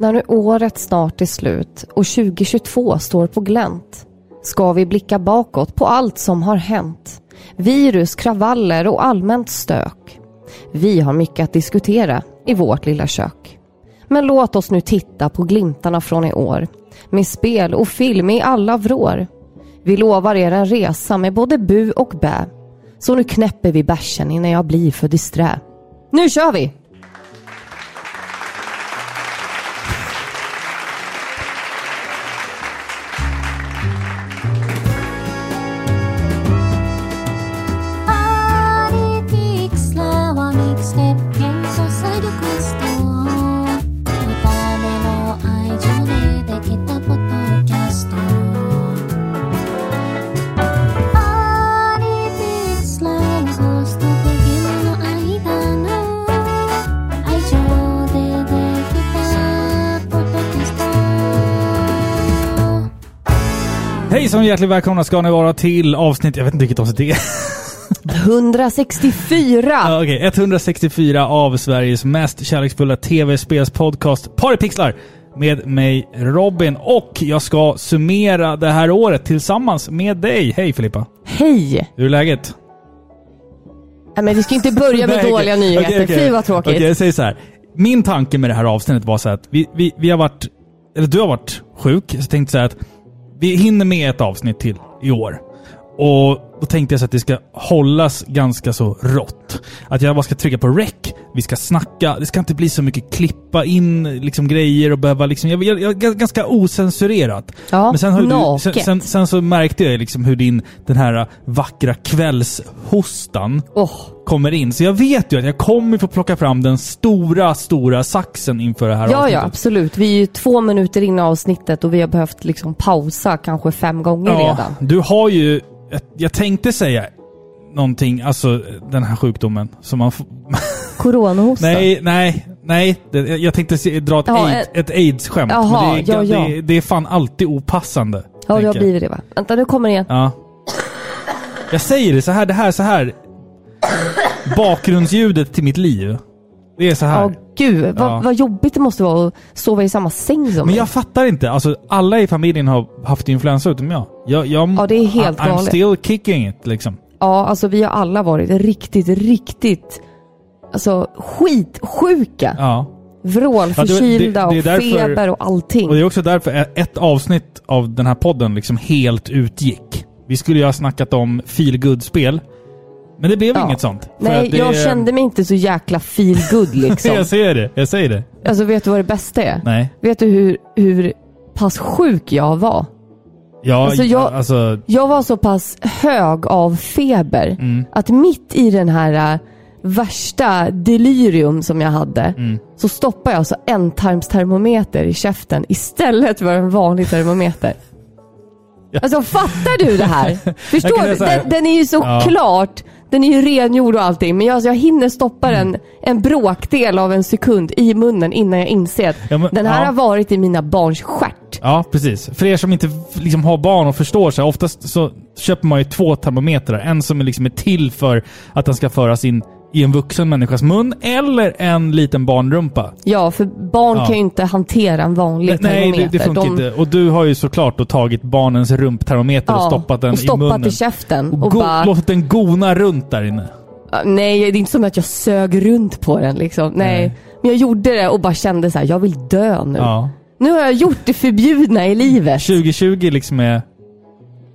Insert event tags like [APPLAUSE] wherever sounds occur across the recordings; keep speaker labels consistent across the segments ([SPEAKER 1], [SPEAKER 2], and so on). [SPEAKER 1] När nu året snart är slut och 2022 står på glänt ska vi blicka bakåt på allt som har hänt. Virus, kravaller och allmänt stök. Vi har mycket att diskutera i vårt lilla kök. Men låt oss nu titta på glimtarna från i år. Med spel och film i alla vrår. Vi lovar er en resa med både bu och bä. Så nu knäpper vi bärsen innan jag blir för disträ. Nu kör vi!
[SPEAKER 2] Hejsan och hjärtligt välkomna ska ni vara till avsnitt, jag vet inte vilket avsnitt det är.
[SPEAKER 1] 164!
[SPEAKER 2] Ja, Okej, 164 av Sveriges mest kärleksfulla tv-spelspodcast Partypixlar med mig Robin och jag ska summera det här året tillsammans med dig. Hej Filippa!
[SPEAKER 1] Hej!
[SPEAKER 2] Hur är läget?
[SPEAKER 1] Nej, men vi ska inte börja med
[SPEAKER 2] [LAUGHS] Nej,
[SPEAKER 1] dåliga
[SPEAKER 2] okej.
[SPEAKER 1] nyheter.
[SPEAKER 2] Okej, okej.
[SPEAKER 1] Fy vad tråkigt.
[SPEAKER 2] Okej, jag säger så här. Min tanke med det här avsnittet var så här att vi, vi, vi har varit, eller du har varit sjuk, så jag tänkte så här att vi hinner med ett avsnitt till i år. Och då tänkte jag så att det ska hållas ganska så rått. Att jag bara ska trycka på rec, vi ska snacka, det ska inte bli så mycket klippa in liksom grejer och behöva liksom, jag, jag, jag ganska osensurerat.
[SPEAKER 1] Ja,
[SPEAKER 2] Men sen, har ju du, sen,
[SPEAKER 1] naket.
[SPEAKER 2] sen, sen så märkte jag liksom hur din, den här vackra kvällshostan
[SPEAKER 1] Åh.
[SPEAKER 2] kommer in. Så jag vet ju att jag kommer få plocka fram den stora, stora saxen inför det här
[SPEAKER 1] Ja, ja,
[SPEAKER 2] avsnittet.
[SPEAKER 1] absolut. Vi är ju två minuter in i avsnittet och vi har behövt liksom pausa kanske fem gånger redan.
[SPEAKER 2] Du har ju... Jag, jag tänkte säga någonting, alltså den här sjukdomen som man får...
[SPEAKER 1] Coronahosta.
[SPEAKER 2] Nej, nej, nej. Det- Jag jag tänkte se, dra ett,
[SPEAKER 1] Ja,
[SPEAKER 2] aids, ett aids-skämt.
[SPEAKER 1] Jaha,
[SPEAKER 2] men det, är,
[SPEAKER 1] ja, ja.
[SPEAKER 2] Det, det är fan alltid opassande.
[SPEAKER 1] ja, det
[SPEAKER 2] tänker
[SPEAKER 1] har
[SPEAKER 2] jag.
[SPEAKER 1] blivit det va? Vänta, nu kommer det igen.
[SPEAKER 2] Ja. Jag säger det så här, det här, så här. Bakgrundsljudet till mitt liv. Det är så här.
[SPEAKER 1] Ja, gud. Vad,
[SPEAKER 2] Ja.
[SPEAKER 1] vad jobbigt det måste vara att sova i samma säng som
[SPEAKER 2] Men
[SPEAKER 1] mig.
[SPEAKER 2] jag fattar inte. Alltså, alla i familjen har haft influensa utom jag. jag, jag
[SPEAKER 1] Ja, det är helt
[SPEAKER 2] I'm
[SPEAKER 1] galet.
[SPEAKER 2] still kicking it liksom.
[SPEAKER 1] Ja, alltså vi har alla varit riktigt, riktigt alltså skitsjuka.
[SPEAKER 2] Ja.
[SPEAKER 1] Vrålförkylda
[SPEAKER 2] Ja, det- det- det är
[SPEAKER 1] och
[SPEAKER 2] därför-
[SPEAKER 1] feber och allting.
[SPEAKER 2] Och det är också därför e- ett avsnitt av den här podden liksom helt utgick. Vi skulle ju ha snackat om feel good spel Men det blev
[SPEAKER 1] Ja.
[SPEAKER 2] inget sånt. För
[SPEAKER 1] Nej,
[SPEAKER 2] att det,
[SPEAKER 1] jag kände mig inte så jäkla feel good liksom.
[SPEAKER 2] [LAUGHS] Jag säger det. Jag säger det.
[SPEAKER 1] alltså vet du vad det bästa är?
[SPEAKER 2] Nej.
[SPEAKER 1] Vet du hur, hur pass sjuk jag var?
[SPEAKER 2] Ja,
[SPEAKER 1] Alltså,
[SPEAKER 2] alltså,
[SPEAKER 1] jag-
[SPEAKER 2] alltså,
[SPEAKER 1] Jag var så pass hög av feber
[SPEAKER 2] Mm.
[SPEAKER 1] att mitt i den här äh, värsta delirium som jag hade
[SPEAKER 2] Mm.
[SPEAKER 1] så stoppade jag alltså ändtarmstermometer i käften istället för en vanlig
[SPEAKER 2] [LAUGHS]
[SPEAKER 1] termometer. Alltså fattar du det här?
[SPEAKER 2] Jag kan
[SPEAKER 1] Förstår du?
[SPEAKER 2] säga så här.
[SPEAKER 1] Den, den är ju så
[SPEAKER 2] Ja.
[SPEAKER 1] klart, den är ju rengjord och allting men jag, alltså, jag hinner stoppa den
[SPEAKER 2] Mm.
[SPEAKER 1] en bråkdel av en sekund i munnen innan jag inser att
[SPEAKER 2] Ja, men-
[SPEAKER 1] den här
[SPEAKER 2] ja.
[SPEAKER 1] har varit i mina barns stjärt.
[SPEAKER 2] Ja, precis. För er som inte liksom har barn och förstår så här, oftast så köper man ju två termometrar. En som är liksom är till för att den ska föras in i en vuxen människas mun eller en liten barnrumpa.
[SPEAKER 1] Ja, för barn
[SPEAKER 2] Ja.
[SPEAKER 1] kan ju inte hantera en vanlig
[SPEAKER 2] Nej,
[SPEAKER 1] termometer.
[SPEAKER 2] det, det funkar
[SPEAKER 1] De-
[SPEAKER 2] inte. Och du har ju såklart då tagit barnens rumptermometer och
[SPEAKER 1] ja,
[SPEAKER 2] stoppat den
[SPEAKER 1] och
[SPEAKER 2] i
[SPEAKER 1] stoppat
[SPEAKER 2] munnen.
[SPEAKER 1] i käften. Och,
[SPEAKER 2] och go-
[SPEAKER 1] bara,
[SPEAKER 2] låtit den gona runt där inne.
[SPEAKER 1] nej, det är inte som att jag sög runt på den liksom. Nej.
[SPEAKER 2] Nej.
[SPEAKER 1] Men jag gjorde det och bara kände så här, jag vill dö nu.
[SPEAKER 2] Ja.
[SPEAKER 1] Nu har jag gjort det förbjudna i livet.
[SPEAKER 2] 2020 liksom är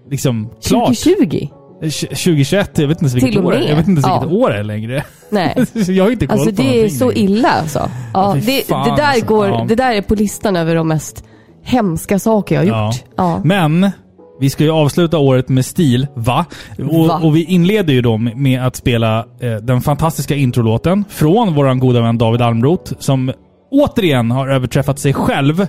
[SPEAKER 2] liksom klart.
[SPEAKER 1] 2020?
[SPEAKER 2] Tj- 2021, jag vet inte ens
[SPEAKER 1] Till
[SPEAKER 2] vilket
[SPEAKER 1] och
[SPEAKER 2] år det är.
[SPEAKER 1] med.
[SPEAKER 2] Jag vet inte ens
[SPEAKER 1] Ja.
[SPEAKER 2] vilket år det är längre. [LAUGHS]
[SPEAKER 1] Nej.
[SPEAKER 2] jag har inte koll
[SPEAKER 1] Alltså
[SPEAKER 2] på
[SPEAKER 1] det är
[SPEAKER 2] någonting
[SPEAKER 1] så
[SPEAKER 2] längre.
[SPEAKER 1] illa alltså. Ja,
[SPEAKER 2] fy
[SPEAKER 1] det,
[SPEAKER 2] fan,
[SPEAKER 1] det, där
[SPEAKER 2] alltså.
[SPEAKER 1] går,
[SPEAKER 2] Ja.
[SPEAKER 1] det där är på listan över de mest hemska saker jag har gjort. Ja.
[SPEAKER 2] Men vi ska ju avsluta året med stil, va? Och,
[SPEAKER 1] Va?
[SPEAKER 2] och vi inleder ju då med med att spela eh, den fantastiska introlåten från våran goda vän David Almroth som återigen har överträffat sig själv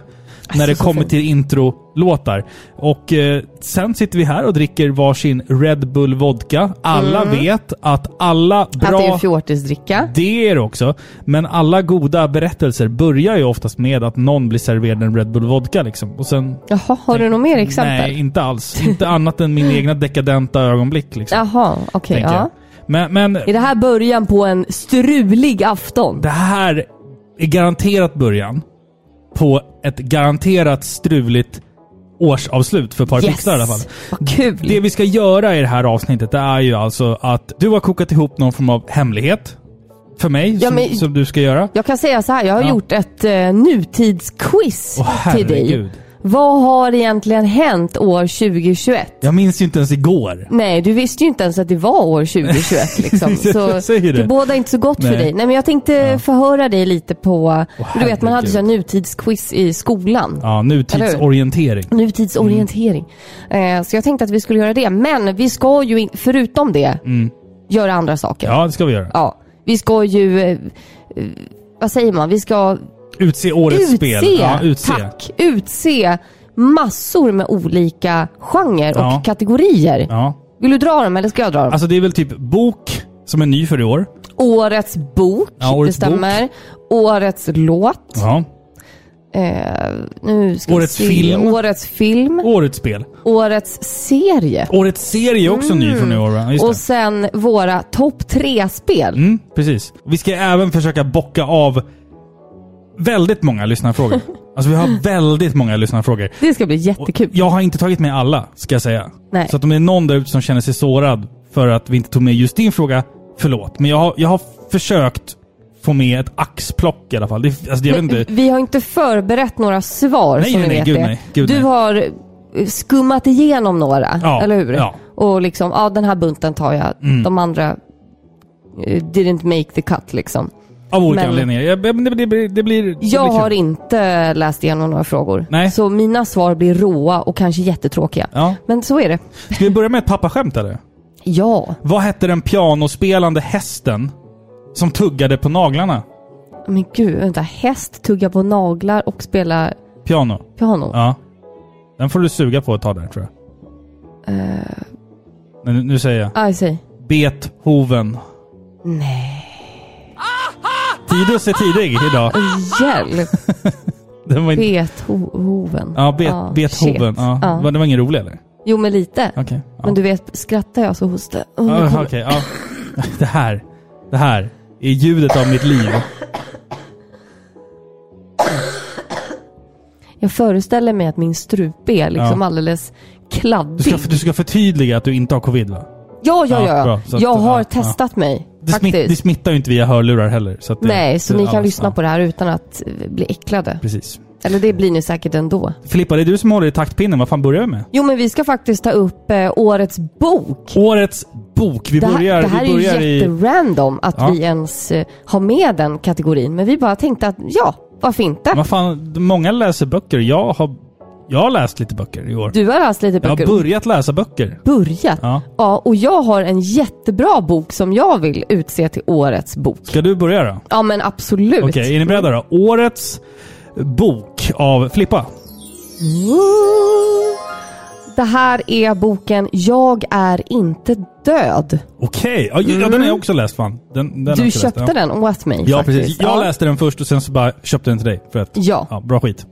[SPEAKER 2] när det
[SPEAKER 1] Alltså, så
[SPEAKER 2] kommer
[SPEAKER 1] fint.
[SPEAKER 2] till introlåtar. Och eh, sen sitter vi här och dricker varsin Red Bull Vodka. Alla vet att alla bra...
[SPEAKER 1] Mm. Att det är fjortisdricka.
[SPEAKER 2] Det är det också. Men alla goda berättelser börjar ju oftast med att någon blir serverad en Red Bull Vodka liksom. Och sen
[SPEAKER 1] Jaha, har du något mer exempel?
[SPEAKER 2] Nej, inte alls. Inte annat
[SPEAKER 1] [GASPS]
[SPEAKER 2] än min egna dekadenta ögonblick. Liksom,
[SPEAKER 1] Jaha, okej.
[SPEAKER 2] tänker jag.
[SPEAKER 1] ja.
[SPEAKER 2] Men, men
[SPEAKER 1] Är det här början på en strulig afton?
[SPEAKER 2] det här är garanterat början på ett garanterat struligt årsavslut för Par Pixlar i alla fall.
[SPEAKER 1] Vad kul!
[SPEAKER 2] Det vi ska göra i det här avsnittet det är ju alltså att du har kokat ihop någon form av hemlighet för mig
[SPEAKER 1] Ja,
[SPEAKER 2] som,
[SPEAKER 1] men-
[SPEAKER 2] som du ska göra.
[SPEAKER 1] Jag kan säga så här, jag har
[SPEAKER 2] Ja.
[SPEAKER 1] gjort ett eh, nutidsquiz
[SPEAKER 2] Åh,
[SPEAKER 1] till dig.
[SPEAKER 2] herregud.
[SPEAKER 1] Vad har egentligen hänt år 2021?
[SPEAKER 2] Jag minns ju inte ens igår.
[SPEAKER 1] Nej, du visste ju inte ens att det var år
[SPEAKER 2] [LAUGHS]
[SPEAKER 1] 2021 liksom. Så
[SPEAKER 2] Jag säger det.
[SPEAKER 1] det båda inte så gott
[SPEAKER 2] Nej.
[SPEAKER 1] för dig. Nej, men jag tänkte förhöra dig lite på... du vet, man hade
[SPEAKER 2] herregud.
[SPEAKER 1] ju så här nutidsquiz i skolan.
[SPEAKER 2] Ja, nutidsorientering.
[SPEAKER 1] Nutidsorientering.
[SPEAKER 2] Mm.
[SPEAKER 1] Eh, så jag tänkte att vi skulle göra det. Men vi ska ju, in, förutom det,
[SPEAKER 2] Mm.
[SPEAKER 1] göra andra saker.
[SPEAKER 2] Ja, det ska vi göra.
[SPEAKER 1] Ja, vi ska ju... Eh, eh, vad säger man? Vi ska
[SPEAKER 2] Utse årets
[SPEAKER 1] utse,
[SPEAKER 2] spel. Ja, utse.
[SPEAKER 1] Tack! Utse massor med olika genrer och
[SPEAKER 2] Ja.
[SPEAKER 1] kategorier.
[SPEAKER 2] Ja.
[SPEAKER 1] Vill du dra dem eller ska jag dra dem?
[SPEAKER 2] Alltså det är väl typ bok som är ny för i år.
[SPEAKER 1] årets bok,
[SPEAKER 2] Ja, årets
[SPEAKER 1] det stämmer. Årets låt.
[SPEAKER 2] Ja.
[SPEAKER 1] Eh, nu ska vi
[SPEAKER 2] Årets
[SPEAKER 1] se.
[SPEAKER 2] film.
[SPEAKER 1] Årets film.
[SPEAKER 2] Årets spel.
[SPEAKER 1] Årets serie.
[SPEAKER 2] Årets serie är också ny från i år va? Just
[SPEAKER 1] Mm. Och
[SPEAKER 2] det.
[SPEAKER 1] sen våra topp tre-spel.
[SPEAKER 2] Mm, precis. Vi ska även försöka bocka av väldigt
[SPEAKER 1] [LAUGHS]
[SPEAKER 2] många lyssnarfrågor. Alltså vi har väldigt många lyssnarfrågor.
[SPEAKER 1] Det ska bli
[SPEAKER 2] Och
[SPEAKER 1] jättekul.
[SPEAKER 2] Jag har inte tagit med alla, ska jag säga.
[SPEAKER 1] Nej.
[SPEAKER 2] Så att om det är någon där ute som känner sig sårad för att vi inte tog med just din fråga, förlåt. Men jag har, jag har försökt få med ett axplock i alla fall. Det, alltså, det, jag vet
[SPEAKER 1] Men [LAUGHS]
[SPEAKER 2] inte.
[SPEAKER 1] Vi har inte förberett några svar
[SPEAKER 2] Nej,
[SPEAKER 1] som
[SPEAKER 2] nej,
[SPEAKER 1] ni
[SPEAKER 2] nej,
[SPEAKER 1] vet
[SPEAKER 2] gud
[SPEAKER 1] det.
[SPEAKER 2] nej, gud
[SPEAKER 1] du
[SPEAKER 2] nej.
[SPEAKER 1] har eh, skummat igenom några,
[SPEAKER 2] Ja,
[SPEAKER 1] eller hur?
[SPEAKER 2] ja. Mm.
[SPEAKER 1] Och liksom, ja den här bunten tar jag. De andra eh, didn't make the cut liksom.
[SPEAKER 2] Av olika
[SPEAKER 1] men-
[SPEAKER 2] anledningar. Jag, men det, det, blir- det blir... det
[SPEAKER 1] Jag
[SPEAKER 2] blir kul.
[SPEAKER 1] har inte läst igenom några frågor.
[SPEAKER 2] Nej.
[SPEAKER 1] Så mina svar blir råa och kanske jättetråkiga.
[SPEAKER 2] Ja.
[SPEAKER 1] Men så är det.
[SPEAKER 2] Ska vi börja med ett pappaskämt eller?
[SPEAKER 1] Ja,
[SPEAKER 2] Vad hette den pianospelande hästen som tuggade på naglarna?
[SPEAKER 1] men gud, vänta. Häst tuggar på naglar och spelar
[SPEAKER 2] Piano.
[SPEAKER 1] piano.
[SPEAKER 2] Ja. Den får du suga på ett tag där tror jag. Men nu, nu säger jag.
[SPEAKER 1] Eh, I see.
[SPEAKER 2] Beethoven. [LAUGHS]
[SPEAKER 1] Nej,
[SPEAKER 2] Tidus är tidig idag.
[SPEAKER 1] hjälp.
[SPEAKER 2] Den var inte...
[SPEAKER 1] Beethoven.
[SPEAKER 2] Ja, Be- Beethoven.
[SPEAKER 1] Ah, shit. Ah.
[SPEAKER 2] Ja.
[SPEAKER 1] Ja.
[SPEAKER 2] Va- Det var ingen rolig eller?
[SPEAKER 1] Jo, men lite.
[SPEAKER 2] Okej.
[SPEAKER 1] Men
[SPEAKER 2] Ja.
[SPEAKER 1] du vet, skrattar jag så hostar
[SPEAKER 2] Ah,
[SPEAKER 1] oh,
[SPEAKER 2] Okej, ja. Det här. Det här är ljudet av mitt liv.
[SPEAKER 1] Jag föreställer mig att min strupe är liksom
[SPEAKER 2] Ja.
[SPEAKER 1] alldeles
[SPEAKER 2] Du
[SPEAKER 1] kladdig.
[SPEAKER 2] ska, du ska förtydliga att du inte har covid va?
[SPEAKER 1] Ja, ja,
[SPEAKER 2] Ja,
[SPEAKER 1] ja.
[SPEAKER 2] bra. Så att-
[SPEAKER 1] jag har
[SPEAKER 2] ja, ja.
[SPEAKER 1] testat mig.
[SPEAKER 2] Det, smitt,
[SPEAKER 1] faktiskt.
[SPEAKER 2] det smittar ju inte via hörlurar heller. Så att det,
[SPEAKER 1] Nej, så
[SPEAKER 2] det-
[SPEAKER 1] ni kan
[SPEAKER 2] ja,
[SPEAKER 1] lyssna
[SPEAKER 2] ja,
[SPEAKER 1] på det här utan att eh, bli äcklade.
[SPEAKER 2] Precis.
[SPEAKER 1] Eller det blir ni säkert ändå.
[SPEAKER 2] Filippa, det är du som håller i taktpinnen. Vad fan börjar vi med?
[SPEAKER 1] Jo, men vi ska faktiskt ta upp eh, årets bok.
[SPEAKER 2] Årets bok. Vi
[SPEAKER 1] Det här,
[SPEAKER 2] börjar,
[SPEAKER 1] det här
[SPEAKER 2] vi börjar
[SPEAKER 1] är ju
[SPEAKER 2] i...
[SPEAKER 1] jätterandom att
[SPEAKER 2] Ja.
[SPEAKER 1] vi ens eh, har med den kategorin. Men vi bara tänkte att ja, varför inte?
[SPEAKER 2] Vad fan, många läser böcker. Jag har, jag har läst lite böcker i år.
[SPEAKER 1] Du har läst lite
[SPEAKER 2] jag har
[SPEAKER 1] böcker.
[SPEAKER 2] börjat läsa böcker.
[SPEAKER 1] börjat. Ja.
[SPEAKER 2] Ja.
[SPEAKER 1] och jag har en jättebra bok som jag vill utse till årets bok.
[SPEAKER 2] Ska du börja då?
[SPEAKER 1] Ja men absolut.
[SPEAKER 2] Okej, är ni beredda då? Årets bok av Filippa.
[SPEAKER 1] Ooh. Det här är boken Jag är inte död.
[SPEAKER 2] Okej, ja, ju- ja, den har jag också läst fan. Den,
[SPEAKER 1] Mm. Du
[SPEAKER 2] den har jag också läst,
[SPEAKER 1] köpte
[SPEAKER 2] ja.
[SPEAKER 1] den åt mig
[SPEAKER 2] Ja,
[SPEAKER 1] faktiskt.
[SPEAKER 2] precis. Jag läste den först och sen så bara köpte den till dig. För att,
[SPEAKER 1] Ja.
[SPEAKER 2] ja, bra skit.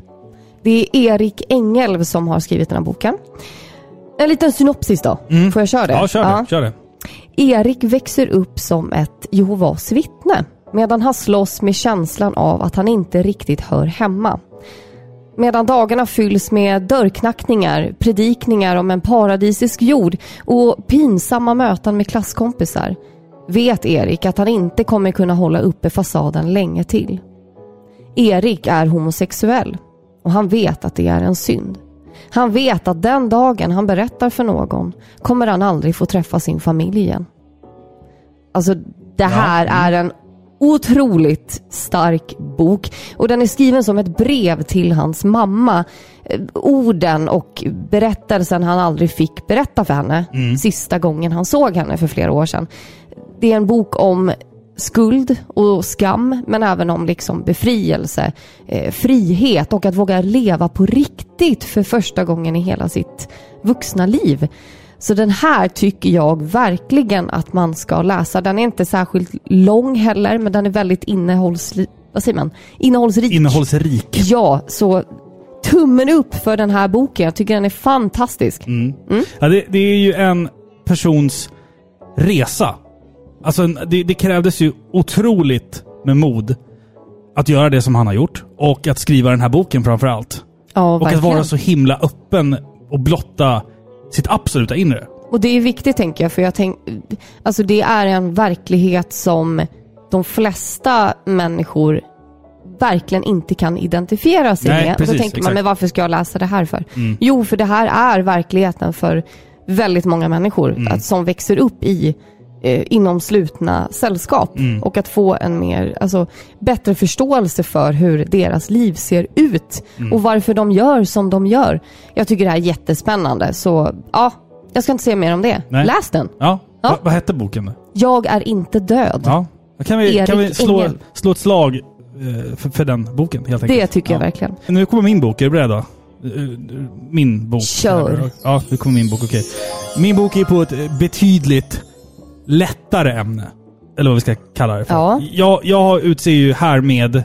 [SPEAKER 1] Det är Erik Engelv som har skrivit den här boken. En liten synopsis då. Får jag köra det?
[SPEAKER 2] Mm. Ja, kör det. Kör det.
[SPEAKER 1] Erik växer upp som ett Jehovas vittne medan han slåss med känslan av att han inte riktigt hör hemma. Medan dagarna fylls med dörrknackningar, predikningar om en paradisisk jord och pinsamma möten med klasskompisar vet Erik att han inte kommer kunna hålla uppe fasaden länge till. Erik är homosexuell och han vet att det är en synd. Han vet att den dagen han berättar för någon kommer han aldrig få träffa sin familj igen. Alltså det här är en otroligt stark bok och den är skriven som ett brev till hans mamma. Eh, Orden och berättelsen han aldrig fick berätta för henne sista gången han såg henne för flera år sedan. Det är en bok om skuld och skam men även om liksom befrielse, eh, frihet och att våga leva på riktigt för första gången i hela sitt vuxna liv. Så den här tycker jag verkligen att man ska läsa. Den är inte särskilt lång heller men den är väldigt innehållsli- vad säger man? innehållsrik.
[SPEAKER 2] Innehållsrik.
[SPEAKER 1] ja, så tummen upp för den här boken. Jag tycker den är fantastisk.
[SPEAKER 2] Mm. Ja, det, det är ju en persons resa. Alltså, en- det, det krävdes ju otroligt med mod att göra det som han har gjort och att skriva den här boken framför allt.
[SPEAKER 1] Ja,
[SPEAKER 2] Och att
[SPEAKER 1] verkligen.
[SPEAKER 2] vara så himla öppen och blotta sitt absoluta inre.
[SPEAKER 1] Och det är viktigt tänker jag, för jag tänk, alltså det är en verklighet som de flesta människor verkligen inte kan identifiera sig
[SPEAKER 2] Nej,
[SPEAKER 1] med. och
[SPEAKER 2] precis,
[SPEAKER 1] då tänker
[SPEAKER 2] exakt.
[SPEAKER 1] man, men varför ska jag läsa det här för?
[SPEAKER 2] Mm.
[SPEAKER 1] Jo, för det här är verkligheten för väldigt många människor
[SPEAKER 2] Mm.
[SPEAKER 1] att, som växer upp i eh, inom slutna sällskap
[SPEAKER 2] Mm.
[SPEAKER 1] och att få en mer, alltså, bättre förståelse för hur deras liv ser ut
[SPEAKER 2] Mm.
[SPEAKER 1] och varför de gör som de gör. Jag tycker det här är jättespännande så ja, jag ska inte säga mer om det.
[SPEAKER 2] Nej.
[SPEAKER 1] Läs den!
[SPEAKER 2] Ja.
[SPEAKER 1] Ja.
[SPEAKER 2] Va- vad hette boken? då?
[SPEAKER 1] Jag är inte död.
[SPEAKER 2] Ja. Då Kan vi,
[SPEAKER 1] Erik
[SPEAKER 2] kan vi slå,
[SPEAKER 1] Engel.
[SPEAKER 2] slå ett slag eh, för, för den boken helt enkelt?
[SPEAKER 1] Det tycker jag
[SPEAKER 2] Ja.
[SPEAKER 1] verkligen.
[SPEAKER 2] Nu kommer min bok, är du beredd då? Eh, Min bok.
[SPEAKER 1] Kör.
[SPEAKER 2] Ja, nu kommer min bok, okej. Min bok är på ett eh, betydligt lättare ämne. Eller vad vi ska kalla det för.
[SPEAKER 1] Ja.
[SPEAKER 2] Jag, jag utser ju här med eh,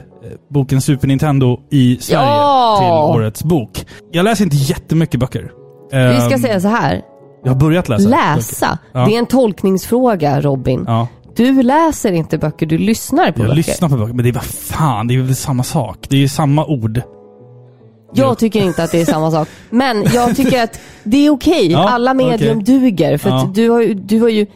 [SPEAKER 2] boken Super Nintendo i Sverige
[SPEAKER 1] Ja.
[SPEAKER 2] till årets bok. Jag läser inte jättemycket böcker.
[SPEAKER 1] Vi ska
[SPEAKER 2] Ehm,
[SPEAKER 1] säga så här,
[SPEAKER 2] Jag har börjat läsa. böcker.
[SPEAKER 1] läsa.
[SPEAKER 2] Ja.
[SPEAKER 1] Det är en tolkningsfråga Robin.
[SPEAKER 2] Ja.
[SPEAKER 1] Du läser inte böcker, du lyssnar på
[SPEAKER 2] Jag
[SPEAKER 1] böcker.
[SPEAKER 2] lyssnar på böcker, men det är vad fan, det är väl samma sak. Det är ju samma ord.
[SPEAKER 1] Jag tycker inte att det är samma sak. Men jag tycker att det är okej.
[SPEAKER 2] Ja,
[SPEAKER 1] Alla medium
[SPEAKER 2] okej.
[SPEAKER 1] duger. För
[SPEAKER 2] Ja.
[SPEAKER 1] att du, har, ju- du har ju,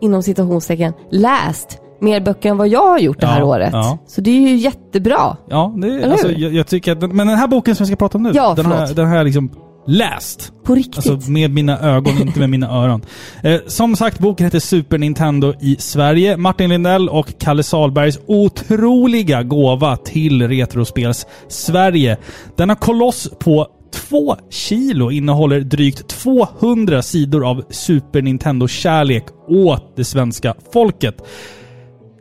[SPEAKER 1] inom citationstecken, läst mer böcker än vad jag har gjort det här
[SPEAKER 2] Ja,
[SPEAKER 1] året.
[SPEAKER 2] ja.
[SPEAKER 1] Så det är ju jättebra.
[SPEAKER 2] Ja, det är,
[SPEAKER 1] Eller
[SPEAKER 2] alltså,
[SPEAKER 1] hur?
[SPEAKER 2] jag, jag tycker att den, Men den här boken som jag ska prata om nu,
[SPEAKER 1] Ja,
[SPEAKER 2] den, har,
[SPEAKER 1] förlåt.
[SPEAKER 2] den har jag liksom läst.
[SPEAKER 1] På riktigt.
[SPEAKER 2] Alltså med mina ögon, inte med mina öron. Eh, som sagt, boken heter Super Nintendo i Sverige. Martin Lindell och Kalle Salbergs otroliga gåva till Retrospels Sverige. Denna koloss på två kilo innehåller drygt 200 sidor av Super Nintendo-kärlek åt det svenska folket.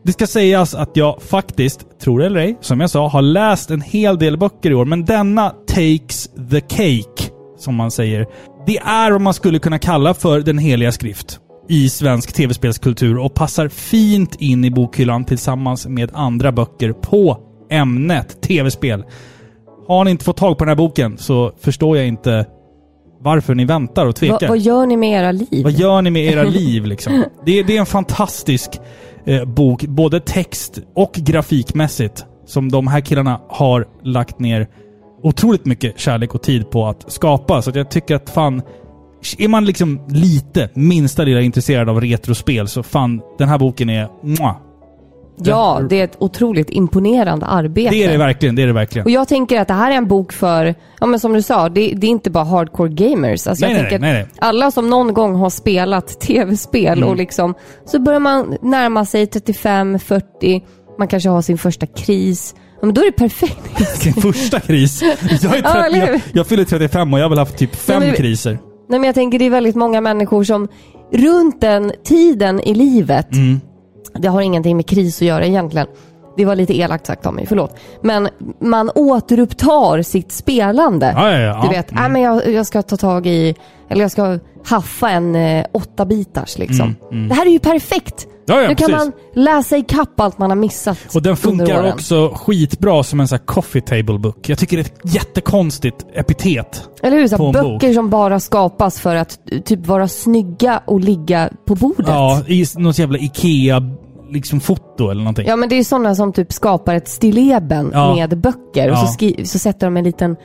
[SPEAKER 2] Det ska sägas att jag faktiskt, tror det eller ej, som jag sa, har läst en hel del böcker i år, men denna takes the cake, som man säger. Det är vad man skulle kunna kalla för den heliga skrift i svensk tv-spelskultur och passar fint in i bokhyllan tillsammans med andra böcker på ämnet tv-spel. Har ni inte fått tag på den här boken så förstår jag inte varför ni väntar och tvekar.
[SPEAKER 1] Va, vad gör ni med era liv?
[SPEAKER 2] Vad gör ni med era liv liksom? Det, är- det är en fantastisk eh, bok, både text och grafikmässigt, som de här killarna har lagt ner otroligt mycket kärlek och tid på att skapa. Så att jag tycker att fan, är man liksom lite, minsta lilla intresserad av retrospel så fan, den här boken är... Mwah.
[SPEAKER 1] ja, det är ett otroligt imponerande arbete.
[SPEAKER 2] Det är det verkligen, det är det verkligen.
[SPEAKER 1] Och jag tänker att det här är en bok för, ja men som du sa, det, det är inte bara hardcore gamers. Alltså
[SPEAKER 2] Nej,
[SPEAKER 1] jag
[SPEAKER 2] nej,
[SPEAKER 1] tänker
[SPEAKER 2] nej, Mm.
[SPEAKER 1] att alla som någon gång har spelat [LAUGHS] tv-spel och liksom, så börjar man närma sig 35, 40, man kanske har sin första kris. Ja, men då är det perfekt. [LAUGHS]
[SPEAKER 2] Sin första kris. Jag, är
[SPEAKER 1] Ja,
[SPEAKER 2] 30,
[SPEAKER 1] eller hur?
[SPEAKER 2] jag, jag fyller 35 och jag har väl haft typ fem
[SPEAKER 1] men-
[SPEAKER 2] kriser.
[SPEAKER 1] Nej, men jag tänker det är väldigt många människor som runt den tiden i livet,
[SPEAKER 2] Mm.
[SPEAKER 1] det har ingenting med kris att göra egentligen. Det var lite elakt sagt av mig, förlåt. Men man återupptar sitt spelande.
[SPEAKER 2] Ja, ja, ja. Mm.
[SPEAKER 1] Du vet, äh, men jag, jag ska ta tag i, eller jag ska haffa en eh, åtta bitars liksom. Det här är ju perfekt!
[SPEAKER 2] Mm, Ja, ja,
[SPEAKER 1] nu kan
[SPEAKER 2] precis.
[SPEAKER 1] man läsa ikapp allt man har missat
[SPEAKER 2] Och den
[SPEAKER 1] under
[SPEAKER 2] funkar
[SPEAKER 1] åren.
[SPEAKER 2] också skitbra som en sån här coffee table book. Jag tycker det är ett jättekonstigt epitet.
[SPEAKER 1] Eller hur? Så
[SPEAKER 2] på en
[SPEAKER 1] här,
[SPEAKER 2] bok.
[SPEAKER 1] böcker som bara skapas för att eh, typ vara snygga och ligga på bordet.
[SPEAKER 2] Ja, i något jävla Ikea-foto liksom foto eller någonting.
[SPEAKER 1] Ja men det är ju sådana som typ skapar ett stilleben
[SPEAKER 2] Ja.
[SPEAKER 1] med böcker och
[SPEAKER 2] Ja.
[SPEAKER 1] så, skri- så sätter de en liten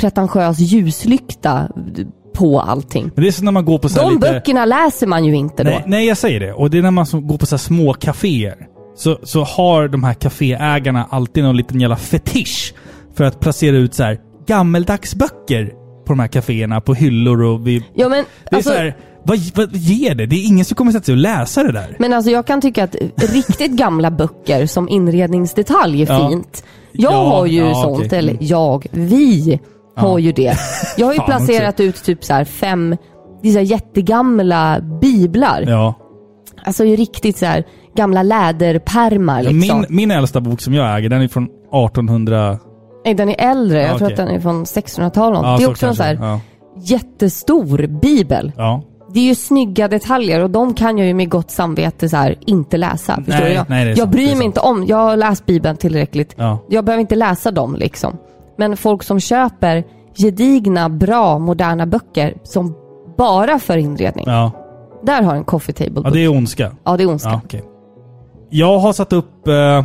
[SPEAKER 1] pretentiös ljuslykta d- på allting.
[SPEAKER 2] Men det är så när man går på så här
[SPEAKER 1] De
[SPEAKER 2] lite...
[SPEAKER 1] böckerna läser man ju inte då.
[SPEAKER 2] Nej, nej, jag säger det. Och det är när man som går på så här små kaféer. Så, så har de här kaféägarna alltid någon liten jävla fetisch för att placera ut så här gammeldags böcker på de här kaféerna, på hyllor och vid...
[SPEAKER 1] Ja, men,
[SPEAKER 2] Det är
[SPEAKER 1] alltså,
[SPEAKER 2] så här, vad, vad ger det? Det är ingen som kommer sätta sig och läsa det där.
[SPEAKER 1] men alltså jag kan tycka att eh, riktigt gamla böcker som inredningsdetalj är
[SPEAKER 2] Ja.
[SPEAKER 1] fint. Jag
[SPEAKER 2] Ja,
[SPEAKER 1] har ju
[SPEAKER 2] ja,
[SPEAKER 1] sånt,
[SPEAKER 2] okej. Mm.
[SPEAKER 1] eller jag, vi har ju
[SPEAKER 2] [LAUGHS]
[SPEAKER 1] det. Jag har ju
[SPEAKER 2] Fan också.
[SPEAKER 1] placerat ut typ så här fem det är så här jättegamla biblar.
[SPEAKER 2] Ja.
[SPEAKER 1] Alltså ju riktigt så här gamla läderpärmar liksom.
[SPEAKER 2] Min, min äldsta bok som jag äger, den är från 1800...
[SPEAKER 1] Nej, den är äldre. Jag
[SPEAKER 2] Ja,
[SPEAKER 1] tror
[SPEAKER 2] okej.
[SPEAKER 1] att den är från 1600-talet.
[SPEAKER 2] Ja,
[SPEAKER 1] det är
[SPEAKER 2] så
[SPEAKER 1] också en så
[SPEAKER 2] kanske.
[SPEAKER 1] här
[SPEAKER 2] Ja.
[SPEAKER 1] jättestor bibel.
[SPEAKER 2] ja.
[SPEAKER 1] Det är ju snygga detaljer och de kan jag ju med gott samvete så här inte läsa. Förstår
[SPEAKER 2] Nej,
[SPEAKER 1] du? jag
[SPEAKER 2] nej, det är
[SPEAKER 1] jag
[SPEAKER 2] sant, det är
[SPEAKER 1] bryr
[SPEAKER 2] sant.
[SPEAKER 1] mig inte om, jag har läst bibeln tillräckligt.
[SPEAKER 2] Ja.
[SPEAKER 1] Jag behöver inte läsa dem liksom. Men folk som köper gedigna, bra, moderna böcker som bara för inredning.
[SPEAKER 2] Ja.
[SPEAKER 1] Där har en coffee table
[SPEAKER 2] ja,
[SPEAKER 1] book.
[SPEAKER 2] det är ondska.
[SPEAKER 1] Ja, det är ondska.
[SPEAKER 2] Ja, okej. Jag har satt upp eh,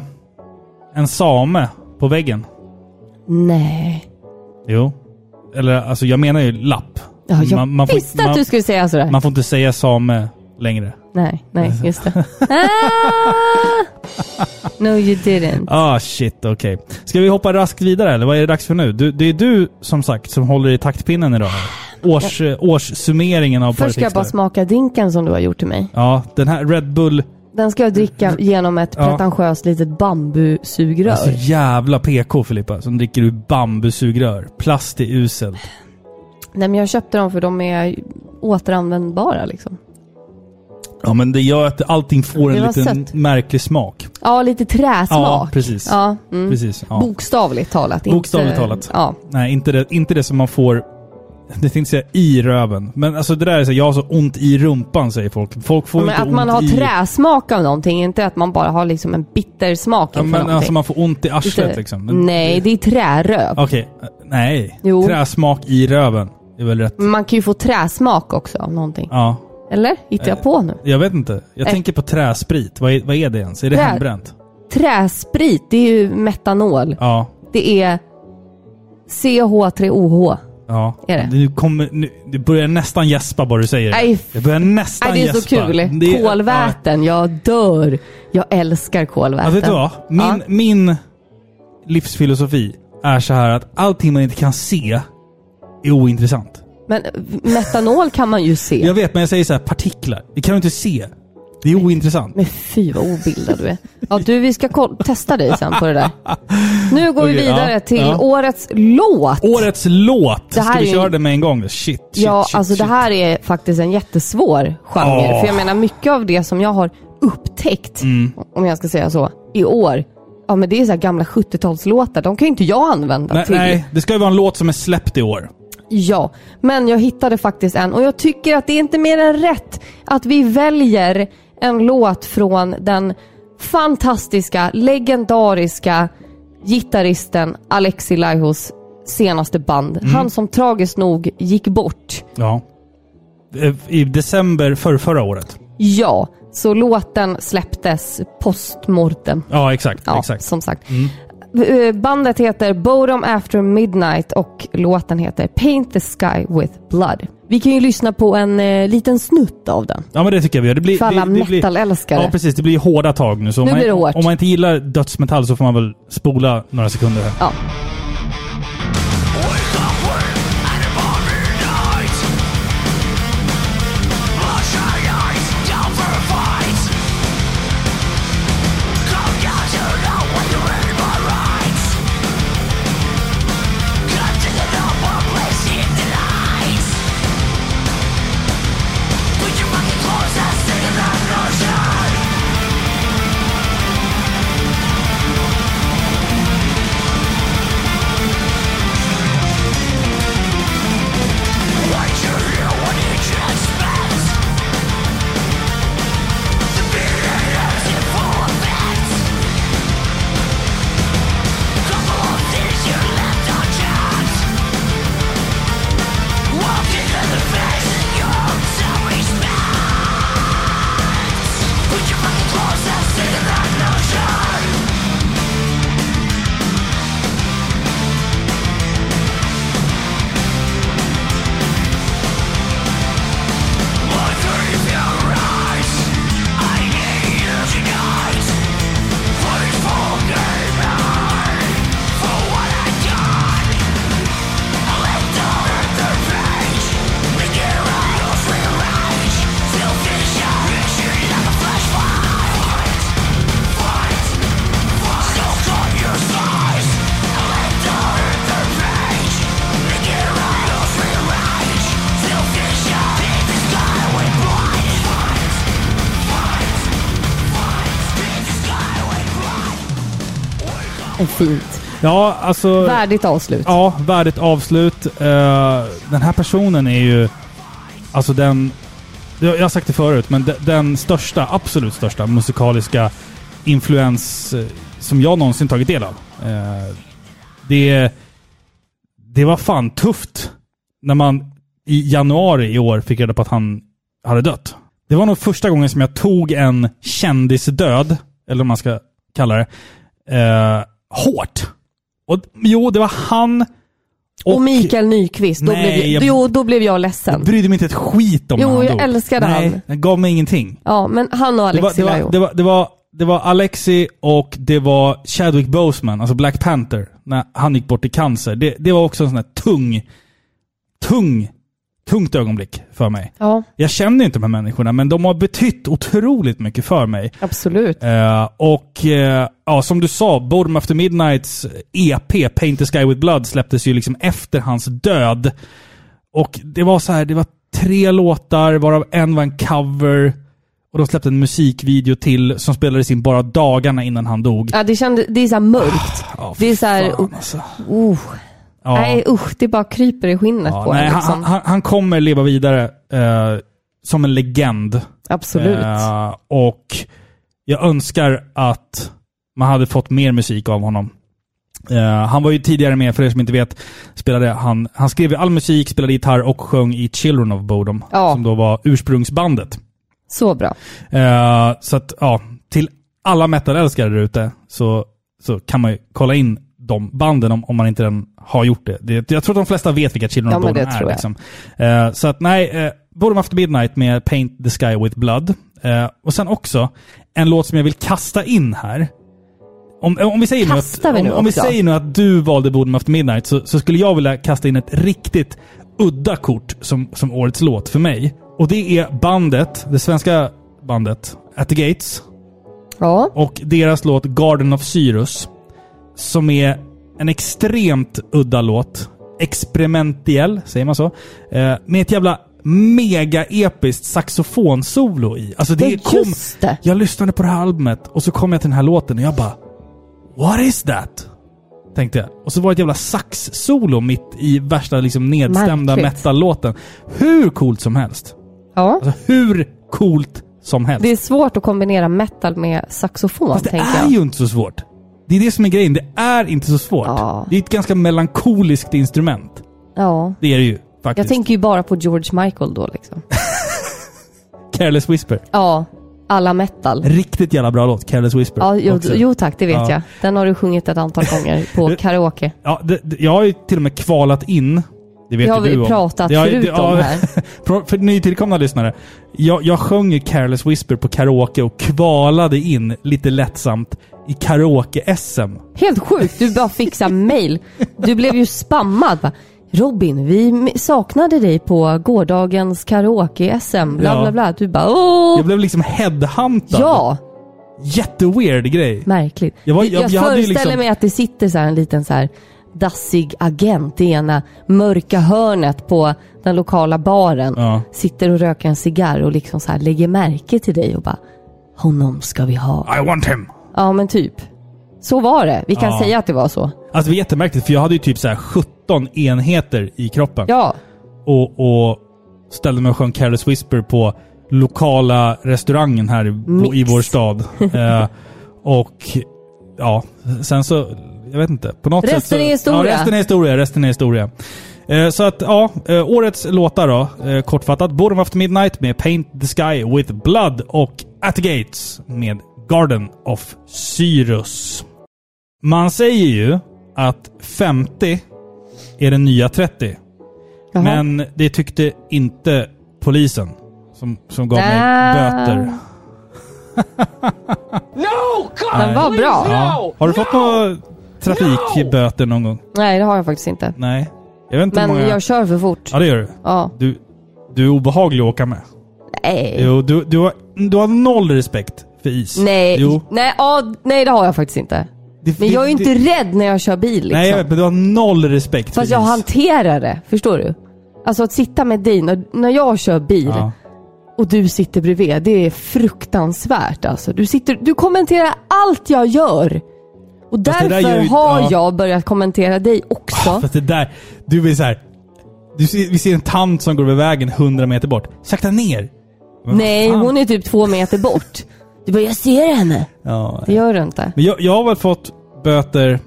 [SPEAKER 2] en same på väggen.
[SPEAKER 1] Nej.
[SPEAKER 2] Jo. Eller alltså jag menar ju lapp.
[SPEAKER 1] Ja, jag
[SPEAKER 2] Man- man får-
[SPEAKER 1] visste att
[SPEAKER 2] man-
[SPEAKER 1] du skulle säga sådär.
[SPEAKER 2] Man får inte säga same längre.
[SPEAKER 1] Nej,
[SPEAKER 2] [LAUGHS]
[SPEAKER 1] nej, just det. ah! No you didn't.
[SPEAKER 2] Ah shit, okej. Ska vi hoppa raskt vidare eller vad är det dags för nu? Du, det är du som sagt som håller i taktpinnen idag. Års, eh, årssummeringen av
[SPEAKER 1] Ah, Först ska jag bara
[SPEAKER 2] Paratics där.
[SPEAKER 1] smaka dinken som du har gjort till mig.
[SPEAKER 2] Ja, den här Red Bull.
[SPEAKER 1] Den ska jag dricka genom ett
[SPEAKER 2] Mm. Ja.
[SPEAKER 1] pretentiöst litet bambusugrör.
[SPEAKER 2] Alltså jävla PK Filippa, som dricker ur bambusugrör. Plast är uselt.
[SPEAKER 1] Nej men jag köpte dem för de är återanvändbara liksom.
[SPEAKER 2] Ja men det gör att allting får
[SPEAKER 1] Det
[SPEAKER 2] en
[SPEAKER 1] var
[SPEAKER 2] liten
[SPEAKER 1] sött.
[SPEAKER 2] märklig smak.
[SPEAKER 1] Ja, lite träsmak.
[SPEAKER 2] Ja, precis.
[SPEAKER 1] Ja, mm.
[SPEAKER 2] precis ja.
[SPEAKER 1] Bokstavligt talat.
[SPEAKER 2] Bokstavligt
[SPEAKER 1] inte,
[SPEAKER 2] talat.
[SPEAKER 1] Ja.
[SPEAKER 2] Nej, inte det, inte det som man får... Det tänkte säga i röven. Men alltså det där är så här, jag har så ont i rumpan säger folk. Folk får
[SPEAKER 1] Men
[SPEAKER 2] inte
[SPEAKER 1] att man
[SPEAKER 2] ont
[SPEAKER 1] har
[SPEAKER 2] i...
[SPEAKER 1] träsmak av någonting, inte att man bara har liksom en bitter smak
[SPEAKER 2] Ja,
[SPEAKER 1] inför
[SPEAKER 2] men
[SPEAKER 1] någonting.
[SPEAKER 2] alltså man får ont i arslet
[SPEAKER 1] Inte-
[SPEAKER 2] liksom. Men-
[SPEAKER 1] Nej, det är träröv.
[SPEAKER 2] Okej, nej.
[SPEAKER 1] Jo. Mm.
[SPEAKER 2] Träsmak i röven är väl rätt.
[SPEAKER 1] Men Man kan ju få träsmak också av någonting.
[SPEAKER 2] Ja. Eh.
[SPEAKER 1] Eller? Hittar jag på nu?
[SPEAKER 2] Jag vet inte. Jag
[SPEAKER 1] Äh.
[SPEAKER 2] tänker på träsprit. Vad är, vad är det ens? Är det
[SPEAKER 1] Trä-
[SPEAKER 2] hembränt?
[SPEAKER 1] Träsprit, det är ju metanol.
[SPEAKER 2] Ja.
[SPEAKER 1] Det är CH3OH.
[SPEAKER 2] Ja.
[SPEAKER 1] Är det?
[SPEAKER 2] Du, kommer, nu, du börjar nästan gäspa bara du säger
[SPEAKER 1] Nej, f-
[SPEAKER 2] Jag börjar nästan
[SPEAKER 1] Nej, det är så
[SPEAKER 2] gäspa.
[SPEAKER 1] kul.
[SPEAKER 2] Det är-
[SPEAKER 1] kolväten, jag dör. Jag älskar
[SPEAKER 2] Ja,
[SPEAKER 1] kolväten.
[SPEAKER 2] ja, Alltså, vet du vad?
[SPEAKER 1] Ja.
[SPEAKER 2] Min, min livsfilosofi är så här att allting man inte kan se är ointressant.
[SPEAKER 1] Men metanol kan man ju se.
[SPEAKER 2] Jag vet, men jag säger så här, partiklar. Det kan du inte se. Det är ointressant.
[SPEAKER 1] Men fy vad obildad du är. Ja du, vi ska koll- testa dig sen på det där. Nu går vi
[SPEAKER 2] Okej,
[SPEAKER 1] vidare
[SPEAKER 2] ja,
[SPEAKER 1] till
[SPEAKER 2] ja.
[SPEAKER 1] årets låt.
[SPEAKER 2] Årets låt!
[SPEAKER 1] Det här
[SPEAKER 2] Ska
[SPEAKER 1] är
[SPEAKER 2] vi
[SPEAKER 1] ju-
[SPEAKER 2] köra det med en gång? Shit, shit,
[SPEAKER 1] ja,
[SPEAKER 2] shit,
[SPEAKER 1] alltså
[SPEAKER 2] shit.
[SPEAKER 1] det här är faktiskt en jättesvår genre.
[SPEAKER 2] Åh. Mm.
[SPEAKER 1] För jag menar, mycket av det som jag har upptäckt, om jag ska säga så, i år, ja men det är så här gamla 70-talslåtar. De kan ju inte jag använda
[SPEAKER 2] Nej,
[SPEAKER 1] till.
[SPEAKER 2] nej, det ska ju vara en låt som är släppt i år.
[SPEAKER 1] Ja, men jag hittade faktiskt en och jag tycker att det är inte mer än rätt att vi väljer en låt från den fantastiska, legendariska gitarristen Alexi Laihos senaste band. Han som tragiskt nog gick bort.
[SPEAKER 2] Ja. Eh, I december förr, förra året.
[SPEAKER 1] Ja, så låten släpptes postmortem.
[SPEAKER 2] Ja, exakt.
[SPEAKER 1] Ja,
[SPEAKER 2] exakt. Mm.
[SPEAKER 1] som sagt. Eh, Bandet heter Bodom After Midnight och låten heter Paint the Sky with Blood. Vi kan ju lyssna på en eh, liten snutt av den.
[SPEAKER 2] Ja, men det tycker jag vi gör. Det blir,
[SPEAKER 1] För alla
[SPEAKER 2] det, det blir-
[SPEAKER 1] metalälskare.
[SPEAKER 2] Ja, precis. Det blir hårda tag nu. Så
[SPEAKER 1] Nu
[SPEAKER 2] om,
[SPEAKER 1] blir det
[SPEAKER 2] man,
[SPEAKER 1] hårt.
[SPEAKER 2] om man inte gillar dödsmetall så får man väl spola några sekunder här.
[SPEAKER 1] Ja. En fint.
[SPEAKER 2] Ja, alltså...
[SPEAKER 1] Värdigt avslut.
[SPEAKER 2] Ja, värdigt avslut. Eh, den här personen är ju... Alltså den... Jag jag har sagt det förut, men de- den största, absolut största musikaliska influens eh, som jag någonsin tagit del av. Eh, det, det var fan tufft när man i januari i år fick reda på att han hade dött. Det var nog första gången som jag tog en kändisdöd, eller om man ska kalla det, eh, hårt. Och, jo, det var han
[SPEAKER 1] Och, Mikael Nyqvist, då,
[SPEAKER 2] Nej,
[SPEAKER 1] blev jag,
[SPEAKER 2] jag-
[SPEAKER 1] jo, då blev jag ledsen.
[SPEAKER 2] brydde mig inte ett skit om
[SPEAKER 1] Jo,
[SPEAKER 2] vad han
[SPEAKER 1] jag
[SPEAKER 2] dog.
[SPEAKER 1] älskade
[SPEAKER 2] Nej,
[SPEAKER 1] han.
[SPEAKER 2] han gav mig ingenting.
[SPEAKER 1] Ja, men han och
[SPEAKER 2] Det var,
[SPEAKER 1] Alexi
[SPEAKER 2] det,
[SPEAKER 1] var,
[SPEAKER 2] var, det, var, det, var, det var Alexi och det var Chadwick Boseman, alltså Black Panther, när han gick bort i cancer. Det, det var också en sån här tung, tung, tungt ögonblick för mig.
[SPEAKER 1] Ja,
[SPEAKER 2] Jag känner ju inte de här människorna, men de har betytt otroligt mycket för mig.
[SPEAKER 1] absolut.
[SPEAKER 2] Eh, och eh, ja, som du sa, Bottom After Midnights EP, Paint the Sky with Blood, släpptes ju liksom efter hans död. Och det var så här, det var tre låtar, varav en var en cover. Och de släppte en musikvideo till som spelades in bara dagarna innan han dog.
[SPEAKER 1] Ja, det, kände, det är så här mörkt.
[SPEAKER 2] Ja,
[SPEAKER 1] det är så här,
[SPEAKER 2] Ah, fan, alltså.
[SPEAKER 1] Oh,
[SPEAKER 2] Ja.
[SPEAKER 1] Nej usch, det bara kryper i skinnet
[SPEAKER 2] Ja,
[SPEAKER 1] på
[SPEAKER 2] nej,
[SPEAKER 1] en.
[SPEAKER 2] han-
[SPEAKER 1] Liksom.
[SPEAKER 2] han, han kommer leva vidare eh, som en legend.
[SPEAKER 1] Absolut.
[SPEAKER 2] Eh, och jag önskar att man hade fått mer musik av honom. Eh, han var ju tidigare med, för er som inte vet, spelade han, han skrev ju all musik, spelade gitarr och sjöng i Children of Bodom,
[SPEAKER 1] Ja.
[SPEAKER 2] som då var ursprungsbandet.
[SPEAKER 1] Så bra.
[SPEAKER 2] Eh, så att, ja, till alla metalälskare där ute så, så kan man ju kolla in de banden om, om man inte redan har gjort det. det. Jag tror att de flesta vet vilka Children
[SPEAKER 1] Ja,
[SPEAKER 2] of
[SPEAKER 1] men
[SPEAKER 2] Bodom
[SPEAKER 1] det
[SPEAKER 2] är.
[SPEAKER 1] tror jag.
[SPEAKER 2] Liksom. Eh, så att nej, eh, Bodom After Midnight med Paint the Sky with Blood. Eh, och sen också en låt som jag vill kasta in här. Om, om, vi, säger nu att,
[SPEAKER 1] Kastar vi nu
[SPEAKER 2] om, om vi
[SPEAKER 1] också?
[SPEAKER 2] säger nu att du valde Bodom After Midnight så, så skulle jag vilja kasta in ett riktigt udda kort som, som årets låt för mig. Och det är bandet, det svenska bandet, At the Gates
[SPEAKER 1] Ja,
[SPEAKER 2] och deras låt Garden of Cyrus. Som är en extremt udda låt. Experimentiell, säger man så? Eh, med ett jävla mega-episkt saxofonsolo i. Alltså det
[SPEAKER 1] Ja,
[SPEAKER 2] kom...
[SPEAKER 1] just det.
[SPEAKER 2] Jag lyssnade på det här albumet och så kom jag till den här låten och jag bara... What is that? Tänkte jag. Och så var det ett jävla sax-solo mitt i värsta liksom nedstämda
[SPEAKER 1] Märkligt.
[SPEAKER 2] metal-låten. Hur coolt som helst.
[SPEAKER 1] ja.
[SPEAKER 2] Alltså hur coolt som helst.
[SPEAKER 1] Det är svårt att kombinera metal med saxofon,
[SPEAKER 2] Fast det
[SPEAKER 1] tänker
[SPEAKER 2] är
[SPEAKER 1] jag.
[SPEAKER 2] ju inte så svårt. Det är det som är grejen. Det är inte så svårt.
[SPEAKER 1] Ja.
[SPEAKER 2] Det är ett ganska melankoliskt instrument.
[SPEAKER 1] Ja.
[SPEAKER 2] Det är det ju
[SPEAKER 1] Jag
[SPEAKER 2] faktiskt.
[SPEAKER 1] tänker ju bara på George Michael då liksom.
[SPEAKER 2] Careless Whisper.
[SPEAKER 1] Ja, alla metal.
[SPEAKER 2] Riktigt jävla bra låt, Careless Whisper.
[SPEAKER 1] Ja, jo,
[SPEAKER 2] också.
[SPEAKER 1] jo tack, det vet
[SPEAKER 2] Ja.
[SPEAKER 1] jag. Den har du sjungit ett
[SPEAKER 2] [LAUGHS]
[SPEAKER 1] antal gånger på karaoke.
[SPEAKER 2] Ja, det, det, jag har ju till och med kvalat in. Det vet
[SPEAKER 1] Det har
[SPEAKER 2] ju du
[SPEAKER 1] vi
[SPEAKER 2] om.
[SPEAKER 1] pratat
[SPEAKER 2] Det har ju-
[SPEAKER 1] förut
[SPEAKER 2] ja,
[SPEAKER 1] om
[SPEAKER 2] [LAUGHS]
[SPEAKER 1] här.
[SPEAKER 2] För, för nytillkomna lyssnare. Jag, jag sjöng ju Careless Whisper på karaoke och kvalade in lite lättsamt i karaoke-SM.
[SPEAKER 1] Helt sjukt, du bara fixar mail. Du blev ju spammad. va? Robin, vi m- saknade dig på gårdagens karaoke-SM. Bla
[SPEAKER 2] Ja.
[SPEAKER 1] bla bla. Du bara åh!
[SPEAKER 2] Jag blev liksom headhuntad.
[SPEAKER 1] Ja,
[SPEAKER 2] Jätteweird grej.
[SPEAKER 1] märkligt.
[SPEAKER 2] Jag
[SPEAKER 1] Jag,
[SPEAKER 2] var- jag- jag hade ju
[SPEAKER 1] föreställer
[SPEAKER 2] liksom-
[SPEAKER 1] mig att det sitter så här en liten så här dassig agent i ena mörka hörnet på den lokala baren.
[SPEAKER 2] Ja.
[SPEAKER 1] Sitter och röker en cigarr och liksom så här lägger märke till dig och bara honom ska vi ha.
[SPEAKER 2] I want him.
[SPEAKER 1] Ja men typ. Så var det. Vi kan
[SPEAKER 2] Ja.
[SPEAKER 1] säga att det var så.
[SPEAKER 2] Alltså det var jättemärkligt för jag hade ju typ så här 17 enheter i kroppen.
[SPEAKER 1] Ja.
[SPEAKER 2] Och, och ställde mig och sjöng Careless Whisper på lokala restaurangen här i- i
[SPEAKER 1] Mix. [LAUGHS]
[SPEAKER 2] vår stad. eh, och ja, sen så, jag vet inte. På något
[SPEAKER 1] Resten
[SPEAKER 2] sätt så,
[SPEAKER 1] är historia.
[SPEAKER 2] Ja, resten är historia. Resten är historia. Eh, så att ja, eh, årets låtar då, eh, kortfattat. Bottom After Midnight med Paint the Sky with Blood och At the Gates med Garden of Cyrus. Man säger ju att 50 är den nya 30.
[SPEAKER 1] Jaha.
[SPEAKER 2] Men det tyckte inte polisen som, som gav mig
[SPEAKER 1] Nä.
[SPEAKER 2] böter.
[SPEAKER 3] No! God,
[SPEAKER 1] Den var
[SPEAKER 3] please,
[SPEAKER 1] bra.
[SPEAKER 2] Ja.
[SPEAKER 3] No!
[SPEAKER 2] Har du fått
[SPEAKER 3] no!
[SPEAKER 2] några trafikböter någon gång?
[SPEAKER 1] Nej det har jag faktiskt inte.
[SPEAKER 2] Nej. Jag vet inte hur
[SPEAKER 1] Men
[SPEAKER 2] många...
[SPEAKER 1] jag kör för fort.
[SPEAKER 2] Ja, det gör du.
[SPEAKER 1] Ja.
[SPEAKER 2] Du, du är obehaglig att åka med.
[SPEAKER 1] Nej.
[SPEAKER 2] Jo, du, du, har, du har noll respekt för is.
[SPEAKER 1] Nej.
[SPEAKER 2] Jo.
[SPEAKER 1] Nej, ja, nej, det har jag faktiskt inte.
[SPEAKER 2] Det-
[SPEAKER 1] Men
[SPEAKER 2] det-
[SPEAKER 1] jag är ju inte
[SPEAKER 2] det-
[SPEAKER 1] rädd när jag kör bil. Liksom.
[SPEAKER 2] Nej, jag vet, men du har noll respekt
[SPEAKER 1] Fast
[SPEAKER 2] för
[SPEAKER 1] jag
[SPEAKER 2] is.
[SPEAKER 1] hanterar det. Förstår du? Alltså att sitta med dig när, när jag kör bil
[SPEAKER 2] Ja.
[SPEAKER 1] och du sitter bredvid. Det är fruktansvärt alltså. Du, sitter, du kommenterar allt jag gör. Och
[SPEAKER 2] Fast det där
[SPEAKER 1] därför
[SPEAKER 2] gör ju-
[SPEAKER 1] har
[SPEAKER 2] ja. Ah,
[SPEAKER 1] jag börjat kommentera dig också.
[SPEAKER 2] Fast det där, du är så här. Du ser, vi ser en tant som går över vägen 100 meter bort. Sakta ner! Men
[SPEAKER 1] Nej,
[SPEAKER 2] vad fan?
[SPEAKER 1] hon är typ två meter bort. Du bara, jag ser henne.
[SPEAKER 2] Ja,
[SPEAKER 1] Det gör du inte.
[SPEAKER 2] Men jag, jag har väl fått böter,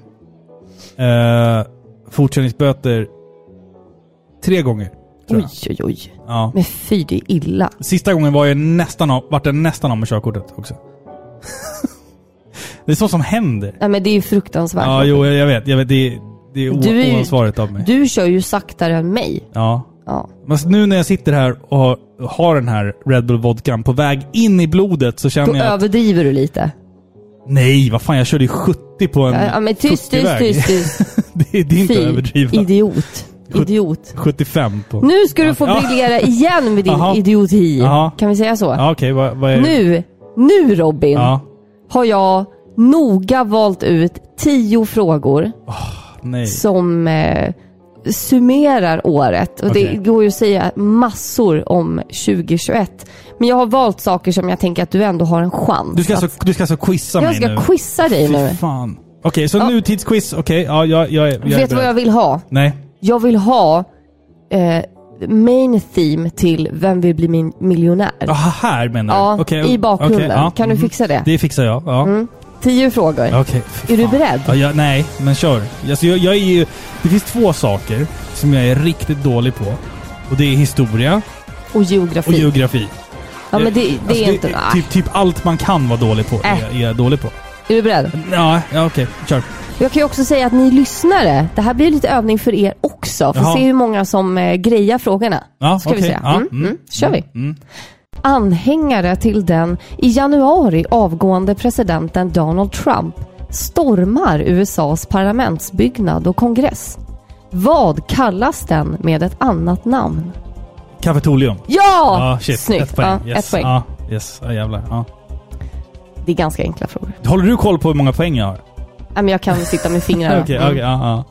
[SPEAKER 2] eh, fortkörningsböter, tre gånger. Tror
[SPEAKER 1] Oj, oj,
[SPEAKER 2] jag.
[SPEAKER 1] oj.
[SPEAKER 2] Ja.
[SPEAKER 1] Men fy, det är illa.
[SPEAKER 2] Sista gången var jag nästan av, vart jag nästan av med körkortet också. [LAUGHS] Det är sånt som händer.
[SPEAKER 1] Nej, men det är ju fruktansvärt.
[SPEAKER 2] Ja, jo, jag vet. Jag vet det, det är o-
[SPEAKER 1] Du är ju-
[SPEAKER 2] oansvarigt av mig.
[SPEAKER 1] Du kör ju saktare än mig.
[SPEAKER 2] Ja.
[SPEAKER 1] Ja.
[SPEAKER 2] Men så nu när jag sitter här och har, har den här Red Bull vodkan på väg in i blodet så
[SPEAKER 1] Då
[SPEAKER 2] känner jag Mm. att,
[SPEAKER 1] överdriver du lite.
[SPEAKER 2] Nej, vad fan. Jag körde ju 70 på en
[SPEAKER 1] Ja, ja, men tyst, tyst,
[SPEAKER 2] 40-väg.
[SPEAKER 1] tyst, tyst.
[SPEAKER 2] [LAUGHS] det, är- det är inte
[SPEAKER 1] Fy,
[SPEAKER 2] överdrivet.
[SPEAKER 1] idiot. Idiot.
[SPEAKER 2] 75 på...
[SPEAKER 1] Nu ska du få
[SPEAKER 2] Ja.
[SPEAKER 1] briljera igen med din
[SPEAKER 2] Jaha.
[SPEAKER 1] idioti.
[SPEAKER 2] Jaha.
[SPEAKER 1] Kan vi säga så?
[SPEAKER 2] Ja, okej. vad, vad är det?
[SPEAKER 1] Nu, nu Robin,
[SPEAKER 2] Ja.
[SPEAKER 1] har jag noga valt ut tio frågor
[SPEAKER 2] Nej.
[SPEAKER 1] som eh, summerar året. Och
[SPEAKER 2] Okej.
[SPEAKER 1] Det går ju att säga massor om 2021. Men jag har valt saker som jag tänker att du ändå har en chans.
[SPEAKER 2] Du ska,
[SPEAKER 1] att-
[SPEAKER 2] alltså, du ska alltså quizza
[SPEAKER 1] jag
[SPEAKER 2] mig
[SPEAKER 1] ska
[SPEAKER 2] nu?
[SPEAKER 1] quizza dig
[SPEAKER 2] Fy
[SPEAKER 1] nu.
[SPEAKER 2] fan. Okej, så
[SPEAKER 1] Ja.
[SPEAKER 2] nutidsquiz. Okej, ja, jag, jag, är- jag är
[SPEAKER 1] Vet du vad
[SPEAKER 2] beredd.
[SPEAKER 1] jag vill ha?
[SPEAKER 2] Nej.
[SPEAKER 1] Jag vill ha eh, main theme till Vem vill bli min miljonär?
[SPEAKER 2] Jaha, här menar du?
[SPEAKER 1] Ja,
[SPEAKER 2] Okej,
[SPEAKER 1] i bakgrunden.
[SPEAKER 2] okej, ja. Mm. Mhm.
[SPEAKER 1] Kan du fixa Mm. det?
[SPEAKER 2] Det fixar jag. Ja.
[SPEAKER 1] Tio frågor.
[SPEAKER 2] Okej. fy
[SPEAKER 1] Är du
[SPEAKER 2] fan.
[SPEAKER 1] beredd?
[SPEAKER 2] Ja, jag, nej, men kör. Alltså, jag, jag är ju, det finns två saker som jag är riktigt dålig på. Och det är historia
[SPEAKER 1] Och
[SPEAKER 2] och
[SPEAKER 1] geografi.
[SPEAKER 2] geografi.
[SPEAKER 1] ja, men det, det
[SPEAKER 2] Alltså,
[SPEAKER 1] är inte... ah.
[SPEAKER 2] typ, typ allt man kan vara dålig på är,
[SPEAKER 1] Äh.
[SPEAKER 2] jag- är jag dålig på.
[SPEAKER 1] Är du beredd?
[SPEAKER 2] Ja, ja okej. Kör.
[SPEAKER 1] Jag kan ju också säga att ni lyssnare, det här blir lite övning för er också. För
[SPEAKER 2] Jaha.
[SPEAKER 1] se hur många som eh, grejar frågorna.
[SPEAKER 2] Ja,
[SPEAKER 1] Ska vi
[SPEAKER 2] okej.
[SPEAKER 1] säga.
[SPEAKER 2] Ja,
[SPEAKER 1] Mm,
[SPEAKER 2] mm,
[SPEAKER 1] mm. Kör vi.
[SPEAKER 2] Mm.
[SPEAKER 1] Anhängare till den i januari avgående presidenten Donald Trump stormar USAs parlamentsbyggnad och kongress. Vad kallas den med ett annat namn?
[SPEAKER 2] Cafetorium.
[SPEAKER 1] Ja!
[SPEAKER 2] Ja, shit.
[SPEAKER 1] Snyggt.
[SPEAKER 2] Ett poäng.
[SPEAKER 1] Ja,
[SPEAKER 2] yes.
[SPEAKER 1] ett poäng.
[SPEAKER 2] Ja, yes. Ja, jävlar. Ja.
[SPEAKER 1] Det är ganska enkla frågor.
[SPEAKER 2] Håller du koll på hur många poäng jag har?
[SPEAKER 1] Ja, men Jag kan sitta med fingrarna.
[SPEAKER 2] Okej, [LAUGHS] okej.
[SPEAKER 1] Mm.
[SPEAKER 2] ja, ja.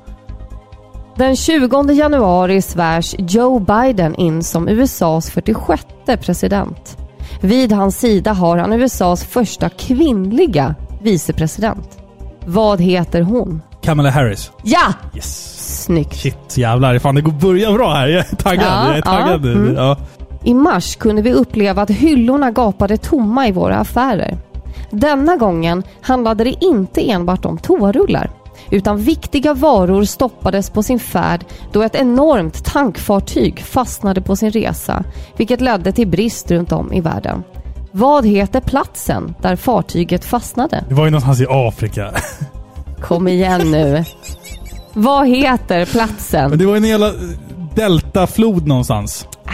[SPEAKER 1] Den 20 januari svärs Joe Biden in som USAs 46 president. Vid hans sida har han USAs första kvinnliga vicepresident. Vad heter hon?
[SPEAKER 2] Kamala Harris.
[SPEAKER 1] Ja!
[SPEAKER 2] Yes.
[SPEAKER 1] Snyggt.
[SPEAKER 2] Shit, jävlar. Fan, det går börja bra här. Jag är taggad.
[SPEAKER 1] Ja,
[SPEAKER 2] jag är taggad
[SPEAKER 1] ja,
[SPEAKER 2] nu.
[SPEAKER 1] mm.
[SPEAKER 2] Ja.
[SPEAKER 1] I mars kunde vi uppleva att hyllorna gapade tomma i våra affärer. Denna gången handlade det inte enbart om toarullar utan viktiga varor stoppades på sin färd då ett enormt tankfartyg fastnade på sin resa vilket ledde till brist runt om i världen. Vad heter platsen där fartyget fastnade?
[SPEAKER 2] Det var ju någonstans i Afrika. [LAUGHS]
[SPEAKER 1] Kom igen nu. Vad heter platsen?
[SPEAKER 2] Men det var ju en jävla deltaflod någonstans. Äh,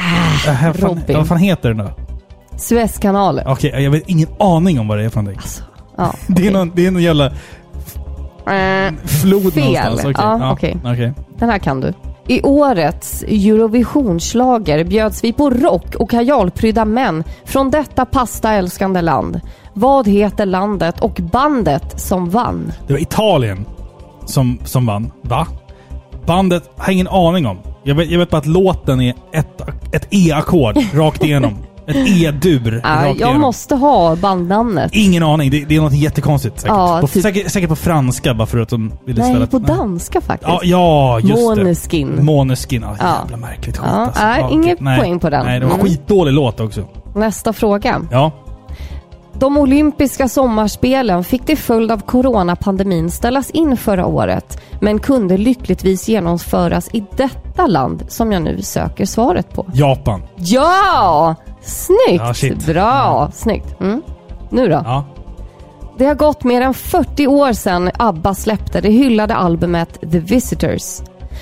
[SPEAKER 2] vad fan-
[SPEAKER 1] Ah, Robin.
[SPEAKER 2] Vad fan heter den då?
[SPEAKER 1] Suezkanalen.
[SPEAKER 2] Okej, jag har ingen aning om vad det är för någonting.
[SPEAKER 1] Alltså, ja.
[SPEAKER 2] Det är någon, det är någon jävla
[SPEAKER 1] Eh.
[SPEAKER 2] flod
[SPEAKER 1] Fel.
[SPEAKER 2] någonstans. Okej,
[SPEAKER 1] Ja, okej.
[SPEAKER 2] okej.
[SPEAKER 1] Den här kan du. I årets Eurovisionsschlager bjöds vi på rock och kajalprydda män från detta pastaälskande land. Vad heter landet och bandet som vann?
[SPEAKER 2] Det var Italien som, som vann. Va? Bandet har jag ingen aning om. Jag vet, jag vet bara att låten är ett, ett E-ackord
[SPEAKER 1] [LAUGHS]
[SPEAKER 2] rakt igenom. ett E-dur
[SPEAKER 1] Äh,
[SPEAKER 2] rakt
[SPEAKER 1] jag
[SPEAKER 2] igenom.
[SPEAKER 1] måste ha bandnamnet.
[SPEAKER 2] Ingen aning. Det, det är något jättekonstigt säkert.
[SPEAKER 1] Ja,
[SPEAKER 2] på,
[SPEAKER 1] typ-
[SPEAKER 2] säkert. Säkert på franska bara för att de ville ställa...
[SPEAKER 1] Nej, på
[SPEAKER 2] Nej.
[SPEAKER 1] danska faktiskt.
[SPEAKER 2] Ja, ja just det.
[SPEAKER 1] Måneskin.
[SPEAKER 2] Måneskin. Ja,
[SPEAKER 1] Ja.
[SPEAKER 2] jävla märkligt skit
[SPEAKER 1] Ja,
[SPEAKER 2] alltså.
[SPEAKER 1] nej,
[SPEAKER 2] okej.
[SPEAKER 1] inget poäng på den.
[SPEAKER 2] Nej, det var en
[SPEAKER 1] Mm.
[SPEAKER 2] skitdålig låt också.
[SPEAKER 1] Nästa fråga.
[SPEAKER 2] Ja.
[SPEAKER 1] De olympiska sommarspelen fick till följd av coronapandemin ställas in förra året men kunde lyckligtvis genomföras i detta land som jag nu söker svaret på.
[SPEAKER 2] Japan.
[SPEAKER 1] Ja! Snyggt!
[SPEAKER 2] Ja, shit.
[SPEAKER 1] Bra! Snyggt. Mm. Nu då?
[SPEAKER 2] Ja.
[SPEAKER 1] Det har gått mer än 40 år sedan ABBA släppte det hyllade albumet The Visitors.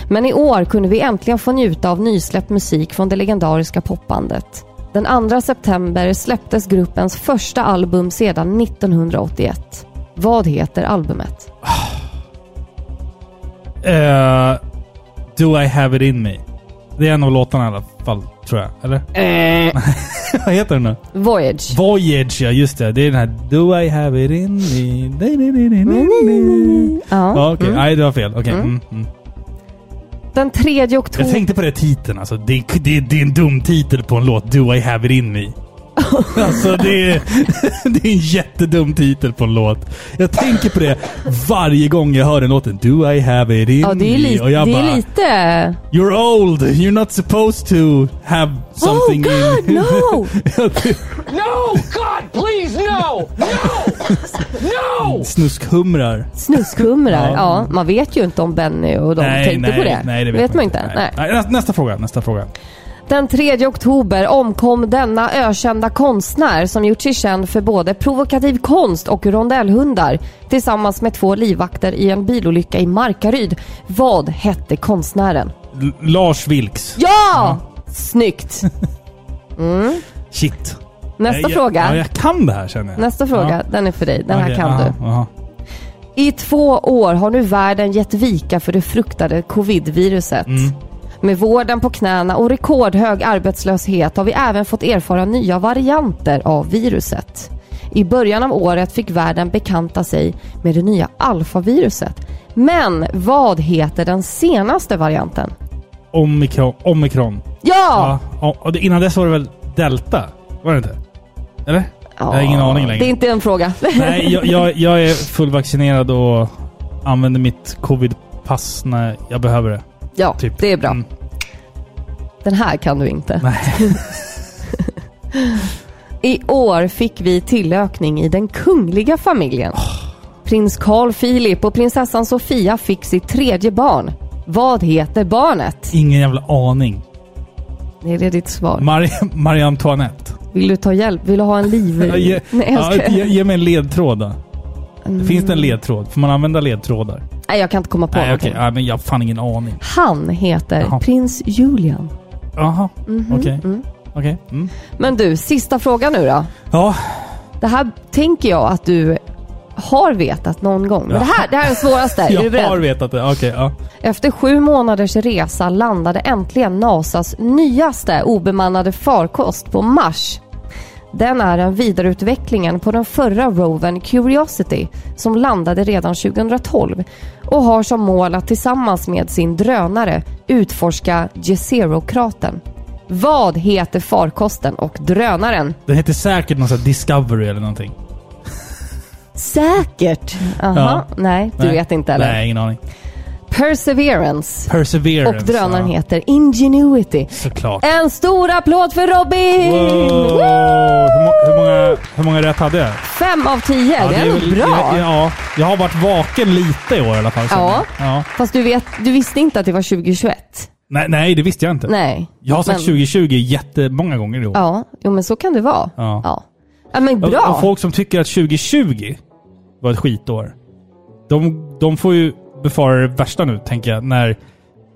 [SPEAKER 1] Men i år kunde vi äntligen få njuta av nysläppt musik från det legendariska popbandet. Den 2 september släpptes gruppens första album sedan 1981. Vad heter albumet?
[SPEAKER 2] Eh, Do I have it in me? Det är en av låtarna i alla fall, tror jag. Eller? Eh. Vad heter den nu?
[SPEAKER 1] Voyage.
[SPEAKER 2] Voyage, ja just det. Det är den här Do I have it in me? Da-da-da-da-da-da.
[SPEAKER 1] Ja.
[SPEAKER 2] Ja, okej. Nej, det var fel. Okej. Mm. Mm.
[SPEAKER 1] Den 3 oktober...
[SPEAKER 2] Jag tänkte på det titeln alltså. Det, är- det, är- det är en dum titel på en låt. Do I have it
[SPEAKER 1] [LAUGHS]
[SPEAKER 2] in me? alltså det är, [LAUGHS] det är en jättedum titel på en låt. Jag tänker på det varje gång jag hör den låten. Do I have it in
[SPEAKER 1] Ja, det är, li-
[SPEAKER 2] me? Och jag
[SPEAKER 1] det
[SPEAKER 2] bara,
[SPEAKER 1] är lite...
[SPEAKER 2] You're old. You're not supposed to have something
[SPEAKER 1] oh God,
[SPEAKER 2] [LAUGHS] in... typ
[SPEAKER 1] no!
[SPEAKER 3] No! God, please, no! No! No!
[SPEAKER 2] Snuskhumrar.
[SPEAKER 1] Snuskhumrar,
[SPEAKER 2] Ja.
[SPEAKER 1] ja. Man vet ju inte om Benny och de tänkte
[SPEAKER 2] nej,
[SPEAKER 1] på det.
[SPEAKER 2] Nej, det vet,
[SPEAKER 1] man inte. Nej.
[SPEAKER 2] Nej, nä- Nästa fråga. Nästa fråga.
[SPEAKER 1] Den 3 oktober omkom denna ökända konstnär som gjort sig känd för både provokativ konst och rondellhundar tillsammans med två livvakter i en bilolycka i Markaryd. Vad hette konstnären?
[SPEAKER 2] L- Lars Vilks.
[SPEAKER 1] Ja!
[SPEAKER 2] [LAUGHS]
[SPEAKER 1] Snyggt!
[SPEAKER 2] Shit.
[SPEAKER 1] Nästa
[SPEAKER 2] jag,
[SPEAKER 1] fråga.
[SPEAKER 2] Ja, jag kan det här känner jag.
[SPEAKER 1] Nästa fråga,
[SPEAKER 2] Ja.
[SPEAKER 1] den är för dig. Den här
[SPEAKER 2] Okej,
[SPEAKER 1] kan
[SPEAKER 2] aha,
[SPEAKER 1] du.
[SPEAKER 2] aha.
[SPEAKER 1] I två år har nu världen gett vika för det fruktade covid-viruset.
[SPEAKER 2] Mm.
[SPEAKER 1] Med vården på knäna och rekordhög arbetslöshet har vi även fått erfara nya varianter av viruset. I början av året fick världen bekanta sig med det nya alfaviruset. Men vad heter den senaste varianten?
[SPEAKER 2] Omikron. Omikron.
[SPEAKER 1] Ja!
[SPEAKER 2] Ja. ja. och det- Innan dess var det väl Delta? Var det inte? Eller? Jag har ingen aning längre.
[SPEAKER 1] Det är inte en fråga. [LAUGHS]
[SPEAKER 2] Nej, jag, jag, jag är fullvaccinerad och använder mitt covid-pass när jag behöver det.
[SPEAKER 1] ja,
[SPEAKER 2] Typ.
[SPEAKER 1] det är bra.
[SPEAKER 2] Mm.
[SPEAKER 1] Den här kan du inte.
[SPEAKER 2] Nej.
[SPEAKER 1] [LAUGHS] I år fick vi tillökning i den kungliga familjen. Prins Carl Philip och prinsessan Sofia fick sitt tredje barn. Vad heter barnet?
[SPEAKER 2] Ingen jävla aning.
[SPEAKER 1] Är det ditt svar?
[SPEAKER 2] Mar- [LAUGHS] Marie Antoinette.
[SPEAKER 1] Vill du ta hjälp? Vill du ha en liv?
[SPEAKER 2] [LAUGHS] Ja, Ge,
[SPEAKER 1] Nej, jag, Mm.
[SPEAKER 2] ja,
[SPEAKER 1] ska...
[SPEAKER 2] ge, ge mig en ledtråd då. Finns det en ledtråd? Får man använda ledtrådar?
[SPEAKER 1] Nej, jag kan inte komma på
[SPEAKER 2] Nej, okej.
[SPEAKER 1] någonting.
[SPEAKER 2] Ja, men jag har fan ingen aning.
[SPEAKER 1] Han heter
[SPEAKER 2] Jaha.
[SPEAKER 1] prins Julian.
[SPEAKER 2] Jaha,
[SPEAKER 1] Mhm,
[SPEAKER 2] okej. Okej. Mm.
[SPEAKER 1] Men du, sista frågan nu då.
[SPEAKER 2] Ja,
[SPEAKER 1] Det här tänker jag att du har vetat någon gång. Men det här, det här är den
[SPEAKER 2] [LAUGHS]
[SPEAKER 1] svåraste. är du
[SPEAKER 2] jag
[SPEAKER 1] beredd?
[SPEAKER 2] har vetat det. Okej, ja.
[SPEAKER 1] Efter sju månaders resa landade äntligen NASAs nyaste obemannade farkost på Mars. Den är en vidareutvecklingen på den förra rovern Curiosity som landade redan 2012 och har som mål att tillsammans med sin drönare utforska Jezero-kratern. Vad heter farkosten och drönaren?
[SPEAKER 2] Den heter säkert någon sån här Discovery eller någonting.
[SPEAKER 1] Säkert! Aha,
[SPEAKER 2] Ja.
[SPEAKER 1] nej, du
[SPEAKER 2] Nej.
[SPEAKER 1] vet inte eller?
[SPEAKER 2] Nej, ingen aning.
[SPEAKER 1] Perseverance.
[SPEAKER 2] Perseverance.
[SPEAKER 1] Och drönaren
[SPEAKER 2] ja.
[SPEAKER 1] heter Ingenuity.
[SPEAKER 2] Såklart.
[SPEAKER 1] En stor applåd för Robin!
[SPEAKER 2] Wow. Hur, må- hur, många, hur många rätt hade jag?
[SPEAKER 1] Fem av tio, det är
[SPEAKER 2] väl-
[SPEAKER 1] ändå bra.
[SPEAKER 2] Ja, ja, jag har varit vaken lite i år i alla fall. känner
[SPEAKER 1] Ja.
[SPEAKER 2] jag. ja.
[SPEAKER 1] Fast du, vet, du visste inte att det var 2021?
[SPEAKER 2] Nej, nej, det visste jag inte.
[SPEAKER 1] Nej.
[SPEAKER 2] Jag har sagt
[SPEAKER 1] Men-
[SPEAKER 2] 2020 jättemånga gånger i år.
[SPEAKER 1] Ja, jo, men så kan det vara.
[SPEAKER 2] Ja.
[SPEAKER 1] Ja, ja men
[SPEAKER 2] Och-
[SPEAKER 1] bra.
[SPEAKER 2] Och folk som tycker att 2020 var ett skitår. De, de får ju befara det värsta nu, tänker jag, när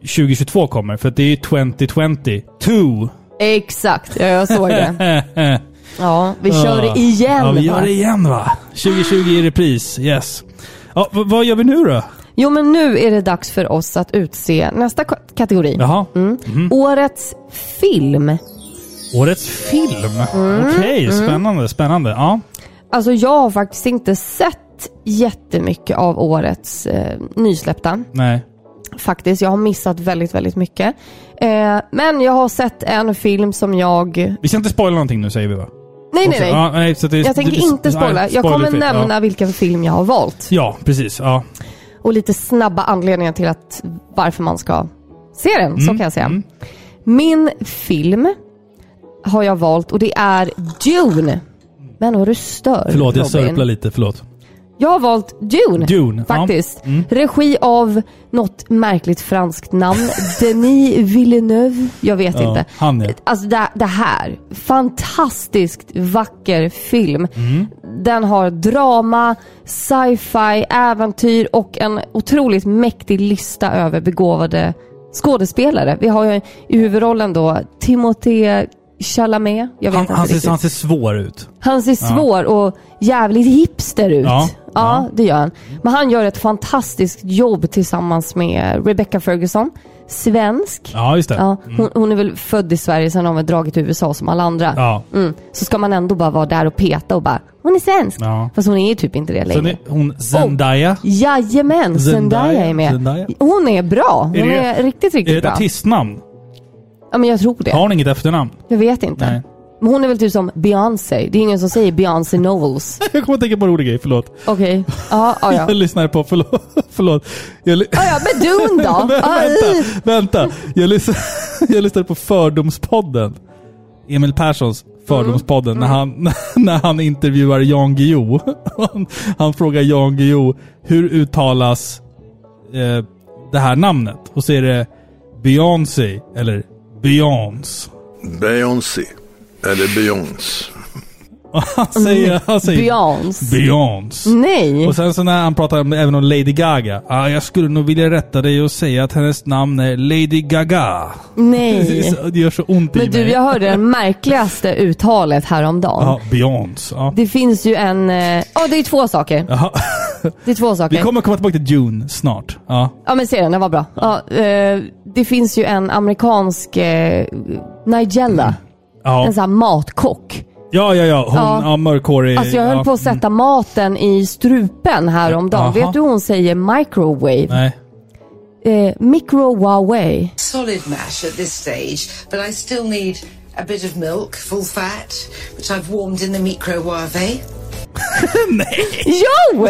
[SPEAKER 2] 2022 kommer. För att det är ju 2022.
[SPEAKER 1] Exakt, ja, jag såg
[SPEAKER 2] [LAUGHS]
[SPEAKER 1] det. Ja, vi kör igen.
[SPEAKER 2] Ja, vi
[SPEAKER 1] va?
[SPEAKER 2] gör det igen va? 2020 i repris, yes. Ja, v- vad gör vi nu då?
[SPEAKER 1] Jo, men nu är det dags för oss att utse nästa k- kategori.
[SPEAKER 2] Jaha.
[SPEAKER 1] Mm.
[SPEAKER 2] Mhm.
[SPEAKER 1] Årets film.
[SPEAKER 2] Årets film.
[SPEAKER 1] Mm.
[SPEAKER 2] Okej, spännande, spännande. Ja.
[SPEAKER 1] Alltså, jag har faktiskt inte sett jättemycket av årets eh, nysläppta.
[SPEAKER 2] Nej.
[SPEAKER 1] faktiskt. Jag har missat väldigt, väldigt mycket. Eh, men jag har sett en film som jag...
[SPEAKER 2] Vi ska inte spoila någonting nu säger vi va?
[SPEAKER 1] Nej, nej, nej.
[SPEAKER 2] Ja, nej så att det,
[SPEAKER 1] Jag tänker
[SPEAKER 2] det-
[SPEAKER 1] inte spoila.
[SPEAKER 2] nej,
[SPEAKER 1] Jag kommer
[SPEAKER 2] spoilerfritt,
[SPEAKER 1] nämna
[SPEAKER 2] Ja.
[SPEAKER 1] vilken film jag har valt.
[SPEAKER 2] ja, precis. Ja.
[SPEAKER 1] Och lite snabba anledningar till att varför man ska se den.
[SPEAKER 2] Mm,
[SPEAKER 1] Så kan jag säga. Min film har jag valt och det är Dune. Men vad du stör
[SPEAKER 2] Förlåt, jag
[SPEAKER 1] Robin.
[SPEAKER 2] sörplar lite. Förlåt.
[SPEAKER 1] Jag har valt Dune,
[SPEAKER 2] Dune, ja. Mm.
[SPEAKER 1] faktiskt. Regi av något märkligt franskt namn.
[SPEAKER 2] [LAUGHS]
[SPEAKER 1] Denis Villeneuve. Jag vet
[SPEAKER 2] Ja,
[SPEAKER 1] inte.
[SPEAKER 2] han, ja.
[SPEAKER 1] Alltså det, det här. Fantastiskt vacker film. Den har drama, sci-fi, äventyr och en otroligt mäktig lista över begåvade skådespelare. Vi har ju i huvudrollen då Timothée Chalamet. Jag vet
[SPEAKER 2] Han,
[SPEAKER 1] inte
[SPEAKER 2] han,
[SPEAKER 1] riktigt.
[SPEAKER 2] ser, han ser svår ut.
[SPEAKER 1] Han ser svår och jävligt hipster ut. Ja,
[SPEAKER 2] Ja,
[SPEAKER 1] det gör han. Men han gör ett fantastiskt jobb tillsammans med Rebecca Ferguson. Svensk.
[SPEAKER 2] Ja, just det.
[SPEAKER 1] Ja, hon, hon är väl född i Sverige, sen har hon väl dragit till USA som alla andra.
[SPEAKER 2] Ja.
[SPEAKER 1] Mm. Så ska man ändå bara vara där och peta och bara, hon är svensk.
[SPEAKER 2] Ja.
[SPEAKER 1] Fast hon är ju typ inte det
[SPEAKER 2] Sen
[SPEAKER 1] längre.
[SPEAKER 2] är hon
[SPEAKER 1] Oh,
[SPEAKER 2] Zendaya.
[SPEAKER 1] Jajamän,
[SPEAKER 2] Zendaya,
[SPEAKER 1] Zendaya är med.
[SPEAKER 2] Zendaya.
[SPEAKER 1] Hon är bra. Hon är,
[SPEAKER 2] Är det-
[SPEAKER 1] riktigt,
[SPEAKER 2] Är det
[SPEAKER 1] riktigt
[SPEAKER 2] ett
[SPEAKER 1] bra.
[SPEAKER 2] artistnamn?
[SPEAKER 1] Ja, men jag tror det.
[SPEAKER 2] Har hon inget efternamn?
[SPEAKER 1] Jag vet inte.
[SPEAKER 2] Nej.
[SPEAKER 1] Men hon är väl typ som Beyoncé. Det är ingen som säger Beyoncé
[SPEAKER 2] [LAUGHS]
[SPEAKER 1] Knowles.
[SPEAKER 2] [LAUGHS] Jag kommer att tänka på en rolig grej, förlåt.
[SPEAKER 1] Okej. Ja, ja,
[SPEAKER 2] [LAUGHS]
[SPEAKER 1] ja.
[SPEAKER 2] Jag lyssnade på, förlåt. [LAUGHS] förlåt. Jag, ly-
[SPEAKER 1] Ja, ja, men Dune
[SPEAKER 2] [LAUGHS]
[SPEAKER 1] då? Ja,
[SPEAKER 2] vänta, vänta. Jag, lyssn- [LAUGHS] jag lyssnade på Fördomspodden. Emil Perssons
[SPEAKER 1] Mm.
[SPEAKER 2] Fördomspodden när, han, [LAUGHS] när han intervjuar Jan Guillou. [LAUGHS] Han, han frågar Jan Guillou hur uttalas eh, det här namnet? Och så är det Beyoncé eller Beyoncé.
[SPEAKER 4] Beyoncé. Eller Beyoncé.
[SPEAKER 2] Han säger... Han säger
[SPEAKER 1] Mm. Beyoncé. Mm.
[SPEAKER 2] Beyoncé.
[SPEAKER 1] Nej.
[SPEAKER 2] Och sen så när han pratar om, även om Lady Gaga. Ah, jag skulle nog vilja rätta dig och säga att hennes namn är Lady Gaga. Det, är
[SPEAKER 1] Nej.
[SPEAKER 2] [LAUGHS] så, det gör så ont i
[SPEAKER 1] Men du,
[SPEAKER 2] mig.
[SPEAKER 1] jag hörde det märkligaste uttalet häromdagen.
[SPEAKER 2] Ja, Beyoncé. Ja.
[SPEAKER 1] Det finns ju en... eh, Ja, det är två saker.
[SPEAKER 2] Jaha.
[SPEAKER 1] Det är två
[SPEAKER 2] Vi
[SPEAKER 1] saker.
[SPEAKER 2] kommer komma tillbaka till June snart. Ja.
[SPEAKER 1] Ja, men se den. Den var bra. Ja, eh, det finns ju en amerikansk eh, Nigella.
[SPEAKER 2] Mm. Ja,
[SPEAKER 1] En sån här matkock.
[SPEAKER 2] ja, ja. ja. Hon, ja.
[SPEAKER 1] Alltså- Ja.
[SPEAKER 2] mörkhårig.
[SPEAKER 1] Alltså jag höll
[SPEAKER 2] ja. Mm.
[SPEAKER 1] på att sätta maten i strupen häromdagen.
[SPEAKER 2] Jaha.
[SPEAKER 1] Vet du hur hon säger microwave?
[SPEAKER 2] Nej.
[SPEAKER 1] Eh, microwave.
[SPEAKER 5] solid mash at this stage, but I still need a bit of milk, full fat, which I've warmed in the microwave.
[SPEAKER 2] [LAUGHS]
[SPEAKER 1] Jo!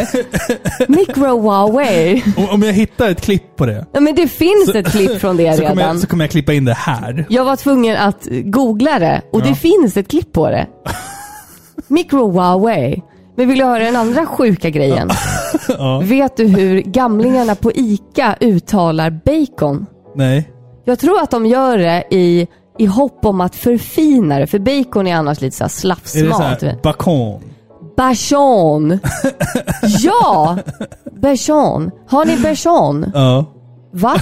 [SPEAKER 1] microwave.
[SPEAKER 2] Om, om jag hittar ett klipp på det.
[SPEAKER 1] Ja, men det finns ett klipp från det
[SPEAKER 2] Så
[SPEAKER 1] redan.
[SPEAKER 2] kommer, jag, så
[SPEAKER 1] jag,
[SPEAKER 2] kommer jag klippa in det här.
[SPEAKER 1] var tvungen att googla det och det finns ett klipp på det. Microwave. Men vill du höra den andra sjuka grejen? Vet du hur gamlingarna på ICA uttalar bacon?
[SPEAKER 2] Nej.
[SPEAKER 1] Jag tror att de gör det i, i hopp om att förfina det, för bacon är annars lite så här
[SPEAKER 2] Är det så
[SPEAKER 1] slafsmat.
[SPEAKER 2] här, bacon?
[SPEAKER 1] Bajon! ja! Bajon. Har ni bajon?
[SPEAKER 2] Ja. [LAUGHS]
[SPEAKER 1] Va?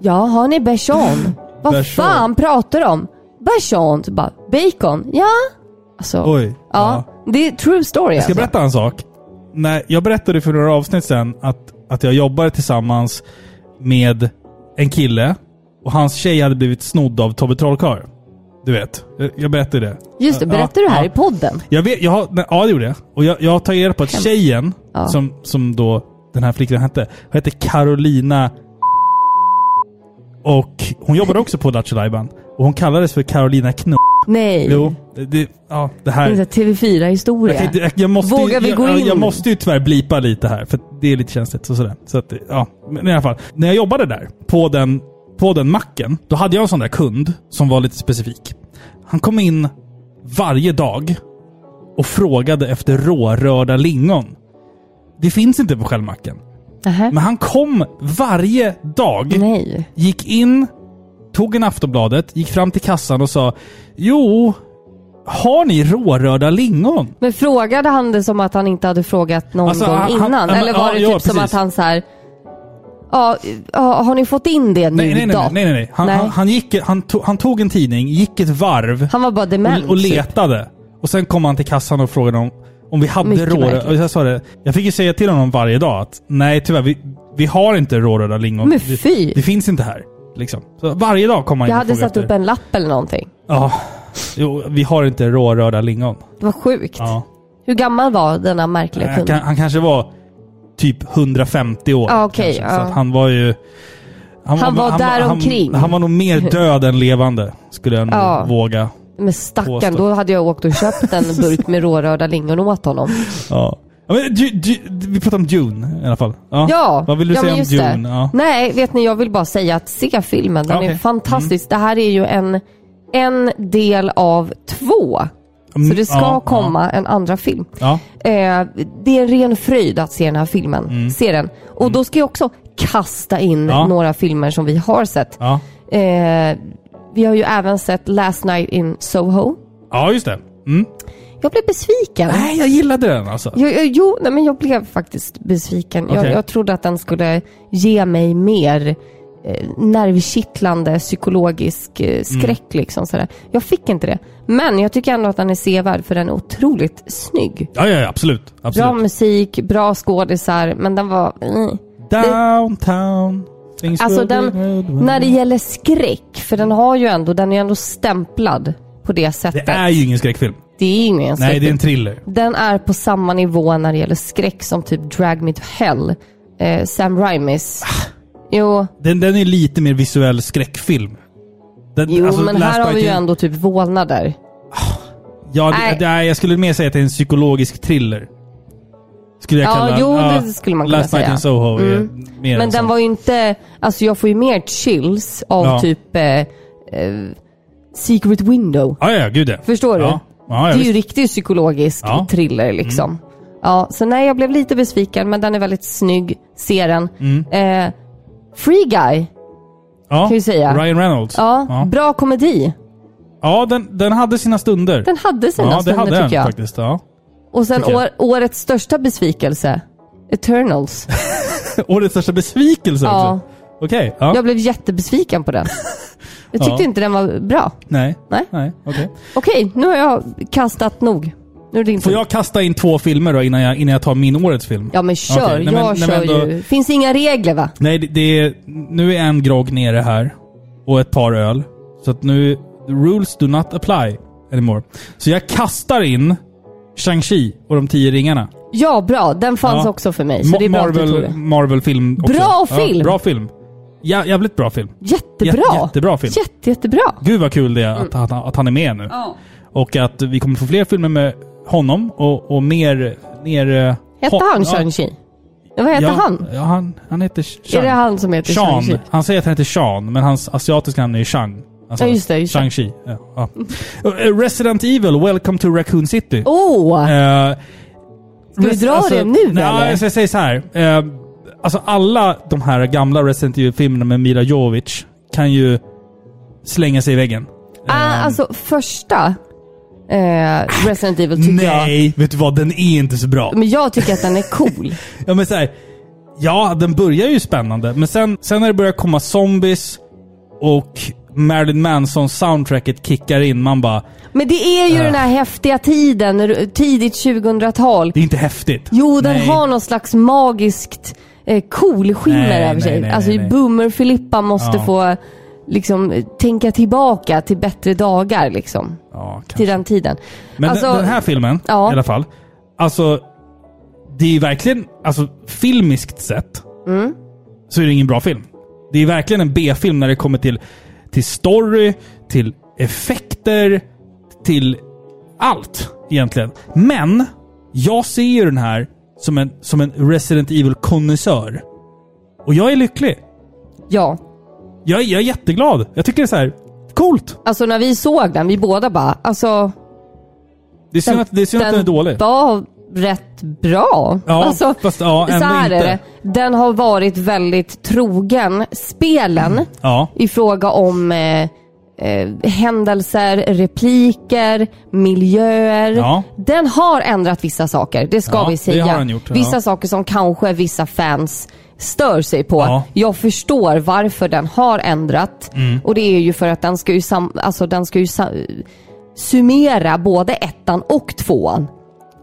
[SPEAKER 1] Ja, har ni bajon? Vad
[SPEAKER 2] Bajon.
[SPEAKER 1] fan pratar de om? Bajon? typ bara, Bacon? Ja? Alltså,
[SPEAKER 2] Oj.
[SPEAKER 1] Ja. Det är true story
[SPEAKER 2] Ska jag
[SPEAKER 1] alltså.
[SPEAKER 2] berätta en sak? Nej, jag berättade för några avsnitt sedan att, att jag jobbar tillsammans med en kille och hans tjej hade blivit snodd av Tobbe Trollkarl. Du vet. Jag- Jag berättade det.
[SPEAKER 1] Just det,
[SPEAKER 2] Ja,
[SPEAKER 1] berättar du det här
[SPEAKER 2] ja.
[SPEAKER 1] i podden?
[SPEAKER 2] Jag vet, jag har, nej, ja det gjorde jag. Och jag, jag tar reda på att tjejen,
[SPEAKER 1] Ja.
[SPEAKER 2] som, som då den här flickan hette, hette Carolina och hon jobbade också på Lattjo Lajban. Och hon kallades för Carolina Knull.
[SPEAKER 1] Nej.
[SPEAKER 2] Jo, det, det, ja, det här...
[SPEAKER 1] Det är en
[SPEAKER 2] Jag, kan
[SPEAKER 1] TV4-historia.
[SPEAKER 2] inte- jag, jag måste
[SPEAKER 1] Vågar
[SPEAKER 2] ju,
[SPEAKER 1] vi gå
[SPEAKER 2] jag,
[SPEAKER 1] in?
[SPEAKER 2] jag måste ju tyvärr blipa lite här, för det är lite känsligt. Och sådär. Så att, ja. Men i alla fall, när jag jobbade där, på den, på den macken, då hade jag en sån där kund som var lite specifik. Han kom in varje dag och frågade efter rårörda lingon. Det finns inte på självmacken.
[SPEAKER 1] Nähä.
[SPEAKER 2] Men han kom varje dag
[SPEAKER 1] Nej.
[SPEAKER 2] gick in, tog en Aftonbladet, gick fram till kassan och sa Jo, har ni rårörda lingon?
[SPEAKER 1] Men frågade han det som att han inte hade frågat någon
[SPEAKER 2] Alltså,
[SPEAKER 1] gång
[SPEAKER 2] han- han-
[SPEAKER 1] innan?
[SPEAKER 2] han-
[SPEAKER 1] Eller var
[SPEAKER 2] ja,
[SPEAKER 1] det
[SPEAKER 2] ja,
[SPEAKER 1] typ som
[SPEAKER 2] precis.
[SPEAKER 1] att han så här... Ja, ja, har ni fått in det nu
[SPEAKER 2] Nej, nej, nej.
[SPEAKER 1] idag?
[SPEAKER 2] nej, nej, nej. Han,
[SPEAKER 1] Nej.
[SPEAKER 2] Han, han, gick, han, tog, han tog en tidning, gick ett varv
[SPEAKER 1] Han var bara dement.
[SPEAKER 2] och, och
[SPEAKER 1] typ.
[SPEAKER 2] letade. Och sen kom han till kassan och frågade om, om vi hade
[SPEAKER 1] Mycket
[SPEAKER 2] rårörda...
[SPEAKER 1] märkligt.
[SPEAKER 2] Och Jag sa det, jag fick ju säga till honom varje dag att nej tyvärr, vi, vi har inte rårörda lingon.
[SPEAKER 1] Men
[SPEAKER 2] Det-
[SPEAKER 1] fy!
[SPEAKER 2] Det finns inte här. Liksom. Så varje dag kom han
[SPEAKER 1] Jag
[SPEAKER 2] in och
[SPEAKER 1] hade
[SPEAKER 2] frågade
[SPEAKER 1] satt upp
[SPEAKER 2] efter-
[SPEAKER 1] en lapp eller någonting.
[SPEAKER 2] Ja. Jo, vi har inte rårörda lingon.
[SPEAKER 1] Det var sjukt.
[SPEAKER 2] Ja.
[SPEAKER 1] Hur gammal var denna märkliga
[SPEAKER 2] Han,
[SPEAKER 1] kunden?
[SPEAKER 2] Äh, kan, han kanske var typ 150 år.
[SPEAKER 1] Ja, okej,
[SPEAKER 2] kanske. Så
[SPEAKER 1] ja.
[SPEAKER 2] att han var ju...
[SPEAKER 1] Han var där
[SPEAKER 2] han,
[SPEAKER 1] omkring.
[SPEAKER 2] Han, var
[SPEAKER 1] [LAUGHS]
[SPEAKER 2] nog mer död än levande, skulle jag nog
[SPEAKER 1] Ja.
[SPEAKER 2] våga.
[SPEAKER 1] Men stackarn,
[SPEAKER 2] Påstå.
[SPEAKER 1] då hade jag åkt och köpt en burk med rårörda lingon åt honom.
[SPEAKER 2] Ja. Ja, men, ju, ju, vi pratar om Dune i alla fall.
[SPEAKER 1] Ja,
[SPEAKER 2] Vad vill du
[SPEAKER 1] ja, men
[SPEAKER 2] säga om
[SPEAKER 1] just det.
[SPEAKER 2] Dune? Ja.
[SPEAKER 1] Nej, vet ni, jag vill bara säga att se filmen. Den
[SPEAKER 2] Ja, okej. Mm.
[SPEAKER 1] är fantastisk. Det här är ju en, en del av två. Så
[SPEAKER 2] Mm,
[SPEAKER 1] det ska
[SPEAKER 2] ja,
[SPEAKER 1] komma en andra film.
[SPEAKER 2] Ja.
[SPEAKER 1] Eh, det är en ren fröjd att se den här filmen. Se den. Och då ska jag också kasta in
[SPEAKER 2] Mm. Ja.
[SPEAKER 1] några filmer som vi har sett.
[SPEAKER 2] Ja.
[SPEAKER 1] Eh, vi har ju även sett Last Night in Soho.
[SPEAKER 2] ja, just det. Mm.
[SPEAKER 1] Jag blev besviken.
[SPEAKER 2] Nej, jag gillade den alltså.
[SPEAKER 1] Jo, jo, jo nej, men jag blev faktiskt besviken.
[SPEAKER 2] Okej.
[SPEAKER 1] Jag, jag trodde att den skulle ge mig mer eh, nervkittlande psykologisk eh,
[SPEAKER 2] Mm.
[SPEAKER 1] skräck. Liksom, sådär. Jag fick inte det. Men jag tycker ändå att den är sevärd för den är otroligt snygg.
[SPEAKER 2] Ja, ja, ja absolut.
[SPEAKER 1] Bra
[SPEAKER 2] absolut.
[SPEAKER 1] musik, bra skådisar, men den var... eh.
[SPEAKER 2] Downtown. Things
[SPEAKER 1] Alltså
[SPEAKER 2] will
[SPEAKER 1] den,
[SPEAKER 2] be good when-
[SPEAKER 1] när det gäller skräck, för den har ju ändå, den är ändå stämplad på det sättet.
[SPEAKER 2] det är ju ingen skräckfilm.
[SPEAKER 1] det är ingen
[SPEAKER 2] Nej, det är
[SPEAKER 1] skräckfilm.
[SPEAKER 2] en thriller.
[SPEAKER 1] Den är på samma nivå när det gäller skräck som typ Drag Me To Hell, eh, Sam Raimis.
[SPEAKER 2] Ah.
[SPEAKER 1] Jo,
[SPEAKER 2] Den, den är lite mer visuell skräckfilm. Den,
[SPEAKER 1] jo
[SPEAKER 2] alltså,
[SPEAKER 1] men
[SPEAKER 2] Last
[SPEAKER 1] här har vi
[SPEAKER 2] Night
[SPEAKER 1] ju
[SPEAKER 2] in-
[SPEAKER 1] ändå typ vålnader.
[SPEAKER 2] Ja, det-
[SPEAKER 1] Nej.
[SPEAKER 2] nej, jag skulle mer säga att det är en psykologisk thriller. Skulle jag
[SPEAKER 1] Ja,
[SPEAKER 2] kalla
[SPEAKER 1] jo,
[SPEAKER 2] ja,
[SPEAKER 1] det skulle man kunna
[SPEAKER 2] Last Night
[SPEAKER 1] säga. Mm.
[SPEAKER 2] in Soho är mer
[SPEAKER 1] Men
[SPEAKER 2] en
[SPEAKER 1] den
[SPEAKER 2] sån.
[SPEAKER 1] var ju inte, alltså jag får ju mer chills av
[SPEAKER 2] Ja.
[SPEAKER 1] typ eh, eh, Secret Window.
[SPEAKER 2] Ja, ja, gud ja.
[SPEAKER 1] Förstår du?
[SPEAKER 2] Ja, ja,
[SPEAKER 1] det är
[SPEAKER 2] ja
[SPEAKER 1] ju
[SPEAKER 2] visst.
[SPEAKER 1] riktigt psykologisk
[SPEAKER 2] Ja. Mm.
[SPEAKER 1] thriller liksom. Ja, så nej, jag blev lite besviken, men den är väldigt snygg. Ser den.
[SPEAKER 2] Mm.
[SPEAKER 1] Eh, Free Guy,
[SPEAKER 2] ja.
[SPEAKER 1] kan jag ju säga.
[SPEAKER 2] Ryan Reynolds.
[SPEAKER 1] ja, bra komedi.
[SPEAKER 2] Ja, den, den hade sina stunder.
[SPEAKER 1] Den hade sina
[SPEAKER 2] ja, det
[SPEAKER 1] stunder
[SPEAKER 2] hade den
[SPEAKER 1] tycker jag.
[SPEAKER 2] faktiskt. Ja. [LAUGHS]
[SPEAKER 1] Och sen
[SPEAKER 2] tycker jag.
[SPEAKER 1] år, årets största besvikelse,
[SPEAKER 2] [LAUGHS]
[SPEAKER 1] Eternals.
[SPEAKER 2] Årets största besvikelse
[SPEAKER 1] Ja.
[SPEAKER 2] också. Okej. ja.
[SPEAKER 1] Jag blev jättebesviken på den. Jag tyckte
[SPEAKER 2] Ja.
[SPEAKER 1] inte den var bra.
[SPEAKER 2] Nej.
[SPEAKER 1] Nej.
[SPEAKER 2] Nej. Okej.
[SPEAKER 1] Okej, nu har jag kastat nog. Nu är det din
[SPEAKER 2] Får
[SPEAKER 1] tur.
[SPEAKER 2] jag kasta in två filmer då innan jag, innan jag tar min årets film?
[SPEAKER 1] Ja men kör,
[SPEAKER 2] Okej, nej, men-
[SPEAKER 1] jag
[SPEAKER 2] nej, men
[SPEAKER 1] kör
[SPEAKER 2] då-
[SPEAKER 1] ju. Finns inga regler va?
[SPEAKER 2] Nej, det, det är, nu är en grogg nere här. Och ett par öl. Så att nu... The rules do not apply anymore. Så jag kastar in Shang-Chi och de tio ringarna.
[SPEAKER 1] Ja, bra. Den fanns
[SPEAKER 2] Ja.
[SPEAKER 1] också för mig. Så
[SPEAKER 2] Ma-
[SPEAKER 1] det är bra att du tog
[SPEAKER 2] Marvel,
[SPEAKER 1] det.
[SPEAKER 2] Marvel-film också.
[SPEAKER 1] Bra film!
[SPEAKER 2] Ja, bra film. Ja, jävligt bra film.
[SPEAKER 1] Jättebra!
[SPEAKER 2] Jätte- jättebra film.
[SPEAKER 1] Jätte, jättebra.
[SPEAKER 2] Gud vad kul det är att,
[SPEAKER 1] Mm.
[SPEAKER 2] att, han- att han är med nu. Och att vi kommer få fler filmer med honom och, och mer... mer eh,
[SPEAKER 1] Hette
[SPEAKER 2] ho-
[SPEAKER 1] han
[SPEAKER 2] ja,
[SPEAKER 1] Shang-Chi? Ja, vad hette
[SPEAKER 2] ja,
[SPEAKER 1] han?
[SPEAKER 2] Ja, han, han heter Shang.
[SPEAKER 1] Är det han som heter Shang-Chi?
[SPEAKER 2] Sean. Han säger att han heter Sean, men hans asiatiska namn är ju Shang. Alltså,
[SPEAKER 1] Ja, just det, just det.
[SPEAKER 2] Shang-Chi. Ja, ja. Eh, Resident Evil, Welcome to Raccoon City.
[SPEAKER 1] Åh!
[SPEAKER 2] Eh,
[SPEAKER 1] vi
[SPEAKER 2] res-
[SPEAKER 1] dra det nu,
[SPEAKER 2] nej,
[SPEAKER 1] eller?
[SPEAKER 2] Alltså, jag säger så här. Eh, alltså alla de här gamla Resident Evil-filmerna med Mila Jovovich kan ju slänga sig i väggen.
[SPEAKER 1] ah,
[SPEAKER 2] Ehm.
[SPEAKER 1] alltså första eh, Resident Evil tycker jag...
[SPEAKER 2] Nej, vet du vad? Den är inte så bra.
[SPEAKER 1] Men jag tycker att den är
[SPEAKER 2] [LAUGHS]
[SPEAKER 1] cool.
[SPEAKER 2] Ja, men så här, ja den börjar ju spännande, men sen, sen när det börjar komma zombies och Marilyn Manson-soundtracket kickar in, man bara...
[SPEAKER 1] Men det är ju den här häftiga tiden, r- tidigt 2000-tal.
[SPEAKER 2] Det är inte häftigt.
[SPEAKER 1] Jo, den
[SPEAKER 2] Nej.
[SPEAKER 1] har någon slags magiskt eh, cool skimmer
[SPEAKER 2] Nej,
[SPEAKER 1] över sig.
[SPEAKER 2] nej, nej,
[SPEAKER 1] alltså
[SPEAKER 2] nej, nej.
[SPEAKER 1] Boomer-Filippa måste
[SPEAKER 2] Ja.
[SPEAKER 1] få eh, liksom eh, tänka tillbaka till bättre dagar liksom.
[SPEAKER 2] Ja, kanske.
[SPEAKER 1] Till den tiden.
[SPEAKER 2] Men
[SPEAKER 1] alltså,
[SPEAKER 2] den, den här filmen
[SPEAKER 1] Ja.
[SPEAKER 2] i alla fall. Alltså, det är ju verkligen, alltså filmiskt sett,
[SPEAKER 1] Mm.
[SPEAKER 2] så är det ingen bra film. Det är verkligen en B-film när det kommer till, till story, till effekter, till allt egentligen. Men, jag ser ju den här som en, som en Resident Evil-konnässör. Och jag är lycklig.
[SPEAKER 1] Ja.
[SPEAKER 2] Jag, är- jag är jätteglad. Jag tycker det är så här, coolt.
[SPEAKER 1] Alltså när vi såg den, vi båda bara, alltså
[SPEAKER 2] Det är synd att det är, synd att den är dålig.
[SPEAKER 1] var rätt bra.
[SPEAKER 2] Ja,
[SPEAKER 1] alltså,
[SPEAKER 2] fast ja, ändå
[SPEAKER 1] så här
[SPEAKER 2] inte.
[SPEAKER 1] är det. Den har varit väldigt trogen spelen
[SPEAKER 2] Ja.
[SPEAKER 1] i fråga om eh, eh, händelser, repliker, miljöer.
[SPEAKER 2] Ja.
[SPEAKER 1] Den har ändrat vissa saker, det ska
[SPEAKER 2] Ja,
[SPEAKER 1] vi
[SPEAKER 2] det
[SPEAKER 1] säga.
[SPEAKER 2] har den gjort, ja.
[SPEAKER 1] vissa saker som kanske vissa fans stör sig på.
[SPEAKER 2] Ja. Mm.
[SPEAKER 1] Jag förstår varför den har ändrat och det är ju för att den ska ju, sam- alltså, den ska ju sa- summera både ettan och tvåan.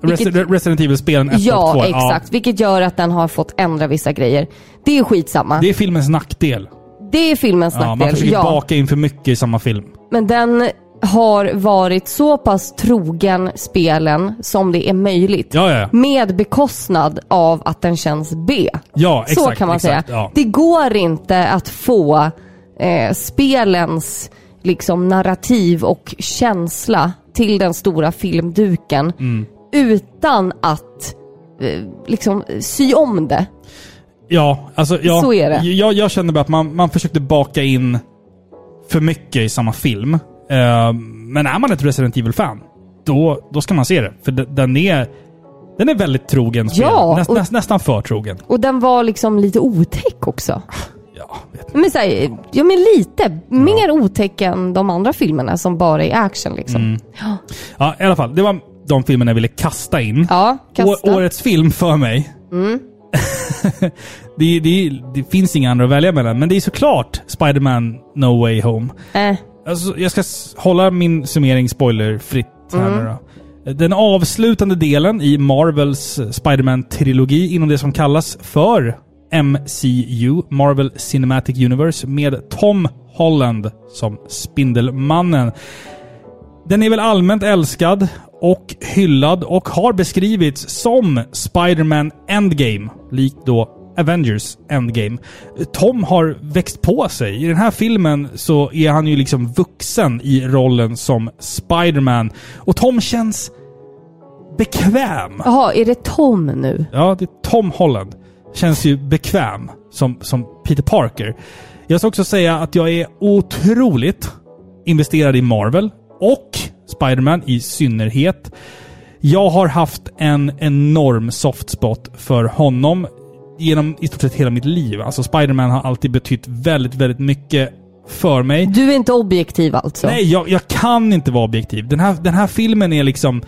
[SPEAKER 1] Vilket-
[SPEAKER 2] Resi- Resident Evil-spelen 1 och 2.
[SPEAKER 1] Ja, exakt. Vilket gör att den har fått ändra vissa grejer. Det är skitsamma.
[SPEAKER 2] Det
[SPEAKER 1] Det,
[SPEAKER 2] är filmens nackdel.
[SPEAKER 1] är filmens
[SPEAKER 2] Ja, man
[SPEAKER 1] nackdel.
[SPEAKER 2] försöker
[SPEAKER 1] Ja,
[SPEAKER 2] baka in för mycket i samma film.
[SPEAKER 1] Men den har varit så pass trogen spelen som det är möjligt.
[SPEAKER 2] Ja, ja, ja.
[SPEAKER 1] Med bekostnad av att den känns B.
[SPEAKER 2] Ja,
[SPEAKER 1] så
[SPEAKER 2] exakt,
[SPEAKER 1] kan man
[SPEAKER 2] exakt,
[SPEAKER 1] säga.
[SPEAKER 2] ja.
[SPEAKER 1] Det går inte att få eh, spelens liksom, narrativ och känsla till den stora filmduken
[SPEAKER 2] Mm.
[SPEAKER 1] utan att eh, liksom, sy om det.
[SPEAKER 2] Ja, alltså, ja,
[SPEAKER 1] Så är det.
[SPEAKER 2] Jag, jag kände bara att man, man försökte baka in för mycket i samma film. Eh, men är man ett Resident Evil-fan, då, då ska man se det. För de- den är, den är väldigt trogen. spel.
[SPEAKER 1] Ja,
[SPEAKER 2] Näst,
[SPEAKER 1] och-
[SPEAKER 2] näst, nästan för trogen.
[SPEAKER 1] Och den var liksom lite otäck också.
[SPEAKER 2] Ja, vet inte.
[SPEAKER 1] Men så här, ja men lite. Mer otäck än de andra filmerna som bara är action liksom.
[SPEAKER 2] Mm. ja, i alla fall. Det var de filmerna jag ville kasta in.
[SPEAKER 1] Ja,
[SPEAKER 2] Å-
[SPEAKER 1] kasta.
[SPEAKER 2] årets film för mig. [LAUGHS] det, det, det finns inga andra att välja mellan, men det är såklart Spider-Man No Way Home.
[SPEAKER 1] Eh,
[SPEAKER 2] Alltså, jag ska s- hålla min summering spoilerfritt här nu då. Den avslutande delen i Marvels eh, Spider-Man-trilogi inom det som kallas för MCU, Marvel Cinematic Universe, med Tom Holland som Spindelmannen. Den är väl allmänt älskad och hyllad och har beskrivits som Spider-Man Endgame, likt då Avengers Endgame. Tom har växt på sig. I den här filmen så är han ju liksom vuxen i rollen som Spider-Man. Och Tom känns bekväm.
[SPEAKER 1] Jaha, är det Tom nu?
[SPEAKER 2] Ja, det är Tom Holland. Känns ju bekväm som, som Peter Parker. Jag ska också säga att jag är otroligt investerad i Marvel och Spider-Man i synnerhet. Jag har haft en enorm soft spot för honom genom i stort sett hela mitt liv. Alltså Spider-Man har alltid betytt väldigt, väldigt mycket för mig.
[SPEAKER 1] Du är inte objektiv alltså?
[SPEAKER 2] Nej, jag, jag kan inte vara objektiv. Den här, den här filmen är liksom...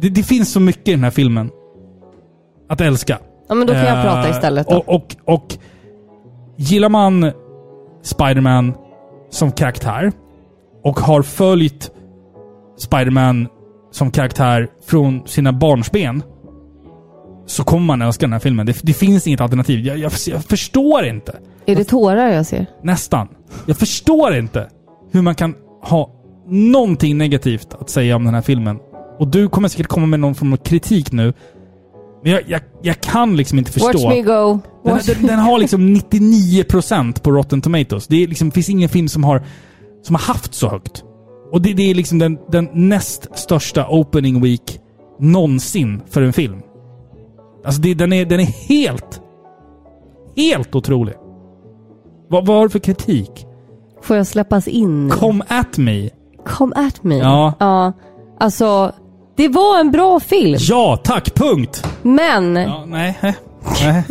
[SPEAKER 2] Det, det finns så mycket i den här filmen. Att älska.
[SPEAKER 1] Ja, men då kan jag
[SPEAKER 2] Eh,
[SPEAKER 1] prata istället då.
[SPEAKER 2] Och, och, och gillar man Spiderman som karaktär och har följt Spiderman som karaktär från sina barnsben så kommer man älska den här filmen. Det, det finns inget alternativ. Jag, jag, jag förstår inte.
[SPEAKER 1] Är det tårar jag ser?
[SPEAKER 2] Nästan. Jag förstår inte hur man kan ha någonting negativt att säga om den här filmen. Och du kommer säkert komma med någon form av kritik nu. Men jag, jag, jag kan liksom inte förstå.
[SPEAKER 1] Watch me go.
[SPEAKER 2] Den,
[SPEAKER 1] Watch...
[SPEAKER 2] den, den har liksom 99% på Rotten Tomatoes. Det är liksom, finns ingen film som har, som har haft så högt. Och det, det är liksom den, den näst största opening week någonsin för en film. Alltså det, den, är, den är helt, helt otrolig. Vad, vad har du för kritik?
[SPEAKER 1] Får jag släppas in? nu?
[SPEAKER 2] Come at me.
[SPEAKER 1] Come at me.
[SPEAKER 2] Ja.
[SPEAKER 1] ja. Alltså, det var en bra film.
[SPEAKER 2] Ja, tack, punkt!
[SPEAKER 1] Men,
[SPEAKER 2] Ja, nej. eh, nej.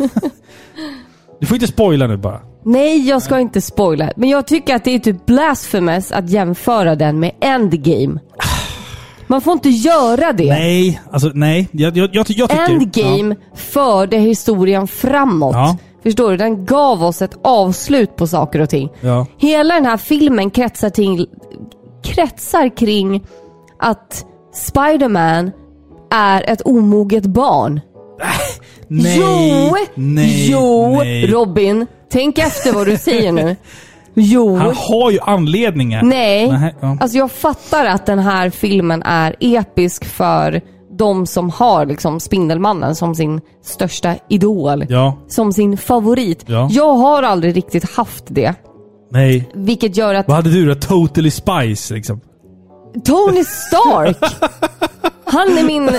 [SPEAKER 2] Du får inte spoila nu bara.
[SPEAKER 1] nej jag ska inte spoila. Men jag tycker att det är typ blasphemous att jämföra den med Endgame. Man får inte göra det.
[SPEAKER 2] Ah. Nej, alltså nej. Jag, jag, jag, jag tycker...
[SPEAKER 1] Endgame förde historien framåt.
[SPEAKER 2] Ja.
[SPEAKER 1] Förstår du? Den gav oss ett avslut på saker och ting.
[SPEAKER 2] Ja.
[SPEAKER 1] Hela den här filmen kretsar, till, kretsar kring att Spider-Man är ett omoget barn.
[SPEAKER 2] Nej,
[SPEAKER 1] jo!
[SPEAKER 2] nej,
[SPEAKER 1] jo!
[SPEAKER 2] nej.
[SPEAKER 1] Robin, tänk efter vad du säger
[SPEAKER 2] [LAUGHS]
[SPEAKER 1] nu. Jo!
[SPEAKER 2] Han har ju anledningar.
[SPEAKER 1] Nej.
[SPEAKER 2] ja.
[SPEAKER 1] Alltså jag fattar att den här filmen är episk för de som har liksom Spindelmannen som sin största idol.
[SPEAKER 2] ja.
[SPEAKER 1] Som sin favorit.
[SPEAKER 2] Ja.
[SPEAKER 1] Jag har aldrig riktigt haft det.
[SPEAKER 2] Nej.
[SPEAKER 1] Vilket gör att
[SPEAKER 2] Vad hade du då? Totally Spice liksom.
[SPEAKER 1] Tony
[SPEAKER 2] [LAUGHS]
[SPEAKER 1] Stark, han är min eh,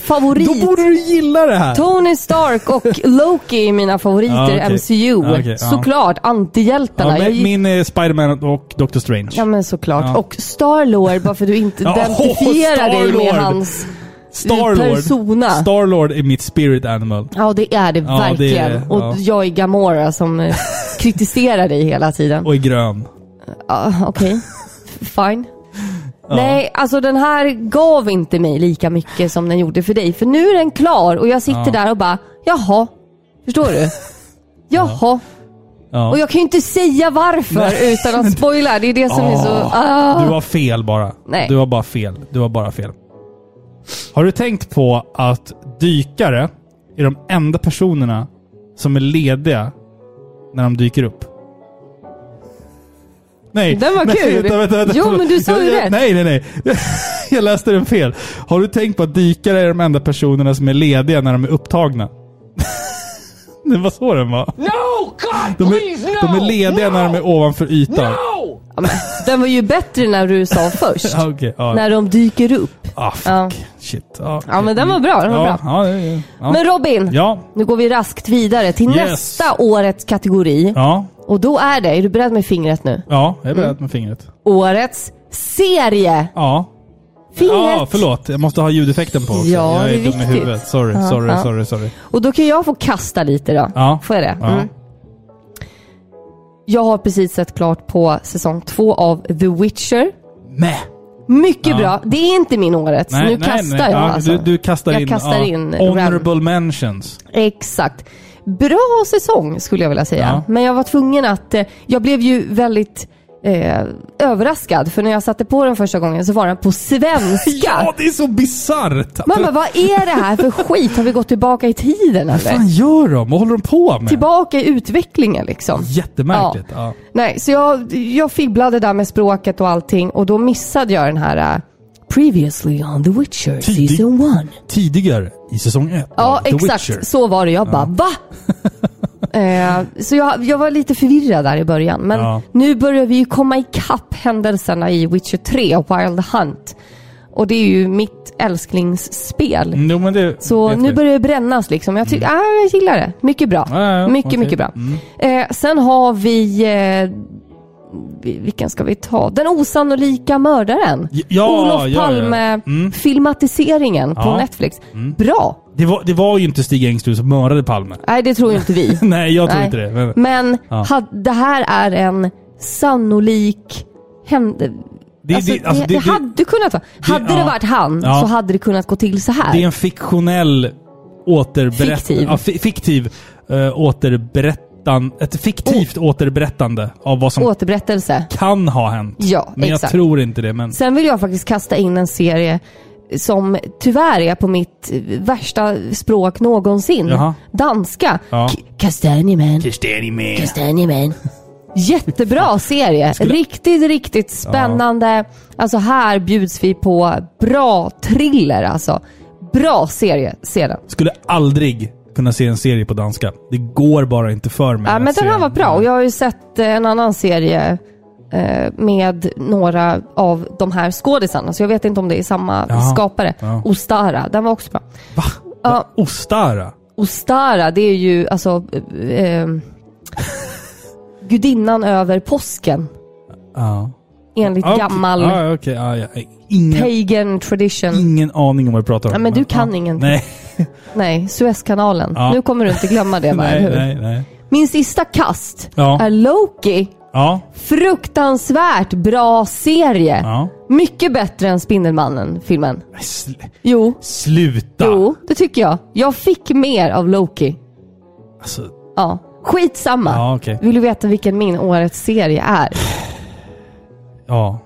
[SPEAKER 1] favorit.
[SPEAKER 2] Då borde du gilla det här!
[SPEAKER 1] Tony Stark och Loki är mina favoriter
[SPEAKER 2] Ja, okej.
[SPEAKER 1] i MCU.
[SPEAKER 2] Ja, okej, ja.
[SPEAKER 1] Såklart, antihjältarna.
[SPEAKER 2] ja,
[SPEAKER 1] Jag
[SPEAKER 2] men,
[SPEAKER 1] gi-
[SPEAKER 2] min är Spiderman och Doctor Strange.
[SPEAKER 1] ja men såklart.
[SPEAKER 2] Ja.
[SPEAKER 1] Och Starlord, bara för att du inte
[SPEAKER 2] Ja, [LAUGHS]
[SPEAKER 1] identifierar dig med
[SPEAKER 2] Star-Lord.
[SPEAKER 1] hans...
[SPEAKER 2] Starlord.
[SPEAKER 1] Persona.
[SPEAKER 2] Starlord är mitt spirit animal.
[SPEAKER 1] Ja det är det
[SPEAKER 2] Ja, det
[SPEAKER 1] verkligen.
[SPEAKER 2] är det.
[SPEAKER 1] Och
[SPEAKER 2] Ja.
[SPEAKER 1] jag är Gamora som
[SPEAKER 2] [LAUGHS]
[SPEAKER 1] eh, kritiserar dig hela tiden.
[SPEAKER 2] Och är grön.
[SPEAKER 1] Ja, Okej, fine. Nej, alltså den här gav inte mig lika mycket som den gjorde för dig. För nu är den klar och jag sitter
[SPEAKER 2] Ja.
[SPEAKER 1] där och bara, jaha. Förstår
[SPEAKER 2] [LAUGHS]
[SPEAKER 1] du? Jaha.
[SPEAKER 2] Ja.
[SPEAKER 1] Och jag kan ju inte säga varför
[SPEAKER 2] Nej.
[SPEAKER 1] utan att spoila. Det är det som är så...
[SPEAKER 2] Du
[SPEAKER 1] Ah.
[SPEAKER 2] har fel bara.
[SPEAKER 1] Nej.
[SPEAKER 2] Du har bara fel. Du har bara fel. Har du tänkt på att dykare är de enda personerna som är lediga när de dyker upp? Nej.
[SPEAKER 1] Den var
[SPEAKER 2] nej,
[SPEAKER 1] kul.
[SPEAKER 2] Vänta, vänta, vänta.
[SPEAKER 1] Jo, men du sa
[SPEAKER 2] Jag-
[SPEAKER 1] ju
[SPEAKER 2] jag-
[SPEAKER 1] rätt.
[SPEAKER 2] Nej, nej, nej. [LAUGHS] Jag läste den fel. Har du tänkt på att dykare är de enda personerna som är lediga när de är upptagna? [LAUGHS] det var så den var.
[SPEAKER 3] No, God,
[SPEAKER 2] De
[SPEAKER 3] please, no!
[SPEAKER 2] är, de är lediga när de är ovanför ytan.
[SPEAKER 3] No!
[SPEAKER 1] Ja, men Den var ju bättre när du
[SPEAKER 2] [LAUGHS]
[SPEAKER 1] sa först.
[SPEAKER 2] Ja, Ah, Okej. ja.
[SPEAKER 1] När de dyker upp.
[SPEAKER 2] Ah,
[SPEAKER 1] Ja.
[SPEAKER 2] fuck. Shit. Ja,
[SPEAKER 1] Ja men den var bra. Den var
[SPEAKER 2] ja,
[SPEAKER 1] bra.
[SPEAKER 2] ja, det är- ja.
[SPEAKER 1] Men Robin,
[SPEAKER 2] ja.
[SPEAKER 1] nu går vi raskt vidare till
[SPEAKER 2] Yes.
[SPEAKER 1] nästa årets kategori.
[SPEAKER 2] Ja.
[SPEAKER 1] Och då är det, är du beredd med fingret nu?
[SPEAKER 2] Ja, jag är beredd
[SPEAKER 1] Mm.
[SPEAKER 2] med fingret.
[SPEAKER 1] Årets serie!
[SPEAKER 2] Ja.
[SPEAKER 1] Fingret!
[SPEAKER 2] Ja, förlåt. Jag måste ha ljudeffekten på också.
[SPEAKER 1] Ja,
[SPEAKER 2] jag
[SPEAKER 1] det är
[SPEAKER 2] är, dum i
[SPEAKER 1] viktigt.
[SPEAKER 2] huvudet. Sorry,
[SPEAKER 1] Ja,
[SPEAKER 2] sorry,
[SPEAKER 1] ja.
[SPEAKER 2] sorry, sorry.
[SPEAKER 1] Och då kan jag få kasta lite då.
[SPEAKER 2] Ja.
[SPEAKER 1] Får jag det?
[SPEAKER 2] Ja.
[SPEAKER 1] Mm. Jag har precis sett klart på säsong två av The Witcher.
[SPEAKER 2] Mäh.
[SPEAKER 1] Mycket
[SPEAKER 2] Ja.
[SPEAKER 1] bra. Det är inte min årets.
[SPEAKER 2] Nej,
[SPEAKER 1] nu
[SPEAKER 2] nej,
[SPEAKER 1] kastar
[SPEAKER 2] nej.
[SPEAKER 1] jag
[SPEAKER 2] Ja,
[SPEAKER 1] alltså.
[SPEAKER 2] Du, du kastar
[SPEAKER 1] jag
[SPEAKER 2] in,
[SPEAKER 1] kastar
[SPEAKER 2] ja,
[SPEAKER 1] in
[SPEAKER 2] honorable mentions.
[SPEAKER 1] Exakt. Bra säsong skulle jag vilja säga.
[SPEAKER 2] Ja.
[SPEAKER 1] Men jag var tvungen att... eh, Jag blev ju väldigt eh, överraskad. För när jag satte på den första gången så var den på svenska.
[SPEAKER 2] [LAUGHS] Ja, det är så bisarrt!
[SPEAKER 1] Mamma, vad är det här för skit? Har vi gått tillbaka i tiden eller?
[SPEAKER 2] Vad fan gör de? Vad håller de på med?
[SPEAKER 1] Tillbaka i utvecklingen liksom.
[SPEAKER 2] Jättemärkligt. Ja.
[SPEAKER 1] Nej, så jag, jag fibblade där med språket och allting och då missade jag den här eh, Previously on The Witcher
[SPEAKER 2] Tidig-
[SPEAKER 1] Season 1.
[SPEAKER 2] Tidigare i säsong ett
[SPEAKER 1] Ja,
[SPEAKER 2] av The
[SPEAKER 1] exakt.
[SPEAKER 2] Witcher.
[SPEAKER 1] Så var det. Jag bara
[SPEAKER 2] [LAUGHS]
[SPEAKER 1] va? eh, så jag, jag var lite förvirrad där i början. Men
[SPEAKER 2] Ja.
[SPEAKER 1] nu börjar vi ju komma ikapp händelserna i Witcher 3 och Wild Hunt. Och det är ju mitt älsklingsspel.
[SPEAKER 2] Mm, Jo, men det,
[SPEAKER 1] Så
[SPEAKER 2] det
[SPEAKER 1] nu
[SPEAKER 2] vet vi.
[SPEAKER 1] börjar det brännas liksom. Jag, tycker, ah, jag gillar det. Mycket bra.
[SPEAKER 2] Ja, ja, ja.
[SPEAKER 1] mycket,
[SPEAKER 2] Okej. Mm.
[SPEAKER 1] mycket bra. Eh, sen har vi... Eh, vi- vilken ska vi ta? Den osannolika mördaren.
[SPEAKER 2] Ja, ja,
[SPEAKER 1] Olof
[SPEAKER 2] ja.
[SPEAKER 1] Palme-filmatiseringen på
[SPEAKER 2] Ja. Mm.
[SPEAKER 1] Netflix. Bra!
[SPEAKER 2] Det var, det var ju inte Stig Engström som mördade Palme.
[SPEAKER 1] Nej, det tror ju inte vi.
[SPEAKER 2] [LAUGHS] Nej, jag tror
[SPEAKER 1] Nej.
[SPEAKER 2] inte det. Men,
[SPEAKER 1] Men
[SPEAKER 2] Ja.
[SPEAKER 1] had- det här är en sannolik händelse.
[SPEAKER 2] det,
[SPEAKER 1] Alltså, det, det, hade kunnat vara. Hade det,
[SPEAKER 2] ja.
[SPEAKER 1] varit han
[SPEAKER 2] Ja.
[SPEAKER 1] så hade det kunnat gå till så här.
[SPEAKER 2] det är en fiktionell återberättande.
[SPEAKER 1] Fiktiv.
[SPEAKER 2] Ja, fi- fiktiv eh, återberättan, ett fiktivt
[SPEAKER 1] Oh.
[SPEAKER 2] återberättande av vad som
[SPEAKER 1] Återberättelse.
[SPEAKER 2] kan ha hänt.
[SPEAKER 1] Ja,
[SPEAKER 2] men jag
[SPEAKER 1] exakt.
[SPEAKER 2] tror inte det. Men
[SPEAKER 1] Sen vill jag faktiskt kasta in en serie som tyvärr är på mitt eh, värsta språk någonsin.
[SPEAKER 2] Jaha.
[SPEAKER 1] Danska.
[SPEAKER 2] Ja.
[SPEAKER 1] K- Kastanjeman.
[SPEAKER 2] Christer med.
[SPEAKER 1] Kastanjeman. Jättebra serie. Riktigt, riktigt spännande. Alltså här bjuds vi på bra thriller alltså. Bra serie sedan.
[SPEAKER 2] Skulle aldrig kunna se en serie på danska. Det går bara inte för mig.
[SPEAKER 1] Ja,
[SPEAKER 2] att
[SPEAKER 1] men
[SPEAKER 2] se
[SPEAKER 1] den här
[SPEAKER 2] en-
[SPEAKER 1] var bra och jag har ju sett eh, en annan serie eh, med några av de här skådisarna. Så jag vet inte om det är samma
[SPEAKER 2] Jaha.
[SPEAKER 1] skapare.
[SPEAKER 2] Ja.
[SPEAKER 1] Ostara, den var också bra.
[SPEAKER 2] Va?
[SPEAKER 1] Ja.
[SPEAKER 2] Ostara?
[SPEAKER 1] Ostara, det är ju alltså eh, eh, gudinnan över påsken.
[SPEAKER 2] Ja.
[SPEAKER 1] Enligt
[SPEAKER 2] Ah, okej.
[SPEAKER 1] gammal
[SPEAKER 2] Ah, ja, okej. Ah, ja. Ingen,
[SPEAKER 1] pagan tradition.
[SPEAKER 2] ingen aning om vad du pratar om.
[SPEAKER 1] Ja, men du kan ingenting.
[SPEAKER 2] Nej,
[SPEAKER 1] Nej, Suezkanalen.
[SPEAKER 2] Ja.
[SPEAKER 1] Nu kommer du inte glömma
[SPEAKER 2] [LAUGHS]
[SPEAKER 1] det, va?
[SPEAKER 2] nej,
[SPEAKER 1] Eller hur?
[SPEAKER 2] nej, nej.
[SPEAKER 1] Min sista kast
[SPEAKER 2] Ja.
[SPEAKER 1] är Loki.
[SPEAKER 2] Ja,
[SPEAKER 1] Fruktansvärt bra serie.
[SPEAKER 2] ja.
[SPEAKER 1] Mycket bättre än Spindelmannen-filmen.
[SPEAKER 2] Sl-
[SPEAKER 1] Jo.
[SPEAKER 2] sluta!
[SPEAKER 1] Jo, det tycker jag. Jag fick mer av Loki.
[SPEAKER 2] Alltså,
[SPEAKER 1] Ja. Skitsamma.
[SPEAKER 2] Ja, okej.
[SPEAKER 1] Vill du veta vilken min årets serie är?
[SPEAKER 2] ja.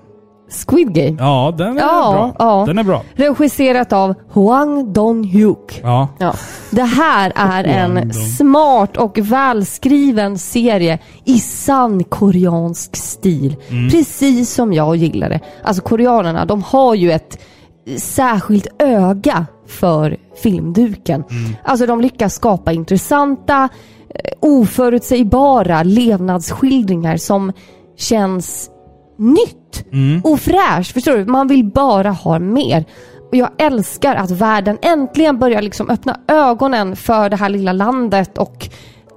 [SPEAKER 1] Squid Game.
[SPEAKER 2] Ja, den är
[SPEAKER 1] Ja,
[SPEAKER 2] bra.
[SPEAKER 1] ja.
[SPEAKER 2] Den är bra.
[SPEAKER 1] Regisserat av Hwang Dong-hyuk.
[SPEAKER 2] Ja.
[SPEAKER 1] Ja. Det här är en smart och välskriven serie i sann koreansk stil. Precis som jag gillar det. Alltså koreanerna, de har ju ett särskilt öga för filmduken. Alltså de lyckas skapa intressanta, eh, oförutsägbara levnadsskildringar som känns nytt
[SPEAKER 2] Mm.
[SPEAKER 1] och fräscht. Förstår du? Man vill bara ha mer. Och jag älskar att världen äntligen börjar liksom öppna ögonen för det här lilla landet och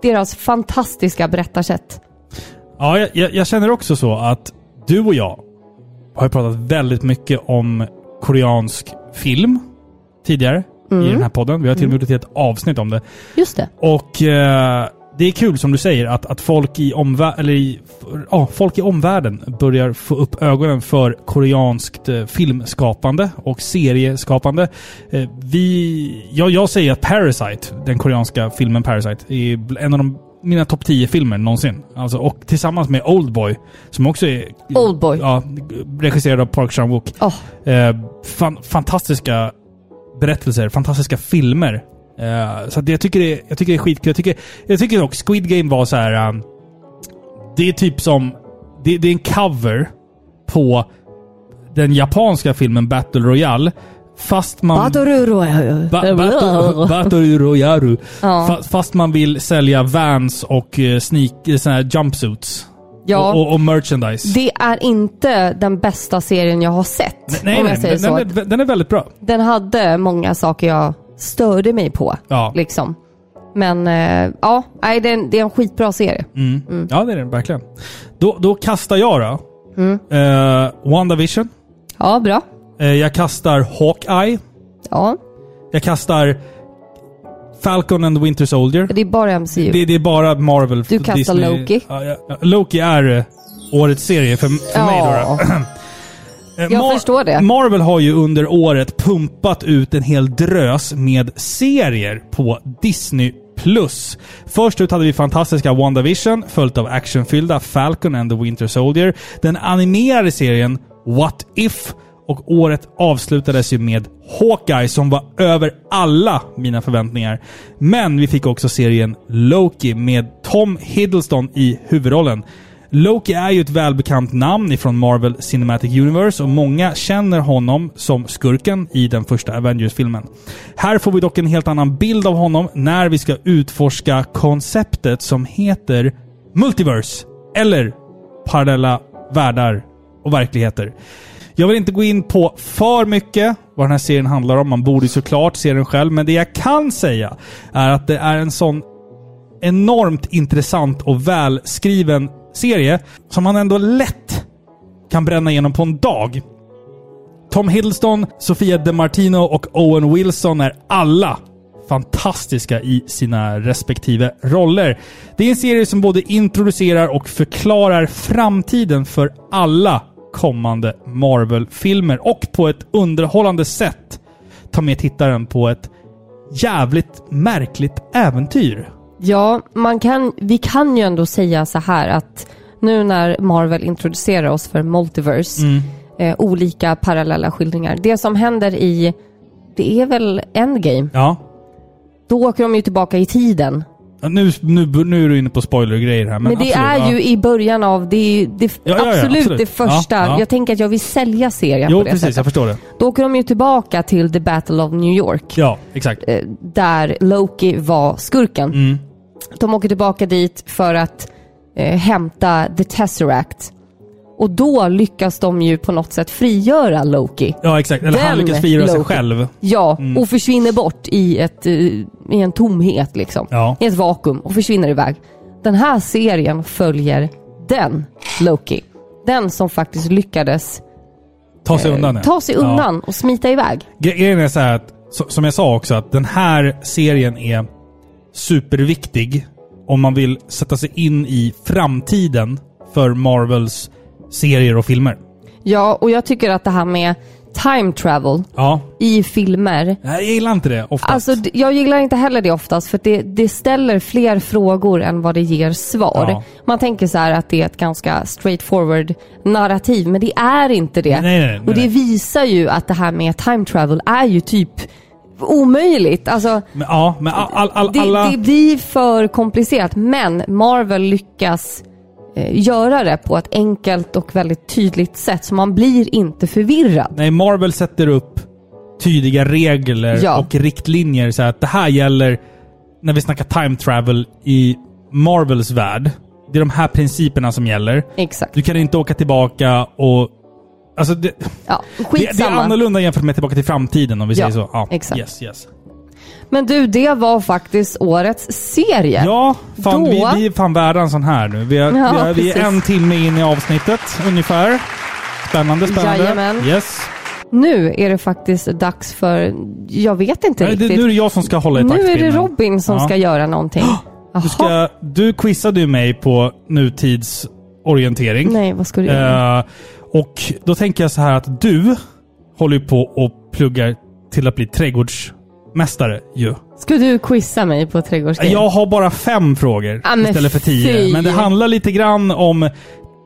[SPEAKER 1] deras fantastiska berättarsätt.
[SPEAKER 2] Ja, jag- jag, jag känner också så att du och jag har ju pratat väldigt mycket om koreansk film tidigare
[SPEAKER 1] Mm.
[SPEAKER 2] i den här podden. Vi har till och med gjort ett helt avsnitt om det.
[SPEAKER 1] Just det.
[SPEAKER 2] Och eh, det är kul som du säger att, att folk, i omvär- eller i, ja, folk i omvärlden börjar få upp ögonen för koreanskt eh, filmskapande och serieskapande. Eh, vi, ja, jag säger att Parasite, den koreanska filmen Parasite, är bl- en av de mina topp 10-filmer någonsin. Alltså, och tillsammans med Oldboy, som också är...
[SPEAKER 1] Oldboy.
[SPEAKER 2] Ja, regisserad av Park Chan-wook.
[SPEAKER 1] Åh,
[SPEAKER 2] Eh, fan, fantastiska berättelser, fantastiska filmer. Eh, så att jag, tycker det, jag tycker det är skitkul. Jag tycker, jag tycker dock Squid Game var så här. eh, det är typ som... Det, det är en cover på den japanska filmen Battle Royale. Fast man... Ba- Battle- Battle Royale.
[SPEAKER 1] Ja.
[SPEAKER 2] Fa- Fast man vill sälja Vans och eh, sneak, eh, såna här jumpsuits.
[SPEAKER 1] Ja.
[SPEAKER 2] Och, och, och merchandise.
[SPEAKER 1] Det är inte den bästa serien jag har sett.
[SPEAKER 2] nej,
[SPEAKER 1] om
[SPEAKER 2] nej,
[SPEAKER 1] jag säger
[SPEAKER 2] den,
[SPEAKER 1] så.
[SPEAKER 2] den, är, den är väldigt bra.
[SPEAKER 1] Den hade många saker jag störde mig på.
[SPEAKER 2] Ja.
[SPEAKER 1] Liksom. Men eh, ja, nej, det, är en, det är en skitbra serie.
[SPEAKER 2] Mm. Ja, det är den verkligen. Då, då kastar jag då.
[SPEAKER 1] Mm.
[SPEAKER 2] Eh, WandaVision.
[SPEAKER 1] Ja, bra.
[SPEAKER 2] Eh, jag kastar Hawkeye.
[SPEAKER 1] Ja,
[SPEAKER 2] Jag kastar Falcon and the Winter Soldier.
[SPEAKER 1] det är bara MCU.
[SPEAKER 2] Det, det är bara Marvel.
[SPEAKER 1] Du kastar Loki.
[SPEAKER 2] Ja, ja. Loki är eh, årets serie för, för mig. Då, då.
[SPEAKER 1] ja.
[SPEAKER 2] Eh,
[SPEAKER 1] jag förstår det.
[SPEAKER 2] Marvel har ju under året pumpat ut en hel drös med serier på Disney+. Plus. Först ut hade vi fantastiska WandaVision, följt av actionfyllda Falcon and the Winter Soldier, den animerade serien What If och året avslutades ju med Hawkeye som var över alla mina förväntningar. Men vi fick också serien Loki med Tom Hiddleston i huvudrollen. Loki är ju ett välbekant namn ifrån Marvel Cinematic Universe och många känner honom som skurken i den första Avengers-filmen. Här får vi dock en helt annan bild av honom när vi ska utforska konceptet som heter Multiverse, eller parallella världar och verkligheter. Jag vill inte gå in på för mycket vad den här serien handlar om. Man borde ju såklart se den själv, men det jag kan säga är att det är en sån enormt intressant och välskriven serie som man ändå lätt kan bränna igenom på en dag. Tom Hiddleston, Sofia DeMartino och Owen Wilson är alla fantastiska i sina respektive roller. Det är en serie som både introducerar och förklarar framtiden för alla kommande Marvel-filmer och på ett underhållande sätt tar med tittaren på ett jävligt märkligt äventyr.
[SPEAKER 1] Ja, man kan, vi kan ju ändå säga så här att nu när Marvel introducerar oss för multiverse,
[SPEAKER 2] Mm.
[SPEAKER 1] eh, olika parallella skildringar. Det som händer i, det är väl Endgame,
[SPEAKER 2] Ja.
[SPEAKER 1] då åker de ju tillbaka i tiden.
[SPEAKER 2] Nu, nu, nu är du inne på spoilergrejer här. Men,
[SPEAKER 1] Men, det
[SPEAKER 2] absolut,
[SPEAKER 1] är
[SPEAKER 2] ja.
[SPEAKER 1] ju i början av, det är ju det,
[SPEAKER 2] Ja, ja, ja,
[SPEAKER 1] absolut,
[SPEAKER 2] absolut.
[SPEAKER 1] det första.
[SPEAKER 2] Ja, ja.
[SPEAKER 1] Jag tänker att jag vill sälja serien
[SPEAKER 2] Jo,
[SPEAKER 1] på det
[SPEAKER 2] precis. Jag
[SPEAKER 1] sättet.
[SPEAKER 2] förstår det.
[SPEAKER 1] Då åker de ju tillbaka till The Battle of New York.
[SPEAKER 2] Ja, exakt.
[SPEAKER 1] eh, där Loki var skurken.
[SPEAKER 2] Mm.
[SPEAKER 1] De åker tillbaka dit för att eh, hämta The Tesseract. Och då lyckas de ju på något sätt frigöra Loki.
[SPEAKER 2] Ja, exakt. Eller han
[SPEAKER 1] Den
[SPEAKER 2] lyckas fira sig
[SPEAKER 1] Loki.
[SPEAKER 2] själv.
[SPEAKER 1] Ja,
[SPEAKER 2] Mm.
[SPEAKER 1] och försvinner bort i, ett, eh, i en tomhet liksom.
[SPEAKER 2] Ja.
[SPEAKER 1] I ett vakuum och försvinner iväg. Den här serien följer den Loki. Den som faktiskt lyckades
[SPEAKER 2] Ta sig undan. ja.
[SPEAKER 1] Eh, ta sig undan och smita iväg.
[SPEAKER 2] Gre- Grejen är så här att, so- som jag sa också, att den här serien är superviktig om man vill sätta sig in i framtiden för Marvels serier och filmer.
[SPEAKER 1] Ja, och jag tycker att det här med time travel
[SPEAKER 2] Ja.
[SPEAKER 1] i filmer
[SPEAKER 2] Nej, Jag gillar inte det oftast.
[SPEAKER 1] Alltså, d- jag gillar inte heller det oftast för att det, det ställer fler frågor än vad det ger svar.
[SPEAKER 2] Ja.
[SPEAKER 1] Man tänker så här att det är ett ganska straightforward narrativ, men det är inte det.
[SPEAKER 2] Nej, nej, nej,
[SPEAKER 1] och det
[SPEAKER 2] nej.
[SPEAKER 1] visar ju att det här med time travel är ju typ omöjligt. Alltså,
[SPEAKER 2] men, ja, men all, all, all,
[SPEAKER 1] det,
[SPEAKER 2] alla...
[SPEAKER 1] det blir för komplicerat, men Marvel lyckas eh, göra det på ett enkelt och väldigt tydligt sätt så man blir inte förvirrad.
[SPEAKER 2] Nej, Marvel sätter upp tydliga regler
[SPEAKER 1] Ja.
[SPEAKER 2] och riktlinjer. Så att det här gäller när vi snackar time travel i Marvels värld. Det är de här principerna som gäller.
[SPEAKER 1] Exakt.
[SPEAKER 2] Du kan inte åka tillbaka och... Alltså det,
[SPEAKER 1] Ja,
[SPEAKER 2] det, det är
[SPEAKER 1] skitsamma.
[SPEAKER 2] annorlunda jämfört med Tillbaka till framtiden om vi
[SPEAKER 1] Ja,
[SPEAKER 2] säger så. Ja,
[SPEAKER 1] exakt.
[SPEAKER 2] Yes, yes.
[SPEAKER 1] Men du, det var faktiskt årets serie.
[SPEAKER 2] Ja, fan,
[SPEAKER 1] Då-
[SPEAKER 2] vi, vi är fan värda en sån här nu. Vi är,
[SPEAKER 1] Ja,
[SPEAKER 2] vi, är, vi är
[SPEAKER 1] precis.
[SPEAKER 2] en timme in i avsnittet ungefär. Spännande, spännande.
[SPEAKER 1] Jajamän.
[SPEAKER 2] Yes.
[SPEAKER 1] Nu är det faktiskt dags för, jag vet inte
[SPEAKER 2] Nej, det,
[SPEAKER 1] riktigt.
[SPEAKER 2] nu är det jag som ska hålla i
[SPEAKER 1] Nu är det
[SPEAKER 2] taktpinnen.
[SPEAKER 1] Robin som
[SPEAKER 2] Ja.
[SPEAKER 1] ska göra
[SPEAKER 2] [GASPS]
[SPEAKER 1] någonting.
[SPEAKER 2] Du,
[SPEAKER 1] Jaha.
[SPEAKER 2] ska, du quizade ju mig på nutidsorientering.
[SPEAKER 1] Nej, vad ska du göra?
[SPEAKER 2] Eh, och då tänker jag så här att du håller ju på och pluggar till att bli trädgårdsmästare ju.
[SPEAKER 1] Ska du quizza mig på trädgårdsgrejer?
[SPEAKER 2] Jag har bara fem frågor
[SPEAKER 1] Ah, Typ. men
[SPEAKER 2] istället för tio.
[SPEAKER 1] fy.
[SPEAKER 2] Men det handlar lite grann om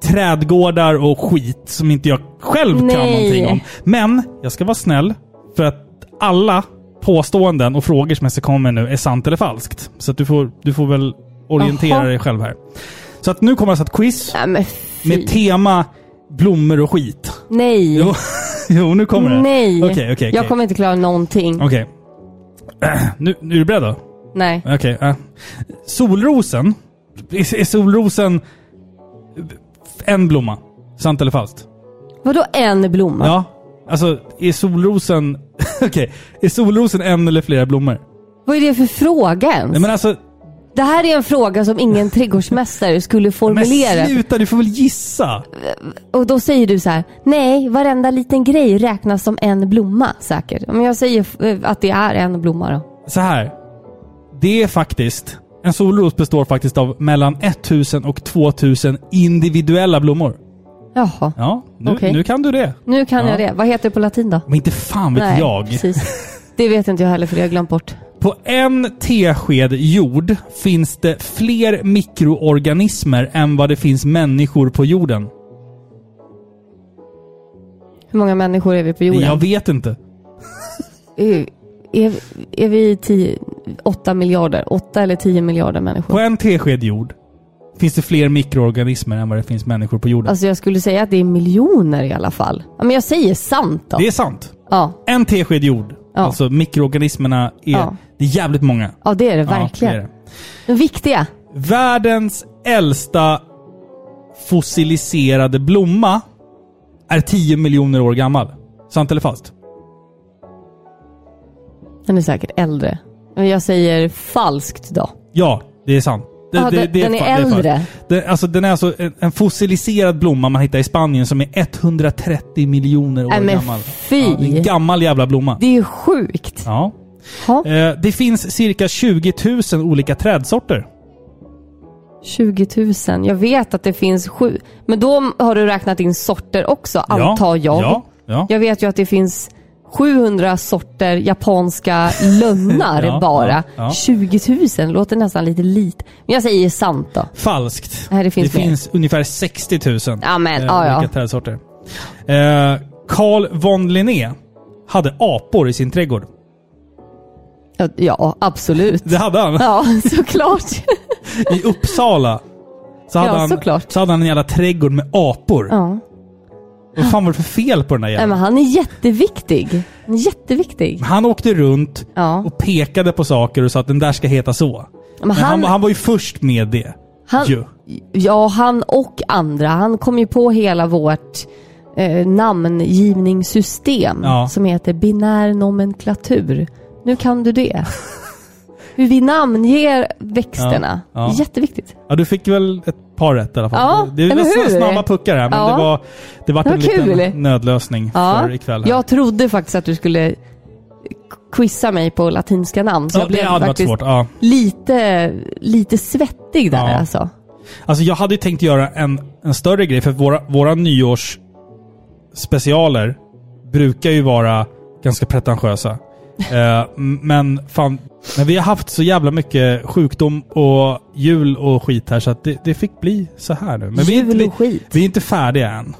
[SPEAKER 2] trädgårdar och skit som inte jag själv kan
[SPEAKER 1] Nej.
[SPEAKER 2] någonting om. Men jag ska vara snäll för att alla påståenden och frågor som jag ska komma med nu är sant eller falskt. Så att du, får, du får väl orientera
[SPEAKER 1] Jaha.
[SPEAKER 2] dig själv här. Så att nu kommer alltså ett quiz
[SPEAKER 1] Nej, men fy.
[SPEAKER 2] med tema blommor och skit. [LAUGHS]
[SPEAKER 1] Nej.
[SPEAKER 2] Jo, jo nu kommer det.
[SPEAKER 1] Nej.
[SPEAKER 2] Okej, okej, okej.
[SPEAKER 1] Jag kommer inte klara någonting.
[SPEAKER 2] Okej. [CLEARS THROAT] Nu, nu är du beredd då?
[SPEAKER 1] Nej.
[SPEAKER 2] Okej. ja. Solrosen. Är är solrosen en blomma? Sant eller falskt?
[SPEAKER 1] Vadå en blomma?
[SPEAKER 2] Ja. Alltså, är solrosen... [LAUGHS] Okej. Är solrosen en eller flera blommor?
[SPEAKER 1] Vad är det för fråga ens?
[SPEAKER 2] Nej men alltså...
[SPEAKER 1] Det här är en fråga som ingen trädgårdsmästare skulle
[SPEAKER 2] Men
[SPEAKER 1] formulera.
[SPEAKER 2] sluta, du får väl gissa?
[SPEAKER 1] Och då säger du så här, nej, varenda liten grej räknas som en blomma säkert. Men jag säger eh, att det är en blomma då.
[SPEAKER 2] Så här. Det är faktiskt... En solros består faktiskt av mellan 1000 och 2000 individuella blommor.
[SPEAKER 1] Jaha,
[SPEAKER 2] Ja, nu,
[SPEAKER 1] Okej.
[SPEAKER 2] nu kan du det.
[SPEAKER 1] nu kan
[SPEAKER 2] Ja.
[SPEAKER 1] jag det. Vad heter det på latin då?
[SPEAKER 2] Men inte fan vet jag. [LAUGHS]
[SPEAKER 1] precis. Det vet inte jag heller för det har jag glömt bort.
[SPEAKER 2] På en tesked jord finns det fler mikroorganismer än vad det finns människor på jorden.
[SPEAKER 1] Hur många människor är vi på jorden?
[SPEAKER 2] Jag vet inte.
[SPEAKER 1] Eh, Är, är vi 10, 8 miljarder? 8 eller 10 miljarder människor?
[SPEAKER 2] På en tesked jord finns det fler mikroorganismer än vad det finns människor på jorden.
[SPEAKER 1] Alltså jag skulle säga att det är miljoner i alla fall. Ja, men jag säger sant då.
[SPEAKER 2] Det är sant.
[SPEAKER 1] Ja.
[SPEAKER 2] En tesked jord.
[SPEAKER 1] Ja.
[SPEAKER 2] Alltså mikroorganismerna är...
[SPEAKER 1] Ja.
[SPEAKER 2] Det är jävligt många.
[SPEAKER 1] ja, det är det
[SPEAKER 2] Ja,
[SPEAKER 1] verkligen.
[SPEAKER 2] det är det.
[SPEAKER 1] De viktiga.
[SPEAKER 2] Världens äldsta fossiliserade blomma är 10 miljoner år gammal. Sant eller falskt?
[SPEAKER 1] Den är säkert äldre. Men jag säger falskt då.
[SPEAKER 2] Ja, det är sant. Det,
[SPEAKER 1] Ja, den- den är
[SPEAKER 2] fa- fa-
[SPEAKER 1] äldre.
[SPEAKER 2] Den, alltså, den är alltså en, en fossiliserad blomma man hittar i Spanien som är 130 miljoner år
[SPEAKER 1] Nej, men
[SPEAKER 2] gammal.
[SPEAKER 1] fy.
[SPEAKER 2] Ja, det är en gammal jävla blomma.
[SPEAKER 1] Det är ju sjukt.
[SPEAKER 2] Ja.
[SPEAKER 1] Ha,
[SPEAKER 2] Eh, det finns cirka 20 000 olika trädsorter.
[SPEAKER 1] 20 000. Jag vet att det finns sju. Men då har du räknat in sorter också, antar jag.
[SPEAKER 2] Ja, ja.
[SPEAKER 1] Jag vet ju att det finns 700 sorter
[SPEAKER 2] [LAUGHS]
[SPEAKER 1] japanska lönnar
[SPEAKER 2] Ja,
[SPEAKER 1] bara.
[SPEAKER 2] ja, ja.
[SPEAKER 1] 20 000 låter nästan lite lite. Men jag säger sant då.
[SPEAKER 2] Falskt.
[SPEAKER 1] Nej, det finns mer.
[SPEAKER 2] ungefär 60 000
[SPEAKER 1] Ja, men,
[SPEAKER 2] eh,
[SPEAKER 1] ja, ja.
[SPEAKER 2] olika trädsorter. Eh, Carl von Linné hade apor i sin trädgård.
[SPEAKER 1] Ja, Ja,
[SPEAKER 2] [LAUGHS]
[SPEAKER 1] absolut.
[SPEAKER 2] Det hade han.
[SPEAKER 1] Ja, såklart.
[SPEAKER 2] I Uppsala så hade,
[SPEAKER 1] Ja,
[SPEAKER 2] han,
[SPEAKER 1] såklart.
[SPEAKER 2] så hade han en jävla trädgård med apor.
[SPEAKER 1] Ja.
[SPEAKER 2] Vad fan var det för fel på den där
[SPEAKER 1] Nej,
[SPEAKER 2] jäveln?
[SPEAKER 1] men han är jätteviktig. Han är jätteviktig.
[SPEAKER 2] Han åkte runt
[SPEAKER 1] Ja.
[SPEAKER 2] och pekade på saker och sa att den där ska heta så.
[SPEAKER 1] Men
[SPEAKER 2] Men han,
[SPEAKER 1] han,
[SPEAKER 2] han var ju först med det.
[SPEAKER 1] han,
[SPEAKER 2] ju.
[SPEAKER 1] ja, han och andra. Han kom ju på hela vårt eh, namngivningssystem
[SPEAKER 2] Ja.
[SPEAKER 1] som heter binär nomenklatur. Nu kan du det. Hur vi namnger växterna.
[SPEAKER 2] Ja, ja.
[SPEAKER 1] Jätteviktigt.
[SPEAKER 2] Ja, du fick väl ett par rätt i alla fall.
[SPEAKER 1] Ja,
[SPEAKER 2] det är
[SPEAKER 1] eller
[SPEAKER 2] nästan
[SPEAKER 1] hur?
[SPEAKER 2] snabba puckar här, men
[SPEAKER 1] Ja.
[SPEAKER 2] det var, det var,
[SPEAKER 1] Det var
[SPEAKER 2] en liten
[SPEAKER 1] kul.
[SPEAKER 2] nödlösning
[SPEAKER 1] Ja.
[SPEAKER 2] för ikväll. Här.
[SPEAKER 1] Jag trodde faktiskt att du skulle quizza mig på latinska namn. Så
[SPEAKER 2] ja,
[SPEAKER 1] jag
[SPEAKER 2] det
[SPEAKER 1] blev
[SPEAKER 2] hade varit
[SPEAKER 1] faktiskt
[SPEAKER 2] svårt. Ja.
[SPEAKER 1] Lite, lite svettig där
[SPEAKER 2] Ja.
[SPEAKER 1] alltså.
[SPEAKER 2] Alltså, jag hade ju tänkt göra en, en större grej, för våra, våra nyårsspecialer brukar ju vara
[SPEAKER 1] [LAUGHS]
[SPEAKER 2] ganska pretentiösa. Eh, men fan, men vi har haft så jävla mycket sjukdom och jul och skit här så att det, det fick bli så här nu. Men vi är, inte,
[SPEAKER 1] Jul
[SPEAKER 2] vi,
[SPEAKER 1] och skit.
[SPEAKER 2] vi är inte färdiga än.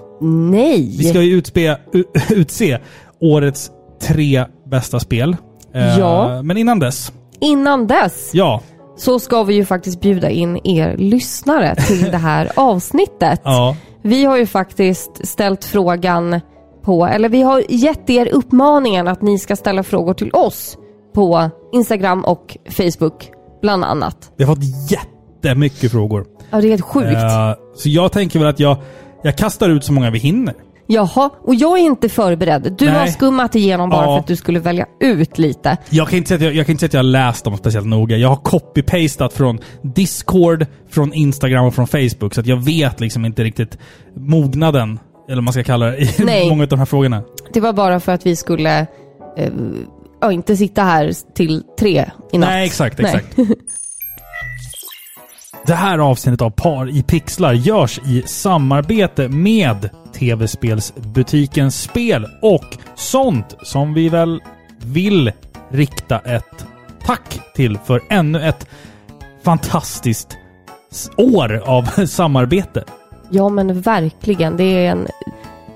[SPEAKER 1] Nej!
[SPEAKER 2] Vi ska ju utspe, u- [LAUGHS] utse årets tre bästa spel. Eh,
[SPEAKER 1] Ja.
[SPEAKER 2] Men innan dess,
[SPEAKER 1] Innan dess
[SPEAKER 2] ja.
[SPEAKER 1] så ska vi ju faktiskt bjuda in er lyssnare till det
[SPEAKER 2] [LAUGHS]
[SPEAKER 1] här avsnittet.
[SPEAKER 2] ja.
[SPEAKER 1] Vi har ju faktiskt ställt frågan på, eller vi har gett er uppmaningen att ni ska ställa frågor till oss på Instagram och Facebook bland annat.
[SPEAKER 2] Vi har fått jättemycket frågor.
[SPEAKER 1] Ja, det är helt sjukt.
[SPEAKER 2] Eh, så jag tänker väl att jag, jag kastar ut så många vi hinner.
[SPEAKER 1] Jaha, och jag är inte förberedd. Du
[SPEAKER 2] Nej.
[SPEAKER 1] har skummat igenom bara
[SPEAKER 2] Ja.
[SPEAKER 1] för att du skulle välja ut lite.
[SPEAKER 2] Jag kan inte säga att jag, jag, kan inte säga att jag har läst dem speciellt noga. Jag har copy-pastat från Discord, från Instagram och från Facebook. Så att jag vet liksom inte riktigt mognaden, eller vad man ska kalla det, i
[SPEAKER 1] Nej.
[SPEAKER 2] [LAUGHS] många av de här frågorna.
[SPEAKER 1] Det var bara för att vi skulle eh, ja, inte sitta här till tre i natt.
[SPEAKER 2] Nej, exakt,
[SPEAKER 1] Nej.
[SPEAKER 2] exakt. Det här avsnittet av Par i pixlar görs i samarbete med tv-spelsbutiken Spel och sånt som vi väl vill rikta ett tack till för ännu ett fantastiskt s- år av [LAUGHS] samarbete.
[SPEAKER 1] Ja men verkligen. Det är en,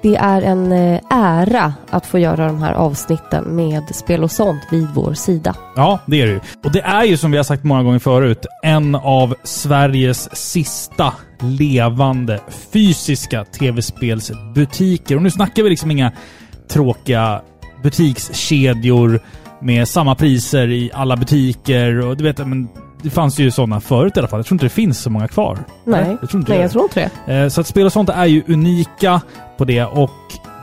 [SPEAKER 1] det är en eh, ära att få göra de här avsnitten med Spel och sånt vid vår sida.
[SPEAKER 2] Ja, det är det ju. Och det är ju som vi har sagt många gånger förut, en av Sveriges sista levande fysiska tv-spelsbutiker. Och nu snackar vi liksom inga tråkiga butikskedjor med samma priser i alla butiker och du vet, men det fanns ju sådana förut i alla fall. Jag tror inte det finns så många kvar.
[SPEAKER 1] Nej,
[SPEAKER 2] jag tror inte
[SPEAKER 1] Nej
[SPEAKER 2] det.
[SPEAKER 1] jag tror inte det.
[SPEAKER 2] Eh, Så att spel och sånt är ju unika på det och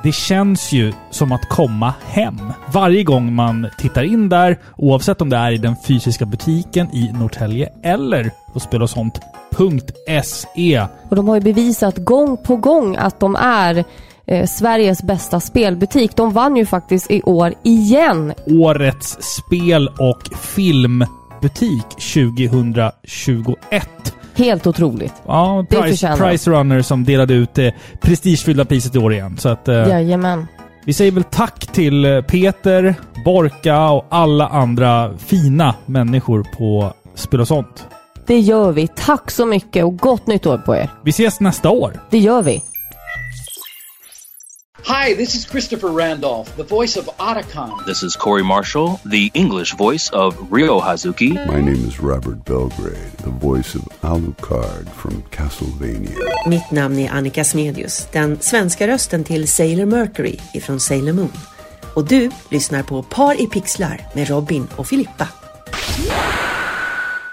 [SPEAKER 2] det känns ju som att komma hem. Varje gång man tittar in där, oavsett om det är i den fysiska butiken i Norrtälje eller på spelochsont.se.
[SPEAKER 1] Och de har ju bevisat gång på gång att de är eh, Sveriges bästa spelbutik. De vann ju faktiskt i år igen.
[SPEAKER 2] Årets spel och filmbutik 2021.
[SPEAKER 1] Helt otroligt.
[SPEAKER 2] Ja,
[SPEAKER 1] Det
[SPEAKER 2] Price,
[SPEAKER 1] förtjänar de.
[SPEAKER 2] Price Runner som delade ut det prestigefyllda priset i år igen. Så att, eh,
[SPEAKER 1] Jajamän.
[SPEAKER 2] Vi säger väl tack till eh, Peter, Borka och alla andra fina människor på Spel och sånt.
[SPEAKER 1] Det gör vi. Tack så mycket och gott nytt år på er.
[SPEAKER 2] Vi ses nästa år!
[SPEAKER 1] Det gör vi.
[SPEAKER 3] Hi, this is Christopher Randolph, the voice of Otacon.
[SPEAKER 6] This is Corey Marshall, the English voice of Ryo Hazuki.
[SPEAKER 4] My name is Robert Belgrade, the voice of Alucard from Castlevania.
[SPEAKER 7] Mitt namn är Annika Smedius, den svenska rösten till Sailor Mercury ifrån Sailor Moon. Och du lyssnar på Par i pixlar med Robin och Filippa.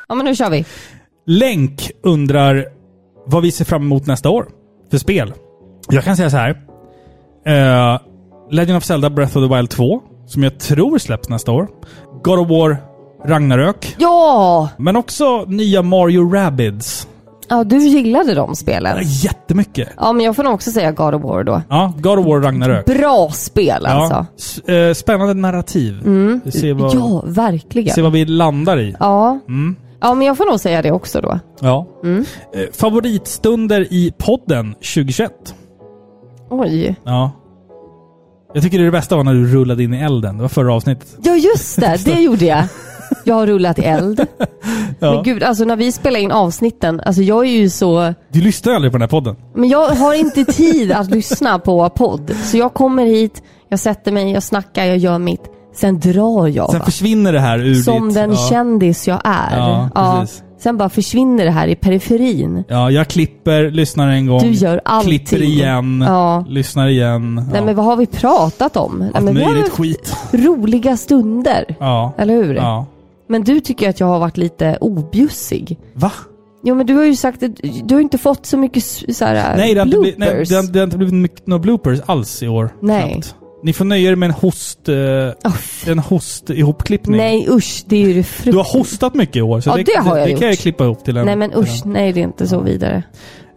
[SPEAKER 1] Ja men nu kör vi.
[SPEAKER 2] Länk undrar vad vi ser fram emot nästa år för spel. Jag kan säga så här. Eh, Legend of Zelda Breath of the Wild 2, som jag tror släpps nästa år. God of War Ragnarök,
[SPEAKER 1] Ja!
[SPEAKER 2] men också nya Mario Rabbids.
[SPEAKER 1] Ja, du gillade de spelen.
[SPEAKER 2] Jättemycket.
[SPEAKER 1] Ja, men jag får nog också säga God of War då.
[SPEAKER 2] Ja, God of War Ragnarök.
[SPEAKER 1] Bra spel alltså.
[SPEAKER 2] Ja. S- eh, Spännande narrativ. Mm. Se vad,
[SPEAKER 1] Ja, verkligen.
[SPEAKER 2] se vad Mm. vi landar i.
[SPEAKER 1] Ja. ja, men jag får nog säga det också då.
[SPEAKER 2] Ja.
[SPEAKER 1] Mm.
[SPEAKER 2] Eh, Favoritstunder i podden 2021?
[SPEAKER 1] Oj.
[SPEAKER 2] Ja. Jag tycker det, det bästa var när du rullade in i elden. Det var förra avsnittet.
[SPEAKER 1] Ja, just det. Det gjorde
[SPEAKER 2] [LAUGHS]
[SPEAKER 1] jag. Jag har rullat i eld. Men
[SPEAKER 2] Ja.
[SPEAKER 1] gud, alltså när vi spelar in avsnitten, alltså jag är ju så...
[SPEAKER 2] Du lyssnar aldrig på den här podden.
[SPEAKER 1] Men jag har inte tid att lyssna på podd. Så jag kommer hit, jag sätter mig, jag snackar, jag gör mitt. Sen drar jag.
[SPEAKER 2] Sen
[SPEAKER 1] va?
[SPEAKER 2] försvinner det här ur
[SPEAKER 1] Som
[SPEAKER 2] ditt...
[SPEAKER 1] den
[SPEAKER 2] ja.
[SPEAKER 1] kändis jag är.
[SPEAKER 2] Ja, precis.
[SPEAKER 1] Sen bara försvinner det här i periferin.
[SPEAKER 2] Ja, jag klipper, lyssnar en gång.
[SPEAKER 1] Du gör allting.
[SPEAKER 2] Klipper igen,
[SPEAKER 1] Ja.
[SPEAKER 2] lyssnar igen.
[SPEAKER 1] Nej
[SPEAKER 2] ja.
[SPEAKER 1] men vad har vi pratat om? Nej,
[SPEAKER 2] Allt
[SPEAKER 1] men vi har
[SPEAKER 2] möjligt
[SPEAKER 1] haft
[SPEAKER 2] skit.
[SPEAKER 1] roliga stunder.
[SPEAKER 2] Ja.
[SPEAKER 1] Eller hur?
[SPEAKER 2] Ja.
[SPEAKER 1] Men du tycker att jag har varit lite objussig.
[SPEAKER 2] Va?
[SPEAKER 1] Jo men du har ju sagt att du har inte fått så mycket s- så här,
[SPEAKER 2] Nej, det har, inte blivit, nej
[SPEAKER 1] bloopers.
[SPEAKER 2] det, har, det har inte blivit mycket, några bloopers alls i år.
[SPEAKER 1] Nej.
[SPEAKER 2] knappt. Ni får nöja er med en host... Eh, en host-ihopklippning.
[SPEAKER 1] nej usch, det är ju det frukt...
[SPEAKER 2] Du har hostat mycket i år, så
[SPEAKER 1] Ja,
[SPEAKER 2] det,
[SPEAKER 1] det har jag
[SPEAKER 2] det, kan jag
[SPEAKER 1] gjort.
[SPEAKER 2] klippa ihop till en...
[SPEAKER 1] Nej men
[SPEAKER 2] till
[SPEAKER 1] usch,
[SPEAKER 2] en-
[SPEAKER 1] nej det är inte så vidare.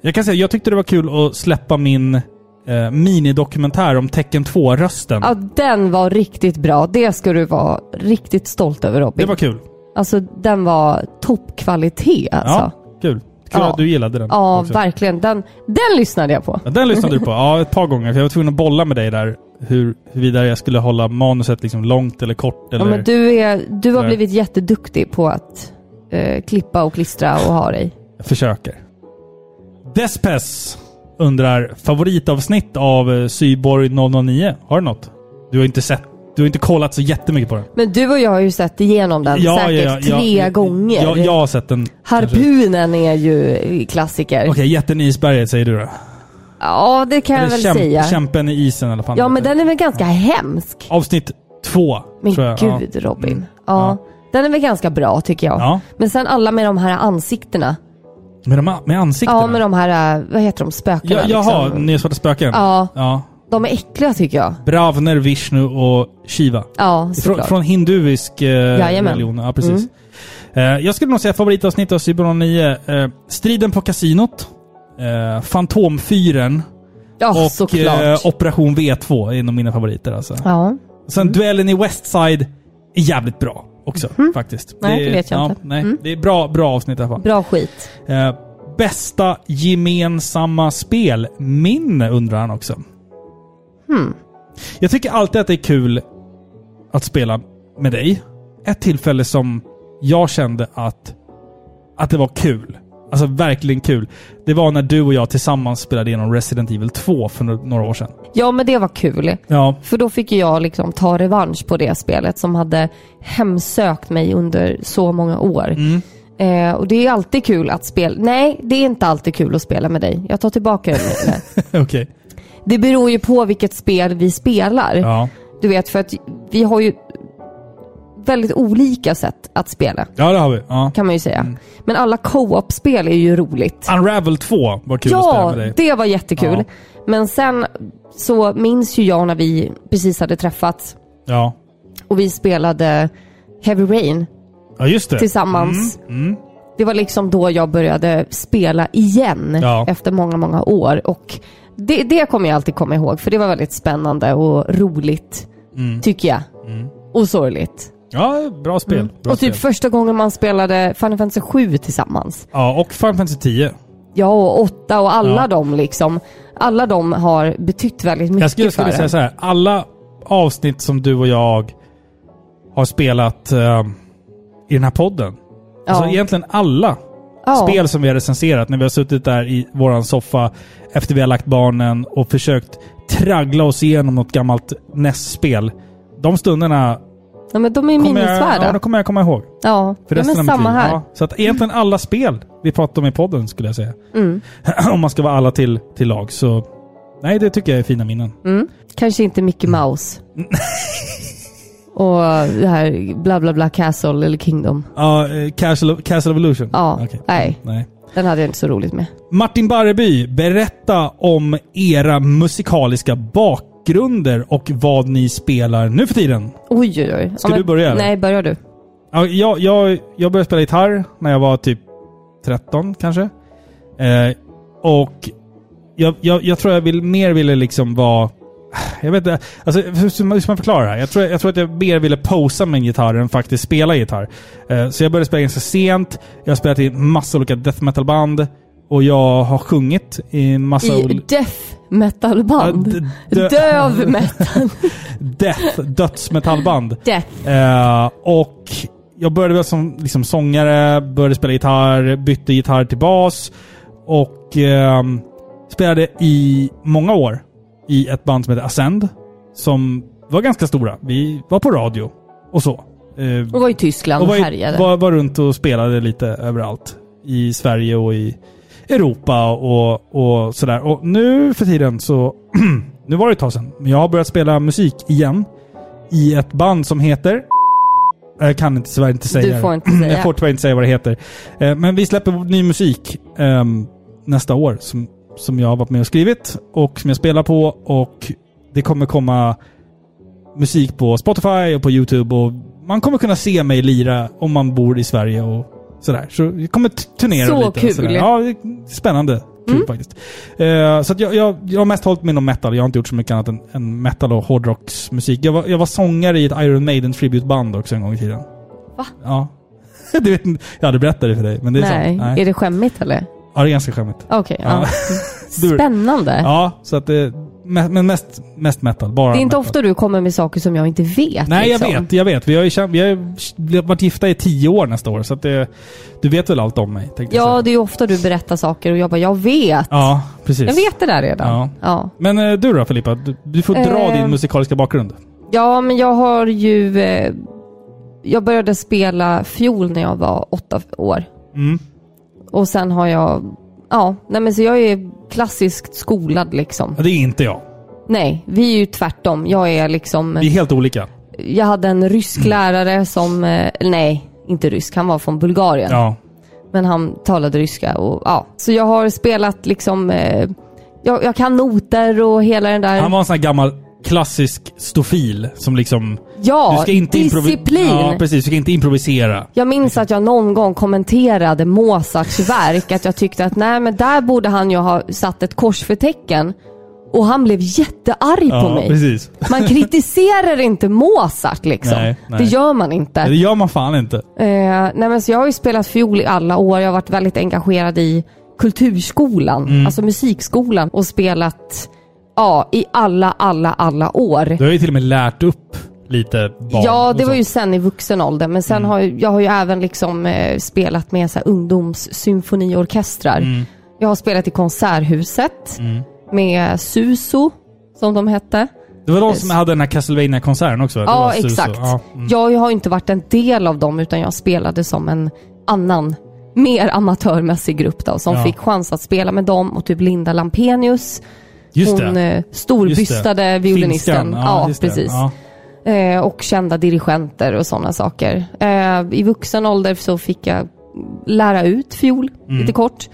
[SPEAKER 2] Jag kan säga, jag tyckte det var kul att släppa min eh, minidokumentär om Tecken 2-rösten.
[SPEAKER 1] Ja den var riktigt bra. Det ska du vara riktigt stolt över Robin.
[SPEAKER 2] det var kul.
[SPEAKER 1] Alltså den var toppkvalitet alltså.
[SPEAKER 2] Ja, kul. Kul
[SPEAKER 1] Ja.
[SPEAKER 2] att du gillade den
[SPEAKER 1] Ja,
[SPEAKER 2] också.
[SPEAKER 1] verkligen. Den, den lyssnade jag på.
[SPEAKER 2] Ja, den lyssnade du på? Ja, ett par gånger. För jag var tvungen att bolla med dig där hur, huruvida jag skulle hålla manuset liksom långt eller kort. Eller...
[SPEAKER 1] Ja, men du, är, du har
[SPEAKER 2] Eller-
[SPEAKER 1] blivit jätteduktig på att eh, klippa och klistra och ha dig.
[SPEAKER 2] Jag försöker. Despes undrar, favoritavsnitt av eh, Syborg 009? Har du något? Du har inte sett, du har inte kollat så jättemycket på den.
[SPEAKER 1] Men du och jag har ju sett igenom den säkert tre gånger.
[SPEAKER 2] Jag, jag har sett den. kanske.
[SPEAKER 1] Harpunen är ju klassiker.
[SPEAKER 2] Okej, jätten i isberget säger du då?
[SPEAKER 1] Ja, det kan jag väl
[SPEAKER 2] kämp-
[SPEAKER 1] säga.
[SPEAKER 2] Kämpen i isen eller vad fan
[SPEAKER 1] Ja,
[SPEAKER 2] det
[SPEAKER 1] men
[SPEAKER 2] heter.
[SPEAKER 1] den är väl ganska hemsk.
[SPEAKER 2] Avsnitt två,
[SPEAKER 1] Men
[SPEAKER 2] tror jag.
[SPEAKER 1] gud
[SPEAKER 2] Ja.
[SPEAKER 1] Robin.
[SPEAKER 2] Mm.
[SPEAKER 1] Ja. Den är väl ganska bra tycker jag.
[SPEAKER 2] Ja.
[SPEAKER 1] Men sen alla med de här ansiktena.
[SPEAKER 2] Med, de, med ansiktena?
[SPEAKER 1] Ja, med de här, eh, vad heter de, spökena?
[SPEAKER 2] Ja, jaha,
[SPEAKER 1] liksom.
[SPEAKER 2] nysvarta spöken?
[SPEAKER 1] Ja.
[SPEAKER 2] ja.
[SPEAKER 1] De är äckliga tycker jag.
[SPEAKER 2] Bravner, Vishnu och Shiva.
[SPEAKER 1] Ja,
[SPEAKER 2] Från,
[SPEAKER 1] såklart.
[SPEAKER 2] från hinduisk eh,
[SPEAKER 1] Jajamän. Mm.
[SPEAKER 2] religion. Ja, precis. Eh, jag skulle nog säga favoritavsnitt av Cybernon 9. Eh, striden på kasinot. Eh, Fantomfyren.
[SPEAKER 1] ja,
[SPEAKER 2] och eh,
[SPEAKER 1] såklart.
[SPEAKER 2] Operation V2 är nog mina favoriter. Alltså.
[SPEAKER 1] ja.
[SPEAKER 2] Sen duellen i Westside är jävligt bra också faktiskt.
[SPEAKER 1] Mm. Mhm. Nej, det
[SPEAKER 2] är-
[SPEAKER 1] vet jag inte. Mm.
[SPEAKER 2] Nej, Det är bra, bra avsnitt i alla fall.
[SPEAKER 1] Bra skit.
[SPEAKER 2] Eh, bästa gemensamma spelminne undrar han också.
[SPEAKER 1] Hmm.
[SPEAKER 2] Jag tycker alltid att det är kul att spela med dig. Ett tillfälle som jag kände att, att det var kul. Alltså verkligen kul. Det var när du och jag tillsammans spelade igenom Resident Evil 2 för no- några år sedan.
[SPEAKER 1] Ja, men det var kul.
[SPEAKER 2] Ja,
[SPEAKER 1] För då fick ju jag liksom ta revansch på det spelet som hade hemsökt mig under så många år.
[SPEAKER 2] Mm.
[SPEAKER 1] Eh, och det är alltid kul att spela. Nej, det är inte alltid kul att spela med dig. Jag tar tillbaka
[SPEAKER 2] [LAUGHS]
[SPEAKER 1] det.
[SPEAKER 2] okej.
[SPEAKER 1] Det beror ju på vilket spel vi spelar.
[SPEAKER 2] Ja.
[SPEAKER 1] Du vet, för att vi har ju väldigt olika sätt att spela,
[SPEAKER 2] ja, det har vi. Ja.
[SPEAKER 1] kan man ju säga.
[SPEAKER 2] Mm.
[SPEAKER 1] Men alla co-op-spel är ju roligt.
[SPEAKER 2] Unravel 2 var Ah, kul att spela
[SPEAKER 1] Ja,
[SPEAKER 2] med dig.
[SPEAKER 1] det var jättekul.
[SPEAKER 2] Ja.
[SPEAKER 1] Men sen så minns ju jag när vi precis hade träffats
[SPEAKER 2] Ja.
[SPEAKER 1] och vi spelade Heavy Rain
[SPEAKER 2] ja, just det.
[SPEAKER 1] tillsammans.
[SPEAKER 2] Mm,
[SPEAKER 1] Det var liksom då jag började spela igen
[SPEAKER 2] Ja.
[SPEAKER 1] efter många, många år. Och det, det kommer jag alltid komma ihåg för det var väldigt spännande och roligt,
[SPEAKER 2] Mm.
[SPEAKER 1] tycker jag. Och sorgligt.
[SPEAKER 2] Ja, bra spel. Bra
[SPEAKER 1] och typ
[SPEAKER 2] spel.
[SPEAKER 1] första gången man spelade Final Fantasy 7 tillsammans.
[SPEAKER 2] Ja, och Final Fantasy 10.
[SPEAKER 1] Ja, och 8 och alla
[SPEAKER 2] Ja.
[SPEAKER 1] de liksom. Alla de har betytt väldigt mycket
[SPEAKER 2] Jag
[SPEAKER 1] för
[SPEAKER 2] skulle, skulle
[SPEAKER 1] en.
[SPEAKER 2] säga så här. Alla avsnitt som du och jag har spelat eh, i den här podden.
[SPEAKER 1] Ja.
[SPEAKER 2] Alltså egentligen alla
[SPEAKER 1] Ja.
[SPEAKER 2] spel som vi har recenserat när vi har suttit där i våran soffa efter vi har lagt barnen och försökt traggla oss igenom något gammalt NES-spel. De stunderna
[SPEAKER 1] Ja, men de är
[SPEAKER 2] kommer jag, ja,
[SPEAKER 1] minnesvärda.
[SPEAKER 2] de kommer jag komma ihåg.
[SPEAKER 1] Ja,
[SPEAKER 2] För
[SPEAKER 1] ja
[SPEAKER 2] resten
[SPEAKER 1] men
[SPEAKER 2] av mitt
[SPEAKER 1] samma
[SPEAKER 2] liv.
[SPEAKER 1] här.
[SPEAKER 2] Ja, så att egentligen alla spel vi pratar om i podden skulle jag säga.
[SPEAKER 1] Mm.
[SPEAKER 2] [CLEARS THROAT] Om man ska vara alla till, till lag så... Nej, det tycker jag är fina minnen.
[SPEAKER 1] Mm. Kanske inte Mickey
[SPEAKER 2] Mm. [LAUGHS]
[SPEAKER 1] Mouse. och det här bla bla bla Castle eller Kingdom.
[SPEAKER 2] Ja, eh, Castle, of- Castle of Illusion?
[SPEAKER 1] Ja,
[SPEAKER 2] Okej.
[SPEAKER 1] nej.
[SPEAKER 2] Nej.
[SPEAKER 1] Den hade jag inte så roligt med.
[SPEAKER 2] Martin Barreby, berätta om era musikaliska bakgrunder och vad ni spelar nu för tiden.
[SPEAKER 1] Oj oj oj.
[SPEAKER 2] Ska
[SPEAKER 1] Ja, men-
[SPEAKER 2] du börja, eller?
[SPEAKER 1] Nej, börjar du.
[SPEAKER 2] Ja, jag, jag, jag började spela gitarr när jag var typ 13 kanske. Eh, och jag, jag, jag tror jag vill, mer ville liksom vara... Jag vet inte, alltså, hur ska man hur ska man förklara det här? Jag tror, jag tror att jag mer ville posa min gitarr än faktiskt spela gitarr. Eh, så jag började spela ganska sent. Jag har spelat i massa olika death metal-band. Och jag har sjungit i massa
[SPEAKER 1] I
[SPEAKER 2] ol-
[SPEAKER 1] death metal-band.
[SPEAKER 2] Alltså, Ja, d- dö- [LAUGHS]
[SPEAKER 1] Döv metal.
[SPEAKER 2] death, dödsmetallband.
[SPEAKER 1] death.
[SPEAKER 2] Eh, och jag började väl som liksom, sångare, började spela gitarr, bytte gitarr till bas och ehm, spelade i många år i ett band som heter Ascend. Som var ganska stora. Vi var på radio och så. Eh,
[SPEAKER 1] Och var i Tyskland och,
[SPEAKER 2] var, i-
[SPEAKER 1] härjade.
[SPEAKER 2] var, var runt och spelade lite överallt. I Sverige och i Europa och, och sådär. Och nu för tiden så... [CLEARS THROAT] nu var det ett tag sedan. Men jag har börjat spela musik igen. I ett band som heter... Jag kan inte, tyvärr inte säga
[SPEAKER 1] Du
[SPEAKER 2] det. Mm,
[SPEAKER 1] får inte säga.
[SPEAKER 2] Jag får tyvärr inte säga vad det heter. Eh, Men vi släpper ny musik ehm, nästa år som, som jag har varit med och skrivit och som jag spelar på. Och det kommer komma musik på Spotify och på YouTube och man kommer kunna se mig lira om man bor i Sverige och sådär. Så vi kommer t- turnera
[SPEAKER 1] Så
[SPEAKER 2] lite. och
[SPEAKER 1] kul. Mm.
[SPEAKER 2] Sådär. Ja, det är spännande. Kul faktiskt. Eh, så att jag, jag, jag har mest hållit mig inom metal. Jag har inte gjort så mycket annat än, än metal och hårdrocksmusik. Jag var, jag var sångare i ett Iron Maiden tributeband också en gång i tiden.
[SPEAKER 1] Va?
[SPEAKER 2] Ja. [LAUGHS] Du vet, inte- jag hade berättat det för dig, men det är
[SPEAKER 1] Nej.
[SPEAKER 2] sant. Nej.
[SPEAKER 1] Är det skämmigt eller?
[SPEAKER 2] Ja, det är ganska skämmigt.
[SPEAKER 1] Okej. ja.
[SPEAKER 2] Ja. [LAUGHS] Du-
[SPEAKER 1] Spännande.
[SPEAKER 2] Ja, så att det... me- Men mest, mest metal. Bara
[SPEAKER 1] det är inte
[SPEAKER 2] metal.
[SPEAKER 1] ofta du kommer med saker som jag inte vet.
[SPEAKER 2] Nej, jag
[SPEAKER 1] liksom.
[SPEAKER 2] vet. Jag vet. Vi har ju känt, vi har ju vi har varit gifta i tio år nästa år, så att det, du vet väl allt om mig? tänkte jag
[SPEAKER 1] Ja,
[SPEAKER 2] säga.
[SPEAKER 1] det är ju ofta du berättar saker och jag bara, jag vet.
[SPEAKER 2] Ja, precis.
[SPEAKER 1] Jag vet det där redan.
[SPEAKER 2] Ja.
[SPEAKER 1] Ja.
[SPEAKER 2] Men eh, du då Filippa? Du, du får dra
[SPEAKER 1] Eh.
[SPEAKER 2] din musikaliska bakgrund.
[SPEAKER 1] Ja, men jag har ju... Eh, jag började spela fiol när jag var åtta år.
[SPEAKER 2] Mm.
[SPEAKER 1] Och sen har jag... Ja, nej men så jag är klassiskt skolad liksom.
[SPEAKER 2] Ja, Det är inte jag.
[SPEAKER 1] Nej, vi är ju tvärtom. Jag är liksom...
[SPEAKER 2] Vi är helt olika.
[SPEAKER 1] Jag hade en rysk lärare som... eh, Nej, inte rysk. Han var från Bulgarien.
[SPEAKER 2] Ja.
[SPEAKER 1] Men han talade ryska och ja. Så jag har spelat liksom... Eh, jag, jag kan noter och hela den där...
[SPEAKER 2] Han var en sån här gammal klassisk stofil som liksom...
[SPEAKER 1] ja,
[SPEAKER 2] du ska inte improvi-
[SPEAKER 1] disciplin!
[SPEAKER 2] Ja, precis. Du ska inte improvisera.
[SPEAKER 1] Jag minns att jag någon gång kommenterade Mozarts verk, att jag tyckte att nej men där borde han ju ha satt ett kors för tecken. Och han blev jättearg på
[SPEAKER 2] Ja,
[SPEAKER 1] mig.
[SPEAKER 2] precis.
[SPEAKER 1] Man kritiserar inte Mozart liksom.
[SPEAKER 2] Nej, nej.
[SPEAKER 1] Det gör man inte.
[SPEAKER 2] Det gör man fan inte.
[SPEAKER 1] Eh, nej men så jag har ju spelat fiol i alla år. Jag har varit väldigt engagerad i kulturskolan,
[SPEAKER 2] Mm.
[SPEAKER 1] alltså musikskolan och spelat ja, i alla, alla, alla år.
[SPEAKER 2] Du har ju till och med lärt upp lite barn.
[SPEAKER 1] Ja,
[SPEAKER 2] och
[SPEAKER 1] det var
[SPEAKER 2] sånt. Mm.
[SPEAKER 1] ju sen i vuxen ålder. Men sen har ju, jag har ju även liksom, eh, spelat med så här, ungdomssymfoniorkestrar.
[SPEAKER 2] Mm.
[SPEAKER 1] Jag har spelat i Konserthuset med Suso, som de hette.
[SPEAKER 2] Det var de som hade den här Castlevania-konserten också? Det var
[SPEAKER 1] Ja,
[SPEAKER 2] Suso.
[SPEAKER 1] exakt.
[SPEAKER 2] Ja, mm.
[SPEAKER 1] Jag har ju inte varit en del av dem, utan jag spelade som en annan, mer amatörmässig grupp då, som
[SPEAKER 2] Ja.
[SPEAKER 1] fick chans att spela med dem och typ Linda Lampenius.
[SPEAKER 2] Just
[SPEAKER 1] hon
[SPEAKER 2] det.
[SPEAKER 1] eh,
[SPEAKER 2] Just det.
[SPEAKER 1] storbystade violinisten.
[SPEAKER 2] Finskan.
[SPEAKER 1] Ja,
[SPEAKER 2] just det.
[SPEAKER 1] precis.
[SPEAKER 2] Ja.
[SPEAKER 1] Eh, och kända dirigenter och sådana saker. Eh, I vuxen ålder så fick jag lära ut fiol lite kort.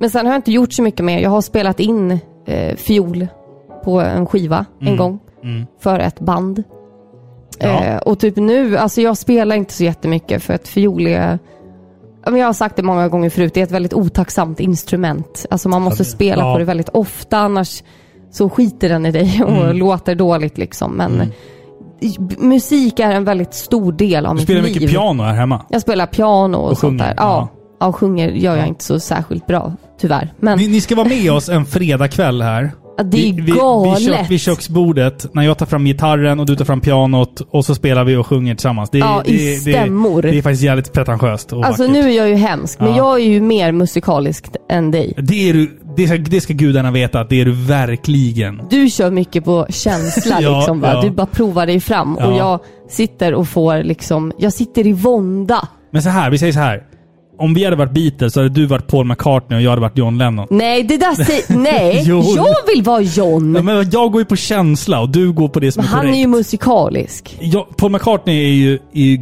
[SPEAKER 1] Men sen har jag inte gjort så mycket mer. Jag har spelat in eh, fiol på en skiva en gång för ett band.
[SPEAKER 2] Ja.
[SPEAKER 1] Eh, och typ nu, alltså jag spelar inte så jättemycket för att fiol är ja, men jag har sagt det många gånger förut, det är ett väldigt otacksamt instrument. Alltså man måste
[SPEAKER 2] det-
[SPEAKER 1] spela
[SPEAKER 2] ja.
[SPEAKER 1] på det väldigt ofta annars så skiter den i dig och
[SPEAKER 2] Mm.
[SPEAKER 1] låter dåligt liksom. Men b- musik är en väldigt stor del av
[SPEAKER 2] Du
[SPEAKER 1] mitt
[SPEAKER 2] spelar
[SPEAKER 1] liv.
[SPEAKER 2] mycket piano här hemma.
[SPEAKER 1] Jag spelar piano och,
[SPEAKER 2] Och
[SPEAKER 1] sånt
[SPEAKER 2] sjunger,
[SPEAKER 1] där. Ja. ja, sjunger gör jag
[SPEAKER 2] Ja.
[SPEAKER 1] inte så särskilt bra, tyvärr. Men
[SPEAKER 2] Ni, ni ska vara med oss en fredagkväll här.
[SPEAKER 1] Ja, det är
[SPEAKER 2] Vi-
[SPEAKER 1] galet.
[SPEAKER 2] Vi, vi, kök, vid köksbordet, när jag tar fram gitarren och du tar fram pianot och så spelar vi och sjunger tillsammans. Det, är-
[SPEAKER 1] Ja,
[SPEAKER 2] det,
[SPEAKER 1] i
[SPEAKER 2] är-
[SPEAKER 1] stämmor.
[SPEAKER 2] Det, är- det är faktiskt jävligt pretentiöst och
[SPEAKER 1] alltså
[SPEAKER 2] vackert.
[SPEAKER 1] nu är jag ju hemsk, men
[SPEAKER 2] Ja.
[SPEAKER 1] jag är ju mer musikalisk än dig.
[SPEAKER 2] Det, är du, det, ska, det ska gudarna veta att det är du verkligen.
[SPEAKER 1] Du kör mycket på känsla
[SPEAKER 2] [LAUGHS] Ja,
[SPEAKER 1] liksom. Va?
[SPEAKER 2] ja.
[SPEAKER 1] Du bara provar dig fram och
[SPEAKER 2] Ja.
[SPEAKER 1] jag sitter och får liksom, jag sitter i vånda.
[SPEAKER 2] Men så här, vi säger så här. Om vi hade varit Beatles så hade du varit Paul McCartney och jag hade varit John Lennon.
[SPEAKER 1] Nej, det där
[SPEAKER 2] [LAUGHS]
[SPEAKER 1] säger... Nej!
[SPEAKER 2] Jo.
[SPEAKER 1] jag vill vara John!
[SPEAKER 2] Ja,
[SPEAKER 1] Men
[SPEAKER 2] Men jag går ju på känsla och du går på det som är
[SPEAKER 1] Mm. han
[SPEAKER 2] korrekt.
[SPEAKER 1] är ju musikalisk.
[SPEAKER 2] Ja, Paul McCartney är ju, är ju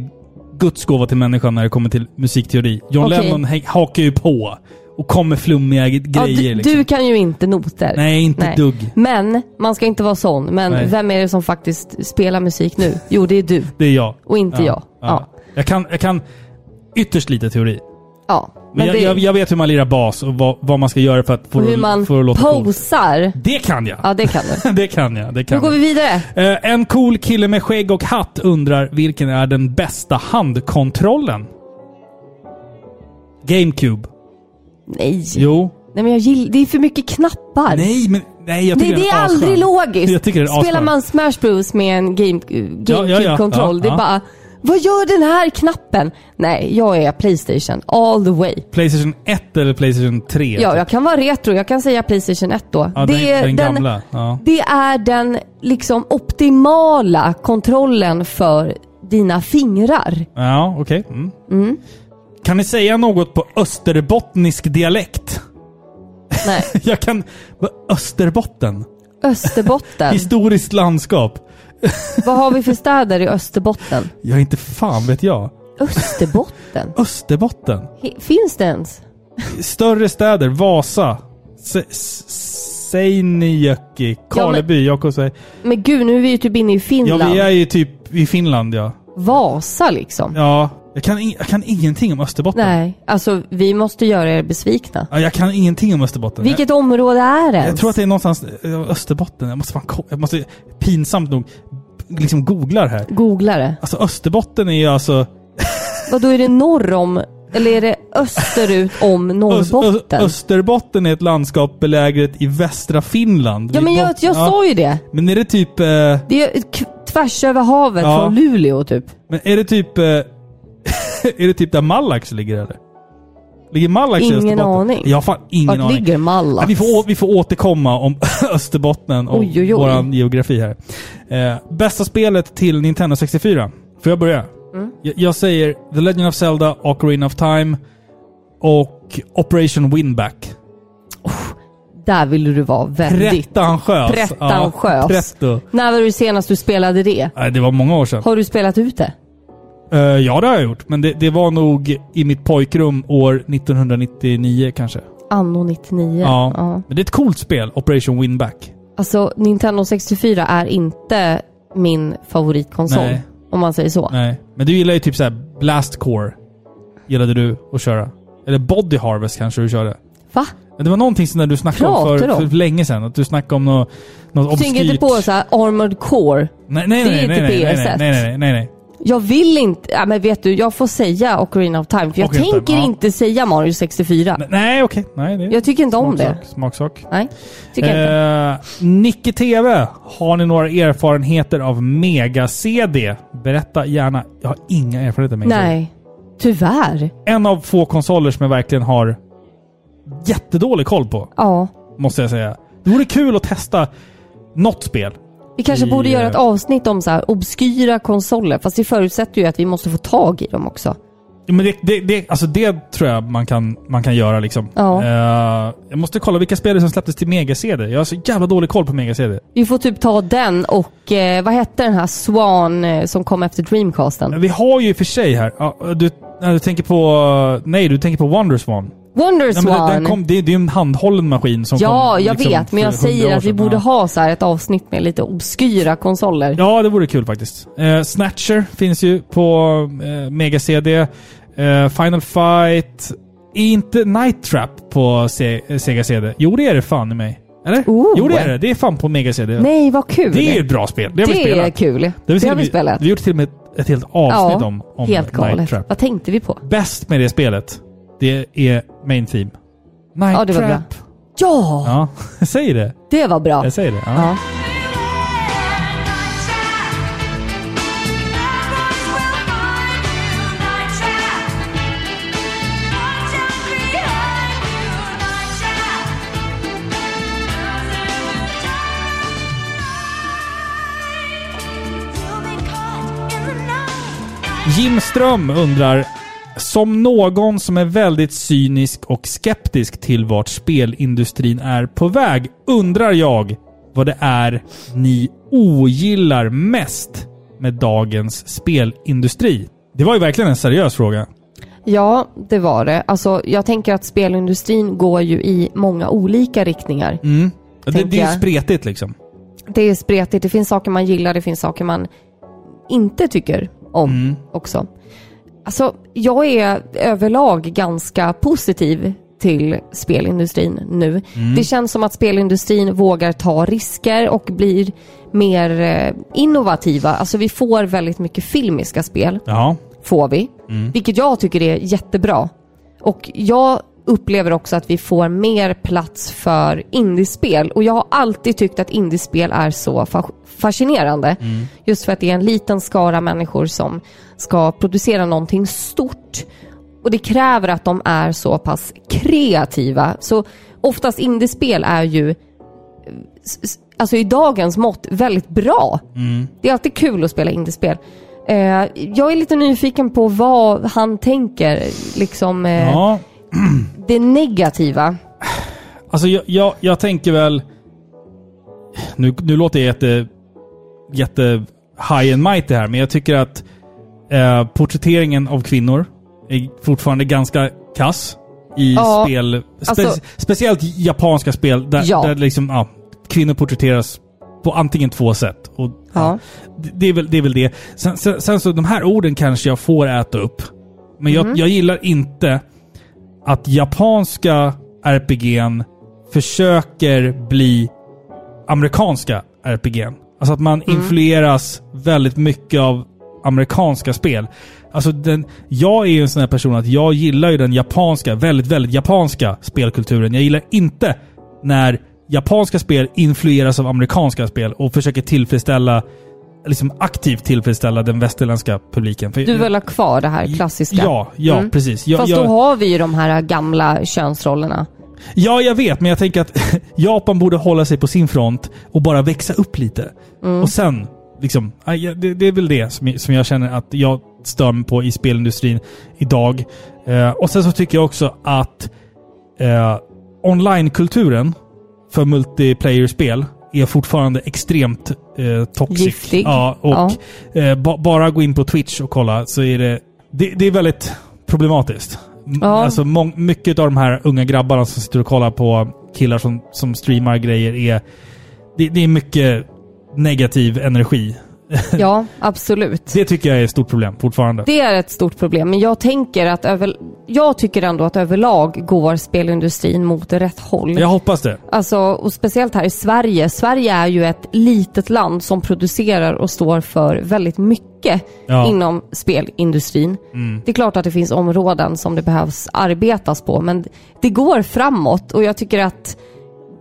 [SPEAKER 2] Guds gåva till människan när det kommer till musikteori. John
[SPEAKER 1] Okej.
[SPEAKER 2] Lennon häng- hakar ju på och kommer med flummiga g-
[SPEAKER 1] Ja,
[SPEAKER 2] grejer.
[SPEAKER 1] du,
[SPEAKER 2] liksom.
[SPEAKER 1] du kan ju inte noter.
[SPEAKER 2] Nej, inte dugg.
[SPEAKER 1] Men, man ska inte vara sån. Men
[SPEAKER 2] Nej.
[SPEAKER 1] vem är det som faktiskt spelar musik nu? Jo, det är du.
[SPEAKER 2] Det är jag.
[SPEAKER 1] Och inte jag. Ja.
[SPEAKER 2] Jag, kan, jag kan ytterst lite teori.
[SPEAKER 1] Ja.
[SPEAKER 2] Men jag,
[SPEAKER 1] det,
[SPEAKER 2] jag, jag vet hur man lirar bas och vad, vad man ska göra för att få
[SPEAKER 1] och hur man
[SPEAKER 2] för att låta cool.
[SPEAKER 1] posar.
[SPEAKER 2] Det kan jag!
[SPEAKER 1] Ja, det kan du.
[SPEAKER 2] [LAUGHS] det kan jag. Det kan
[SPEAKER 1] Nu går
[SPEAKER 2] jag.
[SPEAKER 1] vi vidare.
[SPEAKER 2] Eh, en cool kille med skägg och hatt undrar vilken är den bästa handkontrollen? GameCube.
[SPEAKER 1] Nej.
[SPEAKER 2] Jo.
[SPEAKER 1] Nej men jag gillar, det är för mycket knappar.
[SPEAKER 2] Nej, men... Nej, jag
[SPEAKER 1] det,
[SPEAKER 2] tycker
[SPEAKER 1] det är
[SPEAKER 2] asskön.
[SPEAKER 1] aldrig logiskt.
[SPEAKER 2] Jag tycker den är
[SPEAKER 1] Spelar
[SPEAKER 2] asskön.
[SPEAKER 1] man Smash Bros med en game,
[SPEAKER 2] ja, ja.
[SPEAKER 1] GameCube-kontroll,
[SPEAKER 2] Ja,
[SPEAKER 1] det är
[SPEAKER 2] ja.
[SPEAKER 1] bara Vad gör den här knappen? Nej, jag är Playstation all the way.
[SPEAKER 2] Playstation 1 eller Playstation 3?
[SPEAKER 1] Ja, jag kan vara retro. Jag kan säga Playstation 1 då.
[SPEAKER 2] Ja, den- den gamla, ja.
[SPEAKER 1] det är den liksom optimala kontrollen för dina fingrar.
[SPEAKER 2] Ja, okej. Mm. Kan ni säga något på österbottnisk dialekt? [LAUGHS]
[SPEAKER 1] Nej,
[SPEAKER 2] Jag kan... Va, Österbotten?
[SPEAKER 1] Österbotten.
[SPEAKER 2] Historiskt landskap?
[SPEAKER 1] Vad har vi för städer i Österbotten?
[SPEAKER 2] Jag är inte fan vet jag.
[SPEAKER 1] Österbotten?
[SPEAKER 2] Österbotten?
[SPEAKER 1] He- Finns det ens?
[SPEAKER 2] Större städer. Vasa. Se- s- Seinäjoki. Karleby. Jakobsberg.
[SPEAKER 1] Men gud, nu är vi ju typ inne i
[SPEAKER 2] Ja,
[SPEAKER 1] Finland.
[SPEAKER 2] vi är ju typ i Finland ja.
[SPEAKER 1] Vasa liksom.
[SPEAKER 2] Ja. Jag kan, ing- jag kan ingenting om Österbotten.
[SPEAKER 1] Nej, alltså vi måste göra er besvikna.
[SPEAKER 2] Ja, jag kan ingenting om Österbotten.
[SPEAKER 1] Vilket område är det
[SPEAKER 2] jag, jag
[SPEAKER 1] ens?
[SPEAKER 2] tror att det är någonstans eh, Österbotten. Jag måste fan ko- Jag måste pinsamt nog liksom googlar här.
[SPEAKER 1] Googla det.
[SPEAKER 2] Alltså Österbotten är ju alltså...
[SPEAKER 1] Vad då är det norr om? Eller är det österut om
[SPEAKER 2] Ös-
[SPEAKER 1] Norrbotten?
[SPEAKER 2] Ö- Österbotten är ett landskap beläget i västra Finland.
[SPEAKER 1] ja
[SPEAKER 2] Vid
[SPEAKER 1] men jag,
[SPEAKER 2] bot-
[SPEAKER 1] jag
[SPEAKER 2] ja.
[SPEAKER 1] sa ju det.
[SPEAKER 2] Men är det typ... Eh,
[SPEAKER 1] Det är k- tvärs över havet
[SPEAKER 2] Ja.
[SPEAKER 1] från Luleå typ.
[SPEAKER 2] men är det typ... Eh, [LAUGHS] är det typ där Mallax ligger eller? Ligger Mallax i
[SPEAKER 1] Ingen
[SPEAKER 2] Österbotten?
[SPEAKER 1] aning.
[SPEAKER 2] Jag har fan ingen
[SPEAKER 1] Vart
[SPEAKER 2] aning.
[SPEAKER 1] ligger Mallax?
[SPEAKER 2] Nej, vi, får, å- vi får återkomma om [LAUGHS] Österbotten och
[SPEAKER 1] Oj, oj, oj.
[SPEAKER 2] vår geografi här. Eh, bästa spelet till Nintendo 64. Får jag börja?
[SPEAKER 1] Mm.
[SPEAKER 2] Jag, jag säger The Legend of Zelda, Ocarina of Time och Operation Winback.
[SPEAKER 1] Där ville du vara väldigt.
[SPEAKER 2] Prettan skös.
[SPEAKER 1] Prettan skös.
[SPEAKER 2] pretto.
[SPEAKER 1] När var det senast du spelade det?
[SPEAKER 2] Nej, det var många år sedan.
[SPEAKER 1] Har du spelat ut det?
[SPEAKER 2] Eh, ja, det har jag gjort. Men det, det var nog i mitt pojkrum år 1999 kanske.
[SPEAKER 1] Anno 99?
[SPEAKER 2] Ja.
[SPEAKER 1] ja.
[SPEAKER 2] Men det är ett coolt spel, Operation Winback.
[SPEAKER 1] Alltså Nintendo 64 är inte min favoritkonsol.
[SPEAKER 2] Nej.
[SPEAKER 1] Om man säger så.
[SPEAKER 2] Nej. Men du gillar ju typ såhär Blast Core. Gillade du att köra. Eller Body Harvest kanske du körde.
[SPEAKER 1] Va?
[SPEAKER 2] Men det var någonting som när du snackade om för,
[SPEAKER 1] Pratar du om?
[SPEAKER 2] för länge sedan. Att du snackade om något, något
[SPEAKER 1] Du tänker inte
[SPEAKER 2] obskyrt.
[SPEAKER 1] på så här Armored Core?
[SPEAKER 2] Nej, nej,
[SPEAKER 1] Det är
[SPEAKER 2] nej,
[SPEAKER 1] ju
[SPEAKER 2] nej,
[SPEAKER 1] inte
[SPEAKER 2] nej, nej, nej,
[SPEAKER 1] PS1.
[SPEAKER 2] nej, nej, nej, nej.
[SPEAKER 1] Jag vill inte... Ja, men vet du, jag får säga Ocarina of Time. För jag
[SPEAKER 2] Ocarina of Time,
[SPEAKER 1] tänker
[SPEAKER 2] ja.
[SPEAKER 1] inte säga Mario 64.
[SPEAKER 2] Nej, Nej, okej. Nej, det är
[SPEAKER 1] Jag tycker inte om
[SPEAKER 2] smaksak,
[SPEAKER 1] det.
[SPEAKER 2] Smaksak.
[SPEAKER 1] Nej, tycker jag inte.
[SPEAKER 2] Eh, Nicky TV, har ni några erfarenheter av Mega-CD? Berätta gärna. Jag har inga erfarenheter av Mega-CD.
[SPEAKER 1] Nej. Tyvärr.
[SPEAKER 2] En av få konsoler som jag verkligen har jättedålig koll på,
[SPEAKER 1] Ja.
[SPEAKER 2] måste jag säga. Det vore kul att testa något spel.
[SPEAKER 1] Vi kanske
[SPEAKER 2] I,
[SPEAKER 1] borde göra ett
[SPEAKER 2] eh,
[SPEAKER 1] avsnitt om så här obskyra konsoler. Fast det förutsätter ju att vi måste få tag i dem också.
[SPEAKER 2] Ja, Men det, det, det, alltså det tror jag man kan, man kan göra liksom.
[SPEAKER 1] Ja.
[SPEAKER 2] Eh, jag måste kolla vilka spel som släpptes till Mega-CD. Jag har så jävla dålig koll på Mega-CD.
[SPEAKER 1] Vi får typ ta den och eh, vad hette den här Swan eh, som kom efter Dreamcasten?
[SPEAKER 2] Vi har ju i och för sig här... ja, du, nej, du tänker på... Nej, du tänker på Wonderswan.
[SPEAKER 1] Wonder
[SPEAKER 2] Nej, men den-
[SPEAKER 1] Swan!
[SPEAKER 2] den kom, det, det är ju en handhållen maskin som kom.
[SPEAKER 1] Ja, jag
[SPEAKER 2] liksom
[SPEAKER 1] vet. Men jag
[SPEAKER 2] för 100
[SPEAKER 1] säger
[SPEAKER 2] år
[SPEAKER 1] att vi
[SPEAKER 2] sedan.
[SPEAKER 1] borde
[SPEAKER 2] ja.
[SPEAKER 1] ha så här ett avsnitt med lite obskyra konsoler.
[SPEAKER 2] Ja, det vore kul faktiskt. Eh, Snatcher finns ju på eh, Mega CD. Eh, Final Fight. Är inte Night Trap på C- eh, Sega CD? Jo, det är det fan i mig. Eller?
[SPEAKER 1] Oh.
[SPEAKER 2] Jo, det är det. Det är fan på Mega CD.
[SPEAKER 1] Nej, vad kul!
[SPEAKER 2] det är ett bra spel. Det har vi
[SPEAKER 1] Det är
[SPEAKER 2] spelat.
[SPEAKER 1] kul.
[SPEAKER 2] Det
[SPEAKER 1] Det har
[SPEAKER 2] vi,
[SPEAKER 1] vi spelat.
[SPEAKER 2] Vi har gjort till och med ett, ett helt avsnitt
[SPEAKER 1] Ja,
[SPEAKER 2] om, om
[SPEAKER 1] Helt
[SPEAKER 2] Night
[SPEAKER 1] galet.
[SPEAKER 2] Trap.
[SPEAKER 1] Vad tänkte vi på?
[SPEAKER 2] Bäst med det spelet, det är Main Theme. Night
[SPEAKER 1] Ja, det var
[SPEAKER 2] Trap. [LAUGHS]
[SPEAKER 1] bra. Ja,
[SPEAKER 2] Ja, jag säger det.
[SPEAKER 1] det var bra.
[SPEAKER 2] Jag säger det. Ja.
[SPEAKER 1] Ja.
[SPEAKER 2] Jim Ström undrar, som någon som är väldigt cynisk och skeptisk till vart spelindustrin är på väg, undrar jag vad det är ni ogillar mest med dagens spelindustri? Det var ju verkligen en seriös fråga.
[SPEAKER 1] ja, det var det. Alltså, jag tänker att spelindustrin går ju i många olika riktningar.
[SPEAKER 2] Det,
[SPEAKER 1] Tänker
[SPEAKER 2] det är
[SPEAKER 1] jag.
[SPEAKER 2] ju spretigt liksom.
[SPEAKER 1] Det är spretigt. Det finns saker man gillar, det finns saker man inte tycker om också. Alltså, jag är överlag ganska positiv till spelindustrin nu. Det känns som att spelindustrin vågar ta risker och blir mer eh, innovativa. Alltså vi får väldigt mycket filmiska spel
[SPEAKER 2] Ja.
[SPEAKER 1] får vi. Vilket jag tycker är jättebra. Och jag upplever också att vi får mer plats för indiespel. Och jag har alltid tyckt att indiespel är så fa- fascinerande. Just för att det är en liten skara människor som ska producera någonting stort. Och det kräver att de är så pass kreativa. Så oftast indiespel är ju s- s- alltså i dagens mått väldigt bra.
[SPEAKER 2] Mm.
[SPEAKER 1] Det är alltid kul att spela indiespel. Eh, jag är lite nyfiken på vad han tänker, liksom eh,
[SPEAKER 2] ja.
[SPEAKER 1] det negativa.
[SPEAKER 2] Alltså jag, jag, jag tänker väl... Nu, nu låter jag jätte... Jätte high and mighty här, men jag tycker att eh, porträtteringen av kvinnor är fortfarande ganska kass i
[SPEAKER 1] Ja,
[SPEAKER 2] spel. Spe,
[SPEAKER 1] alltså-
[SPEAKER 2] speciellt japanska spel där,
[SPEAKER 1] Ja.
[SPEAKER 2] där liksom, ja, kvinnor porträtteras på antingen två sätt. Och,
[SPEAKER 1] Ja.
[SPEAKER 2] det- det, är väl, det är väl det. Sen, sen, sen så, de här orden kanske jag får äta upp. Men jag, jag gillar inte att japanska RPG'n försöker bli amerikanska RPG'n. Alltså att man influeras väldigt mycket av amerikanska spel. Alltså den, jag är ju en sån här person att jag gillar ju den japanska, väldigt, väldigt japanska spelkulturen. Jag gillar inte när japanska spel influeras av amerikanska spel och försöker tillfredsställa, liksom aktivt tillfredsställa den västerländska publiken. För-
[SPEAKER 1] Du vill ha kvar det här klassiska. Mm.
[SPEAKER 2] Ja, ja precis. Jag,
[SPEAKER 1] Fast
[SPEAKER 2] jag,
[SPEAKER 1] då har vi ju de här gamla
[SPEAKER 2] [LAUGHS]
[SPEAKER 1] könsrollerna.
[SPEAKER 2] Ja, jag vet, men jag tänker att [LAUGHS] Japan borde hålla sig på sin front och bara växa upp lite.
[SPEAKER 1] Mm.
[SPEAKER 2] Och sen, liksom, aj, ja, det, det är väl det som, som jag känner att jag stör mig på i spelindustrin idag. Eh, och sen så tycker jag också att eh, online-kulturen för multiplayer-spel är fortfarande extremt eh, toxic.
[SPEAKER 1] Giftig.
[SPEAKER 2] Ja, och Eh, ba, bara gå in på Twitch och kolla så är det... Det, det är väldigt problematiskt. M-
[SPEAKER 1] Ja.
[SPEAKER 2] Alltså mång, mycket av de här unga grabbarna som sitter och kollar på killar som, som streamar grejer är... Det, det är mycket negativ energi.
[SPEAKER 1] Ja, absolut.
[SPEAKER 2] Det tycker jag är ett stort problem fortfarande.
[SPEAKER 1] Det är ett stort problem, men jag tänker att över, jag tycker ändå att överlag går spelindustrin mot rätt håll.
[SPEAKER 2] Jag hoppas det.
[SPEAKER 1] Alltså, och speciellt här i Sverige. Sverige är ju ett litet land som producerar och står för väldigt mycket
[SPEAKER 2] Ja.
[SPEAKER 1] inom spelindustrin. Det är klart att det finns områden som det behövs arbetas på, men det går framåt och jag tycker att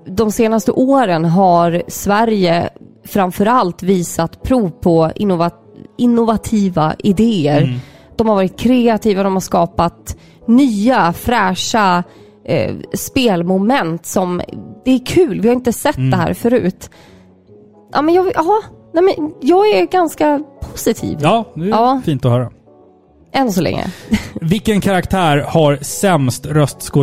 [SPEAKER 1] de senaste åren har Sverige framförallt visat prov på innova- innovativa idéer. De har varit kreativa, de har skapat nya fräscha eh, spelmoment som det är kul, vi har inte sett det här förut. Ja, men jag, ja, nej, men jag är ganska positiv
[SPEAKER 2] Ja, det är
[SPEAKER 1] Ja.
[SPEAKER 2] fint att höra.
[SPEAKER 1] än så länge.
[SPEAKER 2] Vilken karaktär har sämst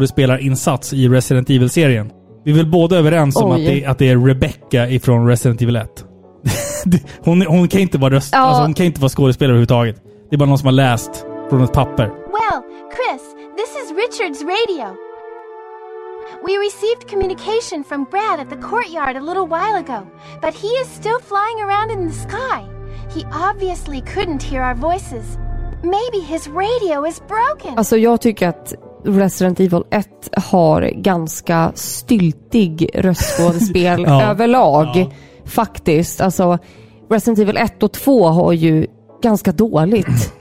[SPEAKER 2] röstskådespelarinsats i Resident Evil-serien? Vi är väl båda överens om
[SPEAKER 1] Oj.
[SPEAKER 2] att det, att det är Rebecca ifrån Resident Evil 1? [LAUGHS] Det- hon, hon, kan inte vara röst,
[SPEAKER 1] Ja.
[SPEAKER 2] alltså hon kan inte vara skådespelare överhuvudtaget. Det är bara någon som har läst från ett papper.
[SPEAKER 8] Well, Chris, this is Richard's radio. We received communication from Brad at the courtyard a little while ago, but he is still flying around in the sky. He obviously couldn't hear our voices. Maybe his radio is broken.
[SPEAKER 1] Alltså jag tycker att Resident Evil 1 har ganska styltig röstskådespel
[SPEAKER 2] [LAUGHS] Ja.
[SPEAKER 1] överlag.
[SPEAKER 2] Ja.
[SPEAKER 1] Faktiskt. Alltså Resident Evil 1 och 2 har ju ganska dåligt.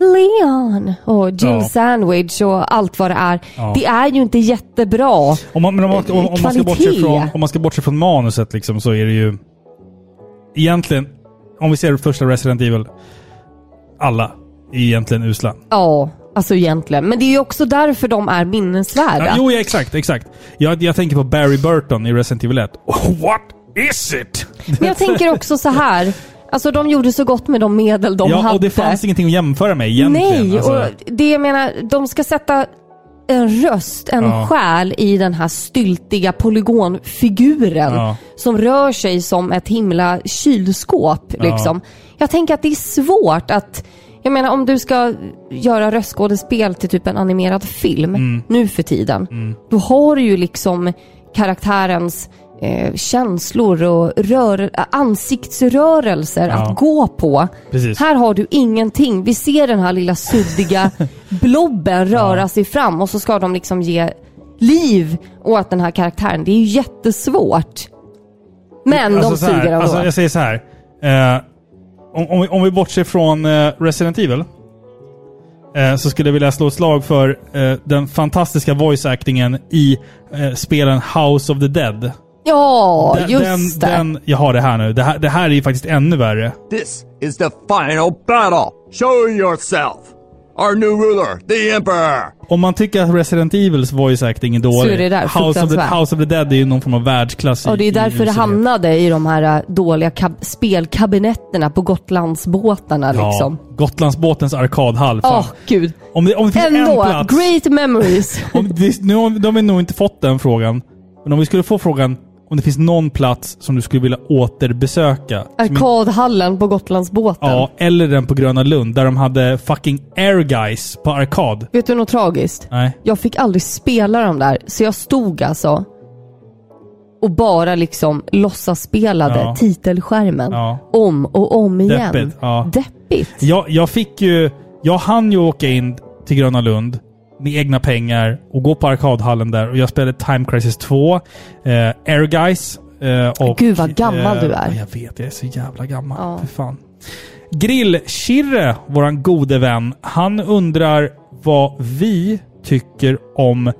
[SPEAKER 1] Leon och Jill
[SPEAKER 2] Mm. Ja.
[SPEAKER 1] Sandwich och allt vad det är.
[SPEAKER 2] Ja.
[SPEAKER 1] Det är ju inte jättebra.
[SPEAKER 2] Om man, men om man, om, om man ska
[SPEAKER 1] Kvalitet.
[SPEAKER 2] bortse från, om man ska bortse från manuset liksom, så är det ju... Egentligen, om vi ser det första Resident Evil, alla är egentligen usla.
[SPEAKER 1] Ja, alltså egentligen. Men det är ju också därför de är minnesvärda.
[SPEAKER 2] Ja, jo, ja, exakt, exakt. Jag, jag tänker på Barry Burton i Resident Evil 1. Oh, [LAUGHS] what is it?
[SPEAKER 1] Men jag tänker också så
[SPEAKER 2] [LAUGHS]
[SPEAKER 1] här. Alltså de gjorde så gott med de medel de
[SPEAKER 2] ja,
[SPEAKER 1] hade.
[SPEAKER 2] och det fanns ingenting att jämföra med egentligen.
[SPEAKER 1] Nej,
[SPEAKER 2] alltså.
[SPEAKER 1] och det jag menar, de ska sätta en röst, en
[SPEAKER 2] Ja.
[SPEAKER 1] själ i den här styltiga polygonfiguren
[SPEAKER 2] Ja.
[SPEAKER 1] som rör sig som ett himla kylskåp. Liksom. Jag tänker att det är svårt att jag menar om du ska göra röstskådespel till typ en
[SPEAKER 2] Mm.
[SPEAKER 1] animerad film nu för tiden. Då har du ju liksom karaktärens eh, känslor och rör, ansiktsrörelser
[SPEAKER 2] Ja.
[SPEAKER 1] att gå på.
[SPEAKER 2] Precis.
[SPEAKER 1] Här har du ingenting. Vi ser den här lilla
[SPEAKER 2] [LAUGHS]
[SPEAKER 1] suddiga blobben röra sig fram och så ska de liksom ge liv åt den här karaktären. Det är ju jättesvårt. Men de
[SPEAKER 2] så här,
[SPEAKER 1] suger ändå.
[SPEAKER 2] alltså, Jag säger så här. Eh, om, om, vi, om vi bortser från eh, Resident Evil. Eh, så skulle jag vilja slå ett slag för eh, den fantastiska voice-actingen i eh, spelen House of the Dead.
[SPEAKER 1] ja,
[SPEAKER 2] Den-
[SPEAKER 1] just
[SPEAKER 2] den,
[SPEAKER 1] det.
[SPEAKER 2] den, jag har det här nu. Det här, det här är ju faktiskt ännu värre.
[SPEAKER 9] This is the final battle. Show yourself. Our new ruler, the Emperor.
[SPEAKER 2] Om man tycker att Resident Evils voice acting är dålig,
[SPEAKER 1] Så är det där,
[SPEAKER 2] House, of the,
[SPEAKER 1] fruktansvärt.
[SPEAKER 2] House of the Dead är ju någon form av världsklass. i-
[SPEAKER 1] Och det är
[SPEAKER 2] i
[SPEAKER 1] därför det
[SPEAKER 2] usel-
[SPEAKER 1] hamnade i de här äh, dåliga kab- spelkabinetterna på Gotlandsbåtarna
[SPEAKER 2] Ja,
[SPEAKER 1] liksom.
[SPEAKER 2] Gotlandsbåtens arkadhall.
[SPEAKER 1] Åh,
[SPEAKER 2] fan.
[SPEAKER 1] gud.
[SPEAKER 2] Om det, om det finns en
[SPEAKER 1] Ändå,
[SPEAKER 2] plats...
[SPEAKER 1] great
[SPEAKER 2] [LAUGHS]
[SPEAKER 1] memories.
[SPEAKER 2] Om det, nu har, de har nog inte fått den frågan. Men om vi skulle få frågan om det finns någon plats som du skulle vilja återbesöka. som inte-
[SPEAKER 1] Arkadhallen på Gotlandsbåten.
[SPEAKER 2] Ja, eller den på Gröna Lund där de hade fucking Air Guys på arkad.
[SPEAKER 1] Vet du något tragiskt?
[SPEAKER 2] Nej.
[SPEAKER 1] Jag fick aldrig spela de där, så jag stod alltså och bara liksom låtsasspelade
[SPEAKER 2] Ja.
[SPEAKER 1] titelskärmen.
[SPEAKER 2] Ja.
[SPEAKER 1] Om och om igen.
[SPEAKER 2] Deppigt, ja.
[SPEAKER 1] Deppigt.
[SPEAKER 2] Jag, jag fick ju... Jag hann ju åka in till Gröna Lund med egna pengar och gå på arkadhallen där och jag spelade Time Crisis 2, eh, Air Guys eh, och... eh,
[SPEAKER 1] Gud, vad gammal du är.
[SPEAKER 2] Jag vet, jag är så jävla gammal.
[SPEAKER 1] Ja.
[SPEAKER 2] För fan. Grillkirre, våran gode vän, han undrar vad vi tycker om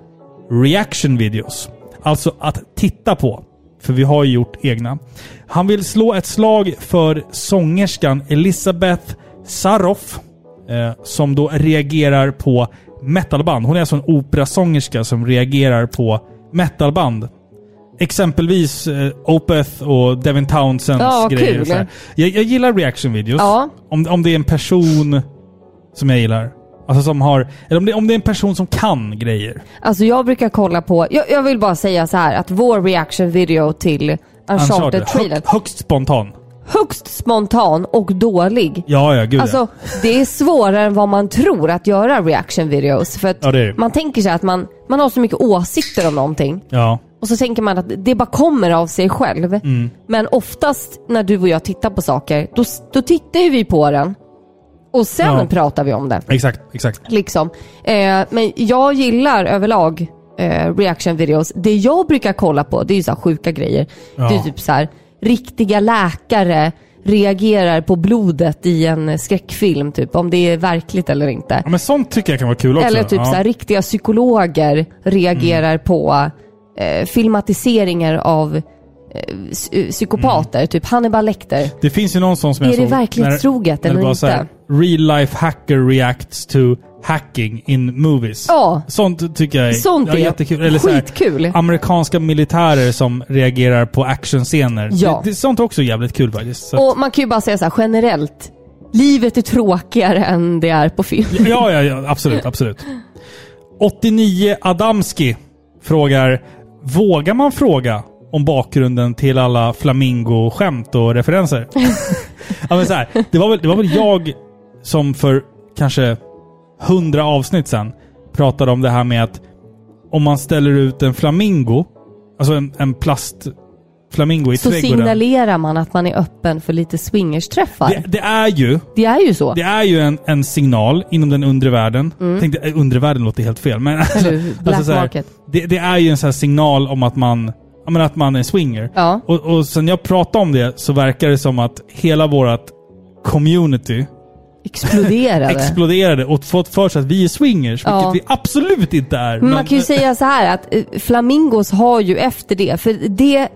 [SPEAKER 2] reaction videos. Alltså att titta på. För vi har ju gjort egna. Han vill slå ett slag för sångerskan Elisabeth Saroff. Eh, som då reagerar på metalband. Hon är alltså en operasångerska som reagerar på metalband. Exempelvis eh, Opeth och Devin Townsends
[SPEAKER 1] Ja, vad
[SPEAKER 2] grejer.
[SPEAKER 1] kul.
[SPEAKER 2] Så här. Jag, jag gillar reaction videos.
[SPEAKER 1] Ja.
[SPEAKER 2] Om, om det är en person som jag gillar. Alltså som har... Eller om det, om det är en person som kan grejer.
[SPEAKER 1] Alltså jag brukar kolla på, jag, jag vill bara säga så här att vår reaction video till Uncharted trailern
[SPEAKER 2] Hög, högst spontan.
[SPEAKER 1] högst spontan och dålig.
[SPEAKER 2] Ja, ja, gud
[SPEAKER 1] Alltså det är svårare än vad man tror att göra reaction videos. För att
[SPEAKER 2] Ja, det är det.
[SPEAKER 1] man tänker sig att man, man har så mycket åsikter om någonting.
[SPEAKER 2] ja. ja.
[SPEAKER 1] Och så tänker man att det bara kommer av sig själv.
[SPEAKER 2] Mm.
[SPEAKER 1] Men oftast när du och jag tittar på saker, då, då tittar ju vi på den. Och sen
[SPEAKER 2] Ja.
[SPEAKER 1] pratar vi om det.
[SPEAKER 2] Exakt, exakt.
[SPEAKER 1] Liksom. Eh, men jag gillar överlag eh, reaction videos. Det jag brukar kolla på det är ju så här sjuka grejer.
[SPEAKER 2] Ja.
[SPEAKER 1] Det är typ så här riktiga läkare reagerar på blodet i en skräckfilm. Typ, om det är verkligt eller inte.
[SPEAKER 2] Ja, men sånt tycker jag kan vara kul också.
[SPEAKER 1] Eller typ
[SPEAKER 2] ja. Mm.
[SPEAKER 1] så här, riktiga psykologer reagerar på eh, filmatiseringar av eh, s- eh, psykopater.
[SPEAKER 2] Mm.
[SPEAKER 1] Typ Hannibal Lecter.
[SPEAKER 2] Det finns ju någon sån som
[SPEAKER 1] Är
[SPEAKER 2] jag
[SPEAKER 1] det
[SPEAKER 2] såg.
[SPEAKER 1] verklighetstroget
[SPEAKER 2] när- när det
[SPEAKER 1] eller
[SPEAKER 2] var så här, Real life hacker reacts to hacking in movies.
[SPEAKER 1] Ja.
[SPEAKER 2] Sånt tycker jag är,
[SPEAKER 1] Sånt
[SPEAKER 2] ja,
[SPEAKER 1] är
[SPEAKER 2] jättekul. Eller så här,
[SPEAKER 1] skitkul.
[SPEAKER 2] amerikanska militärer som reagerar på actionscener.
[SPEAKER 1] Ja.
[SPEAKER 2] Det, det, sånt är också jävligt kul faktiskt. Så att-
[SPEAKER 1] Och man kan ju bara säga så här generellt. Livet är tråkigare än det är på film.
[SPEAKER 2] Ja, ja, ja. Absolut, absolut. 89 Adamski frågar, vågar man fråga om bakgrunden till alla flamingo-skämt
[SPEAKER 1] [LAUGHS]
[SPEAKER 2] och referenser? ja, men så här, det, var väl, det var väl jag som för kanske hundra avsnitt sedan pratade om det här med att om man ställer ut en flamingo, alltså en, en plastflamingo i
[SPEAKER 1] Så
[SPEAKER 2] trädgården.
[SPEAKER 1] signalerar man att man är öppen för lite swingersträffar.
[SPEAKER 2] det,
[SPEAKER 1] Det,
[SPEAKER 2] det är ju
[SPEAKER 1] är ju så.
[SPEAKER 2] det är ju en, en signal inom den undre världen. Tänkte, eh, undre världen låter helt fel, men... [LAUGHS] Alltså,
[SPEAKER 1] Mm. hur? Black
[SPEAKER 2] så här,
[SPEAKER 1] market.
[SPEAKER 2] Det, det är ju en sån här signal om att man, ja, men att man är swinger.
[SPEAKER 1] Ja.
[SPEAKER 2] Och, och sen jag pratade om det så verkar det som att hela vårt community
[SPEAKER 1] Exploderade.
[SPEAKER 2] [LAUGHS] exploderade och fått för sig att vi är swingers,
[SPEAKER 1] Ja.
[SPEAKER 2] vilket vi absolut inte är.
[SPEAKER 1] Men man kan ju säga så här att eh, flamingos har ju efter det, för det,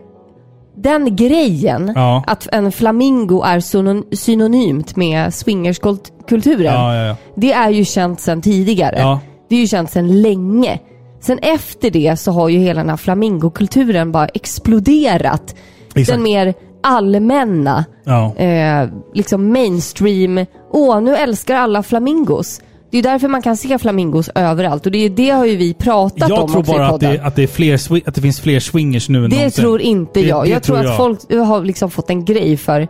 [SPEAKER 1] den grejen
[SPEAKER 2] Ja.
[SPEAKER 1] att en flamingo är synon- synonymt med swingerskulturen.
[SPEAKER 2] Ja, ja, ja.
[SPEAKER 1] Det är ju känt sedan tidigare.
[SPEAKER 2] Ja.
[SPEAKER 1] Det är ju känt sedan länge. Sen efter det så har ju hela den här flamingokulturen bara exploderat.
[SPEAKER 2] Exakt.
[SPEAKER 1] Den mer allmänna
[SPEAKER 2] Ja.
[SPEAKER 1] eh, liksom mainstream. Åh, nu älskar alla flamingos. Det är ju därför man kan se flamingos överallt och det, är, det har ju vi pratat om
[SPEAKER 2] Jag tror
[SPEAKER 1] också
[SPEAKER 2] bara
[SPEAKER 1] i
[SPEAKER 2] att
[SPEAKER 1] podden.
[SPEAKER 2] det, att, det är fler, swi- att det finns fler swingers nu än
[SPEAKER 1] det
[SPEAKER 2] någonsin.
[SPEAKER 1] tror inte
[SPEAKER 2] Det-
[SPEAKER 1] jag.
[SPEAKER 2] det
[SPEAKER 1] jag tror, att folk har liksom fått en grej för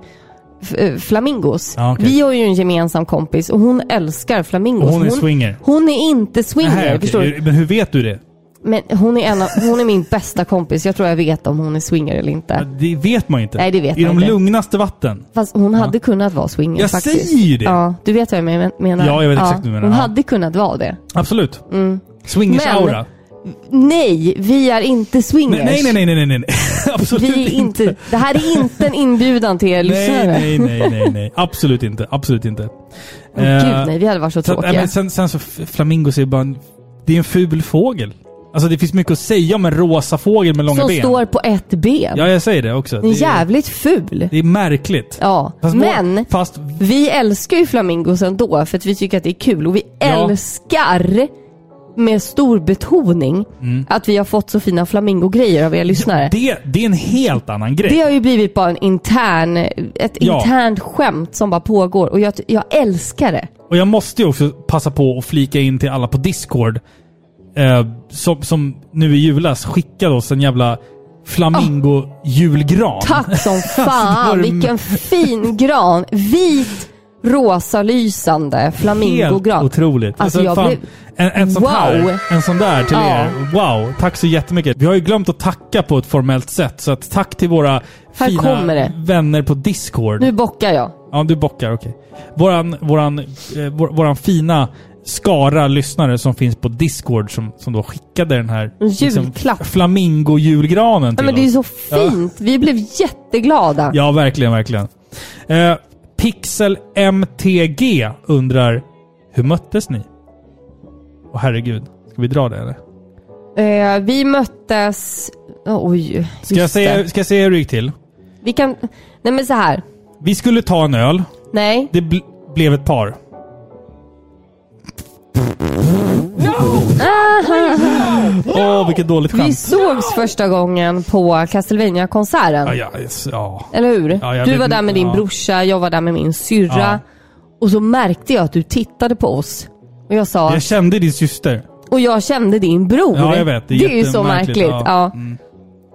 [SPEAKER 1] f- eh, flamingos.
[SPEAKER 2] Ja, okej.
[SPEAKER 1] Vi har ju en gemensam kompis och hon älskar flamingos.
[SPEAKER 2] Och hon är swinger.
[SPEAKER 1] Hon är inte swinger,
[SPEAKER 2] Nej, okej.
[SPEAKER 1] förstår du?
[SPEAKER 2] Men hur vet du det?
[SPEAKER 1] Men hon är, en av, hon är min bästa kompis. Jag tror jag vet om hon är swinger eller inte.
[SPEAKER 2] Det vet man ju inte.
[SPEAKER 1] Nej, det vet
[SPEAKER 2] I
[SPEAKER 1] man
[SPEAKER 2] de
[SPEAKER 1] inte.
[SPEAKER 2] lugnaste vatten.
[SPEAKER 1] Fast hon hade kunnat vara swinger
[SPEAKER 2] Jag
[SPEAKER 1] faktiskt.
[SPEAKER 2] säger ju det.
[SPEAKER 1] Ja, du vet vad jag menar.
[SPEAKER 2] Ja, jag vet exakt vad du menar.
[SPEAKER 1] Hon
[SPEAKER 2] Ja.
[SPEAKER 1] hade kunnat vara det.
[SPEAKER 2] Absolut.
[SPEAKER 1] Mm.
[SPEAKER 2] Swingers-aura.
[SPEAKER 1] Nej, vi är inte swingers.
[SPEAKER 2] Nej, nej, nej, nej, nej, nej, [LAUGHS] nej. Absolut
[SPEAKER 1] Vi är inte, det här är inte en inbjudan till er lyssnare.
[SPEAKER 2] Nej, nej, nej, nej, nej. Absolut inte. Absolut inte. Eh,
[SPEAKER 1] Åh, Gud nej, vi hade varit så
[SPEAKER 2] Så att,
[SPEAKER 1] tråkiga.
[SPEAKER 2] äh, men sen, sen så, f- flamingos är bara en, Det är en ful fågel. Alltså det finns mycket att säga om en rosa fågel med långa
[SPEAKER 1] Som
[SPEAKER 2] ben.
[SPEAKER 1] står på ett ben.
[SPEAKER 2] Ja, jag säger det också. Det
[SPEAKER 1] Den är
[SPEAKER 2] är,
[SPEAKER 1] jävligt ful.
[SPEAKER 2] det är märkligt.
[SPEAKER 1] Ja,
[SPEAKER 2] Fast må-
[SPEAKER 1] men
[SPEAKER 2] Fast...
[SPEAKER 1] vi älskar ju flamingos ändå för att vi tycker att det är kul och vi älskar med stor betoning
[SPEAKER 2] Mm.
[SPEAKER 1] att vi har fått så fina flamingogrejer av er lyssnare. det...
[SPEAKER 2] Det, det är en helt annan grej.
[SPEAKER 1] har ju blivit bara en intern, ett
[SPEAKER 2] Ja.
[SPEAKER 1] internt skämt som bara pågår och jag, jag älskar det.
[SPEAKER 2] Och jag måste ju också passa på att flika in till alla på Discord eh, som, som nu i julas skickade oss en jävla flamingo-julgran.
[SPEAKER 1] Ah. Tack
[SPEAKER 2] [LAUGHS]
[SPEAKER 1] som
[SPEAKER 2] var
[SPEAKER 1] fan,
[SPEAKER 2] det-
[SPEAKER 1] vilken fin gran. Vit, rosa, lysande
[SPEAKER 2] Helt
[SPEAKER 1] flamingogran.
[SPEAKER 2] otroligt.
[SPEAKER 1] Alltså, jag
[SPEAKER 2] fan,
[SPEAKER 1] blev-
[SPEAKER 2] en, en, sån
[SPEAKER 1] Wow.
[SPEAKER 2] här, en sån där till
[SPEAKER 1] Ja.
[SPEAKER 2] er. Wow, tack så jättemycket. Vi har ju glömt att tacka på ett formellt sätt, så att tack till våra
[SPEAKER 1] Här kommer
[SPEAKER 2] fina
[SPEAKER 1] det.
[SPEAKER 2] vänner på Discord.
[SPEAKER 1] Nu bockar jag.
[SPEAKER 2] Ja, du bockar, okej. Våran, våran, eh, vår, våran fina skara lyssnare som finns på Discord som, som då skickade den här
[SPEAKER 1] Julklapp.
[SPEAKER 2] flamingo-julgranen
[SPEAKER 1] Nej,
[SPEAKER 2] till
[SPEAKER 1] men det är ju
[SPEAKER 2] oss.
[SPEAKER 1] så fint. Vi blev jätteglada.
[SPEAKER 2] Ja, verkligen, verkligen. Eh, Pixel MTG undrar, hur möttes ni? Åh herregud, ska vi dra det eller?
[SPEAKER 1] Eh, vi möttes... Oh, oj,
[SPEAKER 2] Ska jag, säga, ska jag säga hur det gick till?
[SPEAKER 1] Vi kan... Nej men så här.
[SPEAKER 2] Vi skulle ta en öl,
[SPEAKER 1] Nej.
[SPEAKER 2] det bl- blev ett par. Åh, vilket dåligt
[SPEAKER 1] Vi
[SPEAKER 2] skämt.
[SPEAKER 1] sågs första gången på Castlevania-konserten.
[SPEAKER 2] Ja, ja, yes, ja.
[SPEAKER 1] Eller hur?
[SPEAKER 2] Ja, jag
[SPEAKER 1] du
[SPEAKER 2] vet
[SPEAKER 1] var där
[SPEAKER 2] inte,
[SPEAKER 1] med din
[SPEAKER 2] ja.
[SPEAKER 1] brorsa, jag var där med min syrra.
[SPEAKER 2] Ja.
[SPEAKER 1] Och så märkte jag att du tittade på oss. Och jag sa...
[SPEAKER 2] Jag kände din syster.
[SPEAKER 1] Och jag kände din bror.
[SPEAKER 2] Ja, jag vet. Det är
[SPEAKER 1] är ju så
[SPEAKER 2] jättemärkligt,
[SPEAKER 1] märkligt.
[SPEAKER 2] ja. Mm.
[SPEAKER 1] Ja.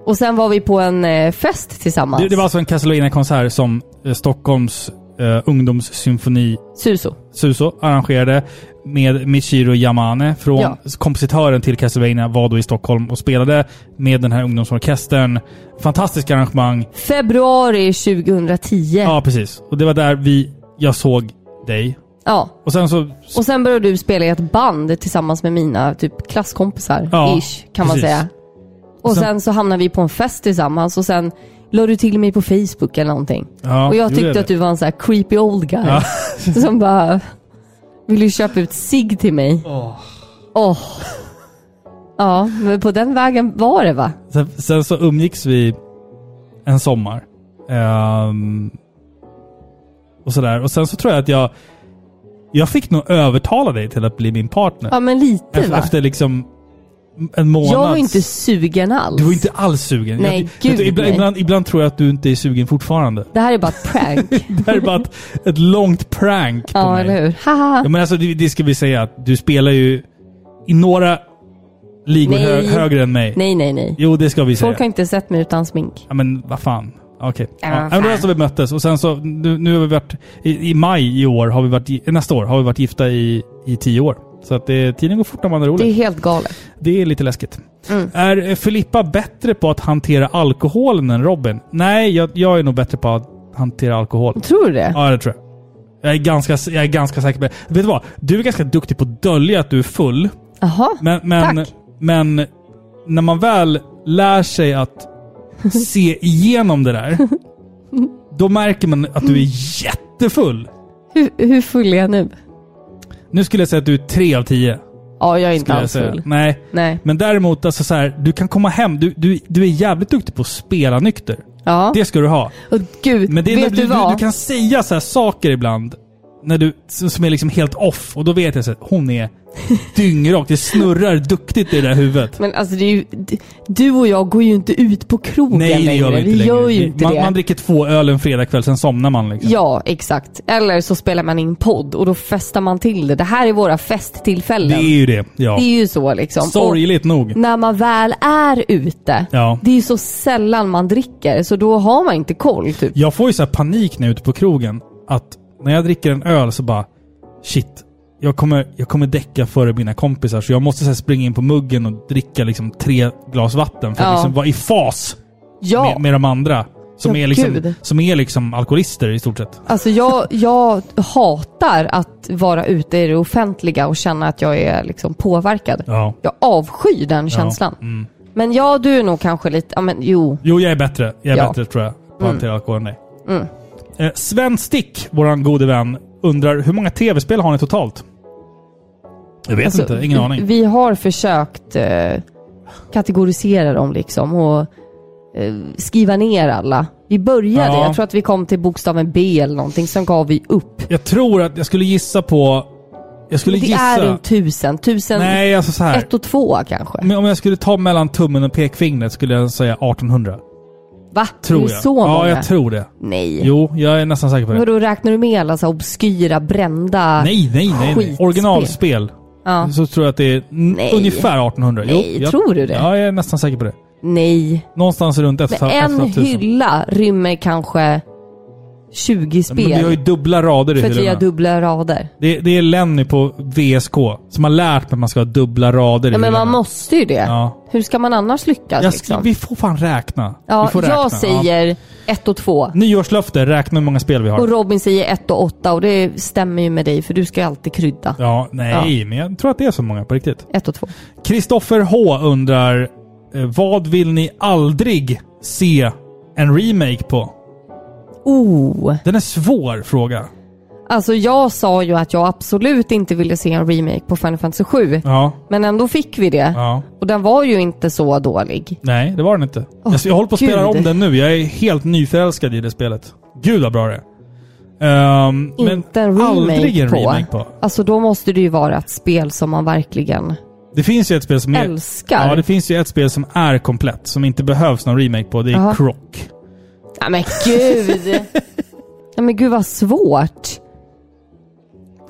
[SPEAKER 1] Och sen var vi på en eh, fest tillsammans.
[SPEAKER 2] Det, det var alltså en Castlevania-konsert som eh, Stockholms eh, ungdomssymfoni
[SPEAKER 1] Suso.
[SPEAKER 2] Suso arrangerade med Michiro Yamane från
[SPEAKER 1] Ja.
[SPEAKER 2] kompositören till Castlevania var då i Stockholm och spelade med den här ungdomsorkestern. Fantastiska arrangemang.
[SPEAKER 1] Februari 2010.
[SPEAKER 2] Ja, precis. Och det var där vi, jag såg dig.
[SPEAKER 1] ja.
[SPEAKER 2] Och sen så...
[SPEAKER 1] Och sen började du spela i ett band tillsammans med mina typ klasskompisar,
[SPEAKER 2] Ja,
[SPEAKER 1] ish, kan man
[SPEAKER 2] precis.
[SPEAKER 1] säga. Och
[SPEAKER 2] Sen-
[SPEAKER 1] sen, så hamnade vi på en fest tillsammans och sen la du till mig på Facebook eller någonting.
[SPEAKER 2] Ja,
[SPEAKER 1] och jag
[SPEAKER 2] gjorde
[SPEAKER 1] tyckte
[SPEAKER 2] det?
[SPEAKER 1] att du var en sån här creepy old guy.
[SPEAKER 2] Ja.
[SPEAKER 1] [LAUGHS] Som bara, vill du köpa ut sig till mig? Åh. Ja, men på den vägen var det va?
[SPEAKER 2] Sen, sen så umgicks vi en sommar. Ehm, och sådär. Och sen så tror jag att jag... Jag fick nog övertala dig till att bli min partner.
[SPEAKER 1] Ja men lite
[SPEAKER 2] efter,
[SPEAKER 1] va?
[SPEAKER 2] efter liksom en månad.
[SPEAKER 1] jag var inte sugen alls.
[SPEAKER 2] Du var inte alls sugen.
[SPEAKER 1] Nej,
[SPEAKER 2] jag,
[SPEAKER 1] gud,
[SPEAKER 2] vet du, ibland,
[SPEAKER 1] nej.
[SPEAKER 2] Ibland, ibland tror jag att du inte är
[SPEAKER 1] [LAUGHS]
[SPEAKER 2] sugen fortfarande.
[SPEAKER 1] Det här är bara ett
[SPEAKER 2] [LAUGHS]
[SPEAKER 1] prank.
[SPEAKER 2] Det här är bara ett, ett långt prank på
[SPEAKER 1] ja
[SPEAKER 2] mig.
[SPEAKER 1] eller hur? Haha.
[SPEAKER 2] Ja, men alltså, det, det ska vi säga att du spelar ju i några ligor
[SPEAKER 1] Nej.
[SPEAKER 2] hö, högre än mig.
[SPEAKER 1] Nej nej nej.
[SPEAKER 2] Jo, det ska vi säga.
[SPEAKER 1] Folk har inte sett mig utan smink.
[SPEAKER 2] Ja, men vad fan. Okej. Ja,
[SPEAKER 1] Ja,
[SPEAKER 2] Ja,
[SPEAKER 1] vad
[SPEAKER 2] men det var så vi möttes och sen så, nu, nu har vi varit, i, i maj i år, har vi varit, gi- nästa år, har vi varit gifta i, i tio år. Så att det, tiden går fort när man är rolig.
[SPEAKER 1] Det Mm. är helt galet.
[SPEAKER 2] Det är lite läskigt. Är Filippa bättre på att hantera alkoholen än Robin? Nej, jag, jag är nog bättre på att hantera alkohol.
[SPEAKER 1] Tror du det?
[SPEAKER 2] Ja, det tror jag. Jag är ganska, jag är ganska säker på det. Vet du vad? Du är ganska duktig på att dölja att du är full.
[SPEAKER 1] Jaha.
[SPEAKER 2] Men, men,
[SPEAKER 1] Tack.
[SPEAKER 2] men när man väl lär sig att se igenom det där,
[SPEAKER 1] [LAUGHS]
[SPEAKER 2] då märker man att du är jättefull.
[SPEAKER 1] Hur, hur full är jag nu?
[SPEAKER 2] Nu skulle jag säga att du är tre av tio.
[SPEAKER 1] Ja, jag är inte
[SPEAKER 2] skulle jag
[SPEAKER 1] alls
[SPEAKER 2] säga.
[SPEAKER 1] full.
[SPEAKER 2] Nej.
[SPEAKER 1] Nej.
[SPEAKER 2] Men däremot, alltså så här, du kan komma hem. Du, du, du är jävligt duktig på att spela nykter.
[SPEAKER 1] Ja.
[SPEAKER 2] Det ska du ha.
[SPEAKER 1] Och gud,
[SPEAKER 2] Men det är när
[SPEAKER 1] vet
[SPEAKER 2] du,
[SPEAKER 1] du
[SPEAKER 2] du,
[SPEAKER 1] vad?
[SPEAKER 2] du kan säga så här saker ibland när du, som som är liksom helt off. Och då vet jag att
[SPEAKER 1] [LAUGHS]
[SPEAKER 2] hon är dyngrak. Det snurrar duktigt i det där huvudet.
[SPEAKER 1] Men alltså det är ju, d- du och jag går ju inte ut på krogen
[SPEAKER 2] Nej, det gör vi
[SPEAKER 1] längre.
[SPEAKER 2] inte
[SPEAKER 1] vi
[SPEAKER 2] längre.
[SPEAKER 1] gör ju
[SPEAKER 2] Vi-
[SPEAKER 1] inte
[SPEAKER 2] man,
[SPEAKER 1] det.
[SPEAKER 2] man dricker två öl en fredagkväll, sen somnar man liksom.
[SPEAKER 1] Ja, exakt. Eller så spelar man in podd och då festar man till det. Det här är våra festtillfällen.
[SPEAKER 2] Det är ju det. Ja.
[SPEAKER 1] Det är ju så liksom.
[SPEAKER 2] Sorgligt nog.
[SPEAKER 1] Och när man väl är ute,
[SPEAKER 2] Ja.
[SPEAKER 1] det är ju så sällan man dricker så då har man inte koll typ.
[SPEAKER 2] Jag får ju så här panik när jag är ute på krogen. Att när jag dricker en öl så bara, shit. jag kommer, jag kommer däcka före mina kompisar så jag måste så här, springa in på muggen och dricka liksom tre glas vatten för
[SPEAKER 1] Ja.
[SPEAKER 2] att liksom vara i fas
[SPEAKER 1] Ja,
[SPEAKER 2] med, med de andra. Som,
[SPEAKER 1] Ja,
[SPEAKER 2] är liksom,
[SPEAKER 1] gud.
[SPEAKER 2] som är liksom alkoholister i stort sett.
[SPEAKER 1] alltså jag, jag hatar att vara ute i det offentliga och känna att jag är liksom påverkad.
[SPEAKER 2] Ja. Mm.
[SPEAKER 1] Jag avskyr den känslan. Men ja, du är nog kanske lite, ja men jo.
[SPEAKER 2] Jo, jag är bättre. Jag är
[SPEAKER 1] Ja. Mm.
[SPEAKER 2] bättre tror jag på att hantera alkohol än dig. Eh, Sven Stick, våran gode vän, undrar hur många tv-spel har ni totalt? Jag vet
[SPEAKER 1] Alltså,
[SPEAKER 2] inte, ingen
[SPEAKER 1] vi-
[SPEAKER 2] aning.
[SPEAKER 1] Vi har försökt eh, kategorisera dem liksom och eh, skriva ner alla. Vi började,
[SPEAKER 2] Ja.
[SPEAKER 1] jag tror att vi kom till bokstaven B eller någonting, sen gav vi upp.
[SPEAKER 2] Jag tror att jag skulle gissa på... Jag skulle
[SPEAKER 1] Det
[SPEAKER 2] gissa...
[SPEAKER 1] är runt tusen, tusen
[SPEAKER 2] Nej, alltså så här.
[SPEAKER 1] ett och två kanske.
[SPEAKER 2] Men om jag skulle ta mellan tummen och pekfingret skulle jag säga 1800.
[SPEAKER 1] Va?
[SPEAKER 2] Tror
[SPEAKER 1] är
[SPEAKER 2] jag.
[SPEAKER 1] det så
[SPEAKER 2] ja,
[SPEAKER 1] många?
[SPEAKER 2] jag tror det.
[SPEAKER 1] Nej.
[SPEAKER 2] Jo, jag är nästan säker på det.
[SPEAKER 1] Vadå, räknar du med alla så här obskyra, brända...
[SPEAKER 2] Nej, nej, nej. nej.
[SPEAKER 1] Skitspel.
[SPEAKER 2] Originalspel.
[SPEAKER 1] Ja.
[SPEAKER 2] Så tror jag att det är n-
[SPEAKER 1] Nej.
[SPEAKER 2] ungefär 1800. Jo,
[SPEAKER 1] Nej,
[SPEAKER 2] jag,
[SPEAKER 1] tror du det?
[SPEAKER 2] Ja, jag är nästan säker på det.
[SPEAKER 1] Nej.
[SPEAKER 2] Någonstans runt 1
[SPEAKER 1] Men en hylla rymmer kanske 20
[SPEAKER 2] Men vi har ju
[SPEAKER 1] spel.
[SPEAKER 2] dubbla rader i
[SPEAKER 1] För att vi har
[SPEAKER 2] hyllorna.
[SPEAKER 1] dubbla rader.
[SPEAKER 2] Det, det är Lenny på VSK som har lärt mig att man ska ha dubbla rader
[SPEAKER 1] Ja,
[SPEAKER 2] i
[SPEAKER 1] men
[SPEAKER 2] hyllorna.
[SPEAKER 1] man måste ju det.
[SPEAKER 2] Ja.
[SPEAKER 1] Hur ska man annars lyckas?
[SPEAKER 2] jag,
[SPEAKER 1] liksom?
[SPEAKER 2] Vi får fan räkna. vi
[SPEAKER 1] ja,
[SPEAKER 2] får räkna.
[SPEAKER 1] jag säger 1 och 2.
[SPEAKER 2] Ja. Nyårslöfte, räkna hur många spel vi har.
[SPEAKER 1] Och Robin säger 1 och 8 och det stämmer ju med dig för du ska ju alltid krydda. 1
[SPEAKER 2] Ja, nej, men jag tror att det är så många på riktigt.
[SPEAKER 1] och 2.
[SPEAKER 2] Kristoffer H undrar, eh, vad vill ni aldrig se en remake på?
[SPEAKER 1] Oh!
[SPEAKER 2] Den är svår fråga.
[SPEAKER 1] Alltså jag sa ju att jag absolut inte ville se en remake på Final Fantasy 7.
[SPEAKER 2] Ja,
[SPEAKER 1] Men ändå fick vi det.
[SPEAKER 2] ja.
[SPEAKER 1] Och den var ju inte så dålig.
[SPEAKER 2] Nej, det var den inte.
[SPEAKER 1] Åh,
[SPEAKER 2] jag, jag håller på att spela
[SPEAKER 1] gud.
[SPEAKER 2] om den nu. Jag är helt nyförälskad i det spelet. Gud vad bra det är. Ehm, men
[SPEAKER 1] inte en remake,
[SPEAKER 2] aldrig en
[SPEAKER 1] på.
[SPEAKER 2] remake på.
[SPEAKER 1] Alltså då måste det ju vara ett spel som man verkligen...
[SPEAKER 2] Det finns ju ett spel som är...
[SPEAKER 1] Älskar.
[SPEAKER 2] Ja, det finns ju ett spel som är komplett. Som inte behövs någon remake på. Det är
[SPEAKER 1] Jaha.
[SPEAKER 2] Croc.
[SPEAKER 1] Nej men gud!
[SPEAKER 2] [LAUGHS]
[SPEAKER 1] Nej men gud vad svårt.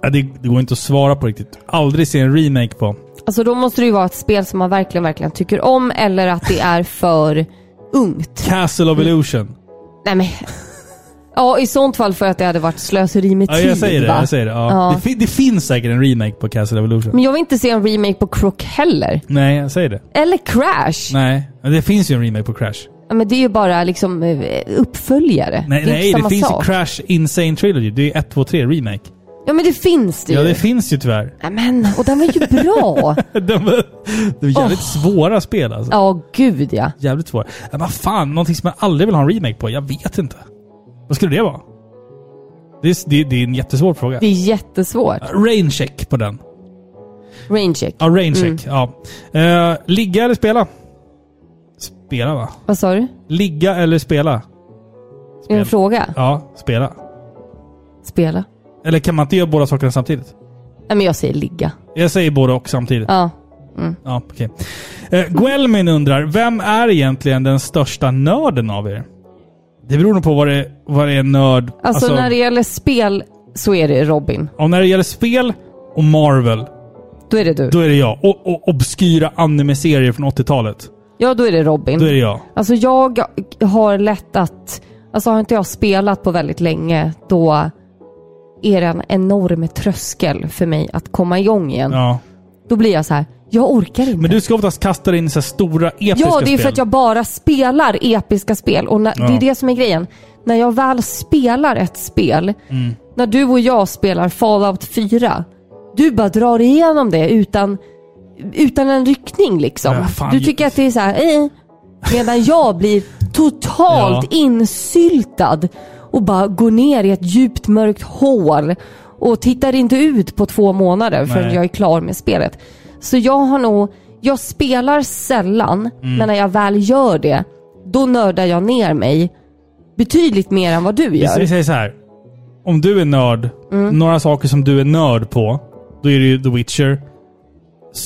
[SPEAKER 2] Ja, det, det går inte att svara på riktigt. Aldrig se en remake på.
[SPEAKER 1] Alltså då måste det ju vara ett spel som man verkligen, verkligen tycker om eller att det är för ungt.
[SPEAKER 2] Castle
[SPEAKER 1] Mm.
[SPEAKER 2] of Illusion.
[SPEAKER 1] Nej men... Ja, i sånt fall för att det hade varit slöseri med
[SPEAKER 2] Ja,
[SPEAKER 1] tid
[SPEAKER 2] jag säger det.
[SPEAKER 1] va?
[SPEAKER 2] Jag säger det. Ja.
[SPEAKER 1] Ja. Mm.
[SPEAKER 2] Det, fi- det finns säkert en remake på Castle of Illusion.
[SPEAKER 1] Men jag vill inte se en remake på Croc heller.
[SPEAKER 2] Nej, jag säger det.
[SPEAKER 1] Eller Crash.
[SPEAKER 2] Nej, men det finns ju en remake på Crash.
[SPEAKER 1] Ja, Men det är ju bara liksom eh, uppföljare.
[SPEAKER 2] Nej,
[SPEAKER 1] det är
[SPEAKER 2] nej
[SPEAKER 1] inte
[SPEAKER 2] det
[SPEAKER 1] samma
[SPEAKER 2] finns ju
[SPEAKER 1] sak.
[SPEAKER 2] Crash Insane Trilogy. Det är ju 1, 2, 3 remake.
[SPEAKER 1] Ja men det finns det
[SPEAKER 2] Ja,
[SPEAKER 1] ju.
[SPEAKER 2] det finns ju tyvärr.
[SPEAKER 1] Nej, men, och den var ju bra.
[SPEAKER 2] [LAUGHS] De, de är jävligt svåra spel alltså.
[SPEAKER 1] Ja, gud ja.
[SPEAKER 2] Jävligt svåra. Men vad fan, någonting som jag aldrig vill ha en remake på? Jag vet inte. Vad skulle det vara? Det är, det, det är en jättesvår fråga.
[SPEAKER 1] Det är jättesvårt.
[SPEAKER 2] Raincheck på den.
[SPEAKER 1] Raincheck.
[SPEAKER 2] Ja, raincheck. Ja. Eh, ligga eller spela? Spela va?
[SPEAKER 1] Vad sa du? Är
[SPEAKER 2] Ligga eller spela?
[SPEAKER 1] det en
[SPEAKER 2] Spel.
[SPEAKER 1] fråga?
[SPEAKER 2] Ja, spela.
[SPEAKER 1] Spela.
[SPEAKER 2] Eller kan man inte göra båda sakerna samtidigt?
[SPEAKER 1] Nej men jag säger ligga.
[SPEAKER 2] Jag säger både och samtidigt.
[SPEAKER 1] Ja.
[SPEAKER 2] Ja, okej. Eh, Guelmin undrar, vem är egentligen den största nörden av er? Det beror nog på vad det, vad det är nörd...
[SPEAKER 1] Alltså, när det gäller spel så är det Robin.
[SPEAKER 2] om när det gäller spel och Marvel,
[SPEAKER 1] Då är det du.
[SPEAKER 2] då är det jag. Och, och obskyra anime-serier från 80-talet,
[SPEAKER 1] Ja då är det Robin.
[SPEAKER 2] då är det jag.
[SPEAKER 1] Alltså jag har lätt att... Alltså har inte jag spelat på väldigt länge då är det en enorm tröskel för mig att komma igång igen.
[SPEAKER 2] Ja.
[SPEAKER 1] Då blir jag så här, jag orkar inte.
[SPEAKER 2] Men du ska oftast kasta dig in i så här stora episka
[SPEAKER 1] Ja, det är
[SPEAKER 2] spel.
[SPEAKER 1] för att jag bara spelar episka spel. Och när, Det
[SPEAKER 2] Ja.
[SPEAKER 1] är det som är grejen. När jag väl spelar ett spel,
[SPEAKER 2] Mm.
[SPEAKER 1] när du och jag spelar Fallout 4, du bara drar igenom det utan, utan en ryckning liksom.
[SPEAKER 2] Ja, fan,
[SPEAKER 1] du
[SPEAKER 2] ju-
[SPEAKER 1] tycker att det är så här, eh, medan jag blir totalt
[SPEAKER 2] Ja.
[SPEAKER 1] insyltad och bara går ner i ett djupt mörkt hål och tittar inte ut på två månader förrän
[SPEAKER 2] Nej.
[SPEAKER 1] jag är klar med spelet. Så jag har nog, jag spelar sällan,
[SPEAKER 2] Mm.
[SPEAKER 1] men när jag väl gör det, då nördar jag ner mig betydligt mer än vad du
[SPEAKER 2] Vi, vi
[SPEAKER 1] gör.
[SPEAKER 2] säger så här. Om du är nörd,
[SPEAKER 1] Mm.
[SPEAKER 2] några saker som du är nörd på, då är det ju The Witcher,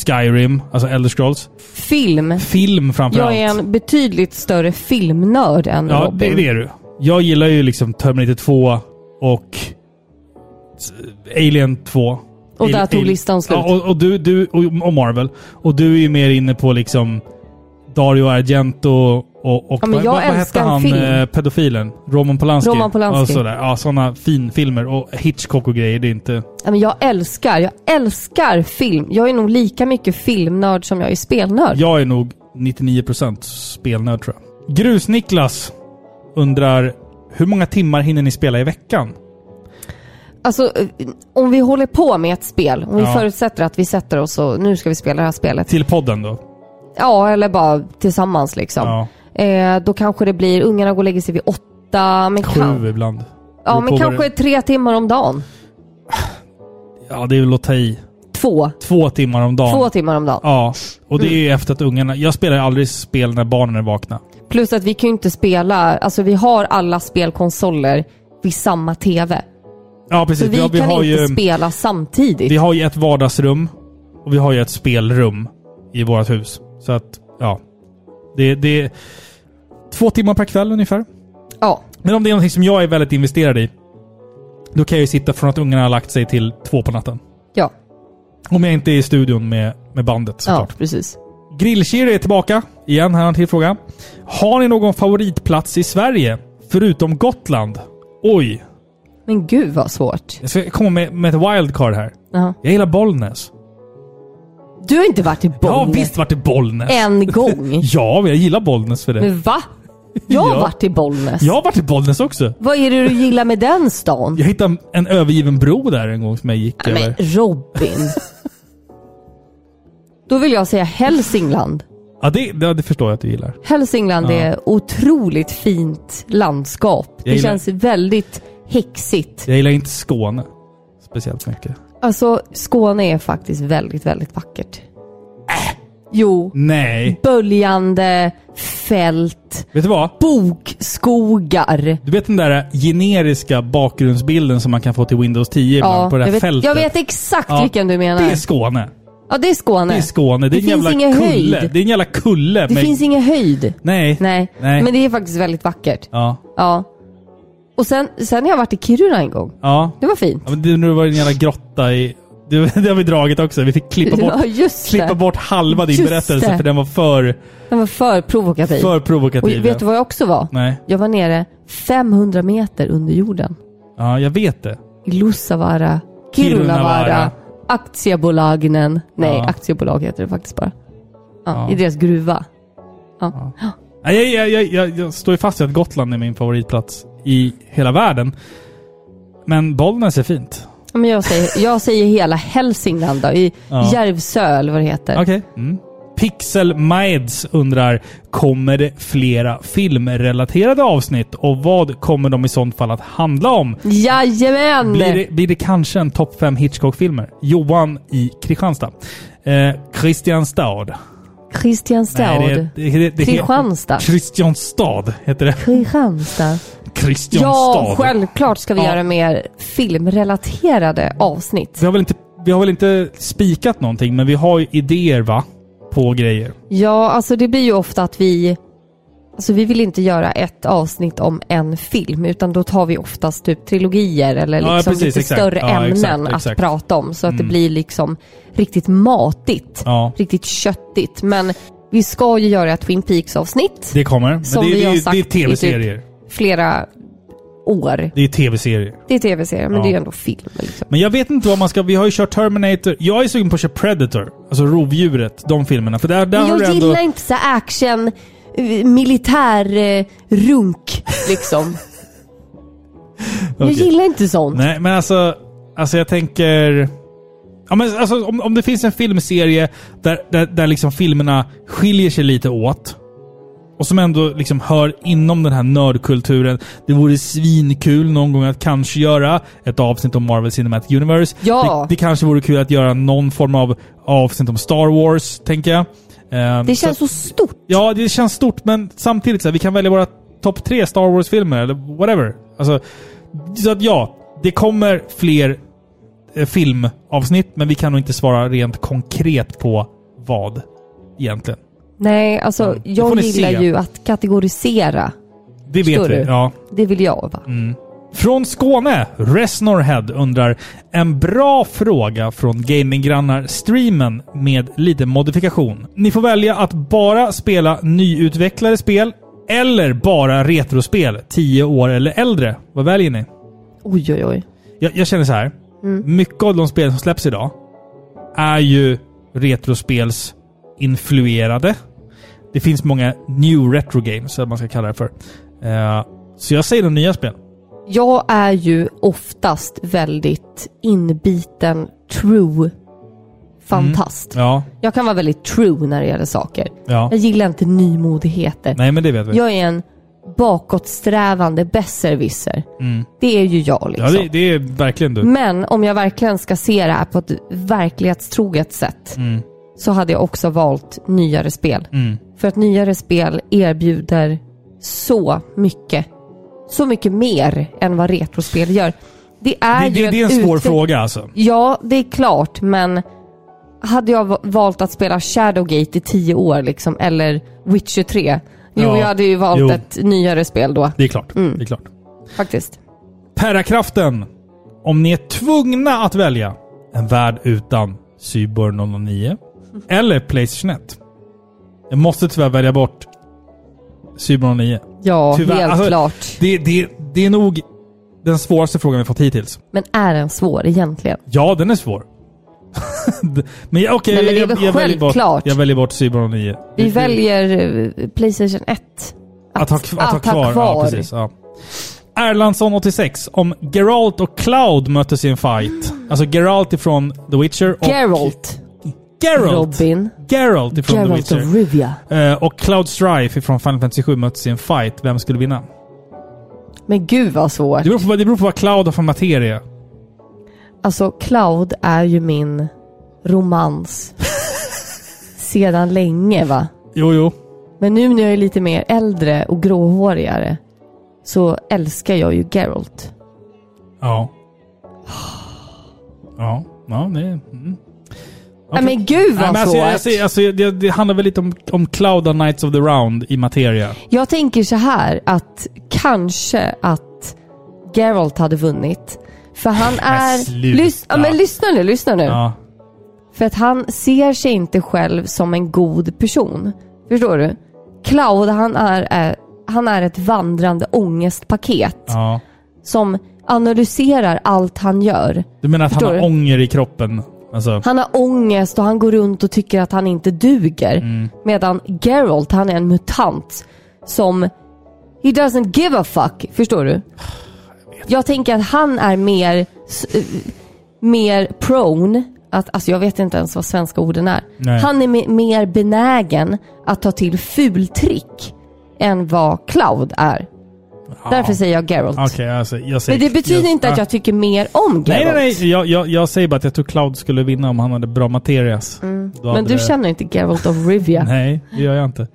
[SPEAKER 2] Skyrim, alltså Elder Scrolls,
[SPEAKER 1] Film.
[SPEAKER 2] film framförallt.
[SPEAKER 1] Jag är en betydligt större filmnörd än
[SPEAKER 2] Ja, det,
[SPEAKER 1] Robin.
[SPEAKER 2] det är du. Jag gillar ju liksom Terminator 2 och s- Alien 2.
[SPEAKER 1] Och
[SPEAKER 2] Al-
[SPEAKER 1] där tog
[SPEAKER 2] Al-
[SPEAKER 1] listan slut.
[SPEAKER 2] Ja, och, och, du, du, och, och Marvel. Och du är ju mer inne på liksom Dario Argento Och, och
[SPEAKER 1] Ja, men
[SPEAKER 2] vad,
[SPEAKER 1] jag
[SPEAKER 2] vad, vad hette
[SPEAKER 1] älskar
[SPEAKER 2] han,
[SPEAKER 1] film.
[SPEAKER 2] eh, pedofilen? Roman Polanski?
[SPEAKER 1] Roman Polanski.
[SPEAKER 2] Och sådär. Ja, sådana finfilmer. Och Hitchcock och grejer. Det är inte...
[SPEAKER 1] Ja, men jag älskar, jag älskar film. Jag är nog lika mycket filmnörd som jag är spelnörd.
[SPEAKER 2] Jag är nog 99% spelnörd tror jag. Grus-Niklas undrar, hur många timmar hinner ni spela i veckan?
[SPEAKER 1] Alltså, eh, om vi håller på med ett spel, om vi
[SPEAKER 2] Ja.
[SPEAKER 1] förutsätter att vi sätter oss och nu ska vi spela det här spelet.
[SPEAKER 2] Till podden då?
[SPEAKER 1] Ja, eller bara tillsammans liksom.
[SPEAKER 2] Ja.
[SPEAKER 1] Eh, då kanske det blir, ungarna går och lägger sig vid åtta, men,
[SPEAKER 2] Sju
[SPEAKER 1] kan,
[SPEAKER 2] ibland.
[SPEAKER 1] ja,
[SPEAKER 2] Beror på
[SPEAKER 1] men
[SPEAKER 2] vad
[SPEAKER 1] kanske
[SPEAKER 2] det-
[SPEAKER 1] tre timmar om dagen.
[SPEAKER 2] Ja, det är väl att ta i.
[SPEAKER 1] Två.
[SPEAKER 2] Två timmar om dagen.
[SPEAKER 1] Två Mm. timmar om dagen.
[SPEAKER 2] Ja, och det är ju efter att ungarna... Jag spelar ju aldrig spel när barnen är vakna.
[SPEAKER 1] Plus att vi kan ju inte spela, alltså vi har alla spelkonsoler vid samma TV.
[SPEAKER 2] Ja,
[SPEAKER 1] Så
[SPEAKER 2] precis.
[SPEAKER 1] vi,
[SPEAKER 2] Ja,
[SPEAKER 1] kan
[SPEAKER 2] har
[SPEAKER 1] inte
[SPEAKER 2] ju,
[SPEAKER 1] spela samtidigt.
[SPEAKER 2] Vi har ju ett vardagsrum och vi har ju ett spelrum i vårt hus. Så att, ja. Det, det är två timmar per kväll ungefär.
[SPEAKER 1] Ja.
[SPEAKER 2] Men om det är någonting som jag är väldigt investerad i, då kan jag ju sitta från att ungarna har lagt sig till två på natten.
[SPEAKER 1] Ja,
[SPEAKER 2] Om jag inte är i studion med, med bandet
[SPEAKER 1] ja
[SPEAKER 2] såklart.
[SPEAKER 1] precis.
[SPEAKER 2] Grillkirre är tillbaka. Igen, här har en till fråga. Har ni någon favoritplats i Sverige? Förutom Gotland? Oj!
[SPEAKER 1] Men gud vad svårt.
[SPEAKER 2] Jag ska komma med, med ett wildcard här.
[SPEAKER 1] Ja.
[SPEAKER 2] Jag gillar Bollnäs.
[SPEAKER 1] Du har inte varit i
[SPEAKER 2] Jag har
[SPEAKER 1] Bollnäs
[SPEAKER 2] visst varit i Bollnäs.
[SPEAKER 1] en
[SPEAKER 2] [LAUGHS]
[SPEAKER 1] gång.
[SPEAKER 2] Ja, men jag gillar Bollnäs för det.
[SPEAKER 1] Men va? Jag har
[SPEAKER 2] Ja.
[SPEAKER 1] varit i Bollnäs.
[SPEAKER 2] Jag har varit i Bollnäs också.
[SPEAKER 1] Vad är det du gillar med den stan?
[SPEAKER 2] Jag hittade en övergiven bro där en gång som jag gick
[SPEAKER 1] Men
[SPEAKER 2] över.
[SPEAKER 1] Robin. Då vill jag säga Hälsingland.
[SPEAKER 2] Ja, det, det, det förstår jag att du gillar.
[SPEAKER 1] Hälsingland är otroligt fint landskap.
[SPEAKER 2] Jag
[SPEAKER 1] Det
[SPEAKER 2] gillar-
[SPEAKER 1] känns väldigt häxigt.
[SPEAKER 2] Jag gillar inte Skåne speciellt mycket.
[SPEAKER 1] Alltså Skåne är faktiskt väldigt, väldigt vackert.
[SPEAKER 2] Äh.
[SPEAKER 1] Jo,
[SPEAKER 2] Nej.
[SPEAKER 1] böljande fält,
[SPEAKER 2] Vet du vad?
[SPEAKER 1] bokskogar.
[SPEAKER 2] Du vet den där generiska bakgrundsbilden som man kan få till Windows 10 ibland på det här
[SPEAKER 1] jag, vet,
[SPEAKER 2] fältet?
[SPEAKER 1] jag vet exakt
[SPEAKER 2] Ja,
[SPEAKER 1] vilken du menar.
[SPEAKER 2] Det är Skåne.
[SPEAKER 1] ja, det är Skåne.
[SPEAKER 2] Det är Skåne. Det, är
[SPEAKER 1] Det
[SPEAKER 2] en jävla
[SPEAKER 1] finns ingen
[SPEAKER 2] kulle.
[SPEAKER 1] höjd.
[SPEAKER 2] Det är en jävla kulle.
[SPEAKER 1] Det
[SPEAKER 2] med-
[SPEAKER 1] finns ingen höjd.
[SPEAKER 2] Nej.
[SPEAKER 1] Nej.
[SPEAKER 2] Typ. Nej.
[SPEAKER 1] men det är faktiskt väldigt vackert.
[SPEAKER 2] Ja.
[SPEAKER 1] Ja. Och sen, sen har jag varit i Kiruna en gång.
[SPEAKER 2] Ja.
[SPEAKER 1] Det var fint.
[SPEAKER 2] ja men det, nu var det en jävla grotta i... Det, [LAUGHS] det har vi dragit också. Vi fick klippa bort,
[SPEAKER 1] [LAUGHS] Ja, just
[SPEAKER 2] klippa
[SPEAKER 1] det.
[SPEAKER 2] bort halva din
[SPEAKER 1] Just
[SPEAKER 2] berättelse
[SPEAKER 1] det.
[SPEAKER 2] för den var för,
[SPEAKER 1] Den var för provokativ.
[SPEAKER 2] för
[SPEAKER 1] Och
[SPEAKER 2] provokativ.
[SPEAKER 1] vet du vad jag också var?
[SPEAKER 2] Nej.
[SPEAKER 1] Jag var nere 500 meter under jorden.
[SPEAKER 2] Ja, jag vet det.
[SPEAKER 1] I Lussavaara,
[SPEAKER 2] Kirunavaara.
[SPEAKER 1] Kirunavaara, Aktiebolagen. Nej,
[SPEAKER 2] Ja.
[SPEAKER 1] aktiebolag heter det faktiskt bara. Ja,
[SPEAKER 2] Ja.
[SPEAKER 1] I deras gruva.
[SPEAKER 2] Nej, jag, jag, jag, jag står ju fast vid att Gotland är min favoritplats i hela världen. Men Bollnäs är fint.
[SPEAKER 1] Ja, Men jag, säger, jag säger hela Hälsingland då, i
[SPEAKER 2] Ja.
[SPEAKER 1] Järvsö eller vad det heter.
[SPEAKER 2] Okej. Mm. Pixel Mides undrar, kommer det flera filmrelaterade avsnitt och vad kommer de i sånt fall att handla om?
[SPEAKER 1] Mm. Jajamän!
[SPEAKER 2] Blir det, blir det kanske en topp 5 Hitchcock-filmer? Johan i Kristianstad. Eh, Kristianstad.
[SPEAKER 1] Kristianstad.
[SPEAKER 2] det, det, det,
[SPEAKER 1] Kristianstad.
[SPEAKER 2] Kristianstad heter det. [LAUGHS]
[SPEAKER 1] Kristianstad.
[SPEAKER 2] Kristianstad.
[SPEAKER 1] Ja, självklart ska vi
[SPEAKER 2] Ja.
[SPEAKER 1] göra mer filmrelaterade avsnitt.
[SPEAKER 2] Vi har väl inte, vi har väl inte spikat någonting, men vi har ju idéer va? På grejer.
[SPEAKER 1] Ja, alltså det blir ju ofta att vi... Alltså vi vill inte göra ett avsnitt om en film, utan då tar vi oftast typ trilogier eller
[SPEAKER 2] Ja,
[SPEAKER 1] liksom
[SPEAKER 2] precis,
[SPEAKER 1] lite
[SPEAKER 2] exakt.
[SPEAKER 1] större
[SPEAKER 2] Ja,
[SPEAKER 1] ämnen
[SPEAKER 2] exakt,
[SPEAKER 1] att
[SPEAKER 2] exakt. Mm.
[SPEAKER 1] prata om. Så att det blir liksom riktigt matigt.
[SPEAKER 2] Ja.
[SPEAKER 1] Riktigt köttigt. Men vi ska ju göra ett Twin Peaks-avsnitt.
[SPEAKER 2] Det kommer. Men
[SPEAKER 1] Som
[SPEAKER 2] det,
[SPEAKER 1] vi
[SPEAKER 2] det,
[SPEAKER 1] har
[SPEAKER 2] är-
[SPEAKER 1] sagt
[SPEAKER 2] det
[SPEAKER 1] i
[SPEAKER 2] är
[SPEAKER 1] typ-
[SPEAKER 2] tv-serier.
[SPEAKER 1] Flera år.
[SPEAKER 2] Det är tv-serier.
[SPEAKER 1] Det är tv-serier, men
[SPEAKER 2] Ja.
[SPEAKER 1] det är ju ändå film. Liksom.
[SPEAKER 2] Men jag vet inte vad man ska... Vi har ju kört Terminator. Jag är sugen på att köra Predator. Alltså rovdjuret. De filmerna. För där, där
[SPEAKER 1] Men
[SPEAKER 2] har du
[SPEAKER 1] jag
[SPEAKER 2] ändå...
[SPEAKER 1] gillar inte så här action, eh, militär, eh, runk
[SPEAKER 2] [LAUGHS]
[SPEAKER 1] liksom. Jag
[SPEAKER 2] Okej.
[SPEAKER 1] gillar inte sånt.
[SPEAKER 2] Nej, men alltså... Alltså jag tänker... Ja, men alltså, om, om det finns en filmserie där, där, där liksom filmerna skiljer sig lite åt. Och som ändå liksom hör inom den här nördkulturen. Det vore svinkul någon gång att kanske göra ett avsnitt om Marvel Cinematic Universe.
[SPEAKER 1] Ja.
[SPEAKER 2] Det, det kanske vore kul att göra någon form av avsnitt om Star Wars, tänker jag. Ehm,
[SPEAKER 1] Det
[SPEAKER 2] så
[SPEAKER 1] känns så stort.
[SPEAKER 2] Ja, det känns stort, men samtidigt så här, vi kan välja våra topp tre Star Wars-filmer eller whatever. Alltså, så att ja, det kommer fler eh, filmavsnitt, men vi kan nog inte svara rent konkret på vad egentligen.
[SPEAKER 1] Nej, alltså
[SPEAKER 2] Ja, det får
[SPEAKER 1] jag
[SPEAKER 2] ni
[SPEAKER 1] gillar
[SPEAKER 2] se.
[SPEAKER 1] ju att kategorisera.
[SPEAKER 2] Det vet
[SPEAKER 1] Förstår
[SPEAKER 2] vi.
[SPEAKER 1] du?
[SPEAKER 2] Ja.
[SPEAKER 1] Det vill jag va?
[SPEAKER 2] Mm. Från Skåne, Resnorhead undrar En bra fråga från Gaminggrannar-streamen med lite modifikation. Ni får välja att bara spela nyutvecklade spel Eller bara retrospel, 10 år eller äldre. Vad väljer ni?
[SPEAKER 1] Oj, oj, oj.
[SPEAKER 2] Jag, jag känner så här. Mycket av de spel som släpps idag är ju retrospels influerade. Det finns många new retro games, som man ska kalla det för. Eh, så jag säger de nya spel.
[SPEAKER 1] Jag är ju oftast väldigt inbiten true fantast.
[SPEAKER 2] Ja,
[SPEAKER 1] Jag kan vara väldigt true när det gäller saker.
[SPEAKER 2] ja.
[SPEAKER 1] Jag gillar inte nymodigheter.
[SPEAKER 2] Nej, men det vet vi.
[SPEAKER 1] Jag är en bakåtsträvande besserwisser. Det är ju jag
[SPEAKER 2] Mm. Ja,
[SPEAKER 1] liksom.
[SPEAKER 2] det, det är verkligen du.
[SPEAKER 1] Men om jag verkligen ska se det här på ett verklighetstroget sätt
[SPEAKER 2] Mm.
[SPEAKER 1] så hade jag också valt nyare spel. För att nyare spel erbjuder så mycket. Så mycket mer än vad retrospel gör. Det är
[SPEAKER 2] Det,
[SPEAKER 1] ju
[SPEAKER 2] det,
[SPEAKER 1] en
[SPEAKER 2] det är en svår
[SPEAKER 1] utveck-
[SPEAKER 2] fråga alltså.
[SPEAKER 1] Ja, det är klart, men hade jag va- valt att spela Shadowgate i tio år liksom, eller Witcher 3. Jo,
[SPEAKER 2] Ja,
[SPEAKER 1] jag hade ju valt
[SPEAKER 2] jo.
[SPEAKER 1] ett nyare spel då,
[SPEAKER 2] Det är klart.
[SPEAKER 1] Mm.
[SPEAKER 2] Det är klart.
[SPEAKER 1] faktiskt.
[SPEAKER 2] Pärrakraften. Om ni är tvungna att välja en värld utan Cyborg 009
[SPEAKER 1] Mm.
[SPEAKER 2] eller Playstation 1. Jag måste tyvärr välja bort Cyborg 009.
[SPEAKER 1] Ja,
[SPEAKER 2] Tyvärr.
[SPEAKER 1] helt
[SPEAKER 2] Alltså,
[SPEAKER 1] klart.
[SPEAKER 2] Det, det, det är nog den svåraste frågan vi fått hittills.
[SPEAKER 1] Men är den svår egentligen?
[SPEAKER 2] Ja, den är svår. [LAUGHS] men jag- okej,
[SPEAKER 1] Nej, men det är
[SPEAKER 2] jag,
[SPEAKER 1] väl
[SPEAKER 2] jag, väljer bort,
[SPEAKER 1] självklart.
[SPEAKER 2] jag väljer bort Cyborg 09.
[SPEAKER 1] Vi väljer eh, Playstation 1.
[SPEAKER 2] Att ha, att ha kvar. Ja, precis. Ja. Erlandsson 86. Om Geralt och Cloud möttes i en fight. Alltså Geralt ifrån The Witcher och...
[SPEAKER 1] Geralt.
[SPEAKER 2] Geralt!
[SPEAKER 1] Robin.
[SPEAKER 2] Geralt ifrån
[SPEAKER 1] Geralt
[SPEAKER 2] The
[SPEAKER 1] of
[SPEAKER 2] Witcher.
[SPEAKER 1] Rivia.
[SPEAKER 2] Eh, och Cloud Strife ifrån Final Fantasy 7 möttes i en fight. Vem skulle vinna?
[SPEAKER 1] Men gud vad svårt.
[SPEAKER 2] Det beror på, vad- det beror på vad Cloud har för materia.
[SPEAKER 1] Alltså, Cloud är ju min
[SPEAKER 2] [LAUGHS]
[SPEAKER 1] romans. Sedan länge va?
[SPEAKER 2] Jo, jo.
[SPEAKER 1] Men nu när jag är lite mer äldre och gråhårigare så älskar jag ju Geralt.
[SPEAKER 2] Ja. Ja. Ja, det... Mm.
[SPEAKER 1] Nej men gud
[SPEAKER 2] Nej,
[SPEAKER 1] vad
[SPEAKER 2] men alltså,
[SPEAKER 1] svårt!
[SPEAKER 2] jag,
[SPEAKER 1] Jag,
[SPEAKER 2] jag, ser- alltså, det, det handlar väl lite om, om Cloud och Knights of the Round i materia.
[SPEAKER 1] tänker så här att kanske att Geralt hade vunnit. För han är...
[SPEAKER 2] sluta.
[SPEAKER 1] Lys- ja, men lyssna nu, lyssna nu.
[SPEAKER 2] Ja.
[SPEAKER 1] För att han ser sig inte själv som en god person. Förstår du? Cloud, han är, är, eh, han är ett vandrande ångestpaket
[SPEAKER 2] ja.
[SPEAKER 1] som analyserar allt han gör.
[SPEAKER 2] Du menar att
[SPEAKER 1] Förstår
[SPEAKER 2] han har
[SPEAKER 1] du?
[SPEAKER 2] ånger i kroppen? Alltså,
[SPEAKER 1] Han har ångest och han går runt och tycker att han inte duger.
[SPEAKER 2] Mm.
[SPEAKER 1] Medan Geralt, han är en mutant som... He doesn't give a fuck. Förstår du? Jag tänker att han är mer... s- eh, Mer prone. Att, alltså jag vet inte ens vad svenska orden är.
[SPEAKER 2] Nej.
[SPEAKER 1] Han är me- mer benägen att ta till fultrick än vad Cloud är. Därför säger jag Geralt.
[SPEAKER 2] okej, alltså, jag säger...
[SPEAKER 1] Men det betyder
[SPEAKER 2] jag-
[SPEAKER 1] inte att
[SPEAKER 2] ja.
[SPEAKER 1] jag tycker mer om Geralt.
[SPEAKER 2] Nej, nej, nej. Jag, jag, jag säger bara att jag tror Cloud skulle vinna om han hade bra materias. Då hade
[SPEAKER 1] Mm. Men du
[SPEAKER 2] det-
[SPEAKER 1] känner inte Geralt of Rivia?
[SPEAKER 2] Nej, det gör jag inte.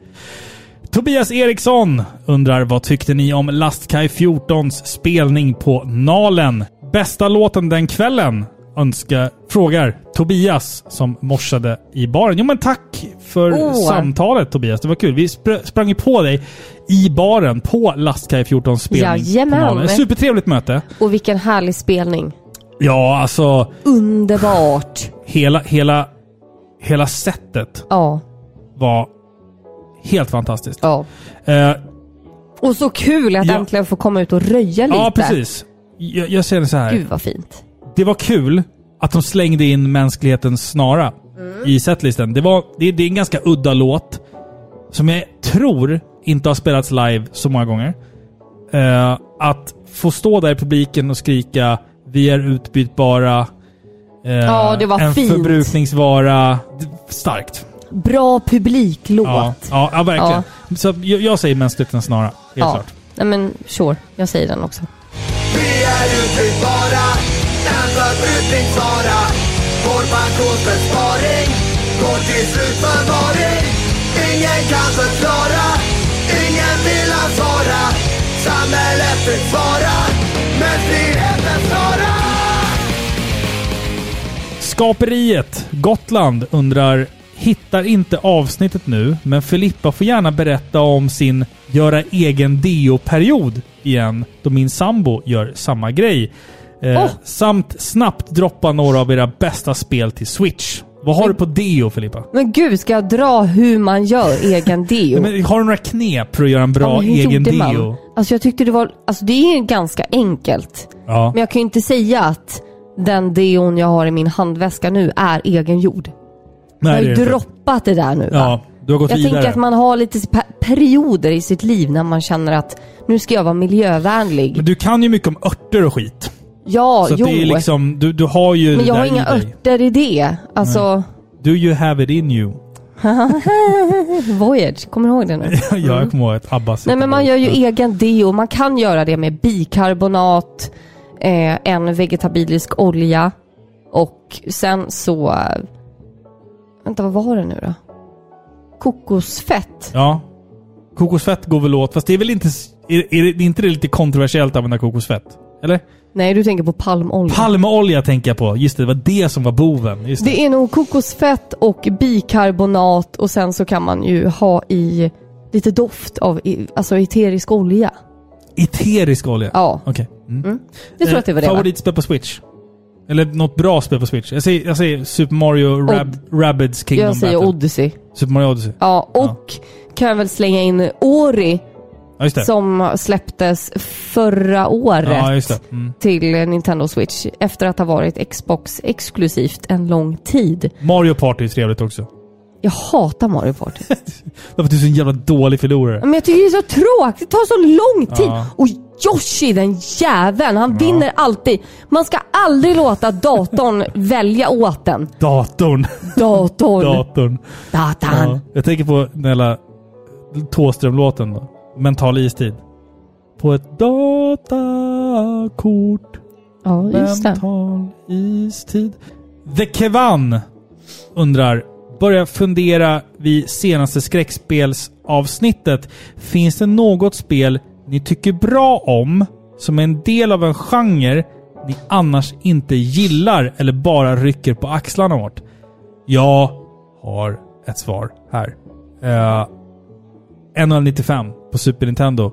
[SPEAKER 2] Tobias Eriksson undrar vad tyckte ni om Lastkaj 14s spelning på Nalen? Bästa låten den kvällen? Önskar, frågar Tobias som morsade i baren. Jo men tack för
[SPEAKER 1] Åh.
[SPEAKER 2] samtalet Tobias, det var kul. Vi spr sprang ju på dig i baren på Lastkaj 14s spelning
[SPEAKER 1] Jajamän.
[SPEAKER 2] på Nalen. Supertrevligt möte.
[SPEAKER 1] Och vilken härlig spelning.
[SPEAKER 2] Ja, alltså
[SPEAKER 1] Underbart.
[SPEAKER 2] hela, hela, hela sättet
[SPEAKER 1] Ja,
[SPEAKER 2] var helt fantastiskt.
[SPEAKER 1] ja.
[SPEAKER 2] Eh,
[SPEAKER 1] Och så kul att
[SPEAKER 2] Ja.
[SPEAKER 1] äntligen få komma ut och röja lite.
[SPEAKER 2] Ja, precis. Jag, jag säger så här.
[SPEAKER 1] Gud vad fint.
[SPEAKER 2] Det var kul att de slängde in mänsklighetens snara i setlisten. Det, var, det, det är en ganska udda låt som jag tror inte har spelats live så många gånger. Eh, att få stå där i publiken och skrika vi är utbytbara. eh,
[SPEAKER 1] Ja, det var
[SPEAKER 2] en
[SPEAKER 1] fint.
[SPEAKER 2] förbrukningsvara. D- Starkt.
[SPEAKER 1] Bra publiklåt.
[SPEAKER 2] Ja, ja, ja, verkligen. Så jag, jag säger mänsklighetens snara. Helt
[SPEAKER 1] Ja.
[SPEAKER 2] klart.
[SPEAKER 1] Nej men sure, jag säger den också.
[SPEAKER 9] Vi är utbytbara, en förbrukningsvara. Vår pensionsbesparing går till slutförvaring. Ingen kan förklara, ingen vill ansvara. Samhället fick svara, men friheten svarar.
[SPEAKER 2] Skaperiet Gotland undrar Hittar inte avsnittet nu, men Filippa får gärna berätta om sin göra egen deo-period igen, då min sambo gör samma grej. Eh,
[SPEAKER 1] Åh!
[SPEAKER 2] Samt snabbt droppa några av era bästa spel till Switch. Vad har du på deo, Filippa?
[SPEAKER 1] Men gud, ska jag dra hur man gör
[SPEAKER 2] [LAUGHS]
[SPEAKER 1] egen deo?
[SPEAKER 2] Nej, men har du några knep för att göra en
[SPEAKER 1] Ja,
[SPEAKER 2] bra
[SPEAKER 1] men hur
[SPEAKER 2] egen
[SPEAKER 1] gjorde man?
[SPEAKER 2] deo?
[SPEAKER 1] Alltså jag tyckte det var... Alltså det är ju ganska enkelt.
[SPEAKER 2] Ja.
[SPEAKER 1] Men jag kan ju inte säga att den deon jag har i min handväska nu är egengjord. Jag
[SPEAKER 2] Nej,
[SPEAKER 1] har
[SPEAKER 2] det
[SPEAKER 1] ju
[SPEAKER 2] är det inte.
[SPEAKER 1] droppat det där nu va?
[SPEAKER 2] Ja, du har gått
[SPEAKER 1] Jag
[SPEAKER 2] vidare.
[SPEAKER 1] tänker att man har lite pe- perioder i sitt liv när man känner att nu ska jag vara miljövänlig.
[SPEAKER 2] Men du kan ju mycket om örter och skit.
[SPEAKER 1] ja,
[SPEAKER 2] Så att
[SPEAKER 1] jo.
[SPEAKER 2] det är liksom, du, du har ju
[SPEAKER 1] men
[SPEAKER 2] det
[SPEAKER 1] jag
[SPEAKER 2] där
[SPEAKER 1] har
[SPEAKER 2] i
[SPEAKER 1] inga
[SPEAKER 2] dig.
[SPEAKER 1] örter i det. Alltså,
[SPEAKER 2] Do you have it in you?
[SPEAKER 1] Voyage, kommer du ihåg det nu?
[SPEAKER 2] [LAUGHS] ja, jag kommer ihåg att Abba
[SPEAKER 1] Nej men man gör ju e- egen deo. Man kan göra det med bikarbonat, eh, en vegetabilisk olja och sen så... eh, Vänta, vad var det nu då? Kokosfett.
[SPEAKER 2] Ja. Kokosfett går väl åt, fast det är väl inte... s- Är, är det är inte det lite kontroversiellt att använda kokosfett? Eller?
[SPEAKER 1] Nej, du tänker på palmolja.
[SPEAKER 2] Palmolja tänker jag på. Just det, det var det som var boven. Just det.
[SPEAKER 1] det är nog kokosfett och bikarbonat och sen så kan man ju ha i lite doft av i- alltså eterisk olja.
[SPEAKER 2] Eterisk olja?
[SPEAKER 1] Ja.
[SPEAKER 2] Okej. Mm.
[SPEAKER 1] Jag tror att det var det va?
[SPEAKER 2] Favoritspel på Switch? Eller något bra spel på Switch? Jag säger, jag säger Super Mario Rab Rabbids Kingdom
[SPEAKER 1] Jag säger
[SPEAKER 2] Battle.
[SPEAKER 1] Odyssey.
[SPEAKER 2] Super Mario Odyssey.
[SPEAKER 1] Ja, och kan jag väl slänga in Ori
[SPEAKER 2] Ja, just det.
[SPEAKER 1] som släpptes förra året
[SPEAKER 2] ja, just det. Mm.
[SPEAKER 1] till eh, Nintendo Switch efter att ha varit Xbox exklusivt en lång tid.
[SPEAKER 2] Mario Party är trevligt också.
[SPEAKER 1] Jag hatar Mario Party.
[SPEAKER 2] Därför att du är så en jävla dålig förlorare.
[SPEAKER 1] Men jag tycker det är så tråkigt. Det tar så lång tid.
[SPEAKER 2] Ja.
[SPEAKER 1] Och Yoshi den jäveln, han vinner alltid. Man ska aldrig låta
[SPEAKER 2] [LAUGHS]
[SPEAKER 1] datorn välja åt den.
[SPEAKER 2] Datorn.
[SPEAKER 1] Datorn.
[SPEAKER 2] Datorn.
[SPEAKER 1] Datorn.
[SPEAKER 2] Ja. Jag tänker på den hela Thåström-låten då. Mental istid. På ett datakort.
[SPEAKER 1] Ja, just det.
[SPEAKER 2] Mental istid. The Kevan undrar. Börja fundera vid senaste skräckspelsavsnittet. Finns det något spel ni tycker bra om som är en del av en genre ni annars inte gillar eller bara rycker på axlarna åt? Jag har ett svar här. Uh, NHL 95 på Super Nintendo.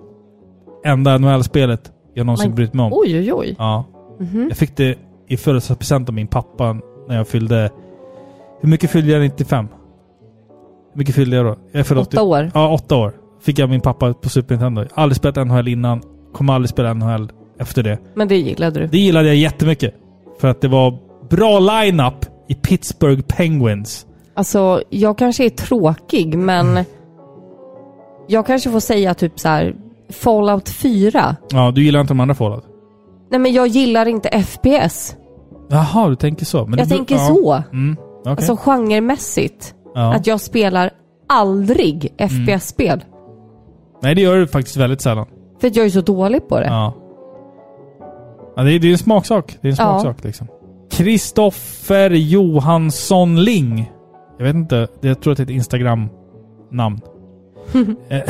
[SPEAKER 2] Enda NHL-spelet jag någonsin
[SPEAKER 1] Men-
[SPEAKER 2] brytt mig om.
[SPEAKER 1] Oj, oj, oj.
[SPEAKER 2] Ja.
[SPEAKER 1] Mhm.
[SPEAKER 2] Jag fick det i födelsedagspresent av min pappa när jag fyllde... Hur mycket fyllde jag 95? Hur mycket fyllde jag då? Jag fyllde
[SPEAKER 1] Åtta
[SPEAKER 2] 80
[SPEAKER 1] år.
[SPEAKER 2] Ja, åtta år. Fick jag av min pappa på Super Nintendo. Aldrig spelat NHL innan. Kommer aldrig spela NHL efter det.
[SPEAKER 1] Men det gillade du.
[SPEAKER 2] Det gillade jag jättemycket. För att det var bra line-up i Pittsburgh Penguins.
[SPEAKER 1] Alltså, jag kanske är tråkig, men jag kanske får säga typ så här Fallout 4.
[SPEAKER 2] Ja, du gillar inte de andra Fallout?
[SPEAKER 1] Nej, men jag gillar inte FPS.
[SPEAKER 2] Jaha, du tänker så. Men
[SPEAKER 1] Jag
[SPEAKER 2] du,
[SPEAKER 1] tänker
[SPEAKER 2] ja.
[SPEAKER 1] så.
[SPEAKER 2] Mm, okej.
[SPEAKER 1] Alltså genremässigt.
[SPEAKER 2] ja. Mm.
[SPEAKER 1] Att jag spelar aldrig FPS-spel.
[SPEAKER 2] Nej, det gör du faktiskt väldigt sällan.
[SPEAKER 1] För att jag är så dålig på det.
[SPEAKER 2] Ja. ja det, är, det är en smaksak. Det är en
[SPEAKER 1] Ja.
[SPEAKER 2] smaksak liksom. Kristoffer Johansson Ling. Jag vet inte. det- Jag tror att det är ett Instagram-namn. eh,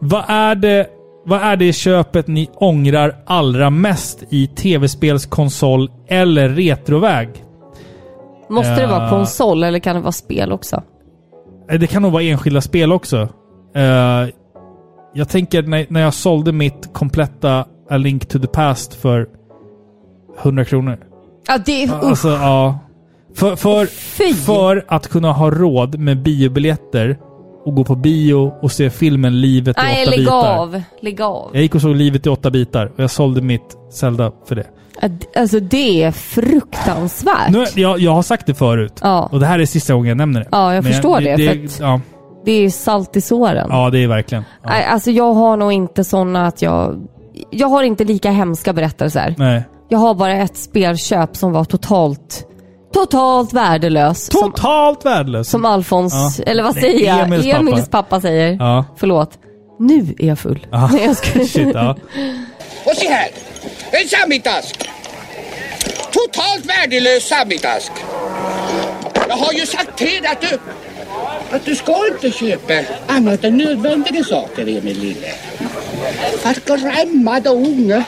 [SPEAKER 2] vad, är det, vad är det i köpet ni ångrar allra mest i tv-spelskonsol eller retroväg?
[SPEAKER 1] Måste det vara
[SPEAKER 2] Ja.
[SPEAKER 1] konsol eller kan det vara spel också?
[SPEAKER 2] Eh, Det kan nog vara enskilda spel också. Eh, jag tänker när, när jag sålde mitt kompletta A Link to the Past för 100 kronor.
[SPEAKER 1] Ja, det är... usch,
[SPEAKER 2] Alltså, ja. För, för,
[SPEAKER 1] fy!
[SPEAKER 2] för att kunna ha råd med biobiljetter och gå på bio och se filmen Livet i
[SPEAKER 1] Nej,
[SPEAKER 2] åtta
[SPEAKER 1] lägg
[SPEAKER 2] bitar.
[SPEAKER 1] av. Lägg av.
[SPEAKER 2] Jag gick och såg Livet i åtta bitar och jag sålde mitt Zelda för det.
[SPEAKER 1] Ja, d- Alltså det är fruktansvärt.
[SPEAKER 2] Nu, jag, jag har sagt det förut
[SPEAKER 1] Ja.
[SPEAKER 2] och det här är sista gången jag nämner det.
[SPEAKER 1] Ja, jag förstår det,
[SPEAKER 2] det,
[SPEAKER 1] för att-
[SPEAKER 2] ja,
[SPEAKER 1] Det är salt i såren.
[SPEAKER 2] ja, det är verkligen. Ja.
[SPEAKER 1] Nej, alltså jag har nog inte sådana att jag... Jag har inte lika hemska berättelser.
[SPEAKER 2] Nej.
[SPEAKER 1] Jag har bara ett spelköp som var totalt, totalt värdelös. Som,
[SPEAKER 2] Totalt värdelös.
[SPEAKER 1] som Alfons,
[SPEAKER 2] Ja.
[SPEAKER 1] eller vad
[SPEAKER 2] Nej,
[SPEAKER 1] säger jag?
[SPEAKER 2] Emils
[SPEAKER 1] Emils,
[SPEAKER 2] pappa.
[SPEAKER 1] pappa. säger.
[SPEAKER 2] Ja.
[SPEAKER 1] Förlåt. Nu är jag full. Nej, [LAUGHS] jag ska...
[SPEAKER 2] [LAUGHS] Shit, ja.
[SPEAKER 9] Och se här! En samitask! Totalt värdelös samitask! Jag har ju sagt till att du... Att du ska inte köpa annat än nödvändiga saker, Emil lille. För att skrämma de unga.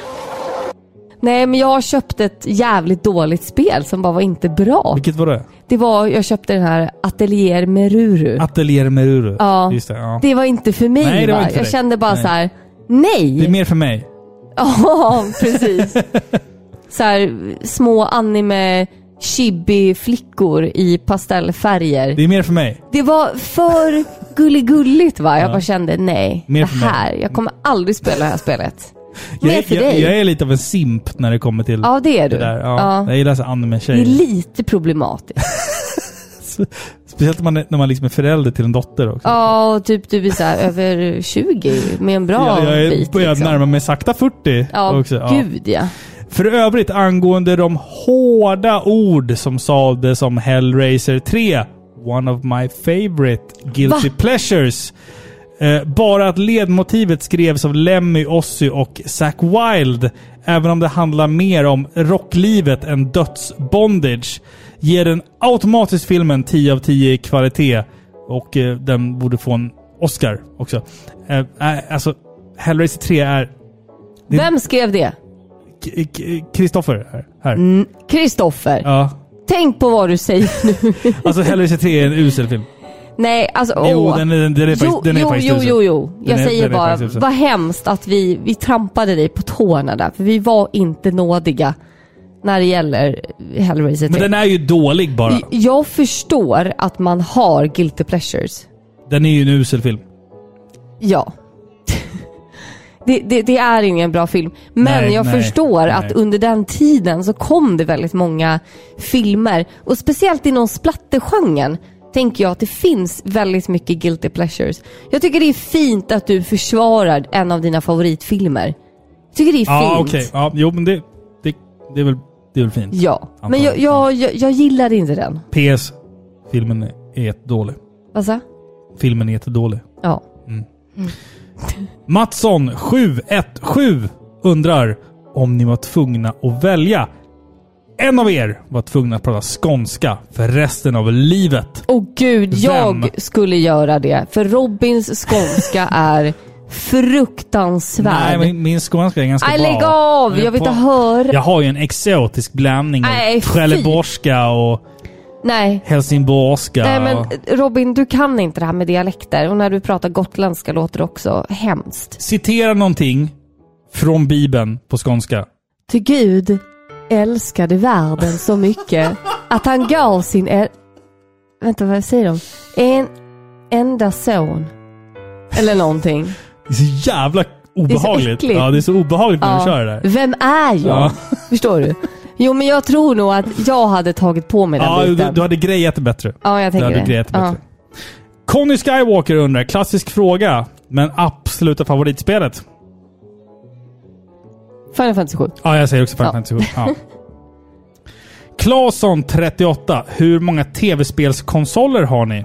[SPEAKER 1] Nej, men jag köpte ett jävligt dåligt spel som bara var inte bra.
[SPEAKER 2] Vilket var det?
[SPEAKER 1] Det var, jag köpte den här Atelier Meruru.
[SPEAKER 2] Atelier Meruru.
[SPEAKER 1] Ja.
[SPEAKER 2] Just det, ja.
[SPEAKER 1] Det var inte för mig
[SPEAKER 2] Ah. Nej, det var
[SPEAKER 1] va?
[SPEAKER 2] inte för
[SPEAKER 1] Jag
[SPEAKER 2] dig.
[SPEAKER 1] kände bara
[SPEAKER 2] Nej.
[SPEAKER 1] så här. nej! [LAUGHS]
[SPEAKER 2] det är mer för mig. [LAUGHS]
[SPEAKER 1] Ja, precis. så här, små anime chibi flickor i pastellfärger.
[SPEAKER 2] Det är mer för mig.
[SPEAKER 1] Det var för gulligulligt va? Jag bara kände nej,
[SPEAKER 2] Mer för
[SPEAKER 1] det
[SPEAKER 2] mig.
[SPEAKER 1] här, jag kommer aldrig spela det här spelet. Mer
[SPEAKER 2] Jag,
[SPEAKER 1] för
[SPEAKER 2] jag,
[SPEAKER 1] dig.
[SPEAKER 2] jag är lite av en simp när det kommer till
[SPEAKER 1] Ja, det är du.
[SPEAKER 2] det där. Ja,
[SPEAKER 1] Ja.
[SPEAKER 2] Jag gillar så här
[SPEAKER 1] Det är
[SPEAKER 2] anime-tjejer.
[SPEAKER 1] lite problematiskt.
[SPEAKER 2] Speciellt när man, är- när man liksom är förälder till en dotter också.
[SPEAKER 1] Ja, och typ du är så här, [LAUGHS] över 20 med en bra
[SPEAKER 2] jag, jag är,
[SPEAKER 1] bit.
[SPEAKER 2] börjar
[SPEAKER 1] liksom.
[SPEAKER 2] närma mig sakta 40
[SPEAKER 1] Ja,
[SPEAKER 2] också. Ja.
[SPEAKER 1] gud ja.
[SPEAKER 2] För övrigt angående de hårda ord som sades om Hellraiser 3. One of my favorite guilty
[SPEAKER 1] Va?
[SPEAKER 2] pleasures. Eh, bara att ledmotivet skrevs av Lemmy, Ozzy och Zack Wilde, även om det handlar mer om rocklivet än dödsbondage, ger den automatiskt filmen 10 av 10 i kvalitet. Och eh, den borde få en Oscar också. Eh, eh, alltså, Hellraiser 3 är... Det-
[SPEAKER 1] Vem skrev det?
[SPEAKER 2] K- K- Kristoffer här. här.
[SPEAKER 1] Kristoffer.
[SPEAKER 2] Ja.
[SPEAKER 1] Tänk på vad du säger nu.
[SPEAKER 2] Alltså Hellraiser 3 är en usel film.
[SPEAKER 1] Nej, alltså åh.
[SPEAKER 2] Jo, den, är- den, den är faktiskt,
[SPEAKER 1] jo,
[SPEAKER 2] den är
[SPEAKER 1] jo,
[SPEAKER 2] faktiskt
[SPEAKER 1] jo,
[SPEAKER 2] usel.
[SPEAKER 1] jo, jo. Jag
[SPEAKER 2] Den är-
[SPEAKER 1] säger
[SPEAKER 2] den är
[SPEAKER 1] bara,
[SPEAKER 2] faktiskt usel.
[SPEAKER 1] vad hemskt att vi, vi trampade dig på tårna där. För vi var inte nådiga när det gäller Hellraiser 3.
[SPEAKER 2] Men den är ju dålig bara.
[SPEAKER 1] Jag förstår att man har guilty pleasures.
[SPEAKER 2] Den är ju en usel film.
[SPEAKER 1] Ja. [LAUGHS] Det, det, det är ingen bra film. Men
[SPEAKER 2] Nej,
[SPEAKER 1] jag
[SPEAKER 2] nej,
[SPEAKER 1] förstår
[SPEAKER 2] nej.
[SPEAKER 1] att under den tiden så kom det väldigt många filmer. Och speciellt inom splattergenren tänker jag att det finns väldigt mycket guilty pleasures. Jag tycker det är fint att du försvarar en av dina favoritfilmer. Jag tycker det är
[SPEAKER 2] Ja,
[SPEAKER 1] fint.
[SPEAKER 2] okej. Ja, jo, men det, det, det, är väl, det är väl fint.
[SPEAKER 1] Ja, men jag,
[SPEAKER 2] Antagligen.
[SPEAKER 1] jag, jag, jag gillar inte den.
[SPEAKER 2] PS. Filmen är jättedålig.
[SPEAKER 1] Vad sa jag?
[SPEAKER 2] Filmen är jättedålig.
[SPEAKER 1] Ja.
[SPEAKER 2] Mattsson 717 undrar om ni var tvungna att välja. En av er var tvungna att prata skånska för resten av livet.
[SPEAKER 1] Åh gud,
[SPEAKER 2] Vem?
[SPEAKER 1] jag skulle göra det. För Robins
[SPEAKER 2] [LAUGHS]
[SPEAKER 1] skånska är fruktansvärd.
[SPEAKER 2] Nej, min, min skånska är ganska
[SPEAKER 1] Nej,
[SPEAKER 2] bra.
[SPEAKER 1] lägg av!
[SPEAKER 2] Den är
[SPEAKER 1] Jag vill inte
[SPEAKER 2] bra.
[SPEAKER 1] höra.
[SPEAKER 2] Jag har ju en exotisk blandning av
[SPEAKER 1] Nej, fy.
[SPEAKER 2] trelleborgska och
[SPEAKER 1] Nej.
[SPEAKER 2] helsingborgska.
[SPEAKER 1] Nej men
[SPEAKER 2] och...
[SPEAKER 1] Robin, du kan inte det här med dialekter. Och när du pratar gotländska låter det också hemskt.
[SPEAKER 2] Citera någonting från Bibeln på skånska.
[SPEAKER 1] Ty Gud älskade världen så mycket
[SPEAKER 2] [LAUGHS]
[SPEAKER 1] att han gav sin... äl- Vänta, vad säger de? En enda son. Eller någonting.
[SPEAKER 2] Det är så jävla obehagligt.
[SPEAKER 1] äckligt.
[SPEAKER 2] ja, det är så obehagligt när du
[SPEAKER 1] Ja.
[SPEAKER 2] kör det där.
[SPEAKER 1] Vem är jag?
[SPEAKER 2] Ja.
[SPEAKER 1] Förstår du? Jo, men jag tror nog att jag hade tagit på mig den
[SPEAKER 2] Ja, du,
[SPEAKER 1] biten.
[SPEAKER 2] du hade grejat det bättre.
[SPEAKER 1] ja, jag
[SPEAKER 2] Du
[SPEAKER 1] tänker
[SPEAKER 2] hade
[SPEAKER 1] det.
[SPEAKER 2] grejat det
[SPEAKER 1] ja.
[SPEAKER 2] bättre. Conny Skywalker undrar, klassisk fråga, men absoluta favoritspelet?
[SPEAKER 1] Final Fantasy 7.
[SPEAKER 2] Ja, jag säger också Final
[SPEAKER 1] Ja.
[SPEAKER 2] Fantasy VII.
[SPEAKER 1] [LAUGHS]
[SPEAKER 2] Ja. Claesson 38, hur många tv-spelskonsoler har ni?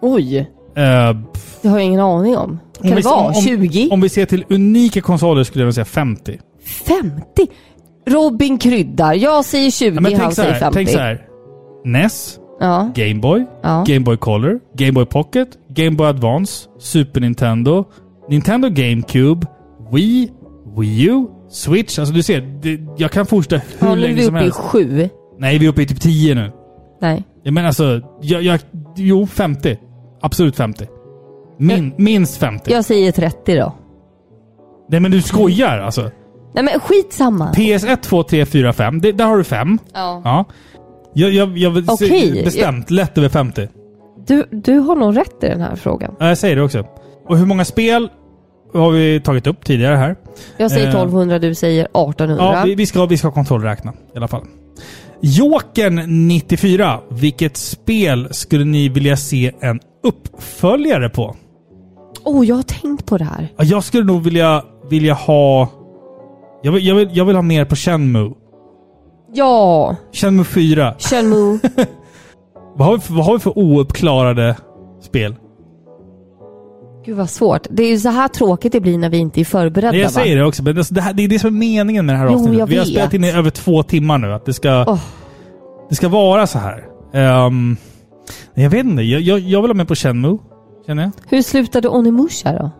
[SPEAKER 1] Oj,
[SPEAKER 2] Eh,
[SPEAKER 1] det har jag ingen aning om. Kan det vara 20?
[SPEAKER 2] Om vi ser till unika konsoler skulle jag vilja säga 50.
[SPEAKER 1] 50? Robin kryddar. Jag säger 20,
[SPEAKER 2] Ja, men
[SPEAKER 1] han
[SPEAKER 2] tänk så,
[SPEAKER 1] säger
[SPEAKER 2] här,
[SPEAKER 1] 50.
[SPEAKER 2] tänk så här. NES,
[SPEAKER 1] Ja,
[SPEAKER 2] Game Boy,
[SPEAKER 1] Ja.
[SPEAKER 2] Game Boy Color, Game Boy Pocket, Game Boy Advance, Super Nintendo, Nintendo GameCube, Wii, Wii U, Switch. Alltså du ser, det, jag kan fortsätta hur
[SPEAKER 1] ja nu är
[SPEAKER 2] länge
[SPEAKER 1] vi
[SPEAKER 2] som
[SPEAKER 1] uppe i
[SPEAKER 2] helst.
[SPEAKER 1] 7.
[SPEAKER 2] Nej, vi är uppe i typ 10 nu.
[SPEAKER 1] Nej.
[SPEAKER 2] Jag menar alltså, jag, jag, jo 50. Absolut 50. Min, minst 50.
[SPEAKER 1] Jag säger 30 då.
[SPEAKER 2] Nej men du skojar alltså.
[SPEAKER 1] Nej men skitsamma.
[SPEAKER 2] PS1, 2, 3, 4, 5. Det, där har du 5.
[SPEAKER 1] Ja.
[SPEAKER 2] Ja. Jag, jag, jag vill
[SPEAKER 1] Okej.
[SPEAKER 2] se bestämt lätt över 50.
[SPEAKER 1] Du, du har nog rätt i den här frågan.
[SPEAKER 2] Ja, Jag säger det också. Och hur många spel har vi tagit upp tidigare här?
[SPEAKER 1] Jag säger
[SPEAKER 2] Eh.
[SPEAKER 1] 1200, du säger 1800.
[SPEAKER 2] Ja, vi, vi, ska, vi ska kontrollräkna i alla fall. Jokern 94. Vilket spel skulle ni vilja se en uppföljare på?
[SPEAKER 1] Oh, jag har tänkt på det här.
[SPEAKER 2] Ja, Jag skulle nog vilja, vilja ha... Jag vill, jag, vill, jag vill ha mer på Shenmue.
[SPEAKER 1] Ja,
[SPEAKER 2] Shenmue 4.
[SPEAKER 1] Shenmue.
[SPEAKER 2] Vad har vi för, vad har vi för ouppklarade spel?
[SPEAKER 1] Gud vad svårt. Det är ju så här tråkigt det blir när vi inte är förberedda
[SPEAKER 2] Nej, jag säger
[SPEAKER 1] va?
[SPEAKER 2] det också, men det, det, här, det är det som är meningen med det här
[SPEAKER 1] Jo,
[SPEAKER 2] avsnittet.
[SPEAKER 1] jag
[SPEAKER 2] Vi har
[SPEAKER 1] vet.
[SPEAKER 2] spelat in i över två timmar nu. Att det, ska,
[SPEAKER 1] Åh.
[SPEAKER 2] det ska vara så här. Ehm, jag vet inte. Jag, jag, jag vill ha med på Shenmue. Känner jag.
[SPEAKER 1] Hur slutade Onimusha då?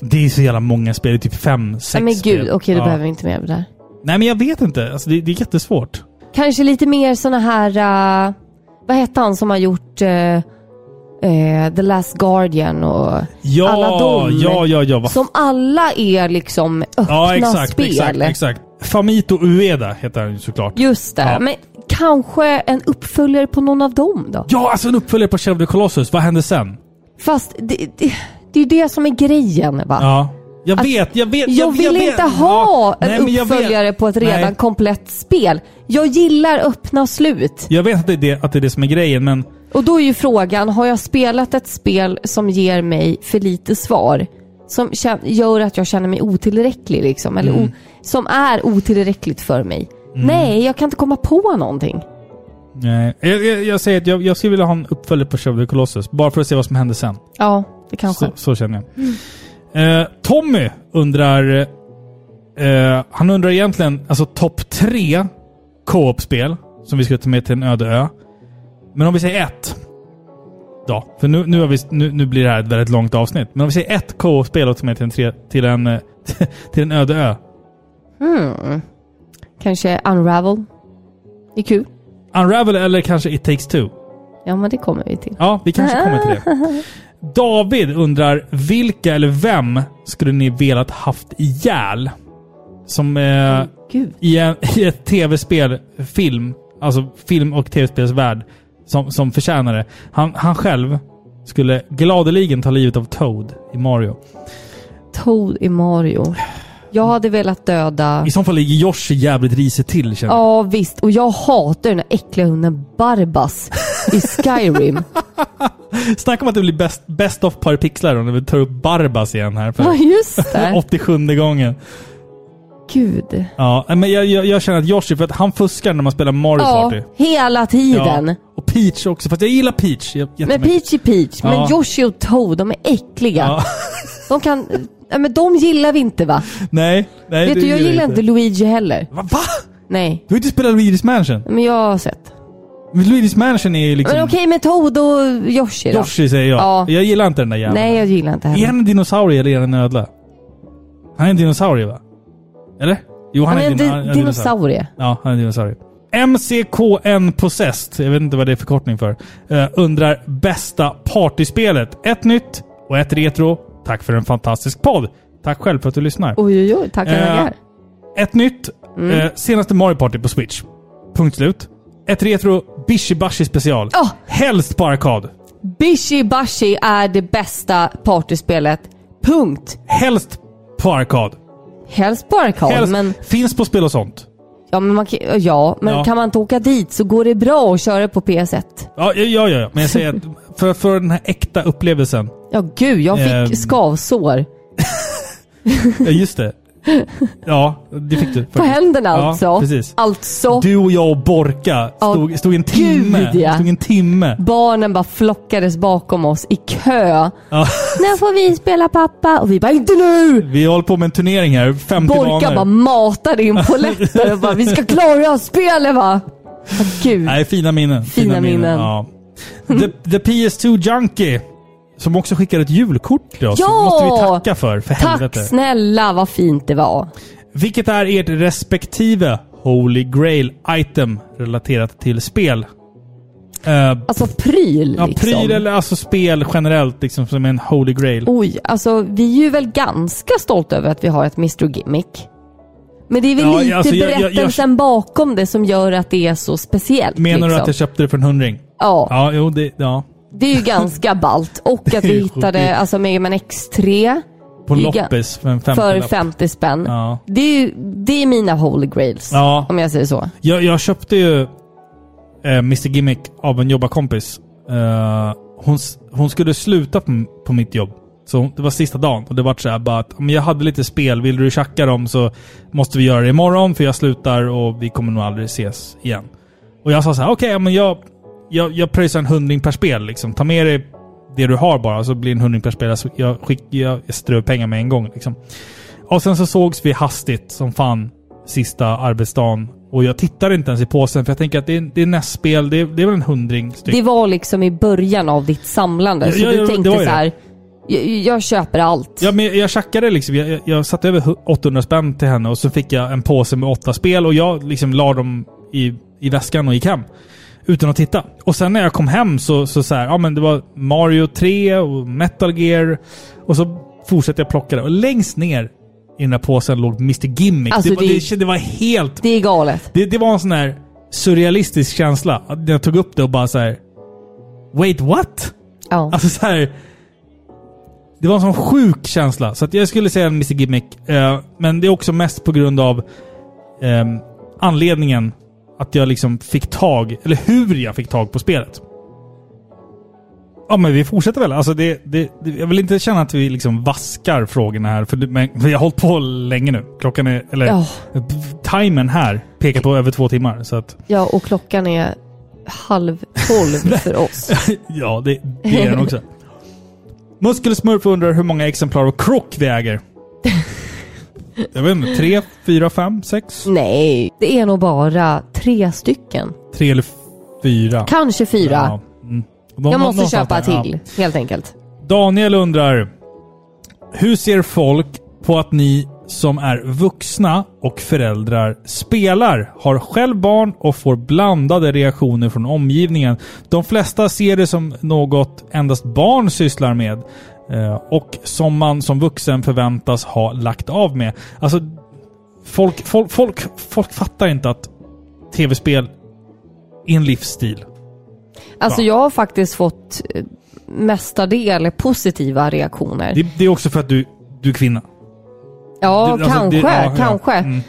[SPEAKER 2] Det är så jävla många spel. Det är typ fem, sex
[SPEAKER 1] Nej men
[SPEAKER 2] spel.
[SPEAKER 1] gud, okej då
[SPEAKER 2] Ja.
[SPEAKER 1] behöver vi inte mer av det där.
[SPEAKER 2] Nej, men jag vet inte. Alltså, det, det är jättesvårt.
[SPEAKER 1] Kanske lite mer såna här... eh, vad hette han som har gjort eh, eh, The Last Guardian och...
[SPEAKER 2] Ja,
[SPEAKER 1] Alla de
[SPEAKER 2] ja, ja, ja. Vad
[SPEAKER 1] Som alla är liksom öppna
[SPEAKER 2] Ja, exakt,
[SPEAKER 1] spel.
[SPEAKER 2] exakt, exakt. Famito Ueda heter han ju såklart.
[SPEAKER 1] Just det.
[SPEAKER 2] Ja.
[SPEAKER 1] Men kanske en uppföljare på någon av dem då?
[SPEAKER 2] Ja, alltså en uppföljare på Chevrolet Colossus. Vad hände sen?
[SPEAKER 1] Fast det, det, det är ju det som är grejen va?
[SPEAKER 2] Ja. Jag
[SPEAKER 1] Att-
[SPEAKER 2] vet, jag vet.
[SPEAKER 1] Jag vill
[SPEAKER 2] vet.
[SPEAKER 1] inte ha
[SPEAKER 2] Ja, nej,
[SPEAKER 1] en
[SPEAKER 2] men jag vet.
[SPEAKER 1] uppföljare på ett redan
[SPEAKER 2] Nej,
[SPEAKER 1] komplett spel. Jag gillar öppna slut.
[SPEAKER 2] jag vet att det, är det, att det är det som är grejen, men
[SPEAKER 1] Och då är ju frågan, har jag spelat ett spel som ger mig för lite svar? Som kä- gör att jag känner mig otillräcklig liksom.
[SPEAKER 2] Mm.
[SPEAKER 1] Eller o- som är otillräckligt för mig. Nej, jag kan inte komma på någonting.
[SPEAKER 2] nej. eh, Jag, jag, jag säger att jag, jag skulle vilja ha en uppföljare på Chevrolet Colossus. Bara för att se vad som hände sen.
[SPEAKER 1] Ja, det kanske.
[SPEAKER 2] Så, så känner jag. Eh, Tommy undrar... Eh, han undrar egentligen alltså topp tre co-op-spel som vi skulle ta med till en öde ö. Men om vi säger ett. Då, för nu, nu, har vi, nu, nu blir det här ett väldigt långt avsnitt. Men om vi säger ett co-op-spel och tar med till en, tre, till, en, [LAUGHS] eh, till en öde ö.
[SPEAKER 1] Kanske Unravel. Det är kul.
[SPEAKER 2] Unravel eller kanske It takes two.
[SPEAKER 1] Ja, men det kommer vi till.
[SPEAKER 2] Ja, vi kanske kommer till det. David undrar, vilka eller vem skulle ni velat haft ihjäl? Som eh,
[SPEAKER 1] Gud.
[SPEAKER 2] i, en, [LAUGHS] i ett tv-spel, film, alltså film och tv-spelsvärld, som, som förtjänar det. Han, han själv skulle gladeligen ta livet av Toad i Mario.
[SPEAKER 1] Toad i Mario. Jag hade velat döda...
[SPEAKER 2] I så fall ligger Yoshi jävligt risigt till känner jag.
[SPEAKER 1] Ja visst, och jag hatar den här äckliga hunden Barbas
[SPEAKER 2] [LAUGHS]
[SPEAKER 1] i Skyrim.
[SPEAKER 2] Snacka om att det blir best, best of par pixlar om vi tar upp Barbas igen här
[SPEAKER 1] Ja
[SPEAKER 2] för
[SPEAKER 1] just det.
[SPEAKER 2] 87 gången.
[SPEAKER 1] Gud.
[SPEAKER 2] Ja, men jag, jag, jag känner att Yoshi, för att han fuskar när man spelar Mario
[SPEAKER 1] Ja,
[SPEAKER 2] Party.
[SPEAKER 1] hela tiden.
[SPEAKER 2] Och Peach också, fast jag gillar Peach jä- jättemycket.
[SPEAKER 1] Men Peach är Peach, men
[SPEAKER 2] Ja.
[SPEAKER 1] Yoshi och Toad, de är äckliga.
[SPEAKER 2] Ja.
[SPEAKER 1] [LAUGHS] De kan... Nej men de gillar vi inte va?
[SPEAKER 2] Nej, nej.
[SPEAKER 1] Vet
[SPEAKER 2] det
[SPEAKER 1] du, jag gillar inte Luigi heller.
[SPEAKER 2] Va? Va?
[SPEAKER 1] Nej.
[SPEAKER 2] Du har inte spelat Luigi's Mansion?
[SPEAKER 1] Men jag har sett.
[SPEAKER 2] Men Luigi's Mansion är ju liksom...
[SPEAKER 1] Men okej med Toad och Yoshi då?
[SPEAKER 2] Yoshi säger jag.
[SPEAKER 1] Ja.
[SPEAKER 2] Jag gillar inte den där jäveln.
[SPEAKER 1] Nej, jag gillar inte
[SPEAKER 2] Är
[SPEAKER 1] heller.
[SPEAKER 2] han en dinosaurie eller är han en ödla? Han är en dinosaurie va? Eller? Jo, han,
[SPEAKER 1] Han är en
[SPEAKER 2] din- han
[SPEAKER 1] di- dinosaurie.
[SPEAKER 2] Ja, han är en dinosaurie. MCKN Possessed, jag vet inte vad det är förkortning för, eh, undrar bästa partyspelet. Ett nytt och ett retro. Tack för en fantastisk podd. Tack själv för att du lyssnar.
[SPEAKER 1] Oj, oj, oj. Tackar,
[SPEAKER 2] Eh,
[SPEAKER 1] tackar.
[SPEAKER 2] Ett nytt,
[SPEAKER 1] Mm.
[SPEAKER 2] eh, senaste Mario Party på Switch. Punkt slut. Ett retro Bishi Bashi special.
[SPEAKER 1] Åh!
[SPEAKER 2] Helst på arkad.
[SPEAKER 1] Bishi Bashi är det bästa partyspelet. Punkt.
[SPEAKER 2] Helst på arkad.
[SPEAKER 1] Helst bara Karl,
[SPEAKER 2] Helst.
[SPEAKER 1] men,
[SPEAKER 2] Finns på spel och sånt.
[SPEAKER 1] ja, men, man, kan- ja, men
[SPEAKER 2] Ja.
[SPEAKER 1] kan man inte åka dit så går det bra att köra på PS1.
[SPEAKER 2] Ja, ja, ja, ja. Men jag säger att för, för den här äkta upplevelsen.
[SPEAKER 1] Ja gud, jag
[SPEAKER 2] Ehm.
[SPEAKER 1] fick skavsår.
[SPEAKER 2] Ja, just det. Ja, det fick du.
[SPEAKER 1] På
[SPEAKER 2] faktiskt.
[SPEAKER 1] händerna
[SPEAKER 2] ja,
[SPEAKER 1] alltså.
[SPEAKER 2] Precis.
[SPEAKER 1] Alltså,
[SPEAKER 2] Du och jag och Borka
[SPEAKER 1] Ja,
[SPEAKER 2] stod, stod en timme.
[SPEAKER 1] gud, ja.
[SPEAKER 2] Stod en timme.
[SPEAKER 1] barnen bara flockades bakom oss i kö.
[SPEAKER 2] Ja,
[SPEAKER 1] När får vi spela pappa? Och vi bara, inte nu!
[SPEAKER 2] vi håller på med en turnering här. 50
[SPEAKER 1] Borka bara
[SPEAKER 2] banor.
[SPEAKER 1] matade in
[SPEAKER 2] [LAUGHS]
[SPEAKER 1] på lättare och bara, vi ska klara spelet va? Ja, gud.
[SPEAKER 2] Nej, fina minnen.
[SPEAKER 1] Fina minnen.
[SPEAKER 2] Ja. The, the PS2 Junkie, som också skickade ett julkort till oss.
[SPEAKER 1] Ja!
[SPEAKER 2] måste vi tacka för, för
[SPEAKER 1] Tack
[SPEAKER 2] helvete.
[SPEAKER 1] snälla vad fint det var.
[SPEAKER 2] Vilket är ert respektive Holy Grail item relaterat till spel? Eh,
[SPEAKER 1] Alltså pryl
[SPEAKER 2] ja,
[SPEAKER 1] liksom.
[SPEAKER 2] pryl eller alltså spel generellt liksom som en Holy Grail.
[SPEAKER 1] Oj, alltså vi är ju väl ganska stolta över att vi har ett Mr Gimmick. Men det är väl
[SPEAKER 2] Ja,
[SPEAKER 1] lite
[SPEAKER 2] alltså, jag- jag- jag-
[SPEAKER 1] berättelsen bakom det som gör att det är så speciellt.
[SPEAKER 2] Menar
[SPEAKER 1] liksom.
[SPEAKER 2] du att jag köpte det för en hundring?
[SPEAKER 1] Ja,
[SPEAKER 2] Ja, jo det... Ja.
[SPEAKER 1] det är ju ganska balt. Och att
[SPEAKER 2] [LAUGHS] Det är
[SPEAKER 1] vi
[SPEAKER 2] ju
[SPEAKER 1] hittade
[SPEAKER 2] sjukt.
[SPEAKER 1] alltså Mega Man X3
[SPEAKER 2] På
[SPEAKER 1] Giga-
[SPEAKER 2] loppis för en
[SPEAKER 1] för
[SPEAKER 2] femtiolapp.
[SPEAKER 1] 50 spänn.
[SPEAKER 2] Ja.
[SPEAKER 1] Det, är ju, det är mina holy grails,
[SPEAKER 2] Ja.
[SPEAKER 1] om jag säger så.
[SPEAKER 2] Jag, jag köpte ju eh, Mr Gimmick av en jobbarkompis. Eh, hon, s- hon skulle sluta på, på mitt jobb. Så hon, det var sista dagen och det var så här bara att men jag hade lite spel, vill du tjacka dem så måste vi göra det imorgon för jag slutar och vi kommer nog aldrig ses igen. Och jag sa så här, okej, ja, men jag, jag, jag pröjsar en hundring per spel liksom. Ta med dig det du har bara så blir det en hundring per spel. Jag, jag, skick, jag, jag strör pengar med en gång liksom. Och sen så sågs vi hastigt som fan sista arbetsdagen. Och jag tittar inte ens i påsen för jag tänker att det är, det är nästspel, det är, det är väl en hundring styck.
[SPEAKER 1] Det var liksom i början av ditt samlande,
[SPEAKER 2] Ja,
[SPEAKER 1] så
[SPEAKER 2] ja,
[SPEAKER 1] du
[SPEAKER 2] ja, det
[SPEAKER 1] tänkte
[SPEAKER 2] var
[SPEAKER 1] så
[SPEAKER 2] ju
[SPEAKER 1] här. Jag, jag köper allt.
[SPEAKER 2] Ja, men jag- jag tjackade liksom. Jag, jag, jag satte över hu- 800 spänn till henne och så fick jag en påse med åtta spel och jag liksom la dem i, i väskan och gick hem. Utan att titta. Och sen när jag kom hem så, så, så här, ja men det var Mario 3 och Metal Gear. Och så fortsatte jag plocka det. Och längst ner i den där påsen låg Mr Gimmick.
[SPEAKER 1] Alltså,
[SPEAKER 2] det, var-
[SPEAKER 1] det-
[SPEAKER 2] det, det var helt
[SPEAKER 1] Det är galet.
[SPEAKER 2] Det, det var en sån här surrealistisk känsla. Att Jag tog upp det och bara så här. Wait what?
[SPEAKER 1] Ja.
[SPEAKER 2] Alltså så här. Det var en sån sjuk känsla. Så att jag skulle säga en Mr Gimmick. Eh, men det är också mest på grund av ehm, anledningen att jag liksom fick tag, eller hur jag fick tag på spelet. Ja men vi fortsätter väl. Alltså det, det, det, jag vill inte känna att vi liksom vaskar frågorna här. För, det- men, vi har hållit på länge nu. Klockan är, eller
[SPEAKER 1] Ja.
[SPEAKER 2] timern här pekar på över två timmar. Så att
[SPEAKER 1] ja, och klockan är halv tolv för oss.
[SPEAKER 2] Ja, det, det är den också. [LAUGHS] Muskelsmurf undrar hur många exemplar av krock vi äger. [LAUGHS] Jag vet inte, tre, fyra, fem, sex?
[SPEAKER 1] Nej, det är nog bara tre stycken.
[SPEAKER 2] Tre eller fyra.
[SPEAKER 1] Kanske fyra.
[SPEAKER 2] Ja, mm. Nå-
[SPEAKER 1] Jag
[SPEAKER 2] nå-
[SPEAKER 1] måste
[SPEAKER 2] någonstans
[SPEAKER 1] köpa
[SPEAKER 2] där, ja.
[SPEAKER 1] till, helt enkelt.
[SPEAKER 2] Daniel undrar. Hur ser folk på att ni som är vuxna och föräldrar spelar, har själv barn och får blandade reaktioner från omgivningen? De flesta ser det som något endast barn sysslar med eh, och som man som vuxen förväntas ha lagt av med. Alltså, folk, folk, folk, folk fattar inte att tv-spel är en livsstil.
[SPEAKER 1] Alltså
[SPEAKER 2] Ja.
[SPEAKER 1] jag har faktiskt fått eh, mestadels positiva reaktioner.
[SPEAKER 2] Det, det är också för att du, du är kvinna.
[SPEAKER 1] Ja,
[SPEAKER 2] Det- alltså,
[SPEAKER 1] kanske.
[SPEAKER 2] det- ja, ja.
[SPEAKER 1] kanske.
[SPEAKER 2] Mm.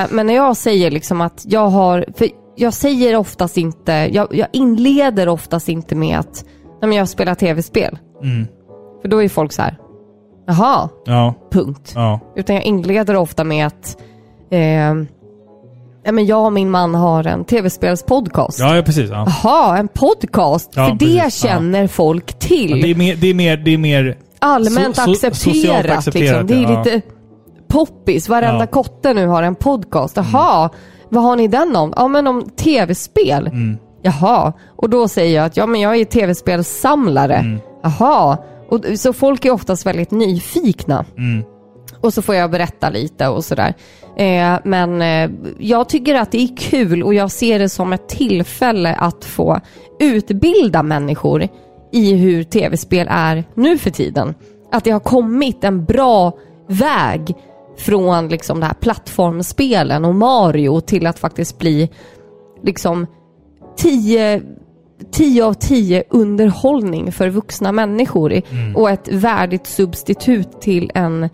[SPEAKER 1] Eh, men när jag säger liksom att jag har... För jag säger oftast inte... Jag, jag inleder oftast inte med att nej, men jag spelar tv-spel.
[SPEAKER 2] Mm.
[SPEAKER 1] För då är folk så här... Jaha,
[SPEAKER 2] Ja,
[SPEAKER 1] punkt.
[SPEAKER 2] ja.
[SPEAKER 1] Utan jag inleder ofta med att... Eh, nej, men jag och min man har en tv-spelspodcast.
[SPEAKER 2] Ja, ja precis. Ja.
[SPEAKER 1] Jaha, en podcast?
[SPEAKER 2] Ja,
[SPEAKER 1] för det
[SPEAKER 2] precis. Ja.
[SPEAKER 1] känner folk till.
[SPEAKER 2] Ja, Det, är mer, det är mer... Det är mer
[SPEAKER 1] allmänt
[SPEAKER 2] So- so- socialt
[SPEAKER 1] accepterat.
[SPEAKER 2] accepterat,
[SPEAKER 1] liksom. Det är
[SPEAKER 2] ja.
[SPEAKER 1] lite poppis. Varenda
[SPEAKER 2] Ja. Mm.
[SPEAKER 1] kotte nu har en podcast. Jaha, vad har ni den om? Ja, men om tv-spel.
[SPEAKER 2] Mm.
[SPEAKER 1] Jaha, och då säger jag att ja, men jag är tv-spelsamlare.
[SPEAKER 2] Mm.
[SPEAKER 1] Jaha, och, så folk är oftast väldigt nyfikna. Och så får jag berätta lite och sådär. Eh, men eh, jag tycker att det är kul och jag ser det som ett tillfälle att få utbilda människor i hur tv-spel är nu för tiden. Att det har kommit en bra väg från liksom det här plattformsspelen och Mario till att faktiskt bli liksom 10 10 av 10 underhållning för vuxna människor
[SPEAKER 2] Mm.
[SPEAKER 1] och ett värdigt substitut till en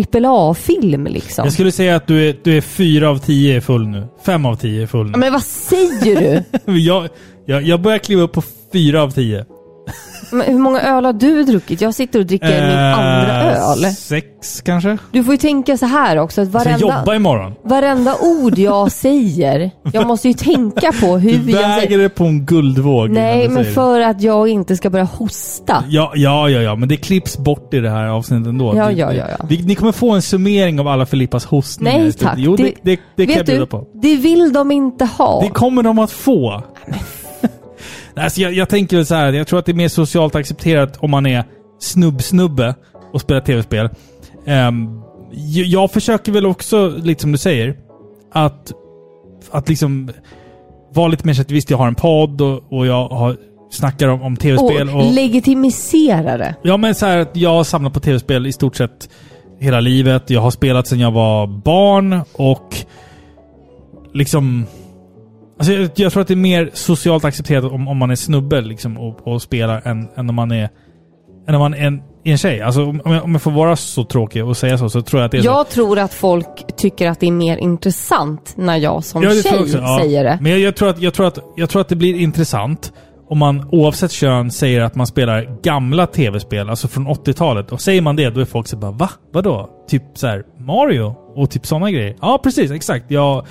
[SPEAKER 1] AAA-film liksom.
[SPEAKER 2] Jag skulle säga att du är, du är fyra av tio är full nu. Fem av tio är full nu.
[SPEAKER 1] Ja, Men vad säger
[SPEAKER 2] [LAUGHS]
[SPEAKER 1] du?
[SPEAKER 2] Jag, jag, jag börjar kliva upp på fyra av tio.
[SPEAKER 1] Men hur många öl har du druckit? Jag sitter och dricker min
[SPEAKER 2] Eh,
[SPEAKER 1] andra öl.
[SPEAKER 2] Sex kanske?
[SPEAKER 1] Du får ju tänka så här också, att
[SPEAKER 2] Jag ska jobba
[SPEAKER 1] varenda,
[SPEAKER 2] imorgon.
[SPEAKER 1] varenda ord
[SPEAKER 2] [LAUGHS]
[SPEAKER 1] jag säger, jag måste ju tänka på
[SPEAKER 2] Du
[SPEAKER 1] hur jag
[SPEAKER 2] väger
[SPEAKER 1] säger.
[SPEAKER 2] det på en guldvåg.
[SPEAKER 1] Nej,
[SPEAKER 2] innan du
[SPEAKER 1] men
[SPEAKER 2] säger
[SPEAKER 1] för att jag inte ska börja hosta.
[SPEAKER 2] det. Ja, ja, ja, ja, men det klipps bort i det här avsnittet ändå.
[SPEAKER 1] Ja,
[SPEAKER 2] Det-
[SPEAKER 1] ja,
[SPEAKER 2] det-
[SPEAKER 1] ja, ja.
[SPEAKER 2] Vi, ni kommer få en summering av alla Filippas hostningar.
[SPEAKER 1] Nej
[SPEAKER 2] i slutet.
[SPEAKER 1] tack.
[SPEAKER 2] Jo, det, det, det kan jag
[SPEAKER 1] vet
[SPEAKER 2] bjuda
[SPEAKER 1] du,
[SPEAKER 2] på.
[SPEAKER 1] det vill de inte ha.
[SPEAKER 2] Det kommer de att få. Nej, alltså jag, jag tänker väl så här, jag tror att det är mer socialt accepterat om man är snubb-snubbe och spelar tv-spel. Ehm, jag, jag försöker väl också, lite som du säger, att, att liksom vara lite mer så att visst, jag har en podd och, och jag har, snackar om, om tv-spel.
[SPEAKER 1] och legitimisera det.
[SPEAKER 2] Ja men så här att jag har samlat på tv-spel i stort sett hela livet. Jag har spelat sedan jag var barn och liksom... Alltså jag, jag tror att det är mer socialt accepterat om, om man är snubbe liksom, och, och spelar än, än om man är, än om man är en, är en tjej. Alltså om, om jag, om jag får vara så tråkig och säga så, så tror jag att det är så.
[SPEAKER 1] Jag tror att folk tycker att det är mer intressant när jag som
[SPEAKER 2] Ja, det tror
[SPEAKER 1] tjej
[SPEAKER 2] jag också. Ja.
[SPEAKER 1] säger det.
[SPEAKER 2] Men jag, jag, tror att, jag, tror att, jag tror att det blir intressant om man oavsett kön säger att man spelar gamla tv-spel, alltså från 80-talet. Och säger man det, då är folk så bara va? Vadå? Typ så här Mario och typ sådana grejer. Ja, precis. Exakt. Jag,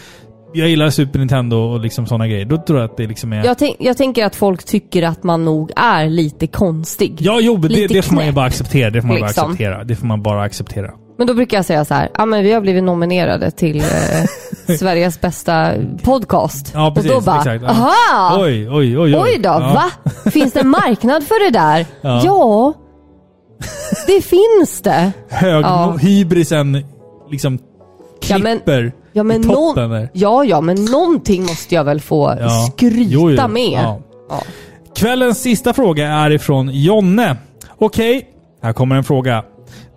[SPEAKER 2] jag gillar Super Nintendo och liksom sådana grejer. Då tror jag att det liksom är...
[SPEAKER 1] Jag, tänk, jag tänker att folk tycker att man nog är lite konstig.
[SPEAKER 2] ja, jo, men det,
[SPEAKER 1] lite
[SPEAKER 2] det får man ju
[SPEAKER 1] knäpp,
[SPEAKER 2] bara acceptera. Det får man bara
[SPEAKER 1] liksom.
[SPEAKER 2] acceptera. Det får man bara acceptera.
[SPEAKER 1] Men då brukar jag säga så här, ja men vi har blivit nominerade till eh,
[SPEAKER 2] [LAUGHS]
[SPEAKER 1] Sveriges bästa podcast.
[SPEAKER 2] Ja, precis.
[SPEAKER 1] och då bara,
[SPEAKER 2] exakt. Ja.
[SPEAKER 1] aha! Oj,
[SPEAKER 2] Oj, oj, oj.
[SPEAKER 1] då,
[SPEAKER 2] ja.
[SPEAKER 1] va? Finns det en marknad för det där?
[SPEAKER 2] Ja.
[SPEAKER 1] Ja,
[SPEAKER 2] [LAUGHS]
[SPEAKER 1] det finns det.
[SPEAKER 2] Hög,
[SPEAKER 1] Ja.
[SPEAKER 2] Hybrisen liksom
[SPEAKER 1] Ja, men-
[SPEAKER 2] klipper
[SPEAKER 1] Ja men,
[SPEAKER 2] i
[SPEAKER 1] någon,
[SPEAKER 2] toppen där.
[SPEAKER 1] ja, ja, men någonting måste jag väl få
[SPEAKER 2] Ja.
[SPEAKER 1] skryta
[SPEAKER 2] Jo, jo.
[SPEAKER 1] med.
[SPEAKER 2] Ja.
[SPEAKER 1] Ja.
[SPEAKER 2] Kvällens sista fråga är ifrån Jonne. Okej, här kommer en fråga.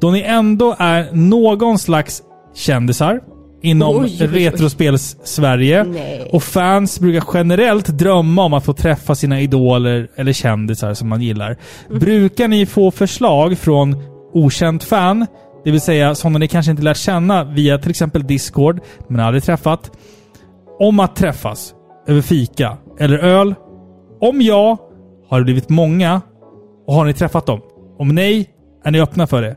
[SPEAKER 2] Då ni ändå är någon slags kändisar, inom
[SPEAKER 10] Oj, oj, oj.
[SPEAKER 2] Retrospels-Sverige.
[SPEAKER 10] Nej.
[SPEAKER 2] Och fans brukar generellt drömma om att få träffa sina idoler eller kändisar som man gillar.
[SPEAKER 1] Mm.
[SPEAKER 2] Brukar ni få förslag från okänt fan, det vill säga sådana ni kanske inte lärt känna via till exempel Discord, men aldrig träffat, om att träffas över fika eller öl? Om ja, har det blivit många? Och har ni träffat dem? Om nej, är ni öppna för det?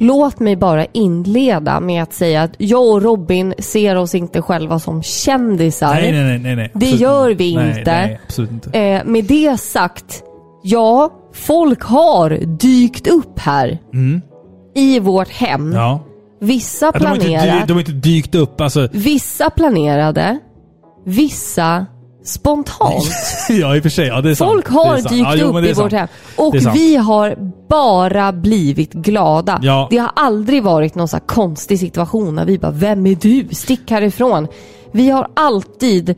[SPEAKER 1] Låt mig bara inleda med att säga att jag och Robin ser oss inte själva som kändisar.
[SPEAKER 2] Nej, nej, nej. nej, nej.
[SPEAKER 1] Det
[SPEAKER 2] Absolut
[SPEAKER 1] gör vi
[SPEAKER 2] Nej,
[SPEAKER 1] inte.
[SPEAKER 2] nej, absolut inte.
[SPEAKER 1] Eh, med det sagt, ja, folk har dykt upp här. I vårt hem.
[SPEAKER 2] Mm. Ja.
[SPEAKER 1] Vissa
[SPEAKER 2] Att de, har inte dy,
[SPEAKER 1] planerat,
[SPEAKER 2] de har inte dykt upp. Alltså,
[SPEAKER 1] vissa planerade, vissa spontant.
[SPEAKER 2] [LAUGHS] ja, i och för sig. Ja, det är sant.
[SPEAKER 1] Folk
[SPEAKER 2] Det
[SPEAKER 1] har
[SPEAKER 2] är sant.
[SPEAKER 1] dykt
[SPEAKER 2] Ja, jo, men
[SPEAKER 1] upp
[SPEAKER 2] det
[SPEAKER 1] i
[SPEAKER 2] är sant.
[SPEAKER 1] vårt hem.
[SPEAKER 2] Det är sant.
[SPEAKER 1] Och vi har bara blivit glada.
[SPEAKER 2] Ja.
[SPEAKER 1] Det har aldrig varit någon så här konstig situation när vi bara “Vem är du? Stick härifrån!” Vi har alltid, eh,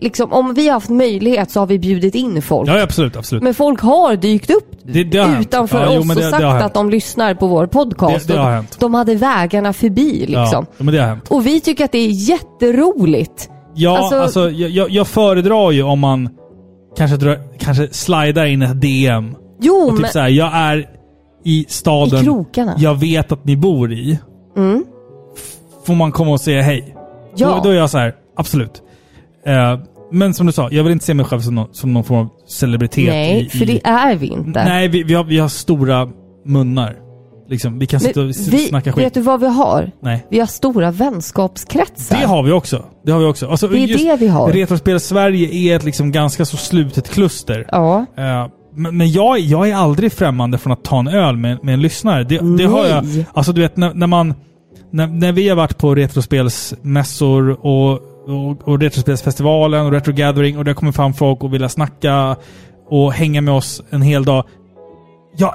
[SPEAKER 1] liksom, om vi har haft möjlighet så har vi bjudit in folk.
[SPEAKER 2] Ja, ja, absolut. absolut.
[SPEAKER 1] Men folk har dykt upp
[SPEAKER 2] Det- det har hänt.
[SPEAKER 1] utanför
[SPEAKER 2] Ja, jo,
[SPEAKER 1] oss
[SPEAKER 2] men
[SPEAKER 1] och
[SPEAKER 2] det- det
[SPEAKER 1] sagt
[SPEAKER 2] har hänt.
[SPEAKER 1] att de lyssnar på vår podcast.
[SPEAKER 2] Det- det har
[SPEAKER 1] Och
[SPEAKER 2] hänt.
[SPEAKER 1] de hade vägarna förbi liksom.
[SPEAKER 2] Ja, men det har hänt.
[SPEAKER 1] Och vi tycker att det är jätteroligt.
[SPEAKER 2] Ja, alltså,
[SPEAKER 1] Alltså-
[SPEAKER 2] jag, jag, jag föredrar ju om man kanske, drar, kanske slidar in ett DM.
[SPEAKER 1] Jo,
[SPEAKER 2] Och
[SPEAKER 1] men...
[SPEAKER 2] typ såhär, jag är i staden
[SPEAKER 1] I krokarna. Mm.
[SPEAKER 2] jag vet att ni bor i. F- Får man komma och säga hej?
[SPEAKER 1] Ja.
[SPEAKER 2] Då, då är jag så här, absolut. Eh, men som du sa, jag vill inte se mig själv som någon, som någon form av celebritet.
[SPEAKER 1] Nej,
[SPEAKER 2] i,
[SPEAKER 1] för
[SPEAKER 2] i,
[SPEAKER 1] det är vi inte.
[SPEAKER 2] Nej, vi, vi, har, vi har stora munnar. Liksom, vi kan
[SPEAKER 1] Men
[SPEAKER 2] sitta och s-
[SPEAKER 1] vi,
[SPEAKER 2] snacka
[SPEAKER 1] Vet
[SPEAKER 2] skit.
[SPEAKER 1] du vad vi har?
[SPEAKER 2] Nej.
[SPEAKER 1] Vi har stora vänskapskretsar.
[SPEAKER 2] Det har vi också. Det har vi också. Alltså,
[SPEAKER 1] Det är
[SPEAKER 2] just
[SPEAKER 1] det vi har.
[SPEAKER 2] Retrospel Sverige är ett liksom ganska så slutet kluster.
[SPEAKER 1] Ja.
[SPEAKER 2] Eh, men men jag, jag är aldrig främmande från att ta en öl med, med en lyssnare. Det, det
[SPEAKER 1] Nej.
[SPEAKER 2] har jag. Alltså du vet när, när man... När, när vi har varit på retrospelsmässor och, och, och retrospelsfestivalen och retro gathering och det kommer fram folk och vill snacka och hänga med oss en hel dag. Jag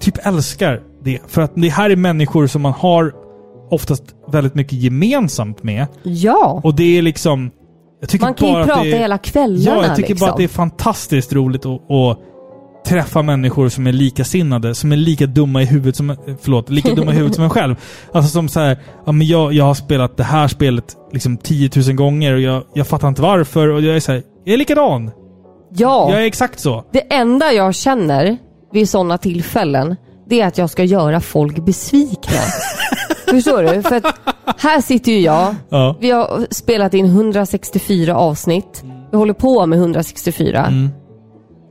[SPEAKER 2] typ älskar det. För att det här är människor som man har oftast väldigt mycket gemensamt med.
[SPEAKER 1] Ja.
[SPEAKER 2] Och det är liksom... Jag tycker
[SPEAKER 1] Man kan
[SPEAKER 2] bara
[SPEAKER 1] ju
[SPEAKER 2] att
[SPEAKER 1] prata
[SPEAKER 2] det är,
[SPEAKER 1] hela kvällarna.
[SPEAKER 2] Ja, jag tycker
[SPEAKER 1] liksom.
[SPEAKER 2] bara att det är fantastiskt roligt att, att träffa människor som är likasinnade, som är lika dumma i huvudet som, förlåt, lika dumma i huvudet som
[SPEAKER 1] [LAUGHS]
[SPEAKER 2] en själv. Alltså som så här, ja, men jag, jag har spelat det här spelet liksom 10 000 gånger och jag, jag fattar inte varför och jag är så här, jag är likadan.
[SPEAKER 1] ja.
[SPEAKER 2] Jag är exakt så.
[SPEAKER 1] Det enda jag känner vid sådana tillfällen, det är att jag ska göra folk besvikna. Förstår du? För att här sitter ju jag.
[SPEAKER 2] Ja.
[SPEAKER 1] Vi har spelat in 164 avsnitt. Vi håller på med 164.
[SPEAKER 2] Mm.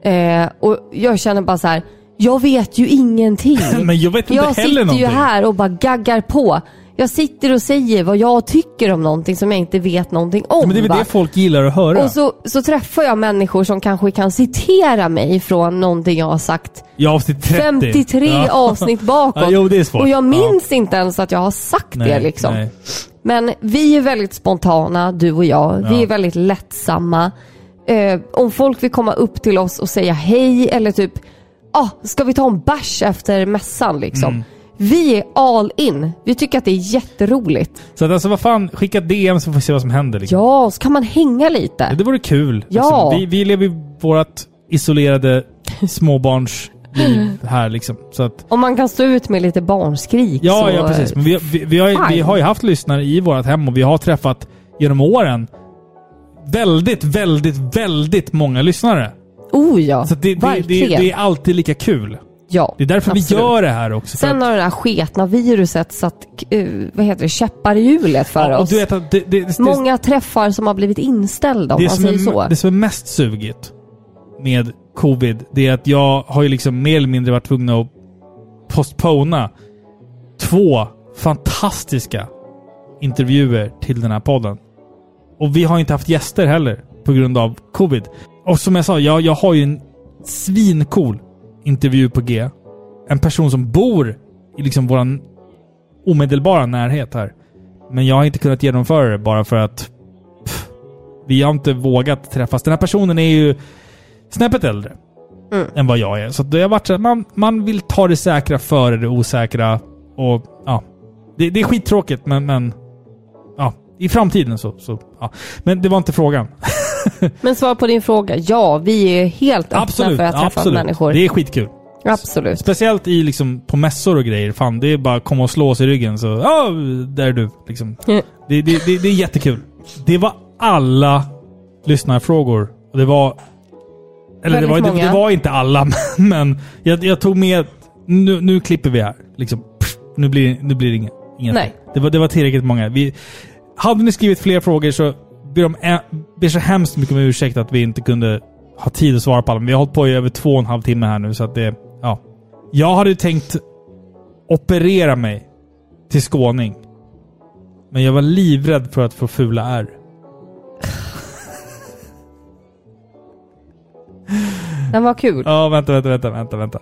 [SPEAKER 1] Eh, och jag känner bara så här. jag vet ju ingenting.
[SPEAKER 2] [LAUGHS] Men jag vet inte
[SPEAKER 1] jag
[SPEAKER 2] heller
[SPEAKER 1] sitter ju
[SPEAKER 2] någonting.
[SPEAKER 1] här och bara gaggar på. Jag sitter och säger vad jag tycker om någonting som jag inte vet någonting om.
[SPEAKER 2] Men det är väl
[SPEAKER 1] va?
[SPEAKER 2] det folk gillar att höra.
[SPEAKER 1] Och så, så träffar jag människor som kanske kan citera mig från någonting jag har sagt
[SPEAKER 2] I avsnitt 30.
[SPEAKER 1] 53
[SPEAKER 2] Ja. [LAUGHS]
[SPEAKER 1] avsnitt bakåt.
[SPEAKER 2] Ja, jo, det är svårt.
[SPEAKER 1] Och jag
[SPEAKER 2] Ja.
[SPEAKER 1] minns inte ens att jag har sagt det.
[SPEAKER 2] [LAUGHS] Nej,
[SPEAKER 1] Liksom.
[SPEAKER 2] nej.
[SPEAKER 1] Men vi är väldigt spontana, du och jag. Vi
[SPEAKER 2] Ja.
[SPEAKER 1] är väldigt lättsamma. Eh, om folk vill komma upp till oss och säga hej eller typ, ah, ska vi ta en bärs efter mässan? Liksom.
[SPEAKER 2] Mm.
[SPEAKER 1] Vi är all in. Vi tycker att det är jätteroligt.
[SPEAKER 2] Så att alltså vad fan, skicka DM så får vi se vad som händer. Liksom.
[SPEAKER 1] Ja, så kan man hänga lite.
[SPEAKER 2] Det vore kul.
[SPEAKER 1] Ja.
[SPEAKER 2] Liksom, vi, vi lever ju vårt
[SPEAKER 1] [LAUGHS]
[SPEAKER 2] isolerade småbarnsliv här liksom. Så att,
[SPEAKER 1] Om man kan stå ut med lite barnskrik
[SPEAKER 2] ja,
[SPEAKER 1] så... eh,
[SPEAKER 2] ja, precis. Men vi, vi, vi, har, ju- vi
[SPEAKER 1] fine.
[SPEAKER 2] har ju haft lyssnare i vårt hem och vi har träffat genom åren väldigt, väldigt, väldigt många lyssnare.
[SPEAKER 1] Oh ja,
[SPEAKER 2] Så att det, det, det,
[SPEAKER 1] verkligen.
[SPEAKER 2] det är alltid lika kul.
[SPEAKER 1] ja,
[SPEAKER 2] Det är därför vi
[SPEAKER 1] absolut.
[SPEAKER 2] gör det här också. för
[SPEAKER 1] Sen
[SPEAKER 2] att-
[SPEAKER 1] har det där sketna viruset satt eh, vad heter det, käppar i hjulet för
[SPEAKER 2] ja, och
[SPEAKER 1] oss.
[SPEAKER 2] du vet att det, det, det, det,
[SPEAKER 1] Många träffar som har blivit inställda om
[SPEAKER 2] det,
[SPEAKER 1] man
[SPEAKER 2] som
[SPEAKER 1] säger
[SPEAKER 2] är,
[SPEAKER 1] så.
[SPEAKER 2] det som är mest sugigt med covid, det är att jag har ju liksom mer eller mindre varit tvungen att postpona två fantastiska intervjuer till den här podden. Och vi har inte haft gäster heller på grund av covid. Och som jag sa, jag, jag har ju en svincool intervju på G. En person som bor i liksom våran omedelbara närhet här. Men jag har inte kunnat genomföra det bara för att vi har inte vågat träffas. Den här personen är ju snäppet äldre
[SPEAKER 1] Mm.
[SPEAKER 2] än vad jag är. Så det har varit så här, man, man vill ta det säkra före det osäkra. Och ja, det, det är skittråkigt men, men ja, i framtiden så, så ja. Men det var inte frågan.
[SPEAKER 1] Men svar på din fråga, ja vi är helt öppna
[SPEAKER 2] Absolut,
[SPEAKER 1] för att träffa
[SPEAKER 2] absolut.
[SPEAKER 1] människor.
[SPEAKER 2] Det är skitkul.
[SPEAKER 1] Absolut.
[SPEAKER 2] Speciellt i, liksom, på mässor och grejer. Fan, det är bara att komma och slå sig i ryggen så... Ja, där är du. Liksom.
[SPEAKER 1] Mm.
[SPEAKER 2] Det, det, det, det är jättekul. Det var alla lyssnarfrågor. Och det var... Eller det
[SPEAKER 1] Väldigt
[SPEAKER 2] var, det,
[SPEAKER 1] många.
[SPEAKER 2] det var inte alla, [LAUGHS] men jag, jag tog med... Nu, nu klipper vi här. Liksom, pff, nu blir, nu blir det inget. inget.
[SPEAKER 1] Nej.
[SPEAKER 2] Det, var, det var tillräckligt många. Vi, hade ni skrivit fler frågor så ber, om, ä- ber så hemskt mycket om ursäkt att vi inte kunde ha tid att svara på alla. Men vi har hållit på i över två och en halv timme här nu så att det... Ja. Jag hade ju tänkt operera mig till skåning. Men jag var livrädd för att få fula ärr.
[SPEAKER 1] Den var kul.
[SPEAKER 2] Ja, vänta, vänta, vänta, vänta, vänta.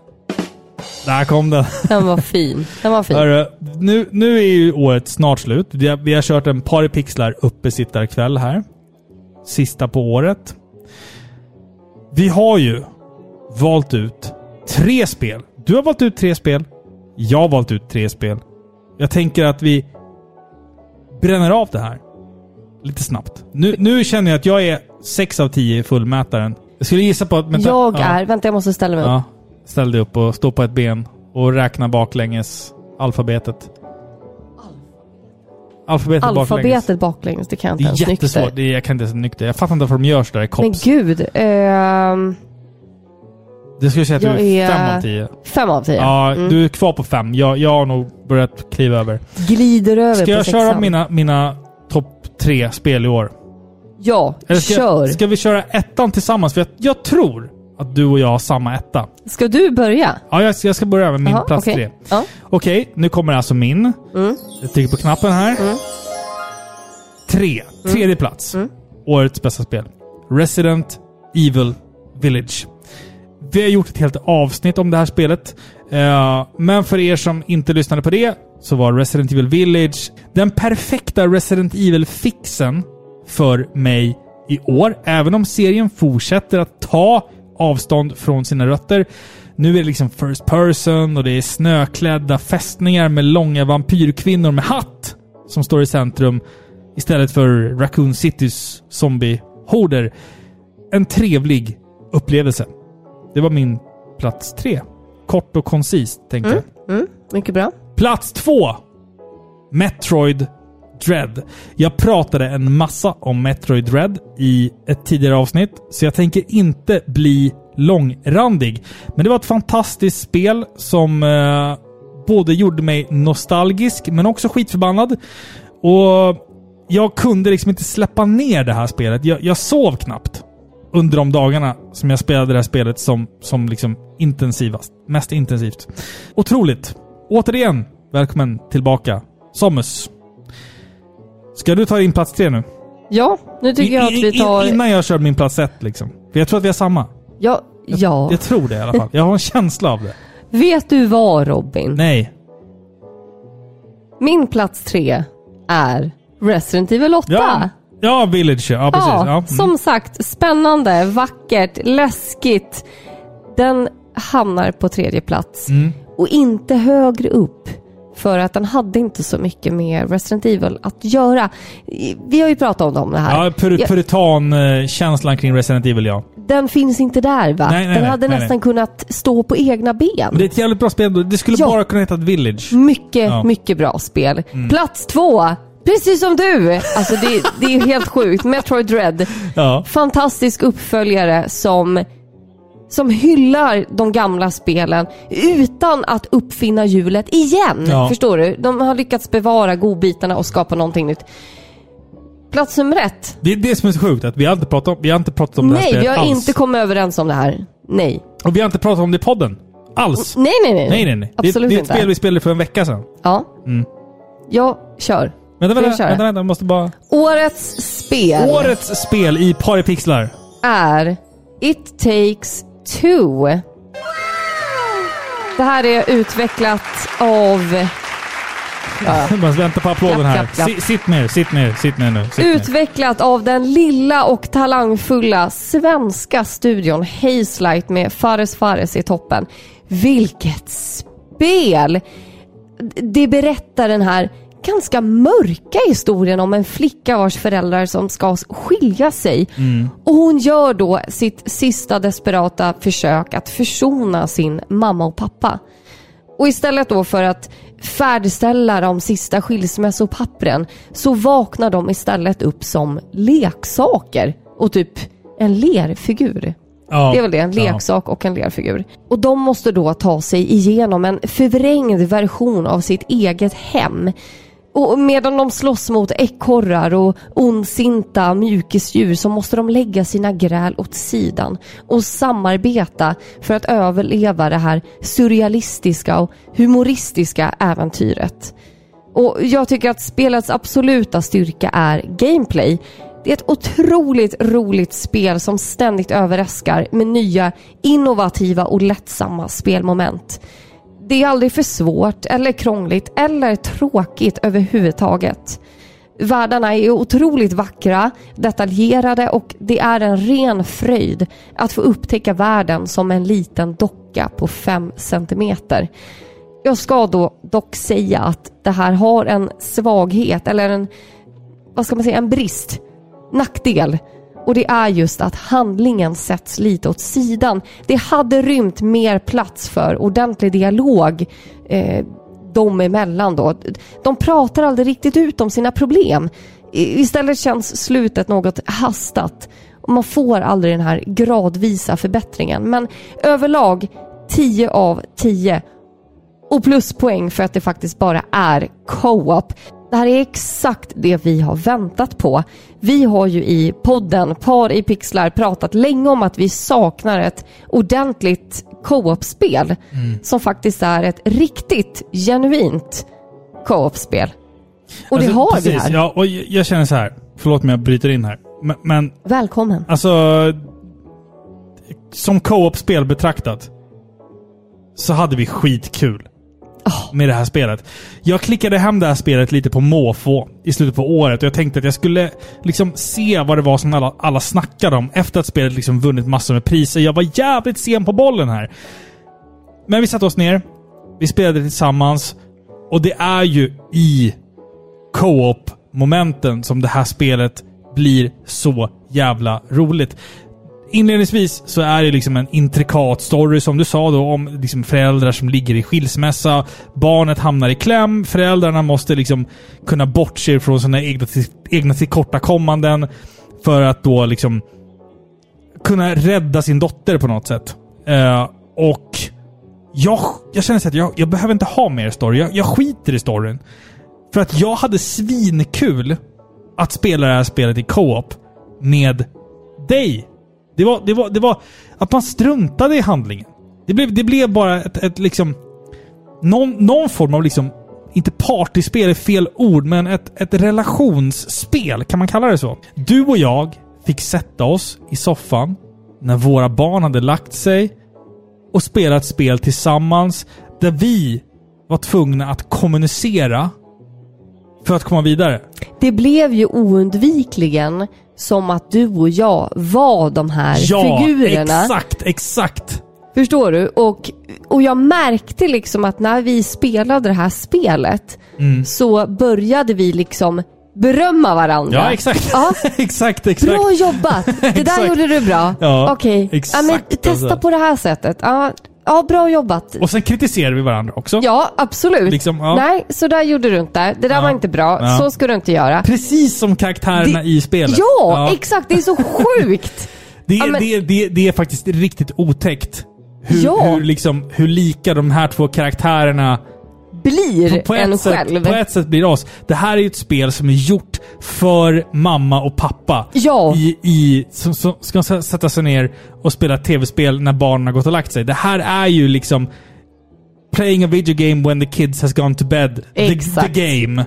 [SPEAKER 2] Där kom den.
[SPEAKER 1] Den var fin. Den var fin.
[SPEAKER 2] Hörru, nu, nu är ju året snart slut. Vi har, vi har kört en par pixlar uppesittarkväll här. Sista på året. Vi har ju valt ut tre spel. Du har valt ut tre spel. Jag har valt ut tre spel. Jag tänker att vi bränner av det här. Lite snabbt. Nu, nu känner jag att jag är 6 av 10 i fullmätaren. Jag skulle gissa på att... vänta.
[SPEAKER 1] Jag
[SPEAKER 2] Ja.
[SPEAKER 1] är... Vänta, jag måste ställa mig upp.
[SPEAKER 2] Ja. Ställ dig upp och stå på ett ben och räkna baklänges alfabetet. Alfabetet, baklänges.
[SPEAKER 1] Alfabetet baklänges, det kan jag
[SPEAKER 2] Det
[SPEAKER 1] inte ens
[SPEAKER 2] är
[SPEAKER 1] nykter.
[SPEAKER 2] jättesvårt. Det är, jag kan inte ens nykter. Jag fattar inte varför de gör sådär i
[SPEAKER 1] Men
[SPEAKER 2] kops.
[SPEAKER 1] gud. ehm,
[SPEAKER 2] Det skulle jag säga att
[SPEAKER 1] jag
[SPEAKER 2] du är
[SPEAKER 1] är-
[SPEAKER 2] fem av tio.
[SPEAKER 1] fem av tio.
[SPEAKER 2] Ja,
[SPEAKER 1] Mm.
[SPEAKER 2] du är kvar på fem. Jag, jag har nog börjat kliva över.
[SPEAKER 1] Glider över
[SPEAKER 2] Ska
[SPEAKER 1] på
[SPEAKER 2] jag köra
[SPEAKER 1] sexan.
[SPEAKER 2] mina, mina topp tre spel i år?
[SPEAKER 1] Ja,
[SPEAKER 2] Eller ska,
[SPEAKER 1] kör. Ska...
[SPEAKER 2] ska vi köra ettan tillsammans? För jag, jag tror att du och jag har samma etta.
[SPEAKER 1] du börja?
[SPEAKER 2] Ja, jag, ska- jag ska börja med min
[SPEAKER 1] Jaha,
[SPEAKER 2] plats
[SPEAKER 1] okej.
[SPEAKER 2] tre.
[SPEAKER 1] Ja.
[SPEAKER 2] Okej, nu kommer alltså min. Jag trycker på knappen här. Tre. Tredje plats. Årets bästa spel. Resident Evil Village. Vi har gjort ett helt avsnitt om det här spelet. Eh, men för er som inte lyssnade på det så var Resident Evil Village den perfekta Resident Evil-fixen för mig i år. Även om serien fortsätter att ta avstånd från sina rötter. Nu är det liksom first person och det är snöklädda fästningar med långa vampyrkvinnor med hatt som står i centrum istället för Raccoon Citys zombie-horder. En trevlig upplevelse. Det var min plats tre. Kort och koncist, tänkte jag.
[SPEAKER 1] Mycket bra.
[SPEAKER 2] Plats två! Metroid Dread. Jag pratade en massa om Metroid Dread i ett tidigare avsnitt, så jag tänker inte bli långrandig. Men det var ett fantastiskt spel som eh, både gjorde mig nostalgisk, men också skitförbannad. Och jag kunde liksom inte släppa ner det här spelet. Jag, jag sov knappt under de dagarna som jag spelade det här spelet som, som liksom intensivast. Mest intensivt. Otroligt! Återigen, välkommen tillbaka. Samus. Ska du ta in plats tre nu?
[SPEAKER 1] Ja, nu tycker jag att
[SPEAKER 2] I-
[SPEAKER 1] vi
[SPEAKER 2] i-
[SPEAKER 1] tar...
[SPEAKER 2] Innan jag kör min plats ett liksom. För jag tror att vi har samma.
[SPEAKER 1] Ja, ja.
[SPEAKER 2] Jag tror det i alla fall. Jag har en känsla av det.
[SPEAKER 1] Vet du vad Robin?
[SPEAKER 2] Nej.
[SPEAKER 1] Min plats tre är Resident Evil 8.
[SPEAKER 2] Ja, ja Village. Ja, precis.
[SPEAKER 1] Ja,
[SPEAKER 2] Ja, mm.
[SPEAKER 1] som sagt, spännande, vackert, läskigt. Den hamnar på tredje plats
[SPEAKER 2] Mm.
[SPEAKER 1] och inte högre upp för att den hade inte så mycket med Resident Evil att göra. Vi har ju pratat om det om det här.
[SPEAKER 2] ja pur,
[SPEAKER 1] Ja,
[SPEAKER 2] puritan-känslan kring Resident Evil, ja.
[SPEAKER 1] Den finns inte där va?
[SPEAKER 2] Nej, nej,
[SPEAKER 1] den
[SPEAKER 2] nej,
[SPEAKER 1] hade
[SPEAKER 2] nej,
[SPEAKER 1] nästan kunnat stå på egna ben.
[SPEAKER 2] Men det är ett jävligt bra spel. ändå. Det skulle
[SPEAKER 1] Ja. Mm.
[SPEAKER 2] bara kunna heta Village.
[SPEAKER 1] Mycket,
[SPEAKER 2] Ja. Mm.
[SPEAKER 1] mycket bra spel. Plats två, precis som du. Alltså det, det är helt sjukt. Metroid Dread.
[SPEAKER 2] Ja.
[SPEAKER 1] Fantastisk uppföljare som, som hyllar de gamla spelen utan att uppfinna hjulet igen.
[SPEAKER 2] Ja.
[SPEAKER 1] Förstår du? De har lyckats bevara godbitarna och skapa någonting nytt. Plats nummer ett.
[SPEAKER 2] Det är det som är så sjukt, att vi har inte pratat om, vi har inte pratat om det här
[SPEAKER 1] Nej,
[SPEAKER 2] spelet
[SPEAKER 1] vi har
[SPEAKER 2] alls.
[SPEAKER 1] inte kommit överens om det här. Nej.
[SPEAKER 2] Och vi har inte pratat om det i podden. Alls.
[SPEAKER 1] Nej, nej, nej.
[SPEAKER 2] Nej, nej, nej. Det,
[SPEAKER 1] Mm. Absolut
[SPEAKER 2] det är ett
[SPEAKER 1] inte.
[SPEAKER 2] spel vi Mm. spelade för en vecka sedan.
[SPEAKER 1] Ja. Jag kör.
[SPEAKER 2] Vänta,
[SPEAKER 1] Ska
[SPEAKER 2] vänta,
[SPEAKER 1] jag köra?
[SPEAKER 2] vänta, vänta, jag måste bara...
[SPEAKER 1] Årets spel.
[SPEAKER 2] Årets spel i Paripixlar.
[SPEAKER 1] är It takes two. Det här är utvecklat av...
[SPEAKER 2] Jag [LAUGHS] bara vänta på applåden
[SPEAKER 1] Klapp,
[SPEAKER 2] här.
[SPEAKER 1] klapp, klapp.
[SPEAKER 2] Si- Sitt ner, sitt ner, sitt ner nu. Sitt ner.
[SPEAKER 1] Utvecklat av den lilla och talangfulla svenska studion Hazelight med Fares Fares i toppen. Vilket spel! D- Det berättar den här ganska mörka historien om en flicka vars föräldrar som ska skilja sig. Och hon gör då sitt sista desperata försök att försona sin mamma och pappa. Och istället då för att färdigställa de sista skilsmässopappren så vaknar de istället upp som leksaker och typ en lerfigur.
[SPEAKER 2] Ja. Alltså,
[SPEAKER 1] Det är väl det, en leksak och en lerfigur. Och de måste då ta sig igenom en förvrängd version av sitt eget hem. Och medan de slåss mot ekorrar och ondsinta mjukisdjur så måste de lägga sina gräl åt sidan och samarbeta för att överleva det här surrealistiska och humoristiska äventyret. Och jag tycker att spelets absoluta styrka är gameplay. Det är ett otroligt roligt spel som ständigt överraskar med nya innovativa och lättsamma spelmoment. Det är aldrig för svårt eller krångligt eller tråkigt överhuvudtaget. Världarna är otroligt vackra, detaljerade och det är en ren fröjd att få upptäcka världen som en liten docka på 5 centimeter. Jag ska då dock säga att det här har en svaghet eller en, vad ska man säga, en brist, nackdel. Och det är just att handlingen sätts lite åt sidan. Det hade rymt mer plats för ordentlig dialog eh, dem emellan då. De pratar aldrig riktigt ut om sina problem. I- Istället känns slutet något hastat. Och Man får aldrig den här gradvisa förbättringen. Men överlag 10 av 10 och pluspoäng för att det faktiskt bara är co-op. Det här är exakt det vi har väntat på. Vi har ju i podden Par i pixlar pratat länge om att vi saknar ett ordentligt co-op-spel
[SPEAKER 2] Mm.
[SPEAKER 1] som faktiskt är ett riktigt genuint co-op-spel. Och det
[SPEAKER 2] Alltså,
[SPEAKER 1] har vi
[SPEAKER 2] precis.
[SPEAKER 1] här.
[SPEAKER 2] Ja, och jag, jag känner så här. Förlåt om jag bryter in här. Men, men
[SPEAKER 1] Välkommen.
[SPEAKER 2] alltså... Som co-op-spel betraktat så hade vi skitkul med det här spelet. Jag klickade hem det här spelet lite på måfå i slutet på året och jag tänkte att jag skulle liksom se vad det var som alla, alla snackade om efter att spelet liksom vunnit massor med priser. Jag var jävligt sen på bollen här. Men vi satte oss ner, vi spelade tillsammans och det är ju i co-op-momenten som det här spelet blir så jävla roligt. Inledningsvis så är det liksom en intrikat story som du sa då om liksom föräldrar som ligger i skilsmässa. Barnet hamnar i kläm. Föräldrarna måste liksom kunna bortse från sina egna, till- egna tillkortakommanden för att då liksom kunna rädda sin dotter på något sätt. Eh, och jag, jag känner så att jag, jag behöver inte ha mer story. Jag, jag skiter i storyn. För att jag hade svinkul att spela det här spelet i co-op med dig. Det var, det var, det var att man struntade i handlingen. Det blev, det blev bara ett, ett liksom... Någon, någon form av liksom... Inte partyspel är fel ord, men ett, ett relationsspel. Kan man kalla det så? Du och jag fick sätta oss i soffan när våra barn hade lagt sig och spela ett spel tillsammans där vi var tvungna att kommunicera för att komma vidare.
[SPEAKER 1] Det blev ju oundvikligen som att du och jag var de här
[SPEAKER 2] Ja,
[SPEAKER 1] figurerna.
[SPEAKER 2] exakt, exakt. [LAUGHS]
[SPEAKER 1] Förstår du? Och, och jag märkte liksom att när vi spelade det här spelet
[SPEAKER 2] Mm.
[SPEAKER 1] så började vi liksom berömma varandra.
[SPEAKER 2] Ja, exakt. [LAUGHS]
[SPEAKER 1] Ja.
[SPEAKER 2] exakt, exakt.
[SPEAKER 1] Bra jobbat! Det där
[SPEAKER 2] Exakt.
[SPEAKER 1] gjorde du bra.
[SPEAKER 2] Ja,
[SPEAKER 1] Okej, ja, men
[SPEAKER 2] exakt,
[SPEAKER 1] testa
[SPEAKER 2] alltså.
[SPEAKER 1] på det här sättet. Ja, ja bra jobbat.
[SPEAKER 2] Och sen kritiserade vi varandra också.
[SPEAKER 1] Ja, absolut.
[SPEAKER 2] Liksom, ja.
[SPEAKER 1] Nej, så där gjorde du inte. Det där var inte bra.
[SPEAKER 2] Ja.
[SPEAKER 1] Så ska du inte göra.
[SPEAKER 2] Precis som karaktärerna
[SPEAKER 1] Det-
[SPEAKER 2] i spelet.
[SPEAKER 1] Ja, exakt. Det är så
[SPEAKER 2] [LAUGHS]
[SPEAKER 1] sjukt.
[SPEAKER 2] Det,
[SPEAKER 1] Ja, men-
[SPEAKER 2] det, det, det är faktiskt riktigt otäckt. Hur,
[SPEAKER 1] Ja.
[SPEAKER 2] hur, liksom, hur lika de här två karaktärerna
[SPEAKER 1] Blir
[SPEAKER 2] på
[SPEAKER 1] en
[SPEAKER 2] ett,
[SPEAKER 1] själv.
[SPEAKER 2] sätt, på ett sätt blir det oss. Det här är ju ett spel som är gjort för mamma och pappa.
[SPEAKER 1] Ja.
[SPEAKER 2] I, i, som, som ska s- sätta sig ner och spela tv-spel när barnen har gått och lagt sig. Det här är ju liksom playing a video game when the kids has gone to bed. The,
[SPEAKER 1] Exakt.
[SPEAKER 2] the game.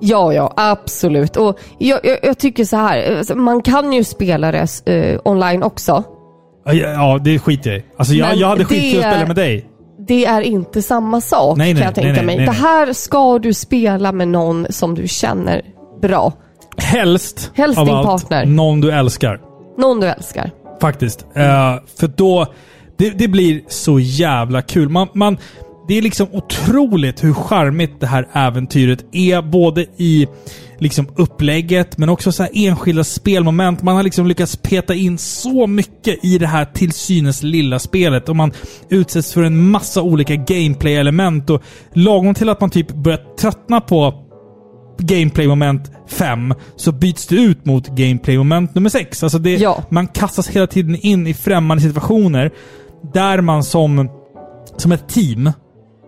[SPEAKER 1] Ja, ja, absolut. Och jag, jag, jag tycker så här, alltså, man kan ju spela det eh, online också.
[SPEAKER 2] Ja, Ja, det skiter jag i. Alltså jag,
[SPEAKER 1] Men
[SPEAKER 2] jag hade
[SPEAKER 1] det-
[SPEAKER 2] skitkul att spela med dig.
[SPEAKER 1] Det är inte samma sak
[SPEAKER 2] Nej, nej,
[SPEAKER 1] kan jag tänka
[SPEAKER 2] nej, nej,
[SPEAKER 1] mig.
[SPEAKER 2] nej,
[SPEAKER 1] det
[SPEAKER 2] nej.
[SPEAKER 1] här ska du spela med någon som du känner bra.
[SPEAKER 2] Helst,
[SPEAKER 1] Helst
[SPEAKER 2] av
[SPEAKER 1] din
[SPEAKER 2] allt,
[SPEAKER 1] partner.
[SPEAKER 2] någon du älskar.
[SPEAKER 1] Någon du älskar.
[SPEAKER 2] Faktiskt. Eh, för då... Det, det blir så jävla kul. Man, man, det är liksom otroligt hur charmigt det här äventyret är. Både i liksom upplägget, men också så här enskilda spelmoment. Man har liksom lyckats peta in så mycket i det här till synes lilla spelet. Och man utsätts för en massa olika gameplay-element. Och lagom till att man typ börjar tröttna på gameplay moment 5 så byts det ut mot gameplay moment nummer 6. Alltså det,
[SPEAKER 1] Ja.
[SPEAKER 2] man kastas hela tiden in i främmande situationer där man som, som ett team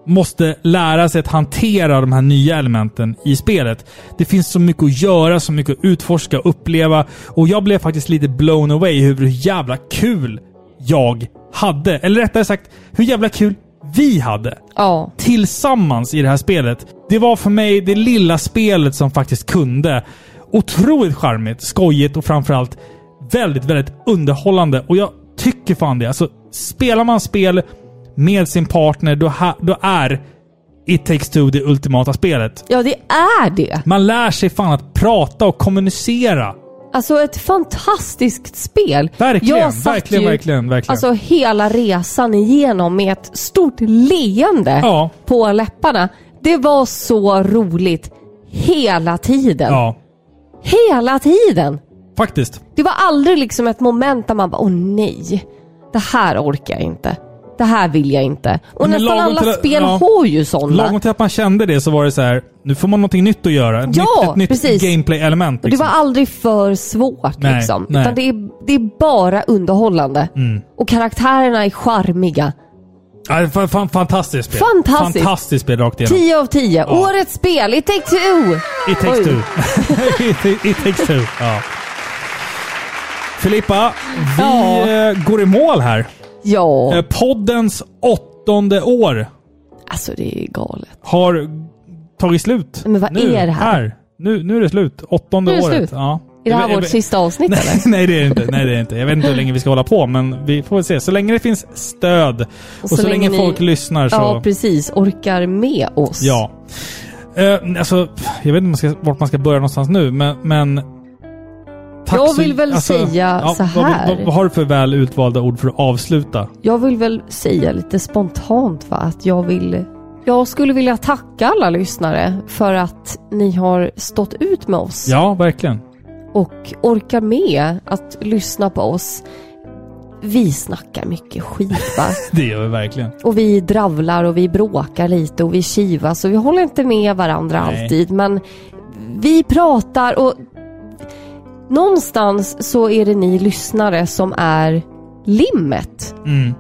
[SPEAKER 2] måste lära sig att hantera de här nya elementen i spelet. Det finns så mycket att göra, så mycket att utforska och uppleva och jag blev faktiskt lite blown away hur jävla kul jag hade. Eller rättare sagt, hur jävla kul vi hade
[SPEAKER 1] Ja.
[SPEAKER 2] tillsammans i det här spelet. Det var för mig det lilla spelet som faktiskt kunde. Otroligt charmigt, skojigt och framförallt väldigt, väldigt underhållande. Och jag tycker fan det. Alltså, spelar man spel med sin partner, då, ha, då är It takes two det ultimata spelet.
[SPEAKER 1] ja, det är det.
[SPEAKER 2] Man lär sig fan att prata och kommunicera.
[SPEAKER 1] Alltså ett fantastiskt spel.
[SPEAKER 2] Verkligen,
[SPEAKER 1] Jag satt
[SPEAKER 2] verkligen,
[SPEAKER 1] ju,
[SPEAKER 2] verkligen, verkligen.
[SPEAKER 1] Alltså hela resan igenom med ett stort leende
[SPEAKER 2] Ja.
[SPEAKER 1] på läpparna. Det var så roligt. Hela tiden.
[SPEAKER 2] Ja,
[SPEAKER 1] Hela tiden.
[SPEAKER 2] faktiskt.
[SPEAKER 1] Det var aldrig liksom ett moment där man bara åh nej, det här orkar jag inte. Det här vill jag inte. Och
[SPEAKER 2] Men
[SPEAKER 1] nästan
[SPEAKER 2] lagom
[SPEAKER 1] alla
[SPEAKER 2] till att-
[SPEAKER 1] spel
[SPEAKER 2] ja.
[SPEAKER 1] har ju sådana.
[SPEAKER 2] Lagom till att man kände det så var det så här. nu får man någonting nytt att göra. Ett
[SPEAKER 1] Ja,
[SPEAKER 2] nytt, ett nytt
[SPEAKER 1] precis.
[SPEAKER 2] gameplay-element.
[SPEAKER 1] Och det
[SPEAKER 2] liksom.
[SPEAKER 1] var aldrig för svårt
[SPEAKER 2] Nej,
[SPEAKER 1] liksom.
[SPEAKER 2] nej. Mm.
[SPEAKER 1] Utan det är, det är bara underhållande. Och karaktärerna är charmiga.
[SPEAKER 2] Ja, det var fan, fantastiskt spel.
[SPEAKER 1] Fantastiskt.
[SPEAKER 2] Fantastiskt spel rakt igenom.
[SPEAKER 1] 10 av 10.
[SPEAKER 2] Ja.
[SPEAKER 1] Årets spel i Take Two!
[SPEAKER 2] It takes
[SPEAKER 1] Oj.
[SPEAKER 2] two. [LAUGHS] it, ta- it takes two. Ja. Filippa, vi
[SPEAKER 1] Ja.
[SPEAKER 2] eh, går i mål här.
[SPEAKER 1] Ja,
[SPEAKER 2] Eh, Poddens åttonde år
[SPEAKER 1] alltså det är galet.
[SPEAKER 2] har tagit slut.
[SPEAKER 1] Men vad
[SPEAKER 2] nu,
[SPEAKER 1] är det här?
[SPEAKER 2] Nu, nu är det slut. Åttonde
[SPEAKER 1] Nu är det
[SPEAKER 2] året.
[SPEAKER 1] slut.
[SPEAKER 2] Ja.
[SPEAKER 1] Är det
[SPEAKER 2] Jag
[SPEAKER 1] här
[SPEAKER 2] vet- jag
[SPEAKER 1] vårt
[SPEAKER 2] vet- [LAUGHS]
[SPEAKER 1] sista avsnitt eller?
[SPEAKER 2] Nej, nej, det är det inte. Nej, det är det inte. Jag vet inte hur länge vi ska hålla på, men vi får väl se. Så länge det finns stöd och, så, länge,
[SPEAKER 1] ni-
[SPEAKER 2] folk lyssnar så...
[SPEAKER 1] Ja, precis. Orkar med oss.
[SPEAKER 2] Ja. Eh, alltså, jag vet inte om man ska, vart man ska börja någonstans nu, men... men
[SPEAKER 1] Jag
[SPEAKER 2] tack så- alltså,
[SPEAKER 1] vill väl säga så
[SPEAKER 2] vad vill-
[SPEAKER 1] här.
[SPEAKER 2] Vad, vad har du för väl utvalda ord för att avsluta?
[SPEAKER 1] Jag vill väl säga lite spontant va, att jag vill... Jag skulle vilja tacka alla lyssnare för att ni har stått ut med oss
[SPEAKER 2] Ja, verkligen.
[SPEAKER 1] och orkar med att lyssna på oss. Vi snackar mycket skit
[SPEAKER 2] [LAUGHS]
[SPEAKER 1] va.
[SPEAKER 2] Det gör vi verkligen.
[SPEAKER 1] Och vi dravlar och vi bråkar lite och vi kivas och vi håller inte med varandra
[SPEAKER 2] Nej.
[SPEAKER 1] alltid. Men vi pratar och någonstans så är det ni lyssnare som är limmet.
[SPEAKER 2] Mm.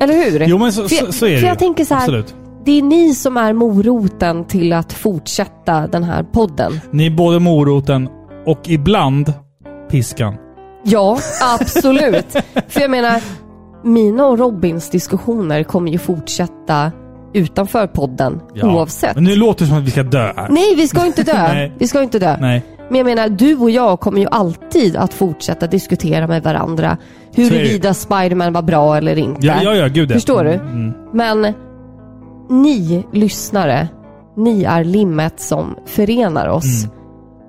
[SPEAKER 1] Eller hur?
[SPEAKER 2] Jo, men så,
[SPEAKER 1] För jag-
[SPEAKER 2] så, så är det
[SPEAKER 1] för
[SPEAKER 2] ju.
[SPEAKER 1] jag tänker så här-
[SPEAKER 2] Absolut.
[SPEAKER 1] Det är ni som är moroten till att fortsätta den här podden.
[SPEAKER 2] Ni är både moroten och ibland piskan.
[SPEAKER 1] Ja, absolut. För jag menar, mina och Robins diskussioner kommer ju fortsätta utanför podden
[SPEAKER 2] Ja.
[SPEAKER 1] oavsett.
[SPEAKER 2] Men nu låter det som att vi ska dö här.
[SPEAKER 1] Nej, vi ska inte dö.
[SPEAKER 2] [LAUGHS] Nej.
[SPEAKER 1] vi ska inte dö.
[SPEAKER 2] Nej.
[SPEAKER 1] Men jag menar, du och jag kommer ju alltid att fortsätta diskutera med varandra huruvida Spiderman var bra eller inte.
[SPEAKER 2] Ja, ja, ja, gud ja.
[SPEAKER 1] Förstår du?
[SPEAKER 2] Mm.
[SPEAKER 1] Men ni lyssnare, ni är limmet som förenar oss.
[SPEAKER 2] Mm.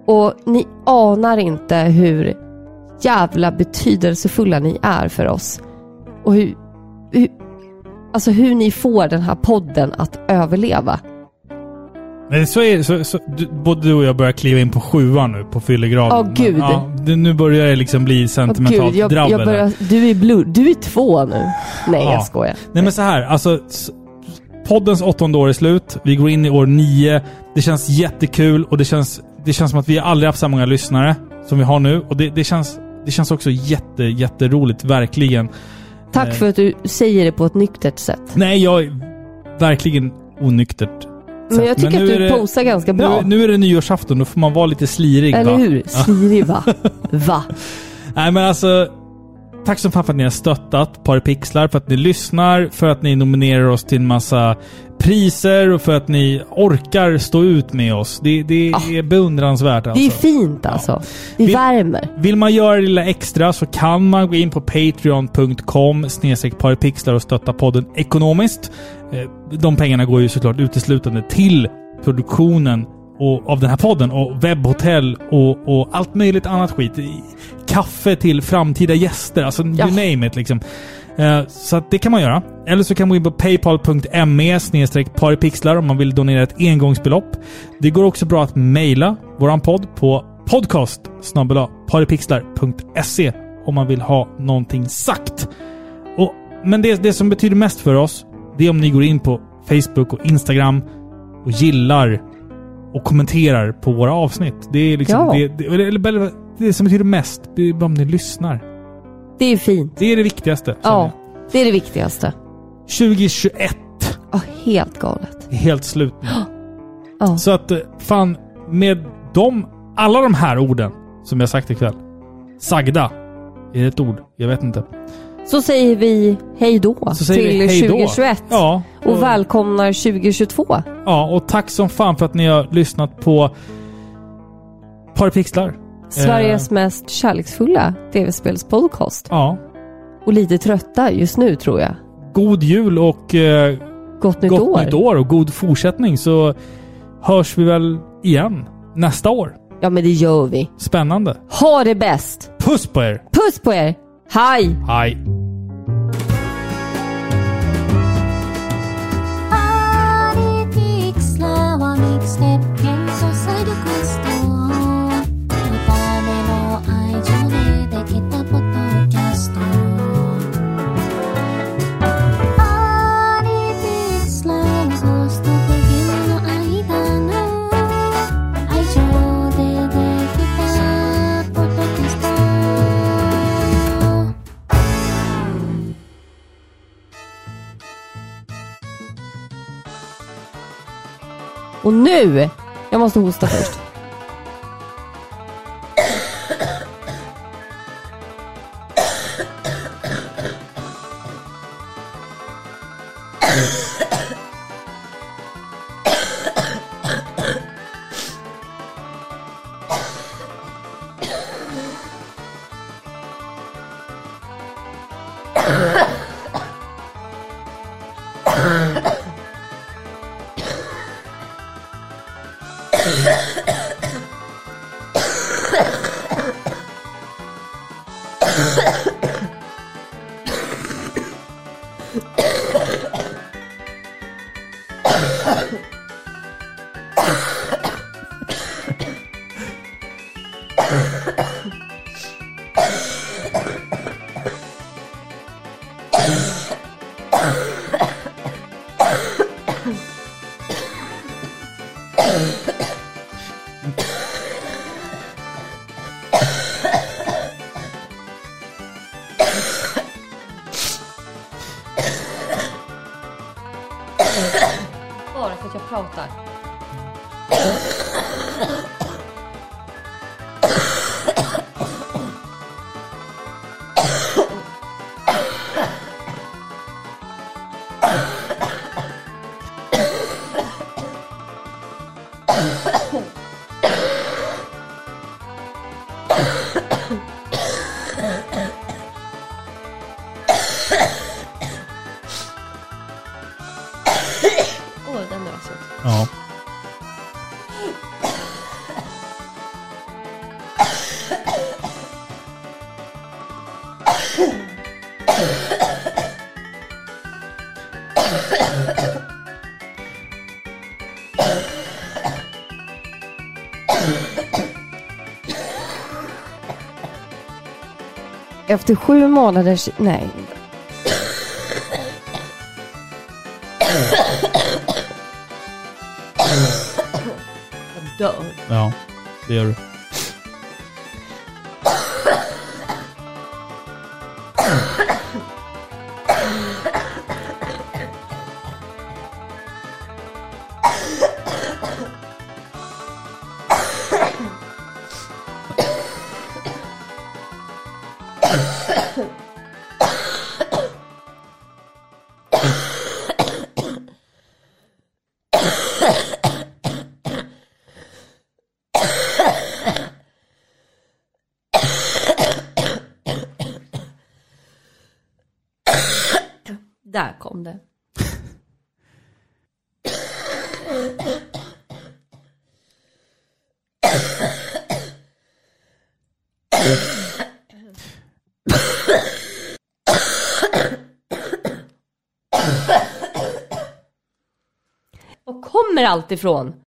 [SPEAKER 1] Och ni anar inte hur jävla betydelsefulla ni är för oss. Och hur, hur, alltså hur ni får den här podden att överleva.
[SPEAKER 2] Nej, så är, så, så, du, både du och jag börjar kliva in på sjuan nu på fyllegraven.
[SPEAKER 1] Åh,
[SPEAKER 2] Men,
[SPEAKER 1] gud.
[SPEAKER 2] Ja, det, nu börjar det liksom bli
[SPEAKER 1] Åh,
[SPEAKER 2] sentimentalt
[SPEAKER 1] jag,
[SPEAKER 2] dravel.
[SPEAKER 1] jag
[SPEAKER 2] här.
[SPEAKER 1] börjar, du är blod, du är två nu. Nej,
[SPEAKER 2] Ja.
[SPEAKER 1] jag skojar.
[SPEAKER 2] Nej men så här, alltså... s- Poddens åttonde år är slut. Vi går in i år nio. Det känns jättekul och det känns, det känns som att vi aldrig haft så många lyssnare som vi har nu. Och det, det, känns, det känns också jätte, jätteroligt, verkligen.
[SPEAKER 1] Tack för att du säger det på ett nyktert sätt.
[SPEAKER 2] Nej, jag är verkligen onyktert.
[SPEAKER 1] Men jag
[SPEAKER 2] Men
[SPEAKER 1] tycker
[SPEAKER 2] nu
[SPEAKER 1] att
[SPEAKER 2] är
[SPEAKER 1] du
[SPEAKER 2] det-
[SPEAKER 1] posar ganska bra.
[SPEAKER 2] Nu, nu är det nyårsafton, då får man vara lite slirig
[SPEAKER 1] Eller
[SPEAKER 2] va?
[SPEAKER 1] hur? Slirig
[SPEAKER 2] [LAUGHS]
[SPEAKER 1] va? Va?
[SPEAKER 2] Nej men alltså... Tack så fan för att ni har stöttat Paripixlar, för att ni lyssnar, för att ni nominerar oss till en massa priser och för att ni orkar stå ut med oss. Det, det är beundransvärt alltså.
[SPEAKER 1] Det är fint alltså. Det
[SPEAKER 2] Vi-
[SPEAKER 1] värmer.
[SPEAKER 2] Vill man göra det lilla extra så kan man gå in på patreon.com snedstreck paripixlar och stötta podden ekonomiskt. Eh, De pengarna går ju såklart uteslutande till produktionen och, av den här podden och webbhotell och, och allt möjligt annat skit. I- Kaffe till framtida gäster, alltså you
[SPEAKER 1] Ja.
[SPEAKER 2] name it liksom. Eh, Så att det kan man göra. Eller så kan man gå in på paypal.me paripixlar om man vill donera ett engångsbelopp. Det går också bra att mejla våran podd på podcast paripixlar.se om man vill ha någonting sagt. Och, men det, det som betyder mest för oss, det är om ni går in på Facebook och Instagram och gillar och kommenterar på våra avsnitt. Det är liksom
[SPEAKER 1] Ja.
[SPEAKER 2] det, det, eller, eller, det som betyder mest, det är bara om ni lyssnar.
[SPEAKER 1] Det är ju fint.
[SPEAKER 2] Det är det viktigaste. känner jag.
[SPEAKER 1] Ja, det är det viktigaste.
[SPEAKER 2] 2021
[SPEAKER 1] Ja, helt galet.
[SPEAKER 2] är helt slut nu.
[SPEAKER 1] Ja.
[SPEAKER 2] Så att eh, fan, med de, alla de här orden som jag sagt ikväll. Sagda. Är det ett ord? Jag vet inte.
[SPEAKER 1] Så säger vi hej då
[SPEAKER 2] Så säger
[SPEAKER 1] till
[SPEAKER 2] vi hej då.
[SPEAKER 1] 2021
[SPEAKER 2] Ja.
[SPEAKER 1] och välkomnar 2022.
[SPEAKER 2] Ja, och tack som fan för att ni har lyssnat på Parapixlar. Eh,
[SPEAKER 1] Sveriges mest kärleksfulla tv-spelspodcast.
[SPEAKER 2] Ja.
[SPEAKER 1] Och lite trötta just nu tror jag.
[SPEAKER 2] God jul och eh,
[SPEAKER 1] Gott nytt
[SPEAKER 2] gott
[SPEAKER 1] år.
[SPEAKER 2] nytt år och god fortsättning så hörs vi väl igen nästa år.
[SPEAKER 1] Ja men det gör vi.
[SPEAKER 2] Spännande.
[SPEAKER 1] Ha det bäst!
[SPEAKER 2] Puss på er!
[SPEAKER 1] Puss på er! Hej!
[SPEAKER 2] Hej!
[SPEAKER 10] Thank you
[SPEAKER 1] Och nu! Jag måste hosta först. Bara för att jag pratar. Åh, den där söt.
[SPEAKER 2] Ja.
[SPEAKER 1] Efter sju månaders... Nej. Jag dör.
[SPEAKER 2] Ja, det gör du.
[SPEAKER 1] Där kom det. Och kommer allt ifrån?